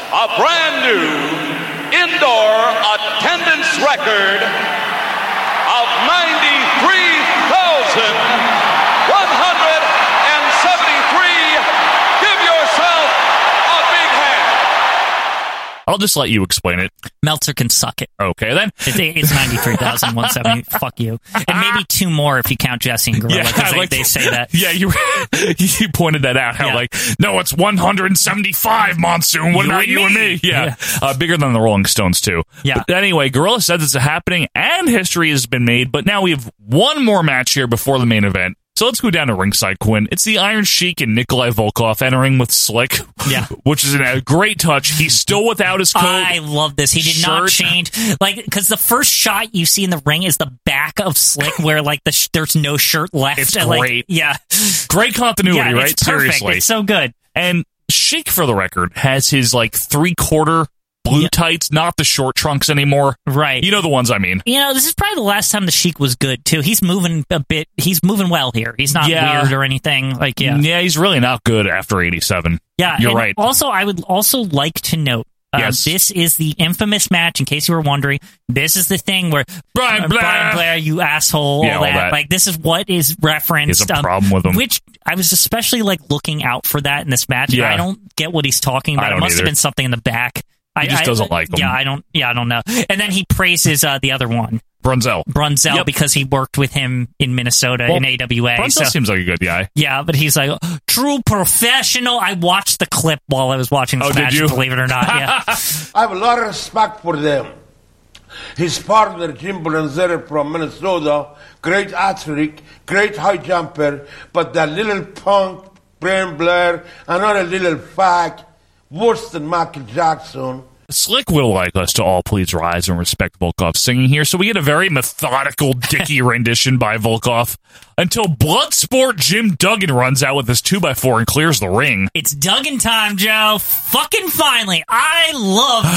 Speaker 8: a brand new indoor attendance record of 93,173. Give yourself a big hand.
Speaker 1: I'll just let you explain it.
Speaker 4: Meltzer can suck it.
Speaker 1: Okay, then.
Speaker 4: It's, it's 93,170. Fuck you. And maybe two more if you count Jesse and Gorilla. 'cause
Speaker 1: I
Speaker 4: they,
Speaker 1: like-
Speaker 4: they say that.
Speaker 1: Yeah, you you pointed that out. How like no, it's 175 monsoon. What
Speaker 4: You
Speaker 1: about
Speaker 4: and
Speaker 1: you and
Speaker 4: me.
Speaker 1: me? Yeah, Uh, bigger than the Rolling Stones too.
Speaker 4: Yeah.
Speaker 1: But anyway, Gorilla says it's happening, and history has been made. But now we have one more match here before the main event. So let's go down to ringside, Quinn. It's the Iron Sheik and Nikolai Volkov entering with Slick.
Speaker 4: Yeah.
Speaker 1: which is a great touch. He's still without his coat.
Speaker 4: I love this. He did not
Speaker 1: Shirt.
Speaker 4: change. Like, because the first shot you see in the ring is the back of Slick, where like the sh- there's no shirt left.
Speaker 1: It's
Speaker 4: And, like,
Speaker 1: great.
Speaker 4: yeah,
Speaker 1: great continuity,
Speaker 4: Yeah, it's
Speaker 1: right?
Speaker 4: perfect.
Speaker 1: Seriously,
Speaker 4: It's so good.
Speaker 1: And Sheik, for the record, has his like three quarter blue tights, not the short trunks anymore.
Speaker 4: Right.
Speaker 1: You know the ones I mean.
Speaker 4: You know, this is probably the last time the Sheik was good too. He's moving a bit. He's moving well here. He's not
Speaker 1: Yeah.
Speaker 4: weird or anything. Like, yeah,
Speaker 1: Yeah, he's really not good after 87.
Speaker 4: Yeah,
Speaker 1: You're
Speaker 4: and
Speaker 1: right.
Speaker 4: Also, I would also like to note. uh,
Speaker 1: Yes.
Speaker 4: This is the infamous match. In case you were wondering, this is the thing where
Speaker 1: Brian
Speaker 4: uh,
Speaker 1: Blair.
Speaker 4: Blair, you asshole,
Speaker 1: Yeah,
Speaker 4: all,
Speaker 1: all
Speaker 4: that.
Speaker 1: that.
Speaker 4: Like this is what is referenced. um,
Speaker 1: He has a problem with him.
Speaker 4: which I was especially like looking out for that in this match.
Speaker 1: Yeah.
Speaker 4: I don't get what he's talking about.
Speaker 1: I
Speaker 4: It
Speaker 1: don't
Speaker 4: must
Speaker 1: either.
Speaker 4: have been something in the back. I,
Speaker 1: He just
Speaker 4: I-
Speaker 1: doesn't like him.
Speaker 4: Yeah, I don't. Yeah, I don't know. And then he praises uh, the other one,
Speaker 1: Brunzel.
Speaker 4: Brunzel,
Speaker 1: Yep.
Speaker 4: because he worked with him in Minnesota
Speaker 1: Well,
Speaker 4: in AWA.
Speaker 1: Brunzel
Speaker 4: so-
Speaker 1: seems like a good guy.
Speaker 4: yeah, but he's like true professional. I watched the clip while I was watching this
Speaker 1: Oh, did
Speaker 4: match,
Speaker 1: you?
Speaker 4: believe it or not. Yeah.
Speaker 3: I have a lot of respect for them. His partner, Jim Brunzeri from Minnesota, great athlete, great high jumper, but that little punk, Brian Blair, another little fag, worse than Michael Jackson.
Speaker 1: Slick will like us to all please rise and respect Volkov singing here. So we get a very methodical dicky rendition by Volkov until Bloodsport Jim Duggan runs out with his 2x4 and clears the ring.
Speaker 4: It's Duggan time, Joe. Fucking finally. I love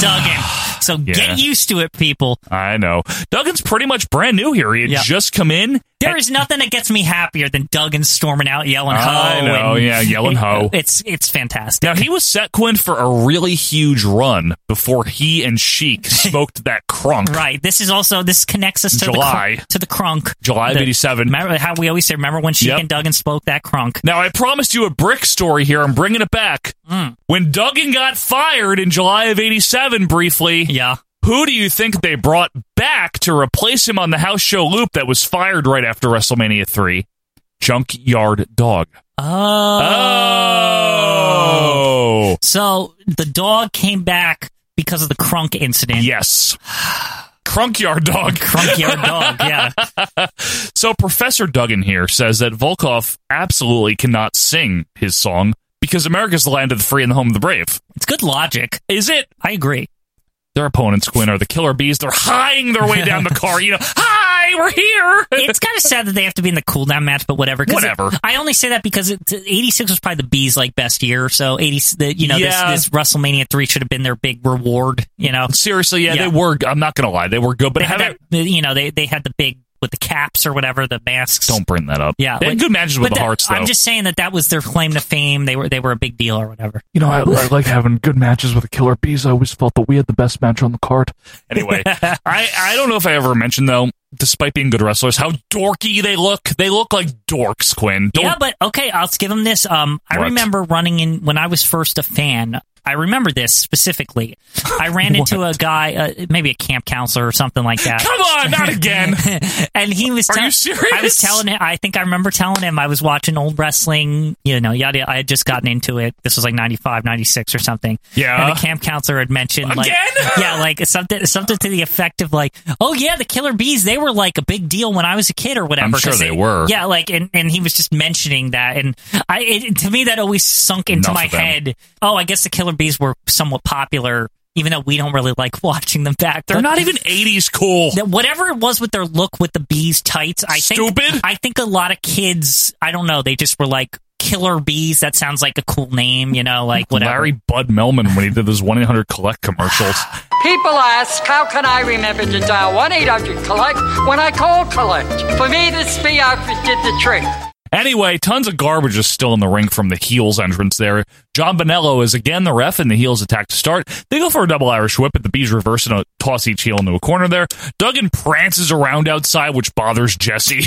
Speaker 4: Duggan. So
Speaker 1: Yeah.
Speaker 4: get used to it, people.
Speaker 1: I know. Duggan's pretty much brand new here. He had
Speaker 4: Yeah.
Speaker 1: just come in.
Speaker 4: There is nothing that gets me happier than Duggan storming out yelling ho.
Speaker 1: I know,
Speaker 4: and-
Speaker 1: yeah, yelling ho.
Speaker 4: It's it's fantastic.
Speaker 1: Now he was set Quinn for a really huge run before he and Sheik smoked that crunk.
Speaker 4: Right. This is also this connects us to
Speaker 1: July.
Speaker 4: the crunk, to the crunk.
Speaker 1: July of
Speaker 4: The-
Speaker 1: 87.
Speaker 4: Remember how we always say remember when Sheik
Speaker 1: Yep.
Speaker 4: and Duggan spoke that crunk.
Speaker 1: Now I promised you a brick story here. I'm bringing it back.
Speaker 4: Mm.
Speaker 1: When Duggan got fired in July of '87, briefly.
Speaker 4: Yeah.
Speaker 1: Who do you think they brought back to replace him on the house show loop that was fired right after WrestleMania three? Junkyard Dog. Oh.
Speaker 4: So the dog came back because of the crunk incident.
Speaker 1: Yes. Crunkyard Dog.
Speaker 4: Crunkyard dog, yeah.
Speaker 1: So Professor Duggan here says that Volkov absolutely cannot sing his song because America's the land of the free and the home of the brave.
Speaker 4: It's good logic.
Speaker 1: Is it?
Speaker 4: I agree.
Speaker 1: Their opponents, Quinn, are the killer bees. They're hieing their way down the car. You know, hi, we're here.
Speaker 4: It's kind of sad that they have to be in the cooldown match, but whatever. 'cause it-
Speaker 1: Whatever.
Speaker 4: I only say that because it, 86 was probably the B's like best year, so 80, the, you know,
Speaker 1: Yeah.
Speaker 4: this, this WrestleMania 3 should have been their big reward, you know.
Speaker 1: Seriously, yeah,
Speaker 4: Yeah.
Speaker 1: they were. I'm not gonna lie, they were good, but
Speaker 4: They had
Speaker 1: haven't.
Speaker 4: that- you know, they, they had the big with the caps or whatever, the masks.
Speaker 1: Don't bring that up.
Speaker 4: yeah,
Speaker 1: they had
Speaker 4: like-
Speaker 1: good matches with
Speaker 4: but
Speaker 1: the
Speaker 4: that-
Speaker 1: hearts, though.
Speaker 4: I'm just saying that that was their claim to fame. They were they were a big deal or whatever.
Speaker 1: You know, I, I like having good matches with the Killer Bees. I always felt that we had the best match on the card. Anyway, I, I don't know if I ever mentioned, though, despite being good wrestlers, how dorky they look. They look like dorks, Quinn. Don't,
Speaker 4: yeah, but okay, I'll give him this. Um, I
Speaker 1: What?
Speaker 4: remember running in when I was first a fan. I remember this specifically. I ran into a guy, uh, maybe a camp counselor or something like that.
Speaker 1: Come on, not again.
Speaker 4: and he was.
Speaker 1: Are
Speaker 4: tell-
Speaker 1: you serious?
Speaker 4: I was telling him. I think I remember telling him I was watching old wrestling. You know, yada. I had just gotten into it. This was like 95, 96 or something.
Speaker 1: Yeah.
Speaker 4: And the camp counselor had mentioned like,
Speaker 1: Again?
Speaker 4: yeah, like something, something to the effect of like, oh yeah, the Killer Bees. They were like a big deal when I was a kid or whatever.
Speaker 1: I'm sure
Speaker 4: 'cause
Speaker 1: they were.
Speaker 4: Yeah, uh, like, and and he was just mentioning that, and I it, to me that always sunk into
Speaker 1: Enough
Speaker 4: my
Speaker 1: of them.
Speaker 4: head. Oh, I guess the Killer Bees were somewhat popular. Even though we don't really like watching them back,
Speaker 1: They're not even 80s cool.
Speaker 4: that whatever it was with their look with the bees tights, I
Speaker 1: Stupid?
Speaker 4: think I think a lot of kids, I don't know, they just were like killer bees. That sounds like a cool name, you know, like whatever.
Speaker 1: Larry Bud Melman when he did those 1 800 Collect commercials.
Speaker 7: People ask, how can I remember to dial 1 800 Collect when I call Collect? For me, this fee outfit did the trick.
Speaker 1: Anyway, tons of garbage is still in the ring from the heels entrance there. John Bonello is again the ref, and the heels attack to start. They go for a double Irish whip, but the bees reverse and uh, toss each heel into a corner there. Duggan prances around outside, which bothers Jesse.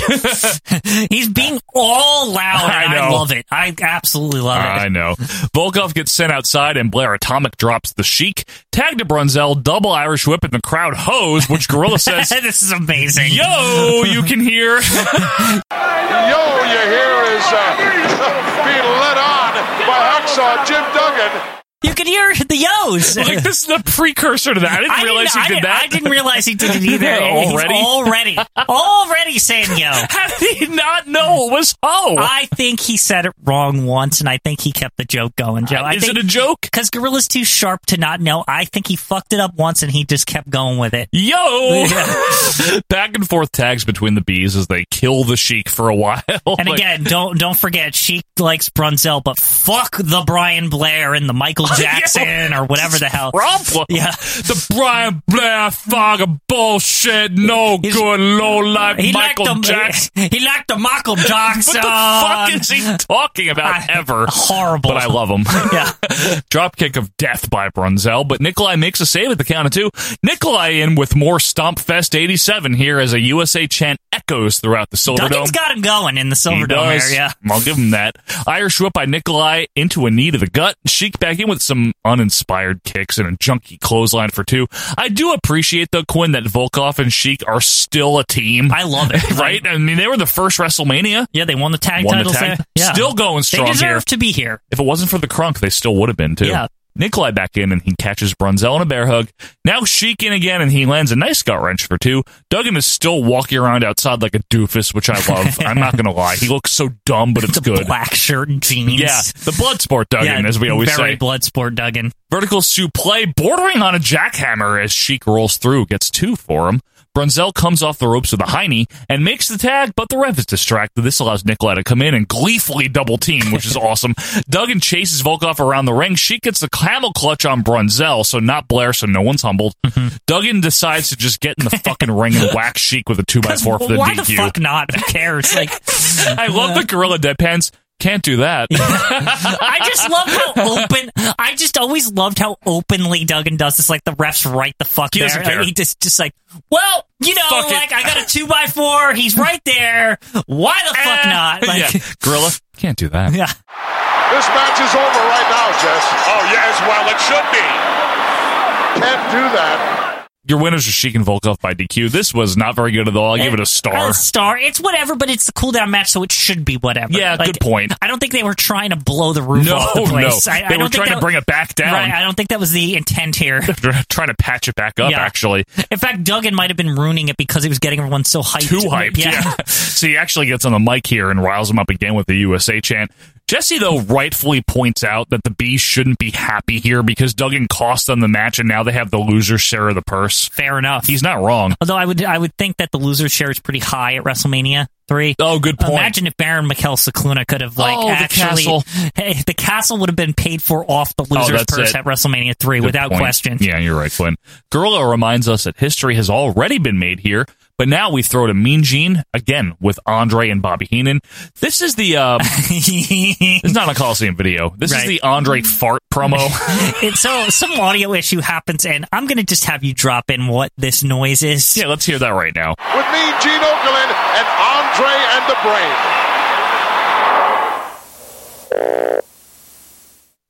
Speaker 4: He's being all loud. And
Speaker 1: I
Speaker 4: I,
Speaker 1: know.
Speaker 4: love it. I absolutely love
Speaker 1: I
Speaker 4: it.
Speaker 1: know. Volkov gets sent outside, and Blair Atomic drops the Sheik. Tag to Brunzel, double Irish whip, and the crowd hoes, which Gorilla says,
Speaker 4: this is amazing.
Speaker 1: Yo, you can hear.
Speaker 2: Yo, you hear is uh, being led on by Hacksaw Jim Duggan.
Speaker 4: You can hear the yos.
Speaker 1: like, this is the precursor to that. I didn't realize
Speaker 4: I
Speaker 1: he did
Speaker 4: didn't-
Speaker 1: that.
Speaker 4: I didn't realize he did it either. He's
Speaker 1: Already?
Speaker 4: already, already saying yo.
Speaker 1: How did he not know it was ho?
Speaker 4: I think he said it wrong once, and I think he kept the joke going, Joe. I
Speaker 1: Is
Speaker 4: think,
Speaker 1: it a joke?
Speaker 4: Because Gorilla's too sharp to not know. I think he fucked it up once, and he just kept going with it.
Speaker 1: Yo!
Speaker 4: Yeah.
Speaker 1: Back and forth tags between the bees as they kill the sheik for a while.
Speaker 4: And
Speaker 1: Like,
Speaker 4: again, don't don't forget, she likes Brunzel, but fuck the Brian Blair and the Michael Jackson or whatever the hell.
Speaker 1: problem.
Speaker 4: Yeah.
Speaker 1: The Brian Blair fog of bullshit, no good, low life,
Speaker 4: He liked
Speaker 1: Michael
Speaker 4: them-
Speaker 1: Jackson.
Speaker 4: He liked the Michael Jackson.
Speaker 1: What the fuck is he talking about
Speaker 4: I-
Speaker 1: ever?
Speaker 4: Horrible.
Speaker 1: But I love him.
Speaker 4: Yeah.
Speaker 1: Dropkick of death by Brunzel, but Nikolai makes a save at the count of two. Nikolai in with more Stompfest 87 here as a USA chant echoes throughout the Silverdome.
Speaker 4: Duggan's got him going in the
Speaker 1: He
Speaker 4: Silver Dome
Speaker 1: does.
Speaker 4: area.
Speaker 1: I'll give him that. Irish whip by Nikolai into a knee to the gut. Sheik back in with some uninspired kicks and a junky clothesline for two. I do appreciate though, Quinn, that Volkov and Sheik are still a team.
Speaker 4: I love it.
Speaker 1: right? I mean, they were the first WrestleMania.
Speaker 4: Yeah, they won the tag
Speaker 1: Won the
Speaker 4: titles.
Speaker 1: tag-
Speaker 4: there. Yeah.
Speaker 1: Still going strong
Speaker 4: They deserve
Speaker 1: here.
Speaker 4: to be here.
Speaker 1: If it wasn't for the crunk, they still would have been too.
Speaker 4: Yeah.
Speaker 1: Nikolai back in and he catches Brunzel in a bear hug. Now Sheik in again and he lands a nice gut wrench for two. Duggan is still walking around outside like a doofus, which I love. I'm not gonna lie. He looks so dumb, but it's good.
Speaker 4: Black shirt and jeans.
Speaker 1: Yeah, the blood sport Duggan,
Speaker 4: Yeah,
Speaker 1: as we always
Speaker 4: very
Speaker 1: say.
Speaker 4: blood sport Duggan.
Speaker 1: Vertical suplex bordering on a jackhammer as Sheik rolls through, gets two for him. Brunzel comes off the ropes with a high knee and makes the tag, but the ref is distracted. This allows Nikolai to come in and gleefully double team, which is awesome. Duggan chases Volkov around the ring. Sheik gets the camel clutch on Brunzel, so not Blair, so no one's humbled.
Speaker 4: Mm-hmm.
Speaker 1: Duggan decides to just get in the fucking ring and whack Sheik with a 2x4 for the
Speaker 4: Why
Speaker 1: DQ.
Speaker 4: the fuck not? Who cares? Like,
Speaker 1: I love the gorilla deadpans. Can't do that.
Speaker 4: I just love how open. I just always loved how openly Duggan does this. Like the refs right the fuck
Speaker 1: He
Speaker 4: there.
Speaker 1: doesn't
Speaker 4: Like,
Speaker 1: care.
Speaker 4: he just just like, well, you know,
Speaker 1: Fuck it.
Speaker 4: like I got a two by four. He's right there. Why the fuck not? Like,
Speaker 1: Eh, yeah. Gorilla, can't do that.
Speaker 4: yeah.
Speaker 2: This match is over right now, Jess.
Speaker 11: Oh, yes, well, it should be.
Speaker 2: Can't do that.
Speaker 1: Your winners are Sheik and Volkov by DQ. This was not very good at all. I give it a star.
Speaker 4: Eh. A star. It's whatever, but it's the cooldown match, so it should be whatever.
Speaker 1: Yeah,
Speaker 4: Like,
Speaker 1: good point.
Speaker 4: I don't think they were trying to blow the roof
Speaker 1: No,
Speaker 4: off the
Speaker 1: no.
Speaker 4: place. I, I
Speaker 1: They were
Speaker 4: don't think
Speaker 1: trying to
Speaker 4: that-
Speaker 1: bring it back down.
Speaker 4: Right, I don't think that was the intent here.
Speaker 1: Trying to patch it back up,
Speaker 4: Yeah.
Speaker 1: actually.
Speaker 4: In fact, Duggan might have been ruining it because he was getting everyone so hyped.
Speaker 1: Too hyped. Yeah. so he actually gets on the mic here and riles him up again with the USA chant. Jesse, though, rightfully points out that the Bees shouldn't be happy here because Duggan cost them the match and now they have the loser share of the purse.
Speaker 4: Fair enough.
Speaker 1: He's not wrong.
Speaker 4: Although I would I would think that the loser share is pretty high at WrestleMania three.
Speaker 1: Oh, good point.
Speaker 4: Imagine if Baron Mikel Cicluna could have like
Speaker 1: Oh, the
Speaker 4: actually
Speaker 1: castle. Oh,
Speaker 4: Hey, the castle would have been paid for off the loser's
Speaker 1: that's
Speaker 4: purse
Speaker 1: it.
Speaker 4: at WrestleMania three
Speaker 1: Good
Speaker 4: without
Speaker 1: point.
Speaker 4: question.
Speaker 1: Yeah, you're right, Quinn. Gorilla reminds us that history has already been made here, but now we throw to Mean Gene again with Andre and Bobby Heenan. This is the uh, it's not a Coliseum video. This is
Speaker 4: Right.
Speaker 1: the Andre fart promo.
Speaker 4: And so some audio issue happens, and I'm gonna just have you drop in what this noise is.
Speaker 1: yeah, let's hear that right now.
Speaker 2: With me, Gene Okerlund, and Andre and the Brain.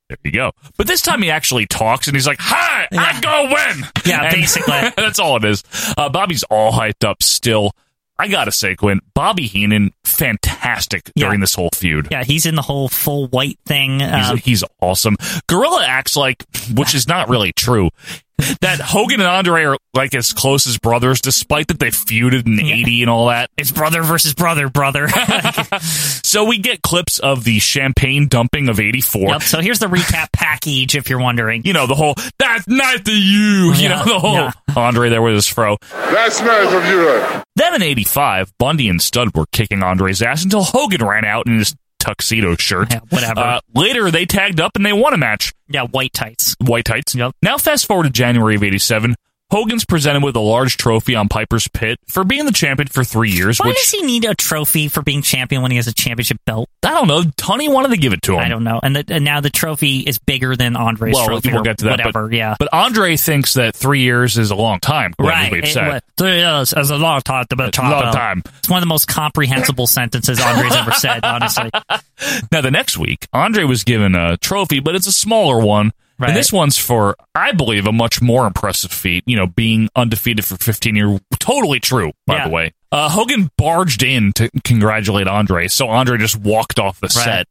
Speaker 1: There you go. But this time he actually talks and he's like, "Hi, I'm gonna win."
Speaker 4: Yeah,
Speaker 1: And-
Speaker 4: basically.
Speaker 1: that's all it is. Uh, Bobby's all hyped up still. I gotta say, Quinn, Bobby Heenan, fantastic during this whole feud.
Speaker 4: Yeah, he's in the whole full white thing.
Speaker 1: He's,
Speaker 4: um,
Speaker 1: he's awesome. Gorilla acts like, which is not really true, that Hogan and Andre are like as close as brothers, despite that they feuded in 80 and all that.
Speaker 4: It's brother versus brother, brother.
Speaker 1: So we get clips of the champagne dumping of 84.
Speaker 4: Yep, so here's the recap package, if you're wondering.
Speaker 1: You know, the whole, that's not the you, you
Speaker 4: Yeah,
Speaker 1: know, the whole
Speaker 4: yeah.
Speaker 1: Andre there with his fro.
Speaker 2: That's nice of you.
Speaker 1: Then in 85, Bundy and Stud were kicking Andre's ass until Hogan ran out in his tuxedo shirt.
Speaker 4: whatever.
Speaker 1: Uh, later, they tagged up and they won a match.
Speaker 4: Yeah, white tights.
Speaker 1: White tights. Now, fast forward to January of 87. Hogan's presented with a large trophy on Piper's Pit for being the champion for three years,
Speaker 4: Why
Speaker 1: which
Speaker 4: does he need a trophy for being champion when he has a championship belt?
Speaker 1: I don't know. Tony wanted to give it to him.
Speaker 4: I don't know. And, the, and now the trophy is bigger than Andre's
Speaker 1: Um, well,
Speaker 4: trophy.
Speaker 1: we'll
Speaker 4: or
Speaker 1: get to that. but-
Speaker 4: Whatever. yeah.
Speaker 1: But Andre thinks that three years is a long time. Glenn,
Speaker 4: Right.
Speaker 1: We've
Speaker 4: it
Speaker 1: said.
Speaker 4: was- three years is a long time to be
Speaker 1: long
Speaker 4: champion.
Speaker 1: time.
Speaker 4: It's one of the most comprehensible sentences Andre's ever said, honestly.
Speaker 1: Now, the next week, Andre was given a trophy, but it's a smaller one.
Speaker 4: Right.
Speaker 1: And this one's for, I believe, a much more impressive feat, you know, being undefeated for 15 years. Totally true, by
Speaker 4: Yeah.
Speaker 1: the way. Uh, Hogan barged in to congratulate Andre, so Andre just walked off the
Speaker 4: Right.
Speaker 1: set.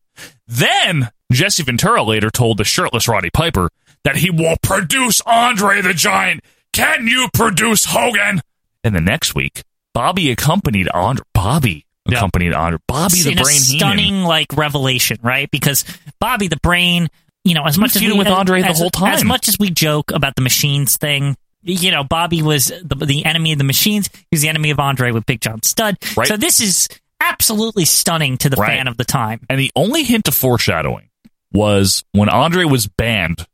Speaker 1: Then Jesse Ventura later told the shirtless Roddy Piper that he will produce Andre the Giant. Can you produce Hogan? And the next week, Bobby accompanied Andre. Bobby accompanied Andre. Bobby
Speaker 4: It's
Speaker 1: the
Speaker 4: in a
Speaker 1: Brain Heenan.
Speaker 4: stunning like revelation, right? Because Bobby the Brain, you know, as much as
Speaker 1: feuded
Speaker 4: we,
Speaker 1: with Andre the
Speaker 4: as-
Speaker 1: whole time.
Speaker 4: as much as we joke about the machines thing, you know, Bobby was the, the enemy of the machines. He was the enemy of Andre with Big John Studd.
Speaker 1: Right.
Speaker 4: So this is absolutely stunning to the
Speaker 1: Right.
Speaker 4: fan of the time.
Speaker 1: And the only hint of foreshadowing was when Andre was banned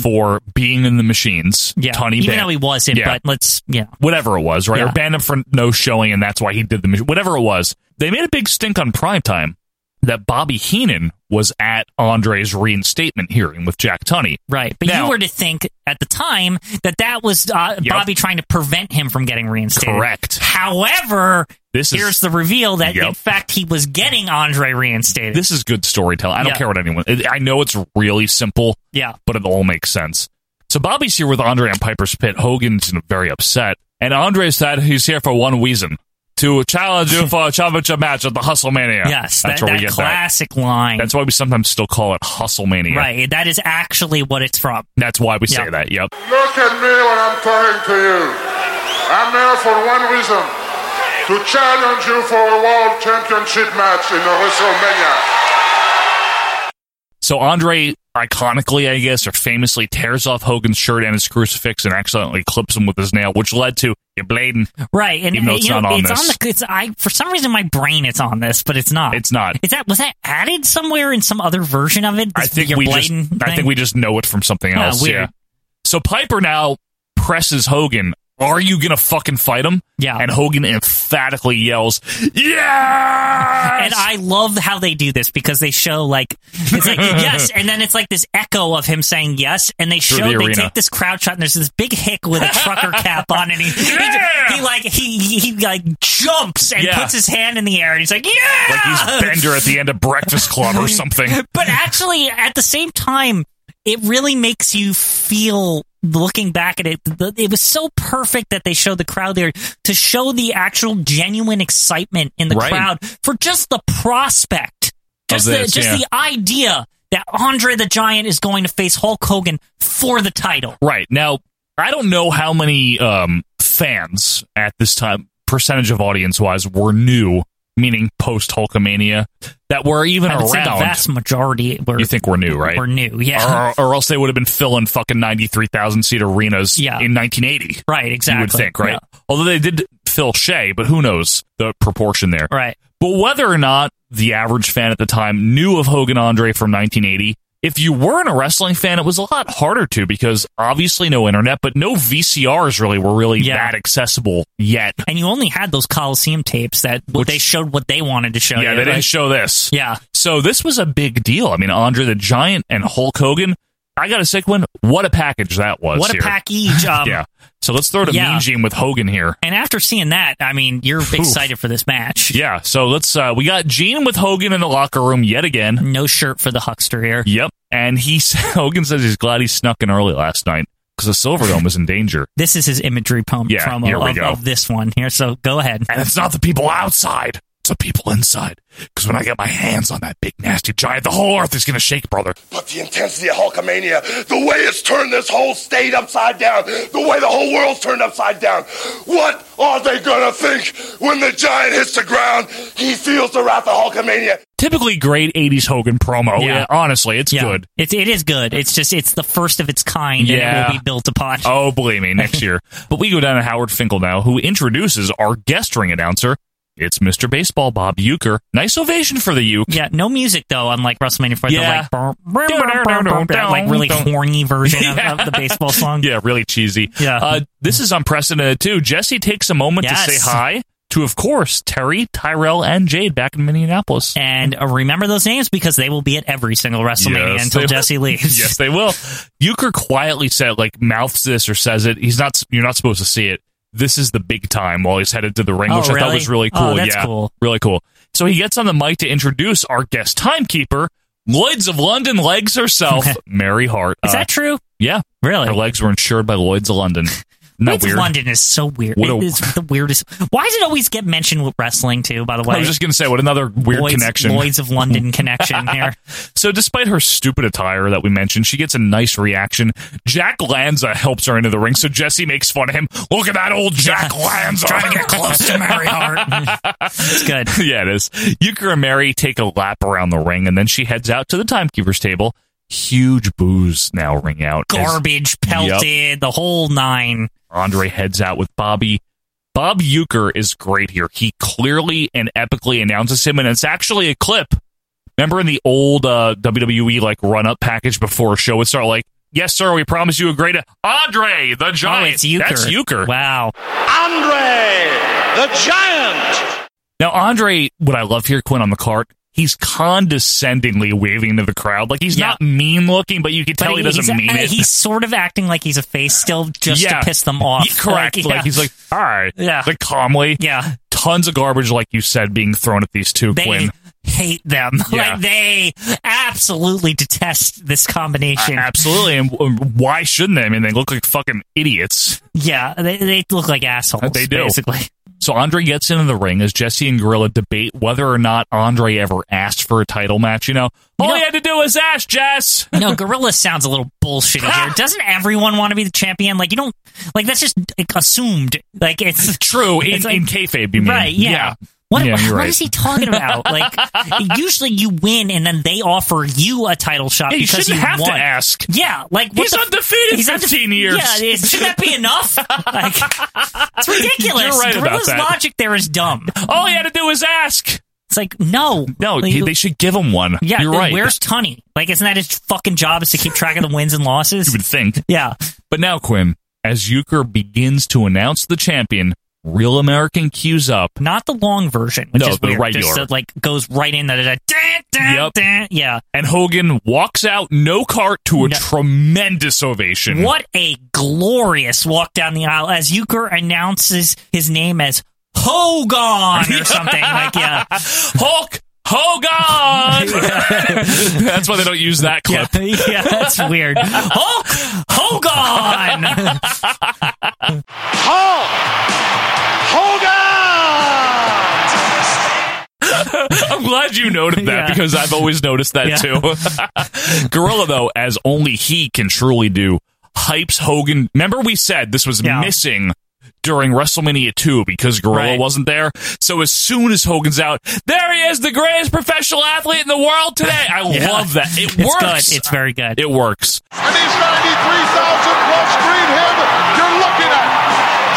Speaker 1: for being in the machines.
Speaker 4: Mm-hmm. Yeah,
Speaker 1: Tony
Speaker 4: even
Speaker 1: banned-
Speaker 4: though he wasn't,
Speaker 1: Yeah.
Speaker 4: but let's yeah,
Speaker 1: whatever it was, right?
Speaker 4: Yeah.
Speaker 1: Or banned him for no showing, and that's why he did the machine. Whatever it was, they made a big stink on primetime that Bobby Heenan was at Andre's reinstatement hearing with Jack Tunney.
Speaker 4: right. But
Speaker 1: Now-
Speaker 4: you were to think at the time that that was uh, Bobby trying to prevent him from getting reinstated.
Speaker 1: Correct.
Speaker 4: However,
Speaker 1: This is-
Speaker 4: here's the reveal that in
Speaker 1: Yep.
Speaker 4: fact he was getting Andre reinstated.
Speaker 1: This is good storytelling. I don't
Speaker 4: Yeah.
Speaker 1: care what anyone. I know it's really simple.
Speaker 4: Yeah.
Speaker 1: but it all makes sense. So Bobby's here with Andre and Piper's Pit. Hogan's very upset, and Andre said he's here for one reason: to challenge you for a championship match at the Hustle Mania.
Speaker 4: Yes,
Speaker 1: that's
Speaker 4: that,
Speaker 1: where
Speaker 4: that
Speaker 1: we get
Speaker 4: classic line.
Speaker 1: that. That's why we sometimes still call it Hustle Mania.
Speaker 4: right. That is actually what it's from.
Speaker 1: That's why we say
Speaker 4: Yep.
Speaker 1: that. Yep.
Speaker 2: Look at me when I'm talking to you. I'm here for one reason to challenge you for a world championship match in the WrestleMania.
Speaker 1: So Andre, iconically, I guess, or famously, tears off Hogan's shirt and his crucifix and accidentally clips him with his nail, which led to you bleeding.
Speaker 4: Right, and
Speaker 1: Even though it's
Speaker 4: you know,
Speaker 1: not on
Speaker 4: it's
Speaker 1: this.
Speaker 4: on the. It's I for some reason my brain it's on this, but it's not.
Speaker 1: It's not.
Speaker 4: Is that was that added somewhere in some other version of it?
Speaker 1: I
Speaker 4: This
Speaker 1: think
Speaker 4: your
Speaker 1: we just
Speaker 4: Bladen
Speaker 1: I
Speaker 4: thing?
Speaker 1: think we just know it from something
Speaker 4: Ah,
Speaker 1: else.
Speaker 4: weird.
Speaker 1: yeah. So Piper now presses Hogan. Are you gonna fucking fight him?
Speaker 4: Yeah.
Speaker 1: And Hogan emphatically yells, "Yeah!"
Speaker 4: And I love how they do this because they show like it's like yes, and then it's like this echo of him saying yes, and they
Speaker 1: Through
Speaker 4: show
Speaker 1: the
Speaker 4: they
Speaker 1: arena.
Speaker 4: take this crowd shot and there's this big hick with a trucker cap on, and he he,
Speaker 1: Yeah!
Speaker 4: he like he, he he like jumps and
Speaker 1: Yeah.
Speaker 4: puts his hand in the air and he's like yeah,
Speaker 1: Like he's Bender at the end of Breakfast Club or something.
Speaker 4: but actually, at the same time, it really makes you feel. Looking back at it, the- it was so perfect that they showed the crowd there to show the actual genuine excitement in the
Speaker 1: Right.
Speaker 4: crowd for just the prospect, just
Speaker 1: this,
Speaker 4: the just
Speaker 1: yeah.
Speaker 4: the idea that Andre the Giant is going to face Hulk Hogan for the title.
Speaker 1: Right. Now, I don't know how many um, fans at this time, percentage of audience wise, were new, meaning post Hulkamania, that were even
Speaker 4: I would say the
Speaker 1: around.
Speaker 4: vast majority were
Speaker 1: you think we're new, right?
Speaker 4: were new, yeah,
Speaker 1: Or, or else they would have been filling fucking 93,000 seat arenas
Speaker 4: Yeah.
Speaker 1: in 1980.
Speaker 4: right, exactly.
Speaker 1: You would think, right?
Speaker 4: Yeah.
Speaker 1: Although they did fill Shea, but who knows the proportion there.
Speaker 4: Right.
Speaker 1: But whether or not the average fan at the time knew of Hogan Andre from 1980, if you weren't a wrestling fan, it was a lot harder to because obviously no internet, but no VCRs really were really
Speaker 4: Yeah.
Speaker 1: that accessible yet.
Speaker 4: And you only had those Coliseum tapes that they showed what they wanted to show.
Speaker 1: yeah,
Speaker 4: you,
Speaker 1: they didn't
Speaker 4: right?
Speaker 1: show this.
Speaker 4: Yeah.
Speaker 1: So this was a big deal. I mean, Andre the Giant and Hulk Hogan. I got a sick one. What a package that was.
Speaker 4: What a
Speaker 1: here.
Speaker 4: package. Um,
Speaker 1: yeah. So let's throw to
Speaker 4: yeah.
Speaker 1: Mean Gene with Hogan here.
Speaker 4: And after seeing that, I mean, you're excited for this match.
Speaker 1: Yeah, so let's uh we got Gene with Hogan in the locker room yet again.
Speaker 4: No shirt for the huckster here.
Speaker 1: Yep. And he Hogan says he's glad he snuck in early last night because the Silver Dome is in danger.
Speaker 4: This is his imagery pom-
Speaker 1: Yeah,
Speaker 4: promo
Speaker 1: here we
Speaker 4: of,
Speaker 1: go.
Speaker 4: of this one here. So go ahead.
Speaker 1: And it's not the people outside, it's the people inside. Because when I get my hands on that big nasty giant, the whole earth is going to shake, brother.
Speaker 10: But the intensity of Hulkamania, the way it's turned this whole state upside down, the way the whole world's turned upside down. What are they gonna think when the giant hits the ground? He feels the wrath of Hulkamania.
Speaker 1: Typically, great 80s Hogan promo. Yeah. honestly, it's good.
Speaker 4: It's it is good. It's just it's the first of its kind, and
Speaker 1: Yeah.
Speaker 4: it will be built upon.
Speaker 1: Oh, believe me, next year. But we go down to Howard Finkel now, who introduces our guest ring announcer. It's Mr. Baseball Bob Euchre. Nice ovation for the Euchre.
Speaker 4: Yeah, no music though, unlike WrestleMania for
Speaker 1: Yeah.
Speaker 4: the like, burr, burr, burr, burr, burr, that, like really horny version of, of the baseball song.
Speaker 1: Yeah, really cheesy. Yeah. Uh, this is unprecedented too. Jesse takes a moment to
Speaker 4: Yes.
Speaker 1: say hi to, of course, Terry, Tyrell, and Jade back in Minneapolis.
Speaker 4: And uh, remember those names because they will be at every single WrestleMania
Speaker 1: Yes,
Speaker 4: until
Speaker 1: they will.
Speaker 4: Jesse leaves.
Speaker 1: yes, they will. Euchre quietly said, like mouths this or says it. He's not. You're not supposed to see it. This is the big time while he's headed to the ring,
Speaker 4: Oh,
Speaker 1: which I thought
Speaker 4: really?
Speaker 1: was really cool.
Speaker 4: Oh, that's
Speaker 1: yeah,
Speaker 4: cool.
Speaker 1: really cool. So he gets on the mic to introduce our guest timekeeper, Lloyd's of London legs herself, Mary Hart.
Speaker 4: Is
Speaker 1: Uh,
Speaker 4: that true?
Speaker 1: Yeah,
Speaker 4: really.
Speaker 1: Her legs were insured by Lloyd's of London. Isn't that
Speaker 4: Lloyd's of
Speaker 1: weird?
Speaker 4: London is so weird.
Speaker 1: What a-
Speaker 4: It is the weirdest. Why does it always get mentioned with wrestling too? By the way,
Speaker 1: I was just gonna say, what another weird
Speaker 4: Lloyd's,
Speaker 1: connection.
Speaker 4: Lloyd's of London connection here.
Speaker 1: So, despite her stupid attire that we mentioned, she gets a nice reaction. Jack Lanza helps her into the ring, so Jesse makes fun of him. Look at that old Jack Lanza.
Speaker 4: Trying to get close to Mary Hart. it's good.
Speaker 1: yeah, it is. Euchre and Mary take a lap around the ring, and then she heads out to the timekeeper's table. Huge boos now ring out. as
Speaker 4: Garbage pelted the whole nine.
Speaker 1: Andre heads out with Bobby. Bob Euchre is great here. He clearly and epically announces him, and it's actually a clip. Remember in the old uh, WWE like run up package before a show would start, like, "Yes, sir, we promise you a great Andre the Giant."
Speaker 4: Oh, it's Euchre.
Speaker 1: That's Euchre.
Speaker 4: Wow.
Speaker 8: Andre the Giant.
Speaker 1: Now, Andre, what I love here, Quinn, on the cart, he's condescendingly waving to the crowd. Like, he's not mean looking, but you can tell
Speaker 4: But
Speaker 1: he, doesn't
Speaker 4: he's-
Speaker 1: mean
Speaker 4: uh,
Speaker 1: it.
Speaker 4: He's sort of acting like he's a face still just
Speaker 1: Yeah.
Speaker 4: to piss them off.
Speaker 1: Yeah, correct. Like,
Speaker 4: yeah.
Speaker 1: he's like, all right. Yeah. Like, calmly.
Speaker 4: Yeah.
Speaker 1: Tons of garbage, like you said, being thrown at these two,
Speaker 4: they
Speaker 1: Quinn.
Speaker 4: hate them.
Speaker 1: Yeah.
Speaker 4: Like they absolutely detest this
Speaker 1: Uh,
Speaker 4: combination.
Speaker 1: absolutely. And w- why shouldn't they? I mean, they look like fucking idiots.
Speaker 4: yeah, they, they look like assholes.
Speaker 1: They do.
Speaker 4: basically.
Speaker 1: So Andre gets into the ring as Jesse and Gorilla debate whether or not Andre ever asked for a title match. You know, all he had to do was ask Jess.
Speaker 4: You know, Gorilla sounds a little bullshitty here. Doesn't everyone want to be the champion? Like you don't like that's just like, assumed. Like it's
Speaker 1: True Oh, in,
Speaker 4: It's like-
Speaker 1: in kayfabe, you mean?
Speaker 4: right. Yeah. What,
Speaker 1: Yeah, you're
Speaker 4: what
Speaker 1: right.
Speaker 4: is he talking about? Like, usually you win and then they offer you a title shot
Speaker 1: Yeah, you
Speaker 4: because
Speaker 1: shouldn't have to
Speaker 4: won.
Speaker 1: ask.
Speaker 4: Yeah, like what
Speaker 1: He's
Speaker 4: the f-
Speaker 1: undefeated 15 years.
Speaker 4: Yeah, it- should that be enough? Like, it's ridiculous.
Speaker 1: You're right about
Speaker 4: Gorilla's
Speaker 1: that.
Speaker 4: logic there is dumb.
Speaker 1: All he had to do was ask.
Speaker 4: It's like no,
Speaker 1: No,
Speaker 4: Like,
Speaker 1: he- they should give him one.
Speaker 4: yeah,
Speaker 1: you're
Speaker 4: then
Speaker 1: right.
Speaker 4: Where's Tunny? Like, isn't that his fucking job is to keep track of the wins and losses?
Speaker 1: you would think.
Speaker 4: Yeah.
Speaker 1: But now, Quinn, as Euchre begins to announce the champion, Real American cues up.
Speaker 4: Not the long version, which
Speaker 1: no,
Speaker 4: is
Speaker 1: the
Speaker 4: weird.
Speaker 1: regular.
Speaker 4: Just that, like goes right in that. that- Dun, dun,
Speaker 1: Yep.
Speaker 4: dun. Yeah.
Speaker 1: and Hogan walks out no cart to a
Speaker 4: No.
Speaker 1: tremendous ovation.
Speaker 4: What a glorious walk down the aisle as Euchre announces his name as Hogan or something. like, yeah.
Speaker 1: Hulk Hogan! That's why they don't use that clip.
Speaker 4: yeah, that's weird. Hulk Hogan!
Speaker 8: Hulk Hogan.
Speaker 1: I'm glad you noted that
Speaker 4: Yeah.
Speaker 1: because I've always noticed that
Speaker 4: Yeah.
Speaker 1: too. Gorilla, though, as only he can truly do, hypes Hogan. Remember, we said this was
Speaker 4: Yeah.
Speaker 1: missing during WrestleMania 2 because Gorilla
Speaker 4: Right.
Speaker 1: wasn't there. So as soon as Hogan's out, there he is, the greatest professional athlete in the world today. I
Speaker 4: Yeah.
Speaker 1: love that. It
Speaker 4: it's
Speaker 1: works.
Speaker 4: good. It's very good.
Speaker 1: it works.
Speaker 2: And these 93,000 will screen him. You're looking at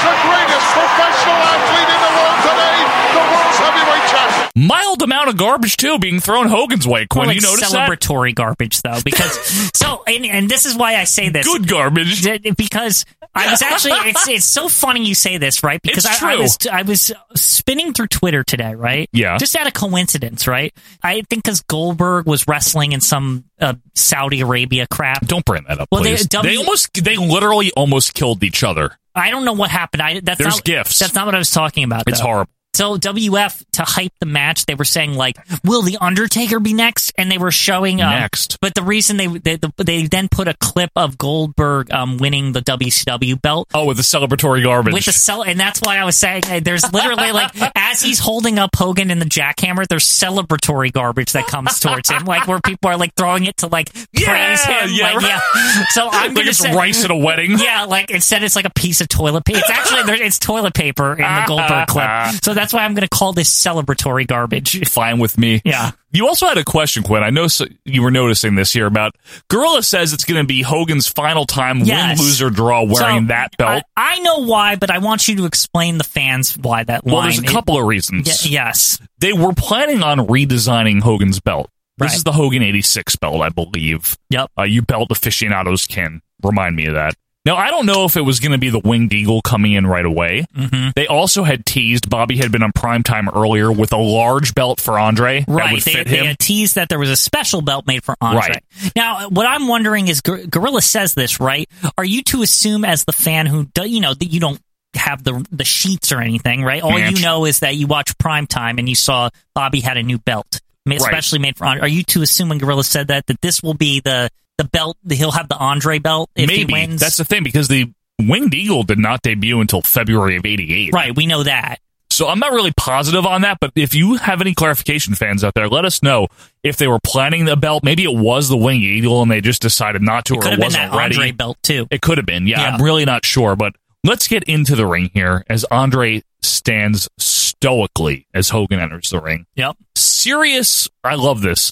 Speaker 2: the greatest professional athlete in the world today, the world's heavyweight champion.
Speaker 1: Mild amount of garbage too being thrown Hogan's way.
Speaker 4: More
Speaker 1: Quinn,
Speaker 4: like
Speaker 1: you notice that?
Speaker 4: celebratory garbage, though, because so and, and this is why I say this.
Speaker 1: Good garbage.
Speaker 4: D- because I was actually it's it's so funny you say this right because
Speaker 1: It's
Speaker 4: I, I
Speaker 1: true.
Speaker 4: was I was spinning through Twitter today right
Speaker 1: Yeah.
Speaker 4: just out of coincidence right I think because Goldberg was wrestling in some uh, Saudi Arabia crap
Speaker 1: Don't bring that up,
Speaker 4: Well, they-
Speaker 1: please. They,
Speaker 4: W-
Speaker 1: almost, they literally almost killed each other.
Speaker 4: I don't know what happened I that's
Speaker 1: There's
Speaker 4: not,
Speaker 1: gifts.
Speaker 4: that's not what I was talking about
Speaker 1: It's
Speaker 4: though.
Speaker 1: horrible.
Speaker 4: So WF to hype the match, they were saying like, "Will the Undertaker be next?" And they were showing um,
Speaker 1: Next.
Speaker 4: But the reason they they, they then put a clip of Goldberg um, winning the WCW belt.
Speaker 1: Oh, with the celebratory garbage.
Speaker 4: With the cell, and that's why I was saying uh, there's literally like as he's holding up Hogan in the jackhammer, there's celebratory garbage that comes towards him, like where people are like throwing it to like praise him.
Speaker 1: yeah,
Speaker 4: like,
Speaker 1: right.
Speaker 4: yeah. So I'm
Speaker 1: Like
Speaker 4: gonna
Speaker 1: it's
Speaker 4: say-
Speaker 1: rice at a wedding.
Speaker 4: Yeah, like instead it's like a piece of toilet paper. It's actually there- it's toilet paper in the Goldberg clip. So that's why I'm gonna call this celebratory garbage.
Speaker 1: Fine with me.
Speaker 4: Yeah.
Speaker 1: You also had a question, Quinn. I know so- you were noticing this here about Gorilla says it's going to be Hogan's final time
Speaker 4: Yes.
Speaker 1: win, lose, or draw wearing
Speaker 4: So,
Speaker 1: that belt.
Speaker 4: I, I know why, but I want you to explain the fans why that line.
Speaker 1: well, there's a couple of reasons.
Speaker 4: Y- yes.
Speaker 1: They were planning on redesigning Hogan's belt. This
Speaker 4: Right.
Speaker 1: is the Hogan 86 belt, I believe.
Speaker 4: Yep.
Speaker 1: Uh, you belt aficionados can remind me of that. Now, I don't know if it was going to be the Winged Eagle coming in right away.
Speaker 4: Mhm.
Speaker 1: They also had teased Bobby had been on primetime earlier with a large belt for Andre that
Speaker 4: Right,
Speaker 1: would
Speaker 4: they,
Speaker 1: fit
Speaker 4: they
Speaker 1: him.
Speaker 4: had teased that there was a special belt made for Andre.
Speaker 1: Right.
Speaker 4: Now, what I'm wondering is, Gor- Gorilla says this, right? Are you to assume as the fan who, do, you know, that you don't have the the sheets or anything, right? All
Speaker 1: Match.
Speaker 4: you know is that you watch Primetime and you saw Bobby had a new belt, ma-
Speaker 1: Right.
Speaker 4: especially made for Andre. Are you to assume when Gorilla said that that this will be the the belt that he'll have the Andre belt if
Speaker 1: Maybe.
Speaker 4: he wins?
Speaker 1: That's the thing, because the Winged Eagle did not debut until February of 88.
Speaker 4: right. We know that.
Speaker 1: So I'm not really positive on that, but if you have any clarification fans out there, let us know if they were planning the belt. Maybe it was the Winged Eagle and they just decided not to
Speaker 4: It
Speaker 1: or
Speaker 4: could
Speaker 1: it
Speaker 4: have been
Speaker 1: wasn't
Speaker 4: that
Speaker 1: ready.
Speaker 4: Andre belt too.
Speaker 1: It could have been. Yeah,
Speaker 4: Yeah.
Speaker 1: I'm really not sure, but let's get into the ring here as Andre stands stoically as Hogan enters the ring.
Speaker 4: Yep.
Speaker 1: Serious, I love this.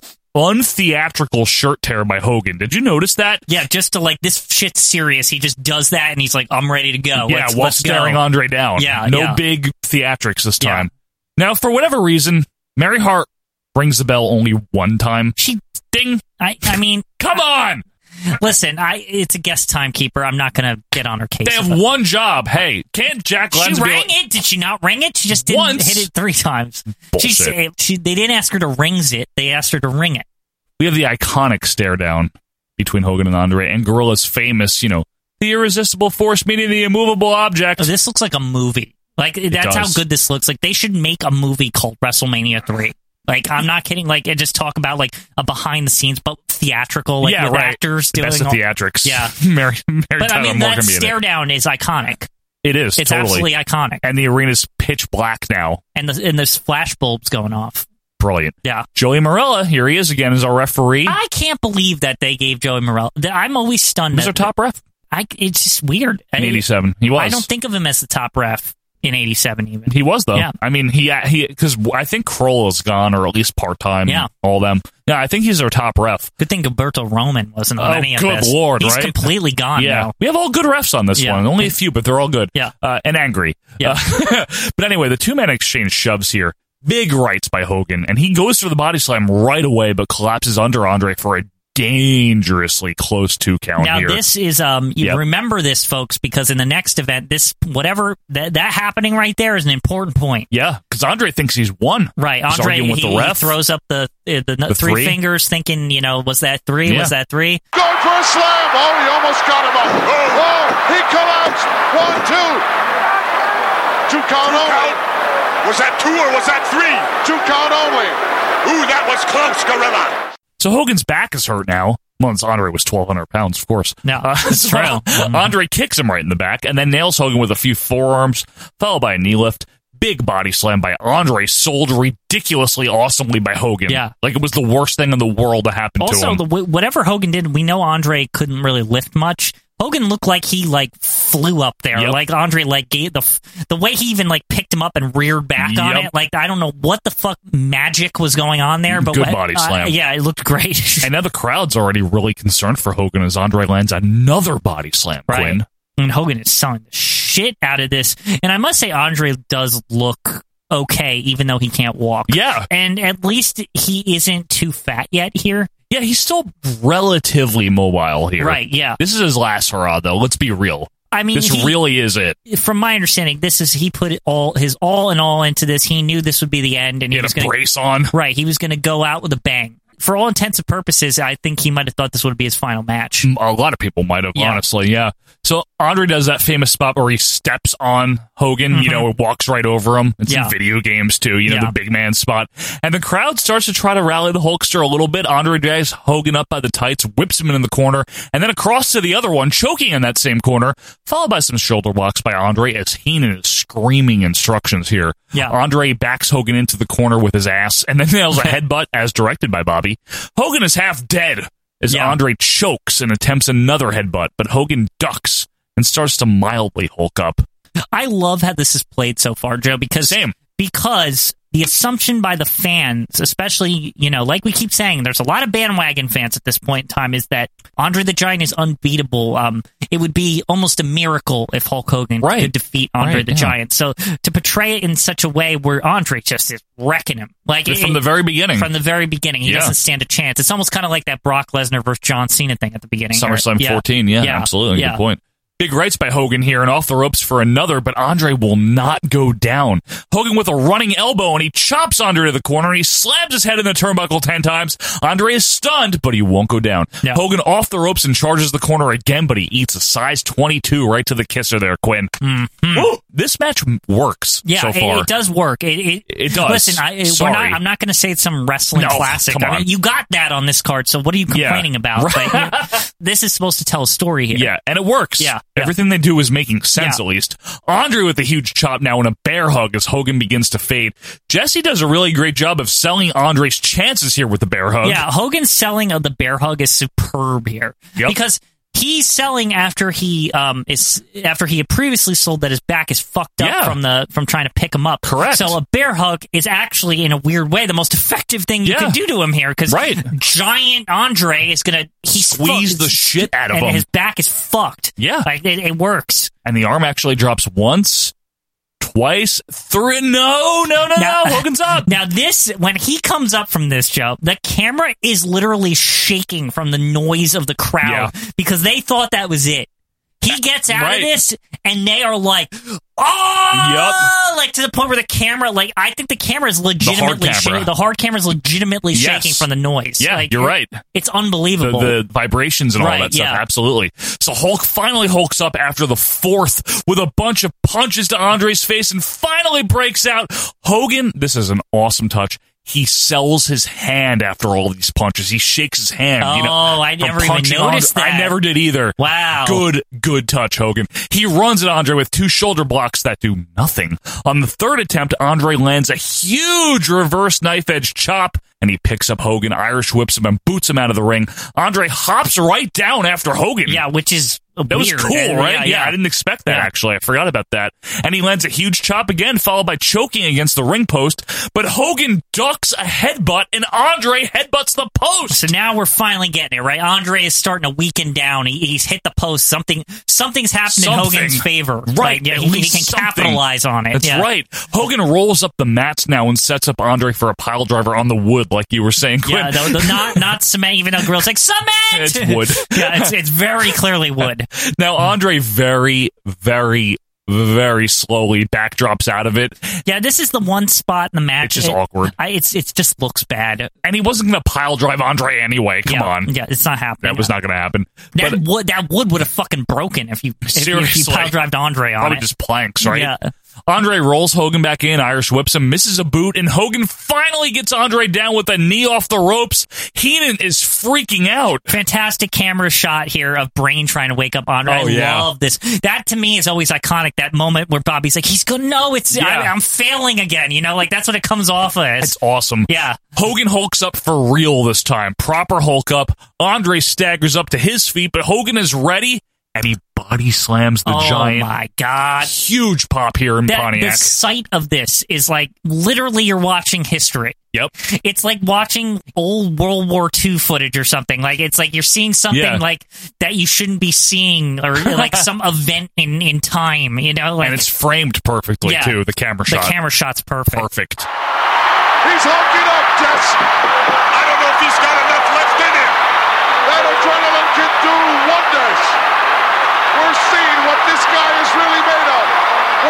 Speaker 1: Untheatrical shirt tear by Hogan. Did you notice that?
Speaker 4: Yeah, just to like this shit's serious. He just does that and he's like, I'm ready to go.
Speaker 1: yeah,
Speaker 4: let's,
Speaker 1: while
Speaker 4: let's go.
Speaker 1: staring Andre down.
Speaker 4: Yeah,
Speaker 1: no
Speaker 4: yeah.
Speaker 1: big theatrics this time. Now, for whatever reason, Mary Hart rings the bell only one time.
Speaker 4: She Uh, ding. I I mean,
Speaker 1: come on.
Speaker 4: Listen, I it's a guest timekeeper. I'm not gonna get on her case.
Speaker 1: They have
Speaker 4: about-
Speaker 1: one job. Hey, can't Jack
Speaker 4: She
Speaker 1: Glenn's be
Speaker 4: rang
Speaker 1: like-
Speaker 4: it. Did she not ring it? She just didn't
Speaker 1: Once.
Speaker 4: hit it three times. She,
Speaker 1: Bullshit.
Speaker 4: said- she they didn't ask her to rings it. They asked her to ring it.
Speaker 1: we have the iconic stare down between Hogan and Andre, and Gorilla's famous, you know, the irresistible force meeting the immovable object.
Speaker 4: Oh, this looks like a movie. Like that's how
Speaker 1: does.
Speaker 4: good this looks. Like they should make a movie called WrestleMania Three. Like I'm not kidding. Like and just talk about like a behind the scenes, but theatrical. Like
Speaker 1: yeah,
Speaker 4: with
Speaker 1: right.
Speaker 4: actors
Speaker 1: the
Speaker 4: doing
Speaker 1: best of
Speaker 4: all-
Speaker 1: theatrics.
Speaker 4: Yeah.
Speaker 1: Mary, Mary
Speaker 4: But I
Speaker 1: Tyler
Speaker 4: mean
Speaker 1: Moore
Speaker 4: that
Speaker 1: can be in it.
Speaker 4: stare down is iconic.
Speaker 1: It is
Speaker 4: It's
Speaker 1: totally,
Speaker 4: absolutely iconic.
Speaker 1: and the arena's pitch black now.
Speaker 4: And the and there's flash bulbs going off.
Speaker 1: Brilliant.
Speaker 4: Yeah.
Speaker 1: Joey Morella, here he is again as our referee.
Speaker 4: I can't believe that they gave Joey Morel. that- I'm always stunned.
Speaker 1: He's
Speaker 4: that-
Speaker 1: our top ref
Speaker 4: I, it's just weird. I-
Speaker 1: in '87. He was.
Speaker 4: I don't think of him as the top ref in '87. Even
Speaker 1: He was though.
Speaker 4: Yeah.
Speaker 1: I mean, he uh, he because I think Kroll is gone or at least part time.
Speaker 4: Yeah.
Speaker 1: all them. Yeah, I think he's our top ref.
Speaker 4: good thing Gilberto Roman wasn't on
Speaker 1: Oh,
Speaker 4: any of
Speaker 1: good
Speaker 4: this.
Speaker 1: lord,
Speaker 4: He's
Speaker 1: right?
Speaker 4: completely gone
Speaker 1: yeah,
Speaker 4: now.
Speaker 1: we have all good refs on this
Speaker 4: Yeah.
Speaker 1: one. Only a few, but they're all good.
Speaker 4: Yeah.
Speaker 1: uh, and angry.
Speaker 4: Yeah.
Speaker 1: Uh, but anyway, the two man exchange shoves here. Big rights by Hogan, and he goes for the body slam right away, but collapses under Andre for a dangerously close two count
Speaker 4: Now
Speaker 1: here.
Speaker 4: this is um you
Speaker 1: Yep.
Speaker 4: remember this folks because in the next event this whatever that that happening right there is an important point.
Speaker 1: yeah, because Andre thinks he's won.
Speaker 4: Right,
Speaker 1: He's
Speaker 4: Andre
Speaker 1: arguing with
Speaker 4: he,
Speaker 1: the ref.
Speaker 4: he throws up the uh, the,
Speaker 1: The
Speaker 4: three,
Speaker 1: three?
Speaker 4: fingers, thinking you know was that three?
Speaker 1: Yeah.
Speaker 4: Was that three?
Speaker 2: Going for a slam. Oh, he almost got him up. Oh, he collapsed. One, two. Two count only.
Speaker 11: Was that two or was that three?
Speaker 2: Two count only.
Speaker 11: Ooh, that was close, Gorilla.
Speaker 1: So Hogan's back is hurt now. Well, it's Andre was 1,200 pounds, of course.
Speaker 4: No,
Speaker 1: Uh,
Speaker 4: that's
Speaker 1: so
Speaker 4: true. Mm-hmm.
Speaker 1: Andre kicks him right in the back and then nails Hogan with a few forearms, followed by a knee lift. Big body slam by Andre, sold ridiculously awesomely by Hogan.
Speaker 4: Yeah.
Speaker 1: Like it was the worst thing in the world to happen to
Speaker 4: Also,
Speaker 1: him.
Speaker 4: the, wh- whatever Hogan did, we know Andre couldn't really lift much. Hogan looked like he like flew up there,
Speaker 1: Yep.
Speaker 4: like Andre like gave the f- the way he even like picked him up and reared back on
Speaker 1: Yep.
Speaker 4: it. Like I don't know what the fuck magic was going on there, but
Speaker 1: Good
Speaker 4: what-
Speaker 1: body
Speaker 4: uh,
Speaker 1: slam.
Speaker 4: yeah, it looked great.
Speaker 1: and now the crowd's already really concerned for Hogan as Andre lands another body slam,
Speaker 4: Right.
Speaker 1: Quinn.
Speaker 4: and Hogan is selling the shit out of this. And I must say, Andre does look okay, even though he can't walk.
Speaker 1: Yeah.
Speaker 4: and at least he isn't too fat yet here.
Speaker 1: Yeah, he's still relatively mobile here.
Speaker 4: Right, yeah.
Speaker 1: This is his last hurrah, though. Let's be real.
Speaker 4: I mean,
Speaker 1: this
Speaker 4: he-
Speaker 1: really is it.
Speaker 4: from my understanding, this is he put it all his all in all into this. He knew this would be the end, and
Speaker 1: He
Speaker 4: he,
Speaker 1: had
Speaker 4: was
Speaker 1: a
Speaker 4: going
Speaker 1: brace on.
Speaker 4: right. He was going to go out with a bang. for all intents and purposes, I think he might have thought this would be his final match.
Speaker 1: A lot of people might have,
Speaker 4: Yeah.
Speaker 1: honestly. Yeah. So Andre does that famous spot where he steps on Hogan, you know, walks right over him. It's
Speaker 4: Mm-hmm. Yeah.
Speaker 1: in video games too, you know, the big man spot. And the crowd starts to try to rally the Hulkster a little bit. Andre drags Hogan up by the tights, whips him in the corner, and then across to the other one, choking in that same corner, followed by some shoulder blocks by Andre as Heenan is screaming instructions here.
Speaker 4: Yeah.
Speaker 1: Andre backs Hogan into the corner with his ass and then nails a headbutt as directed by Bobby. Hogan is half dead as Andre chokes and attempts another headbutt, but Hogan ducks and starts to mildly hulk up.
Speaker 4: I love how this is played so far, Joe, because because the assumption by the fans, especially, you know, like we keep saying, there's a lot of bandwagon fans at this point in time, is that Andre the Giant is unbeatable. Um, it would be almost a miracle if Hulk Hogan could defeat Andre
Speaker 1: Right,
Speaker 4: the
Speaker 1: yeah.
Speaker 4: Giant. So to portray it in such a way where Andre just is wrecking him, like
Speaker 1: From
Speaker 4: it-
Speaker 1: the very beginning.
Speaker 4: from the very beginning, he
Speaker 1: Yeah.
Speaker 4: doesn't stand a chance. It's almost kind of like that Brock Lesnar versus John Cena thing at the beginning.
Speaker 1: SummerSlam 14. Yeah, absolutely. Good point. Big rights by Hogan here and off the ropes for another, but Andre will not go down. Hogan with a running elbow and he chops Andre to the corner and he slams his head in the turnbuckle 10 times. Andre is stunned, but he won't go down. Hogan off the ropes and charges the corner again, but he eats a size 22 right to the kisser there, Quinn. Ooh, this match works
Speaker 4: Yeah,
Speaker 1: so
Speaker 4: it-
Speaker 1: far.
Speaker 4: it, does work. It, it,
Speaker 1: It does.
Speaker 4: Listen, I, it- we're
Speaker 1: Sorry.
Speaker 4: not, I'm not going to say it's some wrestling
Speaker 1: No,
Speaker 4: classic.
Speaker 1: come
Speaker 4: I mean,
Speaker 1: on.
Speaker 4: you got that on this card, so what are you
Speaker 1: Yeah.
Speaker 4: complaining about?
Speaker 1: Right.
Speaker 4: Like, you- this is supposed to tell a story here.
Speaker 1: Yeah, and it works.
Speaker 4: Yeah, yeah.
Speaker 1: Everything they do is making sense,
Speaker 4: Yeah.
Speaker 1: at least. Andre with a huge chop now and a bear hug as Hogan begins to fade. Jesse does a really great job of selling Andre's chances here with the bear hug.
Speaker 4: Yeah, Hogan's selling of the bear hug is superb here because he's selling after he um is after he had previously sold that his back is fucked up from the from trying to pick him up. Correct. So a bear hug is actually in a weird way the most effective thing you
Speaker 1: Yeah.
Speaker 4: can do to him here because
Speaker 1: Right.
Speaker 4: giant Andre is gonna he
Speaker 1: Squeeze the shit out of
Speaker 4: and
Speaker 1: him.
Speaker 4: His back is fucked.
Speaker 1: Yeah.
Speaker 4: like it, it works.
Speaker 1: And the arm actually drops once, twice, three. No, no, no, no. Ah, Hogan's up.
Speaker 4: Now this, when he comes up from this, Joe, the camera is literally shaking from the noise of the crowd because they thought that was it. He gets out
Speaker 1: Right.
Speaker 4: of this, and they are like, "Oh!" Like to the point where the camera, like, I think the camera is legitimately
Speaker 1: camera.
Speaker 4: shaking. The hard camera is legitimately
Speaker 1: Yes.
Speaker 4: shaking from the noise.
Speaker 1: Yeah,
Speaker 4: Like,
Speaker 1: you're right.
Speaker 4: It's
Speaker 1: The,
Speaker 4: unbelievable.
Speaker 1: the vibrations and all
Speaker 4: Right,
Speaker 1: that stuff.
Speaker 4: yeah.
Speaker 1: Absolutely. So Hulk finally hulks up after the fourth with a bunch of punches to Andre's face and finally breaks out. Hogan, this is an awesome touch. He sells his hand after all these punches. He shakes his hand. you know,
Speaker 4: Oh, I
Speaker 1: from
Speaker 4: never even
Speaker 1: punching
Speaker 4: noticed
Speaker 1: Andre. I
Speaker 4: that.
Speaker 1: never did either.
Speaker 4: Wow.
Speaker 1: Good, good touch, Hogan. He runs at Andre with two shoulder blocks that do nothing. On the third attempt, Andre lands a huge reverse knife edge chop, and he picks up Hogan, Irish whips him, and boots him out of the ring. Andre hops right down after Hogan.
Speaker 4: yeah, which is
Speaker 1: That was
Speaker 4: weird.
Speaker 1: cool,
Speaker 4: Yeah,
Speaker 1: right? Yeah,
Speaker 4: yeah,
Speaker 1: I didn't expect that,
Speaker 4: Yeah.
Speaker 1: actually. I forgot about that. And he lands a huge chop again, followed by choking against the ring post. But Hogan ducks a headbutt, and Andre headbutts the post.
Speaker 4: So now we're finally getting it, right? Andre is starting to weaken down. He, he's hit the post. Something something's happened in
Speaker 1: Something.
Speaker 4: Hogan's favor.
Speaker 1: Right.
Speaker 4: Like, yeah,
Speaker 1: at
Speaker 4: he, he
Speaker 1: least
Speaker 4: can
Speaker 1: something.
Speaker 4: capitalize on it.
Speaker 1: That's
Speaker 4: Yeah.
Speaker 1: right. Hogan rolls up the mats now and sets up Andre for a pile driver on the wood, like you were saying, Quinn.
Speaker 4: Yeah, the, the not not cement, even though Grill's like cement.
Speaker 1: It's wood.
Speaker 4: yeah, it's, it's very clearly wood.
Speaker 1: now, Andre very, very, very slowly backdrops out of it.
Speaker 4: Yeah, this is the one spot in the match.
Speaker 1: It's just
Speaker 4: it-
Speaker 1: awkward.
Speaker 4: I, it's it just looks bad.
Speaker 1: And he wasn't going to pile drive Andre anyway. Come
Speaker 4: yeah,
Speaker 1: on.
Speaker 4: yeah, it's not happening.
Speaker 1: That was not going to happen.
Speaker 4: That
Speaker 1: But-
Speaker 4: wood that wood would have fucking broken if you if, you- if you
Speaker 1: Seriously.
Speaker 4: pile drived Andre on
Speaker 1: Probably
Speaker 4: it.
Speaker 1: just planks, right?
Speaker 4: Yeah.
Speaker 1: Andre rolls Hogan back in, Irish whips him, misses a boot, and Hogan finally gets Andre down with a knee off the ropes. Heenan is freaking out.
Speaker 4: fantastic camera shot here of Brain trying to wake up Andre.
Speaker 1: Oh,
Speaker 4: I
Speaker 1: yeah.
Speaker 4: love this. That to me is always iconic. That moment where Bobby's like, "He's going, no, it's I,
Speaker 1: Yeah.
Speaker 4: I'm failing again." You know, like that's what it comes off as.
Speaker 1: It's awesome.
Speaker 4: Yeah.
Speaker 1: Hogan hulks up for real this time. Proper Hulk up. Andre staggers up to his feet, but Hogan is ready, and he body slams the
Speaker 4: oh
Speaker 1: giant.
Speaker 4: my god!
Speaker 1: Huge pop here in
Speaker 4: That, the
Speaker 1: Pontiac.
Speaker 4: sight of this is like literally you're watching history.
Speaker 1: Yep.
Speaker 4: It's like watching old World War II footage or something. Like it's like you're seeing something
Speaker 1: Yeah.
Speaker 4: like that you shouldn't be seeing or like some event in in time. You know, like
Speaker 1: and it's framed perfectly,
Speaker 4: Yeah.
Speaker 1: too. The camera shot.
Speaker 4: the camera shot's perfect.
Speaker 1: Perfect.
Speaker 2: He's hulking up, Jess. I don't know if he's got enough left in him. That adrenaline can do wonders. We're seeing what this guy is really made of.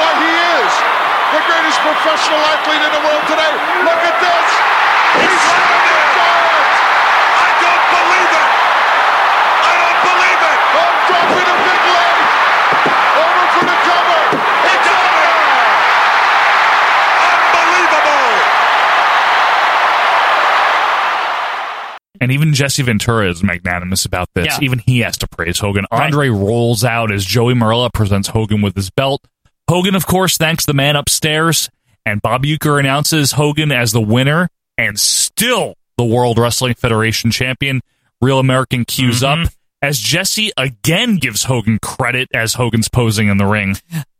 Speaker 2: What he is. The greatest professional athlete in the world today. Look at this. He's landing the giant.
Speaker 1: And even Jesse Ventura is magnanimous about this.
Speaker 4: Yeah.
Speaker 1: Even he has to praise Hogan. Andre rolls out as Joey Marella presents Hogan with his belt. Hogan, of course, thanks the man upstairs, and Bob Euchre announces Hogan as the winner and still the World Wrestling Federation champion. Real American cues up as Jesse again gives Hogan credit as Hogan's posing in the ring.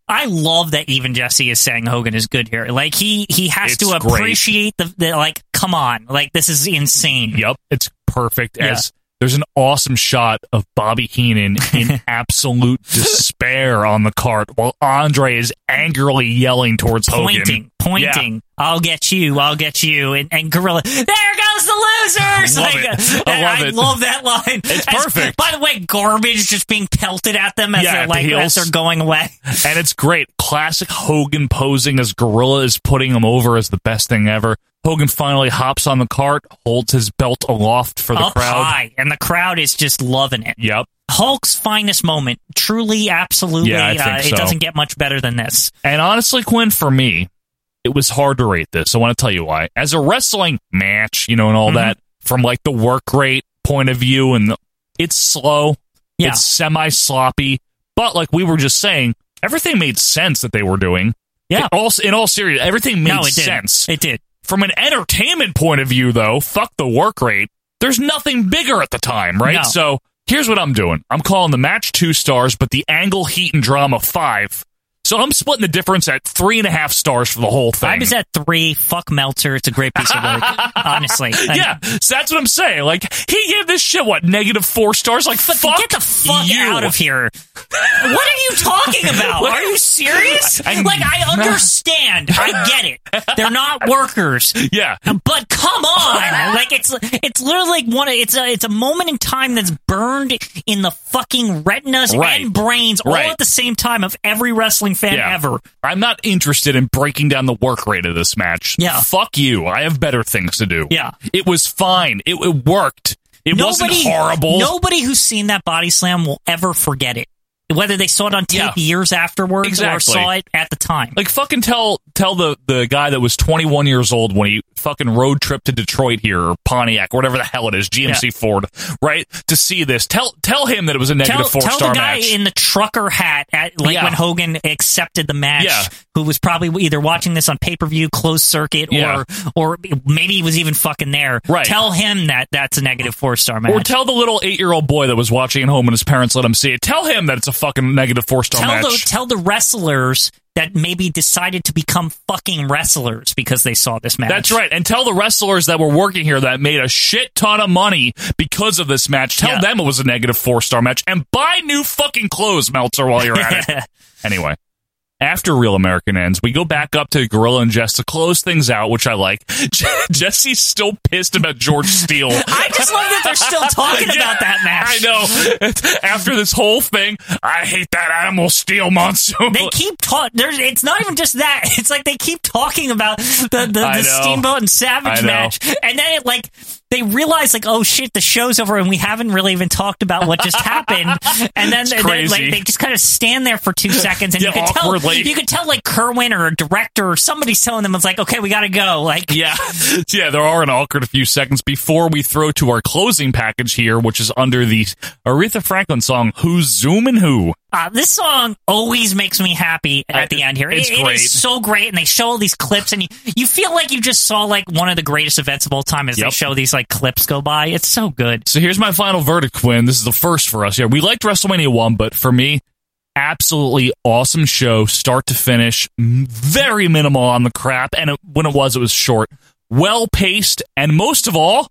Speaker 4: I love that even Jesse is saying Hogan is good here. Like he he has
Speaker 1: It's
Speaker 4: to
Speaker 1: great.
Speaker 4: appreciate the, the like. Come on, like this is insane.
Speaker 1: Yep, it's perfect.
Speaker 4: Yeah.
Speaker 1: As there's an awesome shot of Bobby Heenan in absolute despair on the cart, while Andre is angrily yelling towards
Speaker 4: Pointing,
Speaker 1: Hogan,
Speaker 4: pointing.
Speaker 1: Yeah.
Speaker 4: I'll get you. I'll get you. And, and Gorilla. There goes the losers.
Speaker 1: Love
Speaker 4: like,
Speaker 1: it.
Speaker 4: uh,
Speaker 1: I love it.
Speaker 4: love that line. It's
Speaker 1: perfect.
Speaker 4: by the way, garbage just being pelted at them as
Speaker 1: Yeah,
Speaker 4: they're
Speaker 1: at the
Speaker 4: like
Speaker 1: heels.
Speaker 4: as they're going away.
Speaker 1: and it's great. Classic Hogan posing as Gorilla is putting him over as the best thing ever. Hogan finally hops on the cart, holds his belt aloft for the
Speaker 4: Up
Speaker 1: crowd.
Speaker 4: high, and the crowd is just loving it.
Speaker 1: Yep.
Speaker 4: Hulk's finest moment, truly, absolutely.
Speaker 1: Yeah, I
Speaker 4: uh,
Speaker 1: think
Speaker 4: It
Speaker 1: so.
Speaker 4: doesn't get much better than this.
Speaker 1: And honestly, Quinn, for me, it was hard to rate this. I want to tell you why. As a wrestling match, you know, and all
Speaker 4: Mm-hmm.
Speaker 1: that, from like the work rate point of view, and the, it's slow,
Speaker 4: Yeah.
Speaker 1: it's semi sloppy, but like we were just saying, everything made sense that they were doing.
Speaker 4: Yeah.
Speaker 1: In all, in all serious, everything made
Speaker 4: No, it did.
Speaker 1: sense.
Speaker 4: It did.
Speaker 1: From an entertainment point of view, though, fuck the work rate. There's nothing bigger at the time, right?
Speaker 4: No.
Speaker 1: So here's what I'm doing. I'm calling the match two stars, but the angle, heat, and drama five. So I'm splitting the difference at three and a half stars for the whole thing.
Speaker 4: I was at three. Fuck Meltzer. It's a great piece of work. honestly. I-
Speaker 1: yeah, so that's what I'm saying. Like he gave this shit what negative four stars. Like
Speaker 4: But
Speaker 1: fuck,
Speaker 4: get the fuck
Speaker 1: you.
Speaker 4: out of here. What are you talking about?
Speaker 1: What-
Speaker 4: Are you serious?
Speaker 1: I-
Speaker 4: like, I understand. I get it. They're not workers.
Speaker 1: Yeah.
Speaker 4: But come on. Like, it's it's literally like one, of- it's a, it's a moment in time that's burned in the fucking retinas
Speaker 1: Right.
Speaker 4: and brains
Speaker 1: Right.
Speaker 4: all at the same time of every wrestling fan
Speaker 1: Yeah.
Speaker 4: ever.
Speaker 1: I'm not interested in breaking down the work rate of this match.
Speaker 4: Yeah.
Speaker 1: Fuck you. I have better things to do.
Speaker 4: Yeah.
Speaker 1: It was fine. It, it worked. It wasn't horrible.
Speaker 4: Nobody who's seen that body slam will ever forget it. Whether they saw it on tape years afterwards or
Speaker 1: Exactly.
Speaker 4: saw it at the time.
Speaker 1: Like fucking tell tell the the guy that was 21 years old when he fucking road trip to Detroit here or Pontiac, whatever the hell it is, GMC
Speaker 4: Yeah.
Speaker 1: Ford, right? To see this, tell tell him that it was a
Speaker 4: Tell,
Speaker 1: negative four
Speaker 4: tell
Speaker 1: star
Speaker 4: the guy
Speaker 1: match.
Speaker 4: in the trucker hat at like
Speaker 1: Yeah.
Speaker 4: when Hogan accepted the match,
Speaker 1: Yeah.
Speaker 4: who was probably either watching this on pay per view, closed circuit,
Speaker 1: Yeah.
Speaker 4: or or maybe he was even fucking there.
Speaker 1: Right.
Speaker 4: Tell him that that's a negative four star match.
Speaker 1: or tell the little eight year old boy that was watching at home and his parents let him see it. Tell him that it's a fucking negative four star
Speaker 4: tell
Speaker 1: match.
Speaker 4: the tell the wrestlers that maybe decided to become fucking wrestlers because they saw this match.
Speaker 1: That's right. And tell the wrestlers that were working here that made a shit ton of money because of this match. Tell
Speaker 4: Yeah.
Speaker 1: them it was a negative four star match and buy new fucking clothes, Meltzer, while you're at it. anyway, after Real American ends, we go back up to Gorilla and Jess to close things out, which I like. Jesse's still pissed about George Steele.
Speaker 4: I just love that they're still talking
Speaker 1: Yeah,
Speaker 4: about that match.
Speaker 1: I know. After this whole thing, I hate that animal Steel monsoon.
Speaker 4: They keep talking. It's not even just that. It's like they keep talking about the, the,
Speaker 1: I
Speaker 4: the
Speaker 1: know.
Speaker 4: Steamboat and
Speaker 1: I
Speaker 4: Savage
Speaker 1: know.
Speaker 4: match, and then it like they realize like, oh shit, the show's over, and we haven't really even talked about what just happened. And then,
Speaker 1: It's
Speaker 4: and then,
Speaker 1: crazy.
Speaker 4: like they just kind of stand there for two seconds, and
Speaker 1: Yeah,
Speaker 4: you could tell
Speaker 1: awkwardly.
Speaker 4: you could tell like Kerwin or a director or somebody's telling them it's like, okay, we gotta go. Like,
Speaker 1: Yeah. Yeah, there are an awkward few seconds before we throw to our closing package here, which is under the Aretha Franklin song Who's Zooming Who?
Speaker 4: Uh, this song always makes me happy at the end here. It-
Speaker 1: it's
Speaker 4: it
Speaker 1: great.
Speaker 4: is so great, and they show all these clips, and you, you feel like you just saw like one of the greatest events of all time as they
Speaker 1: Yep.
Speaker 4: show these like clips go by. It's so good.
Speaker 1: So here's my final verdict, Quinn. This is the first for us here. We liked WrestleMania 1, but for me, absolutely awesome show, start to finish. M- Very minimal on the crap, and it, when it was, it was short. Well paced, and most of all,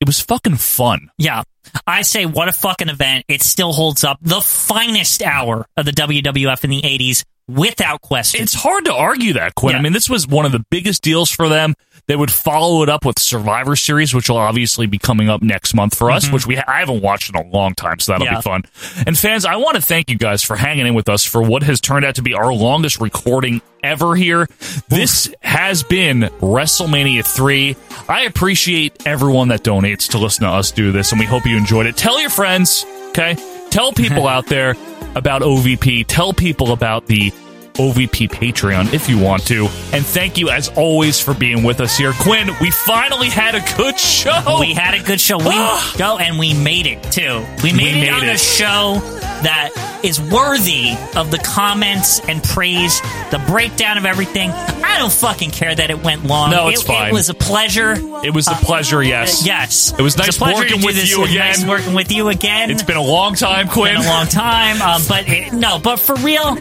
Speaker 1: it was fucking fun.
Speaker 4: Yeah, I say what a fucking event. It still holds up. The finest hour of the WWF in the '80s, without question.
Speaker 1: It's hard to argue that, Quinn.
Speaker 4: Yeah.
Speaker 1: I mean, this was one of the biggest deals for them. They would follow it up with Survivor Series, which will obviously be coming up next month for us, which we ha- I haven't watched in a long time, so that'll
Speaker 4: Mm-hmm. Yeah.
Speaker 1: be fun. And fans, I want to thank you guys for hanging in with us for what has turned out to be our longest recording ever here. This has been WrestleMania 3. I appreciate everyone that donates to listen to us do this, and we hope you enjoyed it. Tell your friends, okay? Tell people out there about OVP. Tell people about the OVP Patreon if you want to. And thank you, as always, for being with us here. Quinn, we finally had a good show.
Speaker 4: We had a good show. We go and we made it too. We made
Speaker 1: Oh. We
Speaker 4: it
Speaker 1: made
Speaker 4: on a
Speaker 1: it.
Speaker 4: show that is worthy of the comments and praise, the breakdown of everything. I don't fucking care that it went long.
Speaker 1: No, it's
Speaker 4: it,
Speaker 1: fine.
Speaker 4: It was a pleasure.
Speaker 1: It was a pleasure, yes.
Speaker 4: Yes.
Speaker 1: It was
Speaker 4: It's a
Speaker 1: nice
Speaker 4: pleasure to
Speaker 1: working
Speaker 4: do
Speaker 1: with
Speaker 4: this.
Speaker 1: you
Speaker 4: It was Nice
Speaker 1: again.
Speaker 4: working with you again.
Speaker 1: It's been a long time, Quinn.
Speaker 4: Been a long time, um, but it, no, but for real,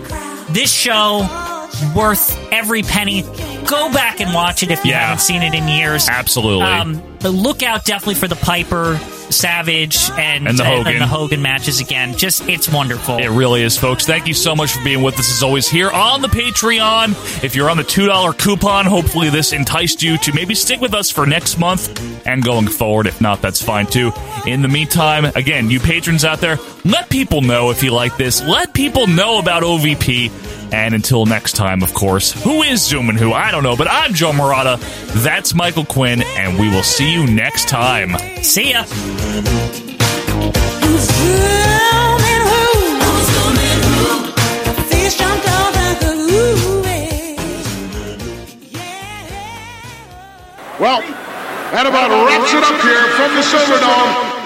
Speaker 4: this show worth every penny. Go back and watch it if you haven't seen it in years.
Speaker 1: Absolutely.
Speaker 4: Um, but look out definitely for the Piper, Savage, and,
Speaker 1: And the Hogan.
Speaker 4: Hogan matches again. Just it's wonderful.
Speaker 1: It really is, folks. Thank you so much for being with us as always here on the Patreon. If you're on the $2 coupon, hopefully this enticed you to maybe stick with us for next month and going forward. If not, that's fine too. In the meantime, again, you patrons out there, let people know if you like this. Let people know about OVP. And until next time, of course, who is Zoom and who? I don't know, but I'm Joe Morata. That's Michael Quinn, and we will see you next time.
Speaker 4: See ya.
Speaker 2: Well, that about wraps it up here from the Silverdome.